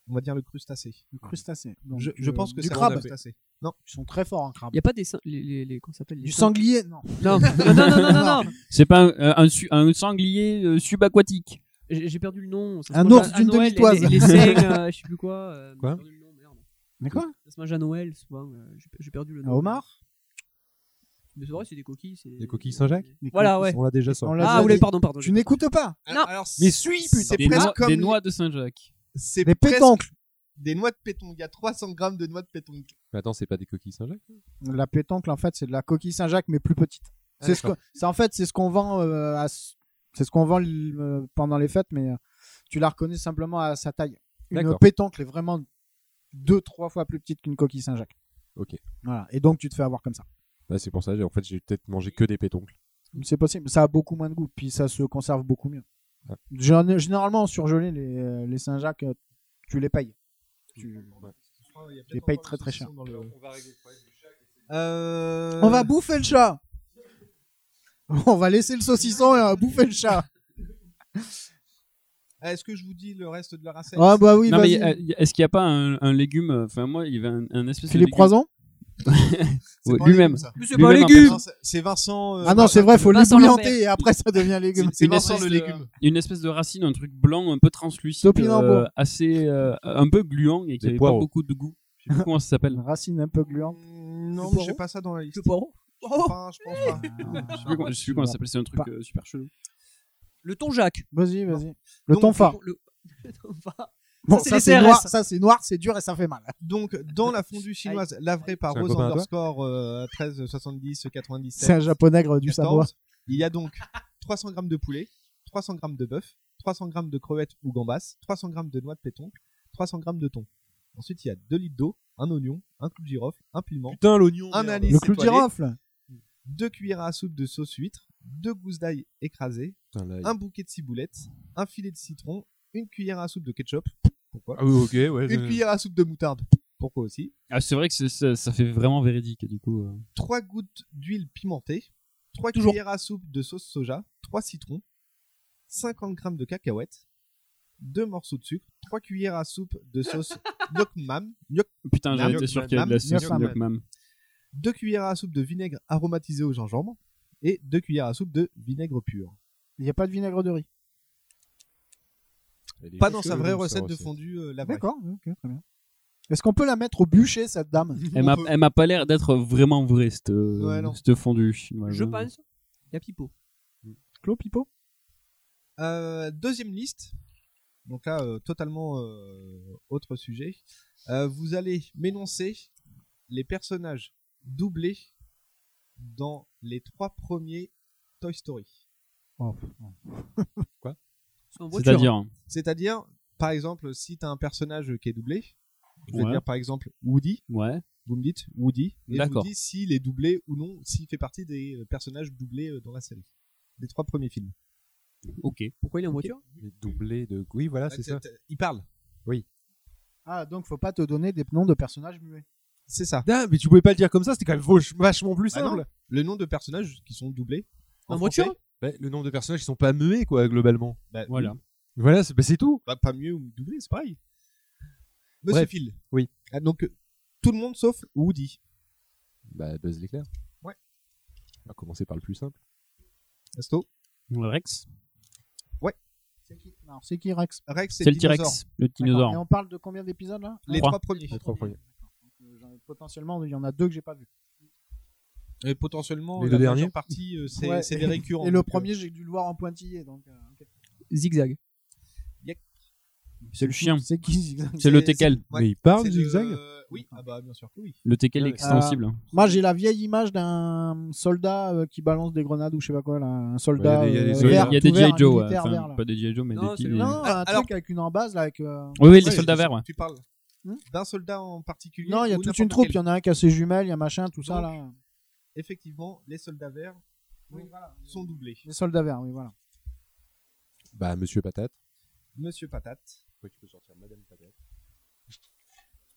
Speaker 7: On va dire le crustacé.
Speaker 9: Le crustacé. Donc,
Speaker 7: je, je
Speaker 9: euh,
Speaker 7: pense que
Speaker 9: du
Speaker 7: c'est
Speaker 9: crabe.
Speaker 7: un crustacé. Non.
Speaker 9: Ils sont très forts en crabe.
Speaker 2: Il n'y a pas des. sing- Les, les, les- comment ça s'appelle les
Speaker 9: Du
Speaker 2: sing-
Speaker 9: sanglier. Non.
Speaker 2: Non, non, non, non, non, non.
Speaker 10: C'est pas un, euh, un su- un sanglier euh, subaquatique.
Speaker 2: J'ai j'ai perdu le nom. ça se
Speaker 9: Un
Speaker 2: mange
Speaker 9: ours
Speaker 2: à- à
Speaker 9: d'une
Speaker 2: Noël,
Speaker 9: demi-toise.
Speaker 2: Les, les singes, euh, je sais plus quoi. euh, j'ai
Speaker 11: Quoi
Speaker 2: perdu le nom, merde.
Speaker 9: Mais quoi
Speaker 2: Ça se mange à Noël, souvent. euh, j'ai- J'ai perdu le
Speaker 9: Un
Speaker 2: nom.
Speaker 9: homard
Speaker 2: Mais c'est vrai, c'est des coquilles. c'est-
Speaker 11: Les coquilles Saint-Jacques
Speaker 2: Voilà, ouais.
Speaker 11: On l'a déjà
Speaker 9: On
Speaker 11: sorti.
Speaker 9: l'a
Speaker 2: Ah,
Speaker 9: déjà
Speaker 2: vous l'avez-
Speaker 9: dit.
Speaker 2: pardon, pardon.
Speaker 9: Tu n'écoutes pas.
Speaker 2: Non.
Speaker 7: Ah, Alors, c'est-
Speaker 11: Mais suis,
Speaker 7: C'est
Speaker 10: Des,
Speaker 7: presque
Speaker 10: noix,
Speaker 7: comme
Speaker 10: des
Speaker 7: les-
Speaker 10: noix de Saint-Jacques.
Speaker 7: C'est
Speaker 9: Des
Speaker 7: presque
Speaker 9: pétoncles.
Speaker 7: Des noix de péton. Il y a 300 grammes de noix de péton.
Speaker 11: Mais attends, c'est pas des coquilles Saint-Jacques
Speaker 9: La pétanque, en fait, c'est de la coquille Saint-Jacques, mais plus petite.
Speaker 11: Ah,
Speaker 9: C'est ce que,
Speaker 11: d'accord.
Speaker 9: c'est en fait, c'est ce qu'on vend, euh, à s- c'est ce qu'on vend euh, pendant les fêtes, mais euh, tu la reconnais simplement à sa taille. Une
Speaker 11: D'accord.
Speaker 9: pétanque est vraiment deux, trois fois plus petite qu'une coquille Saint-Jacques.
Speaker 11: Ok.
Speaker 9: Voilà. Et donc, tu te fais avoir comme ça.
Speaker 11: Bah, c'est pour ça, j'ai- en fait, j'ai peut-être mangé que des pétoncles.
Speaker 9: C'est possible. Ça a beaucoup moins de goût, puis ça se conserve beaucoup mieux.
Speaker 11: Ouais.
Speaker 9: J'en ai- Généralement, en surgelé, les, les Saint-Jacques, euh, tu les payes. Tu tu les payes très très cher.
Speaker 7: Euh...
Speaker 9: On va bouffer le chat. On va laisser le saucisson et on va bouffer le chat.
Speaker 7: Est-ce que je vous dis le reste de la recette
Speaker 9: Ah bah oui,
Speaker 10: non, mais
Speaker 9: vas-y.
Speaker 10: euh, y a- est-ce qu'il n'y a pas un, un légume euh, Enfin, moi, il y avait un, un espèce
Speaker 9: Philippe
Speaker 10: de.
Speaker 9: Croison
Speaker 10: Ouais,
Speaker 7: pas un
Speaker 10: Lui-même.
Speaker 7: légume, ça.
Speaker 2: Mais c'est pas un
Speaker 10: Lui-même, en
Speaker 2: légume
Speaker 7: Non, c'est- C'est Vincent. euh,
Speaker 9: Ah non, c'est vrai, faut
Speaker 2: Vincent
Speaker 9: l'ébouillanter
Speaker 2: Lambert.
Speaker 9: et après ça devient légume.
Speaker 7: C'est
Speaker 10: une
Speaker 7: Vincent le
Speaker 10: espèce de-
Speaker 7: légume.
Speaker 10: Une espèce de racine, un truc blanc, un peu translucide,
Speaker 9: Topinambour.
Speaker 10: euh, assez, euh, un peu gluant et qui
Speaker 11: Des
Speaker 10: avait pas
Speaker 11: poireaux.
Speaker 10: beaucoup de goût. Je sais plus comment ça s'appelle.
Speaker 9: Une racine un peu gluante.
Speaker 7: Non,
Speaker 2: Le poireau
Speaker 7: j'ai pas ça dans la liste.
Speaker 2: Le poireau Oh,
Speaker 7: Enfin, je pense pas.
Speaker 9: Ah,
Speaker 10: Je sais plus comment- je sais plus comment ça s'appelle, c'est un truc euh, super chelou.
Speaker 2: Le ton Jacques.
Speaker 9: Vas-y, vas-y. Le ton phare.
Speaker 2: Le, le ton phare.
Speaker 9: Bon,
Speaker 2: Ça, c'est
Speaker 9: ça,
Speaker 2: les
Speaker 9: c'est
Speaker 2: CRS.
Speaker 9: noir, ça, c'est noir, c'est dur et ça fait mal.
Speaker 7: Donc, dans la fondue chinoise lavrée par
Speaker 9: C'est un
Speaker 7: Rose
Speaker 9: copain à toi
Speaker 7: underscore euh, 13 70 97.
Speaker 9: C'est un japonègre du
Speaker 7: 14.
Speaker 9: Savoie.
Speaker 7: Il y a donc 300 grammes de poulet, 300 grammes de bœuf, 300 grammes de crevettes ou gambas, 300 grammes de noix de pétoncle, 300 grammes de thon. Ensuite, il y a 2 litres d'eau, un oignon, un clou de girofle, un piment,
Speaker 11: Putain, l'oignon,
Speaker 7: un
Speaker 11: merde.
Speaker 7: anis
Speaker 11: Le clou de
Speaker 7: étoilé,
Speaker 11: girofle.
Speaker 7: deux cuillères à soupe de sauce huître, deux gousses d'ail écrasées,
Speaker 11: Putain, l'ail.
Speaker 7: un bouquet de ciboulette, un filet de citron, une cuillère à soupe de ketchup. Pourquoi
Speaker 11: Ah oui, ok, ouais,
Speaker 7: Une
Speaker 11: je-
Speaker 7: cuillère à soupe de moutarde. Pourquoi aussi
Speaker 10: Ah, c'est vrai que c'est- ça, ça fait vraiment véridique du coup. euh.
Speaker 7: 3 gouttes d'huile pimentée, 3 cuillères à soupe de sauce soja, 3 citrons, 50 grammes de cacahuètes, 2 morceaux de sucre, 3 cuillères à soupe de sauce nyokmam.
Speaker 10: Putain, j'en étais sûr qu'il y avait de la sauce nyokmam.
Speaker 7: 2 cuillères à soupe de vinaigre aromatisé au gingembre et 2 cuillères à soupe de vinaigre pur.
Speaker 9: Il n'y a pas de vinaigre de riz.
Speaker 11: Elle est
Speaker 7: Pas dans
Speaker 11: chelou,
Speaker 7: sa vraie
Speaker 11: sa
Speaker 7: recette de
Speaker 11: recette.
Speaker 7: fondue euh, la vraie.
Speaker 9: D'accord, ok, très bien. Est-ce qu'on peut la mettre au bûcher, cette dame
Speaker 10: Elle m'a, elle m'a pas l'air d'être vraiment vraie cette,
Speaker 9: Ouais, non.
Speaker 10: cette fondue chinoise.
Speaker 2: Je pense. Il y a Pipo.
Speaker 9: Clos Pipo
Speaker 7: Euh, deuxième liste, donc là euh, totalement euh, autre sujet. Euh, vous allez m'énoncer les personnages doublés dans les trois premiers Toy Story. Quoi
Speaker 2: C'est en
Speaker 10: voiture, C'est-à-dire hein.
Speaker 7: C'est-à-dire, par exemple, si t'as un personnage qui est doublé, je vais
Speaker 10: Ouais.
Speaker 7: dire par exemple Woody.
Speaker 10: Ouais.
Speaker 7: Vous me dites Woody et je vous
Speaker 10: D'accord.
Speaker 7: dis s'il est doublé ou non, s'il fait partie des euh, personnages doublés euh, dans la série, des trois premiers films.
Speaker 10: Ok.
Speaker 2: Pourquoi il est en voiture
Speaker 11: Il est doublé de. Oui, voilà,
Speaker 7: Bah,
Speaker 11: c'est
Speaker 7: t'es-
Speaker 11: ça.
Speaker 7: t'es- Il parle.
Speaker 11: Oui.
Speaker 9: Ah, donc faut pas te donner des noms de personnages muets.
Speaker 7: C'est ça.
Speaker 11: Putain, mais tu pouvais pas le dire comme ça, c'était quand même vach- vachement plus
Speaker 7: Bah non,
Speaker 11: simple.
Speaker 7: le nom de personnages qui sont doublés.
Speaker 11: En
Speaker 7: français.
Speaker 11: Bah, Le nombre de personnages qui sont pas muets, quoi, globalement.
Speaker 7: Bah,
Speaker 11: voilà.
Speaker 7: oui.
Speaker 11: Voilà, c'est bah, c'est tout.
Speaker 7: Bah, pas mieux ou doublé, c'est pareil. Monsieur
Speaker 11: Bref.
Speaker 7: Phil.
Speaker 11: Oui.
Speaker 7: Ah, donc, euh, tout le monde sauf Woody.
Speaker 11: Bah, Buzz l'éclair.
Speaker 7: Ouais.
Speaker 11: On va commencer par le plus simple.
Speaker 7: Asto.
Speaker 10: Rex.
Speaker 7: Ouais.
Speaker 9: C'est qui Non, c'est qui Rex
Speaker 7: Rex,
Speaker 10: c'est C'est le le T-Rex, dinosaure. le dinosaure.
Speaker 9: D'accord. Et on parle de combien d'épisodes là
Speaker 7: Les Trois. trois premiers.
Speaker 11: Les trois premiers.
Speaker 9: Euh, j'en ai- Potentiellement, il y en a deux que j'ai pas vu.
Speaker 7: Et potentiellement,
Speaker 11: Les
Speaker 7: la
Speaker 11: deux
Speaker 7: majeure
Speaker 11: derniers
Speaker 7: partie, euh, c'est
Speaker 9: Ouais,
Speaker 7: c'est des récurrents.
Speaker 9: Et le
Speaker 7: donc, euh,
Speaker 9: premier, j'ai dû le voir en pointillé. Donc, euh, ok.
Speaker 2: Zigzag.
Speaker 10: C'est le chien.
Speaker 9: C'est qui Zigzag
Speaker 10: C'est le teckel.
Speaker 7: ouais,
Speaker 11: Mais il parle,
Speaker 7: euh, c'est le-
Speaker 11: Zigzag
Speaker 7: Oui, ah bah, bien sûr que oui.
Speaker 10: Le teckel est extensible.
Speaker 9: Euh, moi, j'ai la vieille image d'un soldat euh, qui balance des grenades ou je sais pas quoi, là, un soldat.
Speaker 10: Ouais, il y a des-
Speaker 9: euh,
Speaker 10: il y a des-
Speaker 9: vert,
Speaker 10: il y a des
Speaker 9: tout vert,
Speaker 10: G.I. Joe,
Speaker 9: un
Speaker 10: ouais.
Speaker 9: militaire
Speaker 10: Enfin,
Speaker 9: vert, là.
Speaker 10: pas des G.I. Joe, mais
Speaker 9: non,
Speaker 10: des petits-
Speaker 9: c'est- non, un
Speaker 7: Alors-
Speaker 9: truc avec une en base là, avec. euh,
Speaker 10: Oui, oui, les
Speaker 7: Ouais,
Speaker 10: soldats
Speaker 7: je-
Speaker 10: verts, ouais.
Speaker 7: Tu parles d'un soldat en particulier.
Speaker 9: Non, il y a
Speaker 7: ou
Speaker 9: toute une
Speaker 7: n'importe
Speaker 9: troupe.
Speaker 7: quel.
Speaker 9: Il y en a un qui a ses jumelles, il y a machin, tout ça
Speaker 7: Donc,
Speaker 9: là.
Speaker 7: Effectivement, les soldats verts sont doublés.
Speaker 9: Les soldats verts, oui, voilà.
Speaker 11: Bah, Monsieur Patate.
Speaker 7: Monsieur Patate.
Speaker 11: tu peux sortir Madame Patate.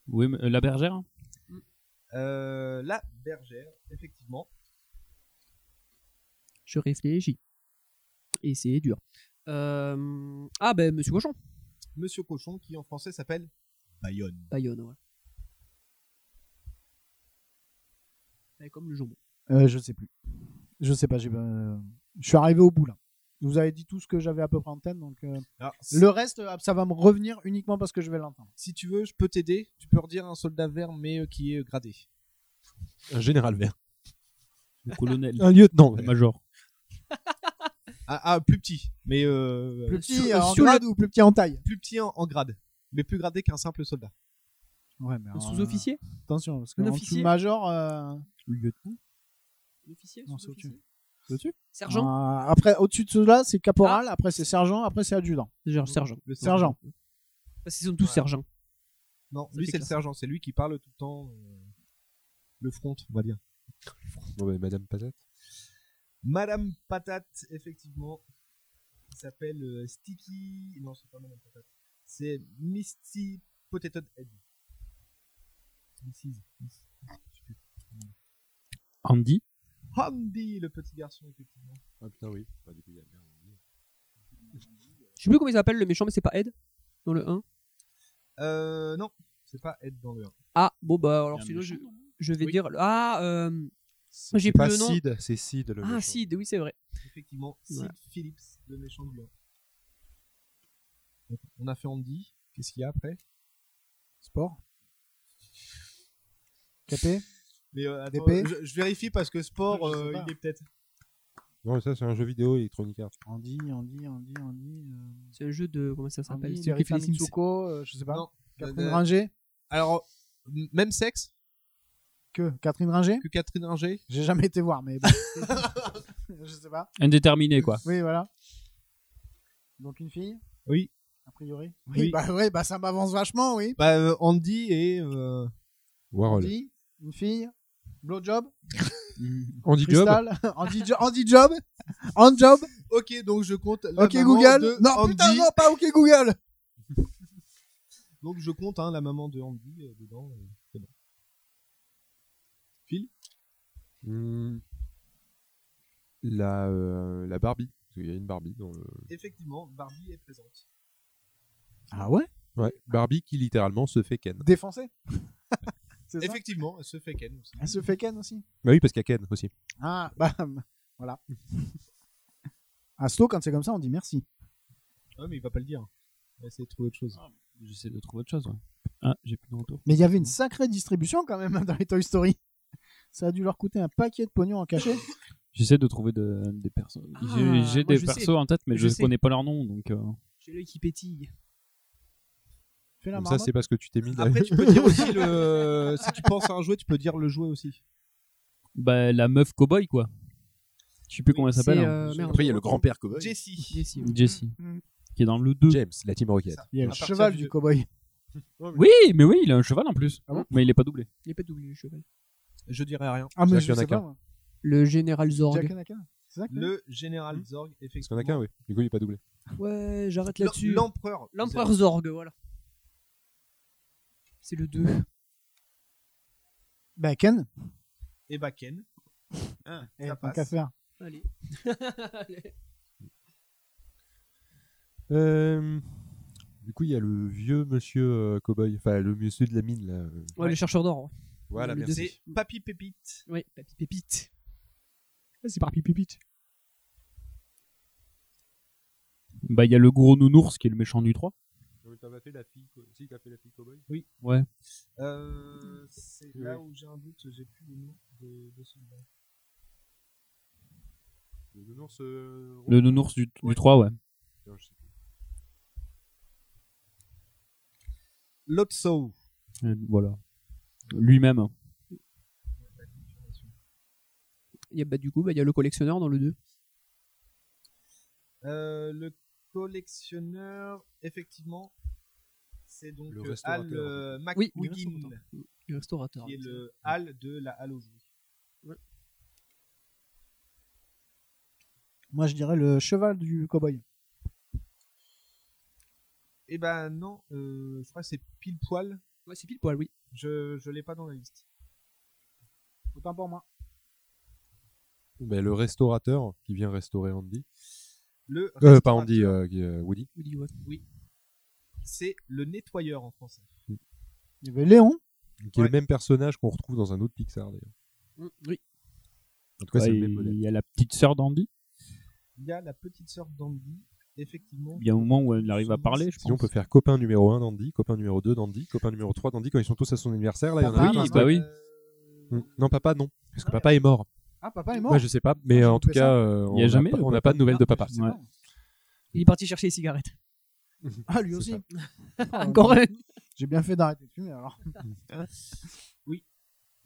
Speaker 10: Oui, mais, euh, la bergère.
Speaker 7: Euh, la bergère, effectivement.
Speaker 2: Je réfléchis. Et c'est dur. Euh, Ah, ben, Monsieur Cochon.
Speaker 7: Monsieur Cochon, qui en français s'appelle Bayonne.
Speaker 2: Bayonne, ouais. Ouais, Ben, Comme le jambon.
Speaker 9: Euh, je sais plus. Je sais pas. J'ai. euh, Je suis arrivé au bout là. Vous avez dit tout ce que j'avais à peu près en tête, donc euh,
Speaker 7: Alors,
Speaker 9: le reste, euh, ça va me revenir uniquement parce que je vais l'entendre.
Speaker 7: Si tu veux, je peux t'aider. Tu peux redire un soldat vert, mais euh, qui est euh, gradé.
Speaker 11: Un général vert.
Speaker 10: Le colonel.
Speaker 11: Un lieutenant.
Speaker 10: Le major.
Speaker 7: Ah, ah, plus petit, mais euh,
Speaker 9: Plus petit
Speaker 7: sur-
Speaker 9: euh, en
Speaker 7: sur
Speaker 9: grade
Speaker 7: le-
Speaker 9: ou plus petit en taille
Speaker 7: plus petit en, en grade, mais plus gradé qu'un simple soldat.
Speaker 9: Ouais, mais alors,
Speaker 2: sous-officier
Speaker 9: euh, Attention, parce que
Speaker 2: Un
Speaker 9: en
Speaker 2: officier
Speaker 9: dessous major. euh,
Speaker 2: L'officier
Speaker 9: Non, c'est au-dessus. C'est au-dessus
Speaker 2: Sergent Ah.
Speaker 9: Euh, Après, au-dessus de cela, c'est caporal, après c'est sergent, après c'est adjudant.
Speaker 2: Genre sergent.
Speaker 7: Le
Speaker 9: Sergent.
Speaker 2: Parce qu'ils sont tous sergents.
Speaker 7: Non,
Speaker 2: Ça
Speaker 7: lui
Speaker 2: fait
Speaker 7: c'est le
Speaker 2: classe.
Speaker 7: sergent, c'est lui qui parle tout le temps. euh, le front, on va dire.
Speaker 11: Bon, bah, Madame Patate.
Speaker 7: Madame Patate, effectivement, qui s'appelle euh, Sticky. Non, c'est pas Madame Patate. C'est Misty Potato Head. Mrs. Miss- je sais plus.
Speaker 10: Andy.
Speaker 7: Hamdi, le petit garçon, effectivement.
Speaker 11: Ah putain, oui. Bah, du coup, il y a bien.
Speaker 2: Je sais plus comment il s'appelle le méchant, mais c'est pas Ed Dans le 1
Speaker 7: Euh, non, c'est pas Ed dans le 1.
Speaker 2: Ah, bon, bah
Speaker 7: Il y
Speaker 2: alors
Speaker 7: a un
Speaker 2: sinon je,
Speaker 7: méchant,
Speaker 2: je vais
Speaker 7: Oui.
Speaker 2: dire. Ah, euh, j'ai
Speaker 11: C'est
Speaker 2: plus
Speaker 11: pas
Speaker 2: le nom.
Speaker 11: Sid, c'est Sid le
Speaker 2: Ah,
Speaker 11: méchant.
Speaker 2: Sid, oui, c'est vrai.
Speaker 7: Effectivement, Sid
Speaker 2: Voilà.
Speaker 7: Phillips, le méchant du 1. Donc, On a fait Andy. Qu'est-ce qu'il y a après
Speaker 9: Sport. Capé
Speaker 7: Mais euh, attends,
Speaker 9: D'épée
Speaker 7: je, je vérifie parce que sport,
Speaker 9: Je sais
Speaker 7: euh,
Speaker 9: pas.
Speaker 7: il est peut-être.
Speaker 11: Non, mais ça, c'est un jeu vidéo Electronic Arts.
Speaker 9: Andy, Andy, Andy, Andy. euh,
Speaker 2: C'est un jeu de. Comment ça s'appelle
Speaker 9: Andy,
Speaker 2: Celui qui
Speaker 9: Erika
Speaker 2: fait les Sims.
Speaker 9: Mitsuko, euh, je sais pas. Catherine
Speaker 7: Euh,
Speaker 9: Ringer
Speaker 7: Alors, m- même sexe
Speaker 9: Que Catherine Ringer
Speaker 7: Que Catherine Ringer
Speaker 9: J'ai jamais été voir, mais bon. je sais pas.
Speaker 10: Indéterminé, quoi.
Speaker 9: Oui, voilà. Donc une fille
Speaker 7: Oui.
Speaker 9: A priori
Speaker 7: Oui.
Speaker 9: bah ouais, bah ça m'avance vachement, oui.
Speaker 7: Bah, euh, Andy et. euh,
Speaker 11: Warhol.
Speaker 9: Andy, une fille, blowjob,
Speaker 11: Andy Job.
Speaker 9: cristal, Andy, jo- Andy job, on job,
Speaker 7: Ok, donc je compte. la
Speaker 9: ok
Speaker 7: maman
Speaker 9: Google.
Speaker 7: de
Speaker 9: Non,
Speaker 7: Andy.
Speaker 9: putain, non, pas ok Google.
Speaker 7: Donc je compte hein, la maman de Andy euh, dedans. euh, c'est bon.
Speaker 11: Hmm. La, euh, la Barbie. Parce qu'il y a une Barbie dans le.
Speaker 7: Effectivement, Barbie est présente.
Speaker 9: Ah ouais
Speaker 11: Ouais, Barbie qui littéralement se fait ken.
Speaker 9: Défoncé. C'est ça
Speaker 7: Effectivement, elle se fait ken aussi.
Speaker 9: Elle se fait ken aussi.
Speaker 11: Bah oui, parce qu'il y a ken aussi.
Speaker 9: Ah, bah voilà. Asto, quand c'est comme ça, on dit merci.
Speaker 7: Ouais, Ah, mais il va pas le dire. On va essayer de trouver autre chose.
Speaker 10: J'essaie de trouver autre chose. ouais. Ah, j'ai plus de retour.
Speaker 9: Mais il y avait une sacrée distribution quand même dans les Toy Story. Ça a dû leur coûter un paquet de pognon en cachet.
Speaker 10: J'essaie de trouver de- des persos. J'ai- j'ai
Speaker 2: moi,
Speaker 10: des
Speaker 2: je
Speaker 10: persos
Speaker 2: sais.
Speaker 10: en tête, mais
Speaker 2: Je
Speaker 10: je,
Speaker 2: sais.
Speaker 10: connais pas leur nom. Donc, euh,
Speaker 2: J'ai l'œil qui pétille.
Speaker 9: Fais
Speaker 11: Comme ça, c'est parce que tu t'es mis de la-
Speaker 7: Après, tu peux dire aussi le. si tu penses à un jouet, tu peux dire le jouet aussi.
Speaker 10: bah, la meuf cowboy, quoi. Je sais plus comment elle
Speaker 2: c'est,
Speaker 10: s'appelle.
Speaker 2: euh,
Speaker 10: hein.
Speaker 2: merde. Après, il y a le grand-père cowboy.
Speaker 7: Jessie.
Speaker 2: Jessie.
Speaker 10: Jessie. Qui est dans le 2.
Speaker 11: James, la Team Rocket.
Speaker 9: Il y a le
Speaker 7: partir
Speaker 9: cheval
Speaker 7: du
Speaker 9: du
Speaker 7: deux.
Speaker 9: cowboy.
Speaker 10: Oui, mais oui, il a un cheval en plus.
Speaker 9: Ah bon
Speaker 10: mais il est pas doublé.
Speaker 2: Il n'y a pas doublé le cheval.
Speaker 7: Je dirais rien.
Speaker 9: Ah, mais
Speaker 11: Jack
Speaker 9: je sais
Speaker 11: Yanaka.
Speaker 9: pas. moi.
Speaker 2: Le général Zorg.
Speaker 9: Jack Anaka. C'est ça que
Speaker 7: Le Hmm. général Zorg,
Speaker 11: Parce qu'il y en a
Speaker 7: effectivement.
Speaker 11: qu'un, oui. Du coup, il est pas doublé.
Speaker 2: Ouais, j'arrête
Speaker 7: L'em-
Speaker 2: là-dessus.
Speaker 7: L'empereur.
Speaker 2: L'empereur Zorg, voilà. C'est le 2.
Speaker 9: Bah, Ken,
Speaker 7: Et bah Ken. Hein,
Speaker 9: eh,
Speaker 7: ça
Speaker 9: tant
Speaker 7: passe.
Speaker 9: qu'à faire.
Speaker 2: Allez.
Speaker 11: Euh, Du coup, il y a le vieux monsieur euh, cowboy, enfin le monsieur de la mine là. euh.
Speaker 2: Ouais, le chercheur d'or. hein.
Speaker 11: Voilà,
Speaker 2: Le
Speaker 11: merci.
Speaker 2: deux.
Speaker 7: C'est Papy Pépite.
Speaker 2: Ouais, Papy Pépite. Ah, C'est Papy Pépite.
Speaker 10: Bah, il y a le gros nounours qui est le méchant du 3.
Speaker 11: fait la fille, fait la fille cowboy.
Speaker 10: Ouais.
Speaker 7: Euh, c'est
Speaker 11: Oui,
Speaker 7: là
Speaker 11: oui.
Speaker 7: où j'ai un doute, j'ai plus le nom de, de celui-là.
Speaker 11: Le nounours. euh,
Speaker 10: Le nounours du, du 3, ouais.
Speaker 11: Putain, je sais plus.
Speaker 7: Lotso.
Speaker 10: Euh, Voilà. Lui-même.
Speaker 2: Il y a, bah, du coup, bah, il y a le collectionneur dans le 2.
Speaker 7: Euh, le collectionneur, effectivement, c'est donc
Speaker 11: Le
Speaker 7: euh,
Speaker 11: restaurateur.
Speaker 7: Al euh,
Speaker 2: Oui,
Speaker 7: McWiggin,
Speaker 2: le restaurateur. Le restaurateur.
Speaker 7: euh, qui est le Al de la Halle aux Joues.
Speaker 9: Moi, je dirais le cheval du cowboy.
Speaker 7: Eh ben non, euh, je crois que c'est pile poil.
Speaker 2: Ouais, c'est pile poil, oui.
Speaker 7: Je je l'ai pas dans la liste.
Speaker 9: Autant pour moi.
Speaker 11: Ben, le restaurateur qui vient restaurer Andy.
Speaker 7: Le
Speaker 11: Euh, pas
Speaker 7: restaurateur,
Speaker 11: Andy, euh, qui, euh, Woody.
Speaker 2: Woody Watt.
Speaker 7: c'est le nettoyeur en français.
Speaker 9: Il y avait Léon.
Speaker 11: Mm-hmm. Qui est
Speaker 7: Ouais.
Speaker 11: le même personnage qu'on retrouve dans un autre Pixar d'ailleurs.
Speaker 2: Mm, Oui.
Speaker 11: En tout cas, c'est
Speaker 10: Ouais,
Speaker 11: le même
Speaker 10: il
Speaker 11: modèle.
Speaker 10: y a la petite sœur d'Andy.
Speaker 7: Il y a la petite sœur d'Andy, effectivement.
Speaker 10: Il y a un moment où elle arrive à parler, je
Speaker 11: Sinon, on
Speaker 10: pense.
Speaker 11: peut faire copain numéro 1 d'Andy, copain numéro 2 d'Andy, copain numéro 3 d'Andy quand ils sont tous à son anniversaire. Là, il y en a
Speaker 9: Papa,
Speaker 11: un qui
Speaker 9: maman.
Speaker 11: se
Speaker 10: bah
Speaker 11: tape.
Speaker 10: oui.
Speaker 7: euh,
Speaker 11: Mm. Non, papa, non. Parce que papa est mort.
Speaker 9: Ah, papa est mort.
Speaker 11: Moi, je sais pas, mais
Speaker 9: j'ai
Speaker 11: en tout
Speaker 9: loupé
Speaker 11: cas,
Speaker 9: ça.
Speaker 11: euh,
Speaker 10: Il y
Speaker 11: on
Speaker 10: a
Speaker 11: n'a
Speaker 10: jamais
Speaker 11: pas-
Speaker 10: le
Speaker 11: on n'a pas de nouvelles de papa.
Speaker 9: C'est
Speaker 10: Ouais.
Speaker 9: bon.
Speaker 2: Il est parti chercher les cigarettes.
Speaker 9: Ah, lui
Speaker 11: C'est
Speaker 9: aussi. Euh,
Speaker 2: Encore un.
Speaker 9: J'ai bien fait d'arrêter de fumer alors.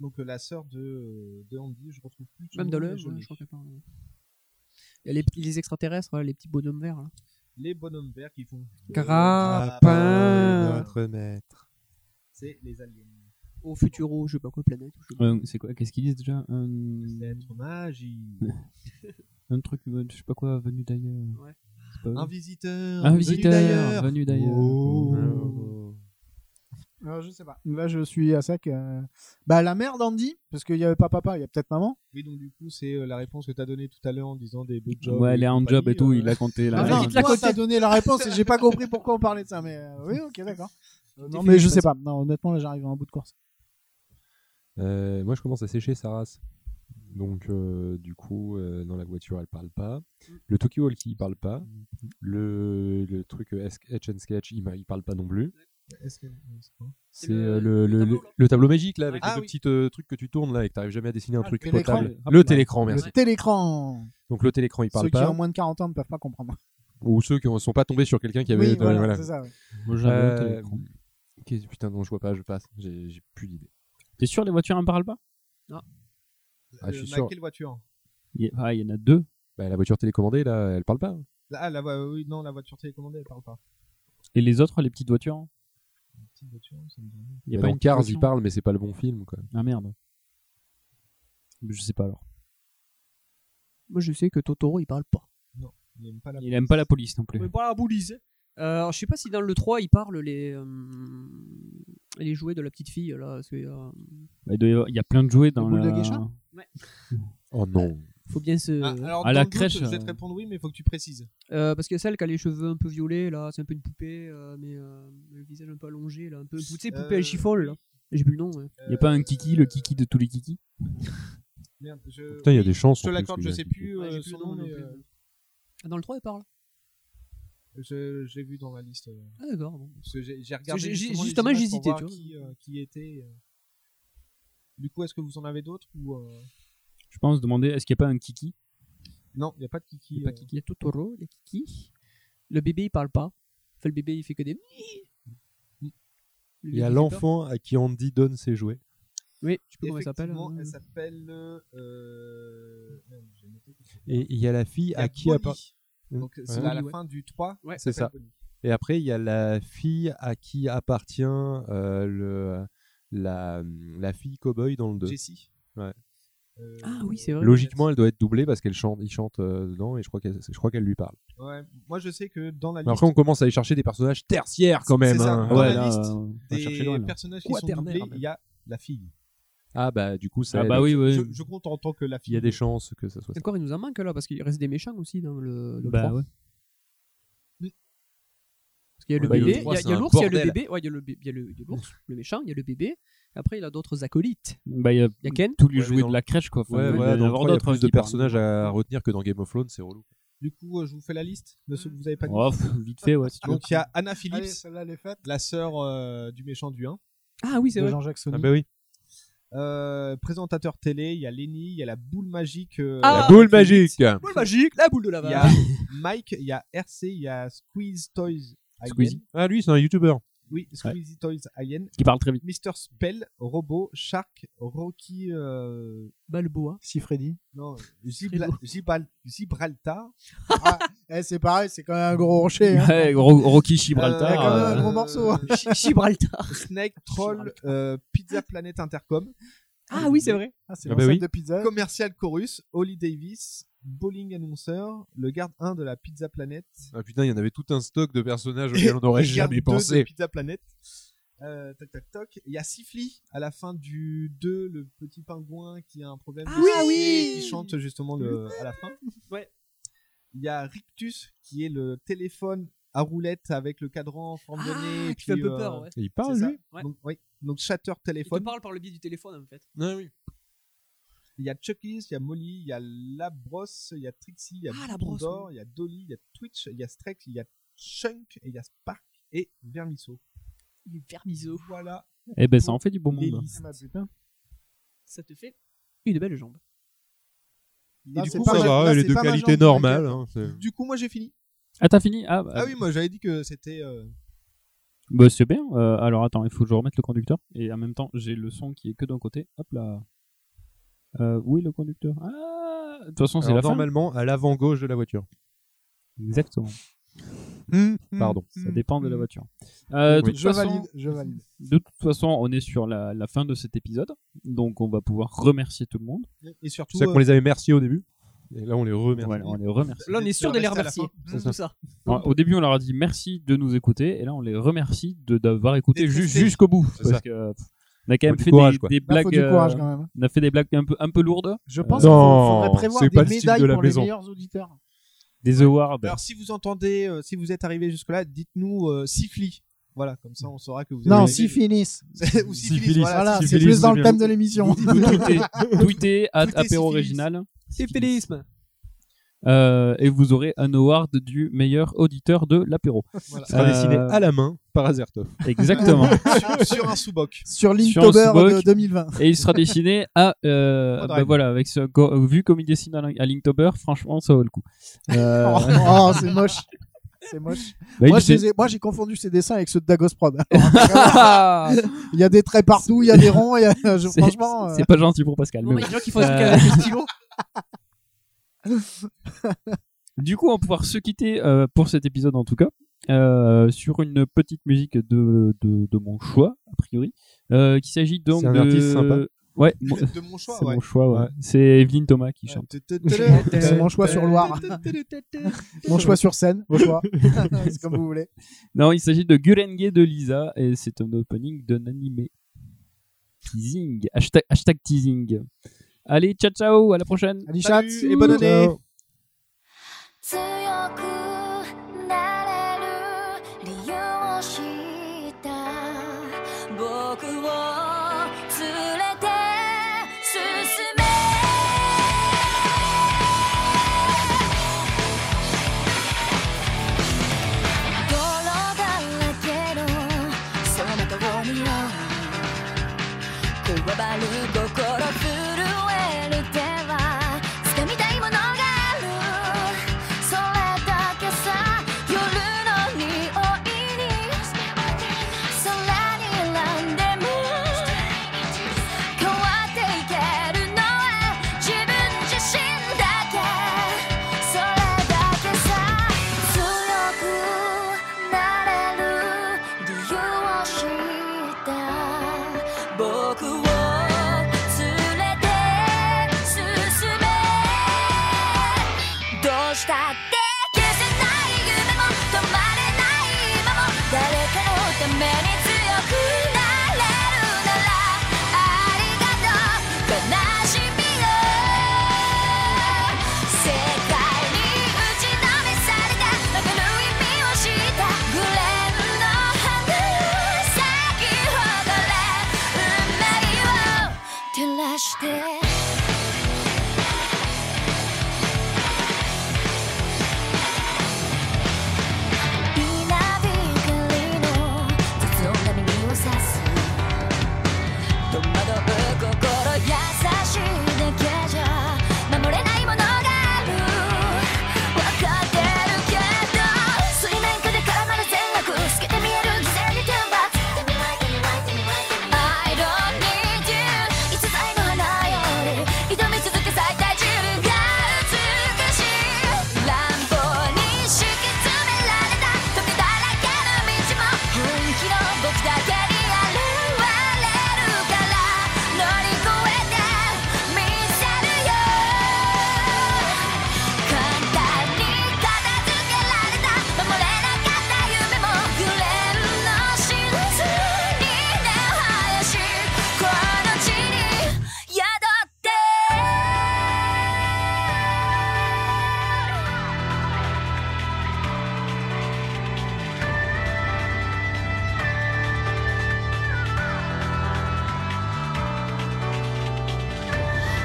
Speaker 7: Donc euh, la sœur de, euh, de Andy, je retrouve plus. son
Speaker 2: Même
Speaker 7: nom,
Speaker 2: dans
Speaker 7: mais
Speaker 2: le.
Speaker 7: je
Speaker 2: ouais,
Speaker 7: l'ai.
Speaker 2: je crois qu'il y a pas un- Il y a les, petits- les extraterrestres, voilà, les petits bonhommes verts. hein. Là.
Speaker 7: Les bonhommes verts qui font. Ah.
Speaker 2: Grappin.
Speaker 11: Notre maître.
Speaker 7: C'est les aliens.
Speaker 2: Au Futuro, je sais pas quoi, planète. ou je sais pas.
Speaker 10: Euh, c'est quoi Qu'est-ce qu'ils disent déjà un,
Speaker 7: Être magie.
Speaker 10: un truc, euh, je sais pas quoi, venu d'ailleurs.
Speaker 2: Ouais.
Speaker 10: C'est pas-
Speaker 7: Un visiteur.
Speaker 11: Ah,
Speaker 10: Un
Speaker 7: venu
Speaker 10: visiteur
Speaker 7: d'ailleurs.
Speaker 10: venu Ah, d'ailleurs.
Speaker 11: Oh.
Speaker 9: Euh, je sais pas. Là, je suis à sec. euh, Bah, la mère d'Andy, parce qu'il y avait pas papa, il y a peut-être maman.
Speaker 7: Oui, donc du coup, c'est euh, la réponse que tu as donnée tout à l'heure en disant des blue jobs.
Speaker 10: Ouais,
Speaker 7: et
Speaker 10: les handjobs et
Speaker 7: compagnie,
Speaker 10: tout,
Speaker 7: euh,
Speaker 10: il a compté
Speaker 9: Ah
Speaker 10: là.
Speaker 9: non,
Speaker 2: il te
Speaker 9: toi,
Speaker 2: l'a coté.
Speaker 9: t'as donné la réponse et j'ai pas compris pourquoi on parlait de ça. Mais euh, oui, ok, d'accord. Euh, non,
Speaker 2: Définis,
Speaker 9: mais je
Speaker 2: vas-y.
Speaker 9: sais pas. Non, honnêtement, là, j'arrive en bout de course.
Speaker 11: Euh, moi, je commence à sécher sa race. Donc, euh, du coup, euh, dans la voiture, elle parle pas. Le Tokyo Walkie, il parle pas. Le, le truc euh, Esc- Etch and Sketch, il, m'a- il parle pas non plus.
Speaker 7: Est-ce que- est-ce que-
Speaker 11: C'est euh, le, le- le- le tableau, magique là avec
Speaker 7: Ah
Speaker 11: les deux
Speaker 7: oui.
Speaker 11: petits euh, trucs que tu tournes là et que t'arrives jamais à dessiner un
Speaker 9: le
Speaker 11: truc
Speaker 9: télécran.
Speaker 11: potable.
Speaker 9: Ah,
Speaker 11: Le
Speaker 9: ouais.
Speaker 11: télécran, merci.
Speaker 9: Le télécran.
Speaker 11: Donc le télécran, il parle
Speaker 9: Ceux qui
Speaker 11: pas.
Speaker 9: ont moins de 40 ans ne peuvent pas comprendre.
Speaker 11: Ou ceux qui ne sont pas tombés sur quelqu'un qui avait.
Speaker 9: Oui,
Speaker 11: euh,
Speaker 9: voilà, c'est ça, ouais.
Speaker 10: Moi, j'avais
Speaker 11: Euh,
Speaker 10: le télécran.
Speaker 11: qu'est- Putain, non, je vois pas, je passe. J'ai j'ai plus d'idée.
Speaker 10: T'es sûr, les voitures ne parlent pas
Speaker 11: Ah, je suis
Speaker 7: Euh,
Speaker 11: sûr.
Speaker 7: Quelle voiture
Speaker 10: Il y, a- ah, il y en a deux.
Speaker 11: Bah, la voiture télécommandée, là, elle parle pas. hein.
Speaker 7: Ah, la, vo- oui, non, la voiture télécommandée, elle parle pas.
Speaker 10: Et les autres, les petites voitures
Speaker 7: Petite voiture, ça me dit rien.
Speaker 10: Il y a
Speaker 11: Mais
Speaker 10: pas
Speaker 11: dans
Speaker 10: une
Speaker 11: Cars,
Speaker 10: voiture.
Speaker 11: il parle, mais c'est Bah pas le bon film. Quoi.
Speaker 10: Ah merde. Je sais pas alors.
Speaker 2: Moi, je sais que Totoro, il parle pas.
Speaker 7: Non, il aime pas la
Speaker 10: Il aime pas la police non plus.
Speaker 2: Mais pas la boulise. Euh, alors, je sais pas si dans le 3, il parle les, euh, les jouets de la petite fille. Là, parce que, euh,
Speaker 10: Bah, Il doit y avoir- il y a plein de jouets dans
Speaker 2: boules de
Speaker 10: la...
Speaker 2: geisha Ouais.
Speaker 11: Oh non.
Speaker 2: faut bien se.
Speaker 7: Ah, Alors,
Speaker 10: à
Speaker 7: dans
Speaker 10: la
Speaker 7: le doute,
Speaker 10: crèche.
Speaker 7: Je vais
Speaker 10: euh,
Speaker 7: te répondre oui, mais il faut que tu précises.
Speaker 2: Euh, parce que celle qui a les cheveux un peu violets, là, c'est un peu une poupée, euh, mais euh, le visage un peu allongé, là, un peu. Tu sais, poupée à
Speaker 7: Euh,
Speaker 2: chiffon, là. J'ai plus le nom. hein. ouais.
Speaker 10: Il y a pas un kiki, le kiki de tous les kikis
Speaker 7: Merde, je...
Speaker 11: Putain, il y a des chances,
Speaker 7: Je te
Speaker 11: en plus,
Speaker 7: l'accorde,
Speaker 11: qu'il
Speaker 7: je
Speaker 11: y a-
Speaker 7: sais plus
Speaker 2: Ouais,
Speaker 7: euh,
Speaker 2: j'ai plus
Speaker 7: son
Speaker 2: le nom
Speaker 7: nom,
Speaker 2: non
Speaker 7: mais
Speaker 2: plus.
Speaker 7: euh,
Speaker 2: Ah, Dans le 3, il parle.
Speaker 7: je je l'ai vu dans la liste. euh,
Speaker 2: Ah, d'accord. Bon.
Speaker 7: parce que J'ai j'ai regardé.
Speaker 2: J'ai- j'ai-
Speaker 7: justement, les
Speaker 2: justement,
Speaker 7: images pour
Speaker 2: j'hésitais,
Speaker 7: voir
Speaker 2: tu vois.
Speaker 7: Qui, euh, qui était. euh. Du coup, est-ce que vous en avez d'autres ou euh,
Speaker 10: Je pense demander est-ce qu'il n'y a pas un kiki
Speaker 7: Non, il n'y a pas de Kiki. euh,
Speaker 2: Il y a Totoro, les Kiki. Le bébé, il parle pas. Enfin, le bébé, il fait que des.
Speaker 11: Il y a l'enfant à qui Andy donne ses jouets.
Speaker 2: Oui, je sais plus comment elle
Speaker 7: euh,
Speaker 2: s'appelle.
Speaker 7: Effectivement,
Speaker 2: hein.
Speaker 7: Elle s'appelle. euh, Euh... merde, j'ai noté.
Speaker 11: Et il y a la fille
Speaker 7: Il y a
Speaker 11: à qui
Speaker 7: Bonnie.
Speaker 11: apparaît.
Speaker 7: Donc, c'est à la fin du 3.
Speaker 2: Ouais,
Speaker 11: C'est ça.
Speaker 7: Bonnie.
Speaker 11: Et après, il y a la fille à qui appartient euh, le, la, la fille cowboy dans le 2.
Speaker 7: Jessie.
Speaker 11: Ouais.
Speaker 7: Euh,
Speaker 2: Ah oui, c'est vrai.
Speaker 11: Logiquement, elle doit être doublée parce qu'elle chante, il chante euh, dedans et je crois qu'elle je crois qu'elle lui parle.
Speaker 7: Ouais, moi je sais que dans la
Speaker 11: Mais
Speaker 7: liste.
Speaker 11: après, on commence à aller chercher des personnages tertiaires quand même.
Speaker 7: C'est ça,
Speaker 11: hein.
Speaker 7: dans
Speaker 10: Ouais,
Speaker 7: la
Speaker 10: là,
Speaker 7: liste
Speaker 10: euh, on va
Speaker 7: des
Speaker 10: chercher loin, là.
Speaker 7: personnages qui sont
Speaker 11: Quaternaire,
Speaker 7: doublés,
Speaker 11: même.
Speaker 7: il y a la fille.
Speaker 11: Ah bah du coup, ça
Speaker 10: Ah
Speaker 11: aide.
Speaker 10: bah oui, oui.
Speaker 7: Je, je compte en tant que la
Speaker 11: Il
Speaker 7: fille.
Speaker 11: y a des chances que ça soit ça.
Speaker 2: Encore, il nous en manque là, parce qu'il reste des méchants aussi dans le, le
Speaker 10: Bah
Speaker 2: 3.
Speaker 10: ouais.
Speaker 2: Parce qu'il y a le
Speaker 11: Bah, le
Speaker 2: bébé, il y
Speaker 11: trois,
Speaker 2: a- il y a
Speaker 11: c'est un
Speaker 2: l'ours, il y a le
Speaker 11: bordel.
Speaker 2: bébé, ouais, il y a le bé- il y a le- il y a l'ours, le méchant, il y a le bébé. Après, il y a d'autres acolytes.
Speaker 10: Bah, il y a
Speaker 2: Il y a Ken.
Speaker 10: tous les
Speaker 11: Ouais, mais
Speaker 10: jouets
Speaker 11: dans-
Speaker 10: de la crèche quoi. Enfin,
Speaker 11: Ouais,
Speaker 10: il doit
Speaker 11: voilà,
Speaker 10: y
Speaker 11: dans le
Speaker 10: avoir
Speaker 11: trois, il y a hein,
Speaker 10: d'autres
Speaker 11: plus de
Speaker 10: qui parlent.
Speaker 11: personnages à retenir que dans Game of Thrones, c'est relou.
Speaker 7: Du coup, euh, je vous fais la liste de ceux que vous n'avez pas dit.
Speaker 10: Oh, pff, vite fait, ouais, si
Speaker 11: Ah,
Speaker 10: tu veux.
Speaker 7: Donc il y a Anna Phillips,
Speaker 9: Allez, celle-là, elle est faite.
Speaker 7: la sœur euh, du méchant du 1.
Speaker 2: Ah oui, c'est
Speaker 9: De
Speaker 2: vrai.
Speaker 9: Jean-Jacques Sony.
Speaker 11: Ah bah oui.
Speaker 7: Euh, présentateur télé, il y a Lenny, il y a la boule magique. euh,
Speaker 2: Ah,
Speaker 11: la boule magique
Speaker 2: Boule magique, la boule de la
Speaker 7: Il y
Speaker 2: vache.
Speaker 7: a Mike, il y a RC, il y a Squeeze Toys Alien.
Speaker 10: Squeezie.
Speaker 11: Ah lui, c'est un youtubeur.
Speaker 7: Oui, Squeezy Toys Alien.
Speaker 10: Qui parle très vite.
Speaker 7: Mister Spell, Robo, Shark, Rocky, euh,
Speaker 2: Balboa.
Speaker 9: Si Freddy.
Speaker 7: non, Gibla- Gibral- Gibraltar,
Speaker 9: Eh, c'est pareil, c'est quand même un gros rocher. hein.
Speaker 10: Ouais, Ro- Rocky
Speaker 9: Il y a quand même
Speaker 10: Gibraltar.
Speaker 9: un
Speaker 10: euh,
Speaker 9: gros morceau.
Speaker 7: hein.
Speaker 2: Chi- Gibraltar.
Speaker 7: Snake, Troll, euh, Pizza Planet Intercom,
Speaker 2: Ah oui, c'est vrai.
Speaker 9: Ah, c'est
Speaker 11: Ah
Speaker 9: une
Speaker 11: bah
Speaker 9: recette
Speaker 11: oui.
Speaker 9: de pizza.
Speaker 7: Commercial Chorus, Holly Davis, Bowling Annonceur, le garde 1 de la Pizza Planet,
Speaker 11: Ah putain, il y en avait tout un stock de personnages auxquels on
Speaker 7: le
Speaker 11: n'aurait
Speaker 7: garde
Speaker 11: jamais
Speaker 7: 2 de
Speaker 11: pensé.
Speaker 7: Pizza Planet. Euh, tac tac tac. Il y a Sifli à la fin du 2, le petit pingouin qui a un problème. de
Speaker 2: Ah oui,
Speaker 7: santé,
Speaker 2: oui.
Speaker 7: Qui chante justement le, à la fin.
Speaker 2: Ouais.
Speaker 7: Il y a Rictus qui est le téléphone à roulette avec le cadran en forme de nez.
Speaker 2: Ah,
Speaker 7: et
Speaker 2: qui fait un
Speaker 7: puis,
Speaker 2: peu
Speaker 7: euh,
Speaker 2: peur, ouais.
Speaker 11: Et il
Speaker 7: c'est
Speaker 11: parle
Speaker 7: ça.
Speaker 11: lui
Speaker 2: Ouais.
Speaker 7: Donc, oui. Donc Shatter
Speaker 2: Il te
Speaker 7: téléphone.
Speaker 2: parle par le biais du téléphone, en fait.
Speaker 11: Ah oui.
Speaker 7: Il y a Chucky's, il y a Molly, il y a La Brosse, il y a Trixie, il y a
Speaker 2: Ah, La
Speaker 7: Bourdor,
Speaker 2: Brosse,
Speaker 7: il y a Dolly, il y a Twitch, il y a Streck, il y a Chunk, et il y a Spark et Vermisso.
Speaker 2: Il est vermiso.
Speaker 7: Voilà.
Speaker 10: Eh ben, ça en fait du beau
Speaker 7: les
Speaker 10: monde.
Speaker 7: listes.
Speaker 9: Ah bah putain.
Speaker 2: Ça te fait une belle jambe.
Speaker 9: Là,
Speaker 11: du
Speaker 9: c'est
Speaker 11: coup,
Speaker 9: pas
Speaker 11: ça
Speaker 9: ma-
Speaker 11: va,
Speaker 9: là,
Speaker 11: elle est
Speaker 9: c'est
Speaker 11: de
Speaker 9: pas ma
Speaker 11: qualité
Speaker 9: jambe,
Speaker 11: normale.
Speaker 9: t'inquiète.
Speaker 11: hein, c'est-
Speaker 7: euh, Du coup, moi j'ai fini.
Speaker 10: Ah, t'as fini Ah, bah,
Speaker 7: Ah oui, moi j'avais dit que c'était. euh,
Speaker 10: bah, c'est bien. Euh, alors attends, il faut que je remette le conducteur. Et en même temps, j'ai le son qui est que d'un côté. Hop là. Euh, où est le conducteur Ah De toute façon, c'est
Speaker 11: Alors,
Speaker 10: la fin.
Speaker 11: normalement à l'avant-gauche de la voiture.
Speaker 10: Exactement.
Speaker 11: Pardon.
Speaker 10: Ça dépend de la voiture. Euh, de, toute
Speaker 9: Je
Speaker 10: façon,
Speaker 9: valide, je valide.
Speaker 10: de toute façon, on est sur la, la fin de cet épisode. Donc, on va pouvoir remercier tout le monde.
Speaker 7: Et
Speaker 11: C'est
Speaker 7: surtout.
Speaker 11: ça qu'on
Speaker 7: euh,
Speaker 11: les avait remerciés au début. Et là, on les remercie.
Speaker 10: Voilà, on les remercie.
Speaker 2: Là, on est sûr de les
Speaker 7: rester à la
Speaker 2: remercier.
Speaker 11: C'est
Speaker 7: Mmh.
Speaker 2: Tout ça.
Speaker 10: Alors, au début, on leur a dit merci de nous écouter. Et là, on les remercie de- d'avoir écouté
Speaker 7: D'être
Speaker 10: ju-
Speaker 7: restés.
Speaker 10: jusqu'au bout.
Speaker 11: C'est
Speaker 10: Parce
Speaker 11: ça.
Speaker 10: que, euh, on a quand même
Speaker 11: du
Speaker 10: fait
Speaker 11: courage,
Speaker 10: des,
Speaker 11: quoi.
Speaker 10: des
Speaker 9: Là, Bah, faut
Speaker 10: blagues.
Speaker 9: du courage hein.
Speaker 10: euh,
Speaker 9: quand même.
Speaker 10: on a fait des blagues un peu, un peu lourdes.
Speaker 9: Je pense
Speaker 11: Euh,
Speaker 9: qu'il
Speaker 11: non,
Speaker 9: faudrait prévoir
Speaker 11: c'est
Speaker 9: des
Speaker 11: pas le style
Speaker 9: médailles
Speaker 11: de la
Speaker 9: pour les
Speaker 11: maison.
Speaker 9: meilleurs auditeurs.
Speaker 10: Des awards.
Speaker 7: Alors si vous entendez, euh, si vous êtes arrivé jusque-là, dites-nous euh, Sifli. Voilà, comme ça on saura que vous avez.
Speaker 9: Non,
Speaker 7: aimé.
Speaker 9: s'ils finissent.
Speaker 7: Ou Syphilis.
Speaker 11: Syphilis.
Speaker 7: Voilà,
Speaker 9: Voilà,
Speaker 11: si
Speaker 9: c'est
Speaker 11: Félix
Speaker 9: plus dans
Speaker 11: veut
Speaker 9: le
Speaker 11: bien.
Speaker 9: thème de l'émission.
Speaker 10: Tweetez, tweetez at
Speaker 7: Tweetez
Speaker 10: apéro
Speaker 7: syphilis.
Speaker 10: original.
Speaker 2: C'est félisme.
Speaker 10: Euh, et vous aurez un award du meilleur auditeur de l'apéro. Euh,
Speaker 11: Voilà. Ce sera dessiné à la main par Azertov.
Speaker 10: Exactement.
Speaker 7: sur, sur un sous-boc.
Speaker 2: Sur
Speaker 10: Sur un
Speaker 2: Linktober de
Speaker 10: sous-boc.
Speaker 2: 2020.
Speaker 10: Et il sera dessiné à. euh,
Speaker 2: Faudrait.
Speaker 10: bah voilà, avec ce, go- vu comme il dessine à, Link- à Linktober, franchement, ça vaut le coup. Euh,
Speaker 2: Oh, oh, c'est moche. C'est moche.
Speaker 10: Bah,
Speaker 2: moi,
Speaker 10: il
Speaker 2: je les
Speaker 10: s'est-
Speaker 2: ai- moi, j'ai confondu ces dessins avec ceux de Dagos Prod. Ah, il y a des traits partout, il y a des ronds. il y a- je-
Speaker 10: c'est-
Speaker 2: franchement, euh,
Speaker 9: euh,
Speaker 10: c'est pas gentil pour Pascal. mais
Speaker 2: bah, il y a
Speaker 10: bon.
Speaker 2: des gens qui font des trucs
Speaker 10: Euh,
Speaker 2: avec des
Speaker 10: Du coup, on va pouvoir se quitter euh, pour cet épisode en tout cas euh, sur une petite musique de, de, de mon choix a priori. Euh, qu'il s'agit donc
Speaker 11: C'est un
Speaker 10: de...
Speaker 11: artiste sympa.
Speaker 10: Ouais,
Speaker 11: De mon choix,
Speaker 10: C'est
Speaker 11: ouais.
Speaker 10: mon hein. choix. ouais. C'est Evelyne Thomas qui chante.
Speaker 2: C'est mon choix sur Loire. mon choix sur scène, vos choix. c'est comme vous voulez.
Speaker 10: Non, il s'agit de Gurenge de Lisa et c'est un opening d'un animé. Teasing. Hashtag, hashtag teasing. Allez, ciao ciao, à la prochaine.
Speaker 2: Allez,
Speaker 10: Salut
Speaker 2: chat, et bonne année.
Speaker 10: Ciao.
Speaker 9: 強くなれる理由を知った僕を連れて進め泥だらけのその顔によこわばる心震える手は掴みたいものがあるそれだけさ夜の匂いに空に選んでも変わっていけるのは自分自身だけそれだけさ強くなれる理由を知った僕を連れて進めどうしたって消せない夢も止まれない今も誰かのために強くなれるならありがとう悲しみよ世界に打ちのめされた負ける意味を知ったグレンの花咲き誇れ運命を照らして稲光の筒を波にを刺す戸惑う心優しいだけじゃ守れないものがある分かってるけど水面下で絡まる善悪透けて見える偽善に天罰 I don't need you 一歳の花より挑み続け最大自分が美しい乱暴に敷き詰められた時だらけの道も本気の僕だけに現れるから乗り越えて見せるよ簡単に片付けられた守れなかった夢もグレンの真実に根を生やしこの地に宿って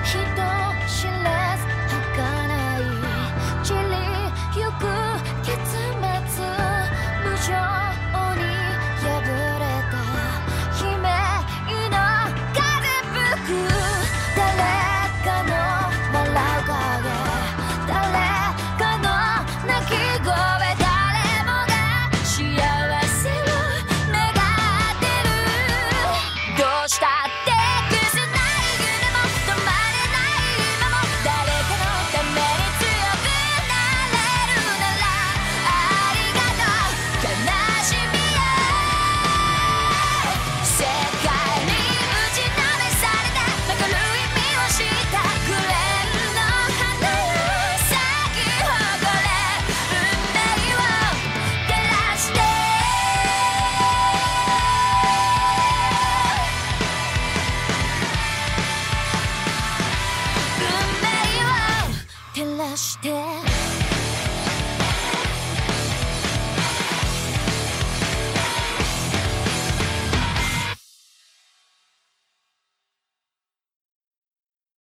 Speaker 9: 人知らず儚い散りゆく結末無情に破れた悲鳴の風吹く誰かの笑う影誰かの泣き声誰もが幸せを願ってるどうしたってくすない夢も止まれない今も誰かのために強くなれるならありがとう悲しみよ世界に打ちのめされた残る意味を知ったグレンの花咲き誇れ運命を照らして運命を照らして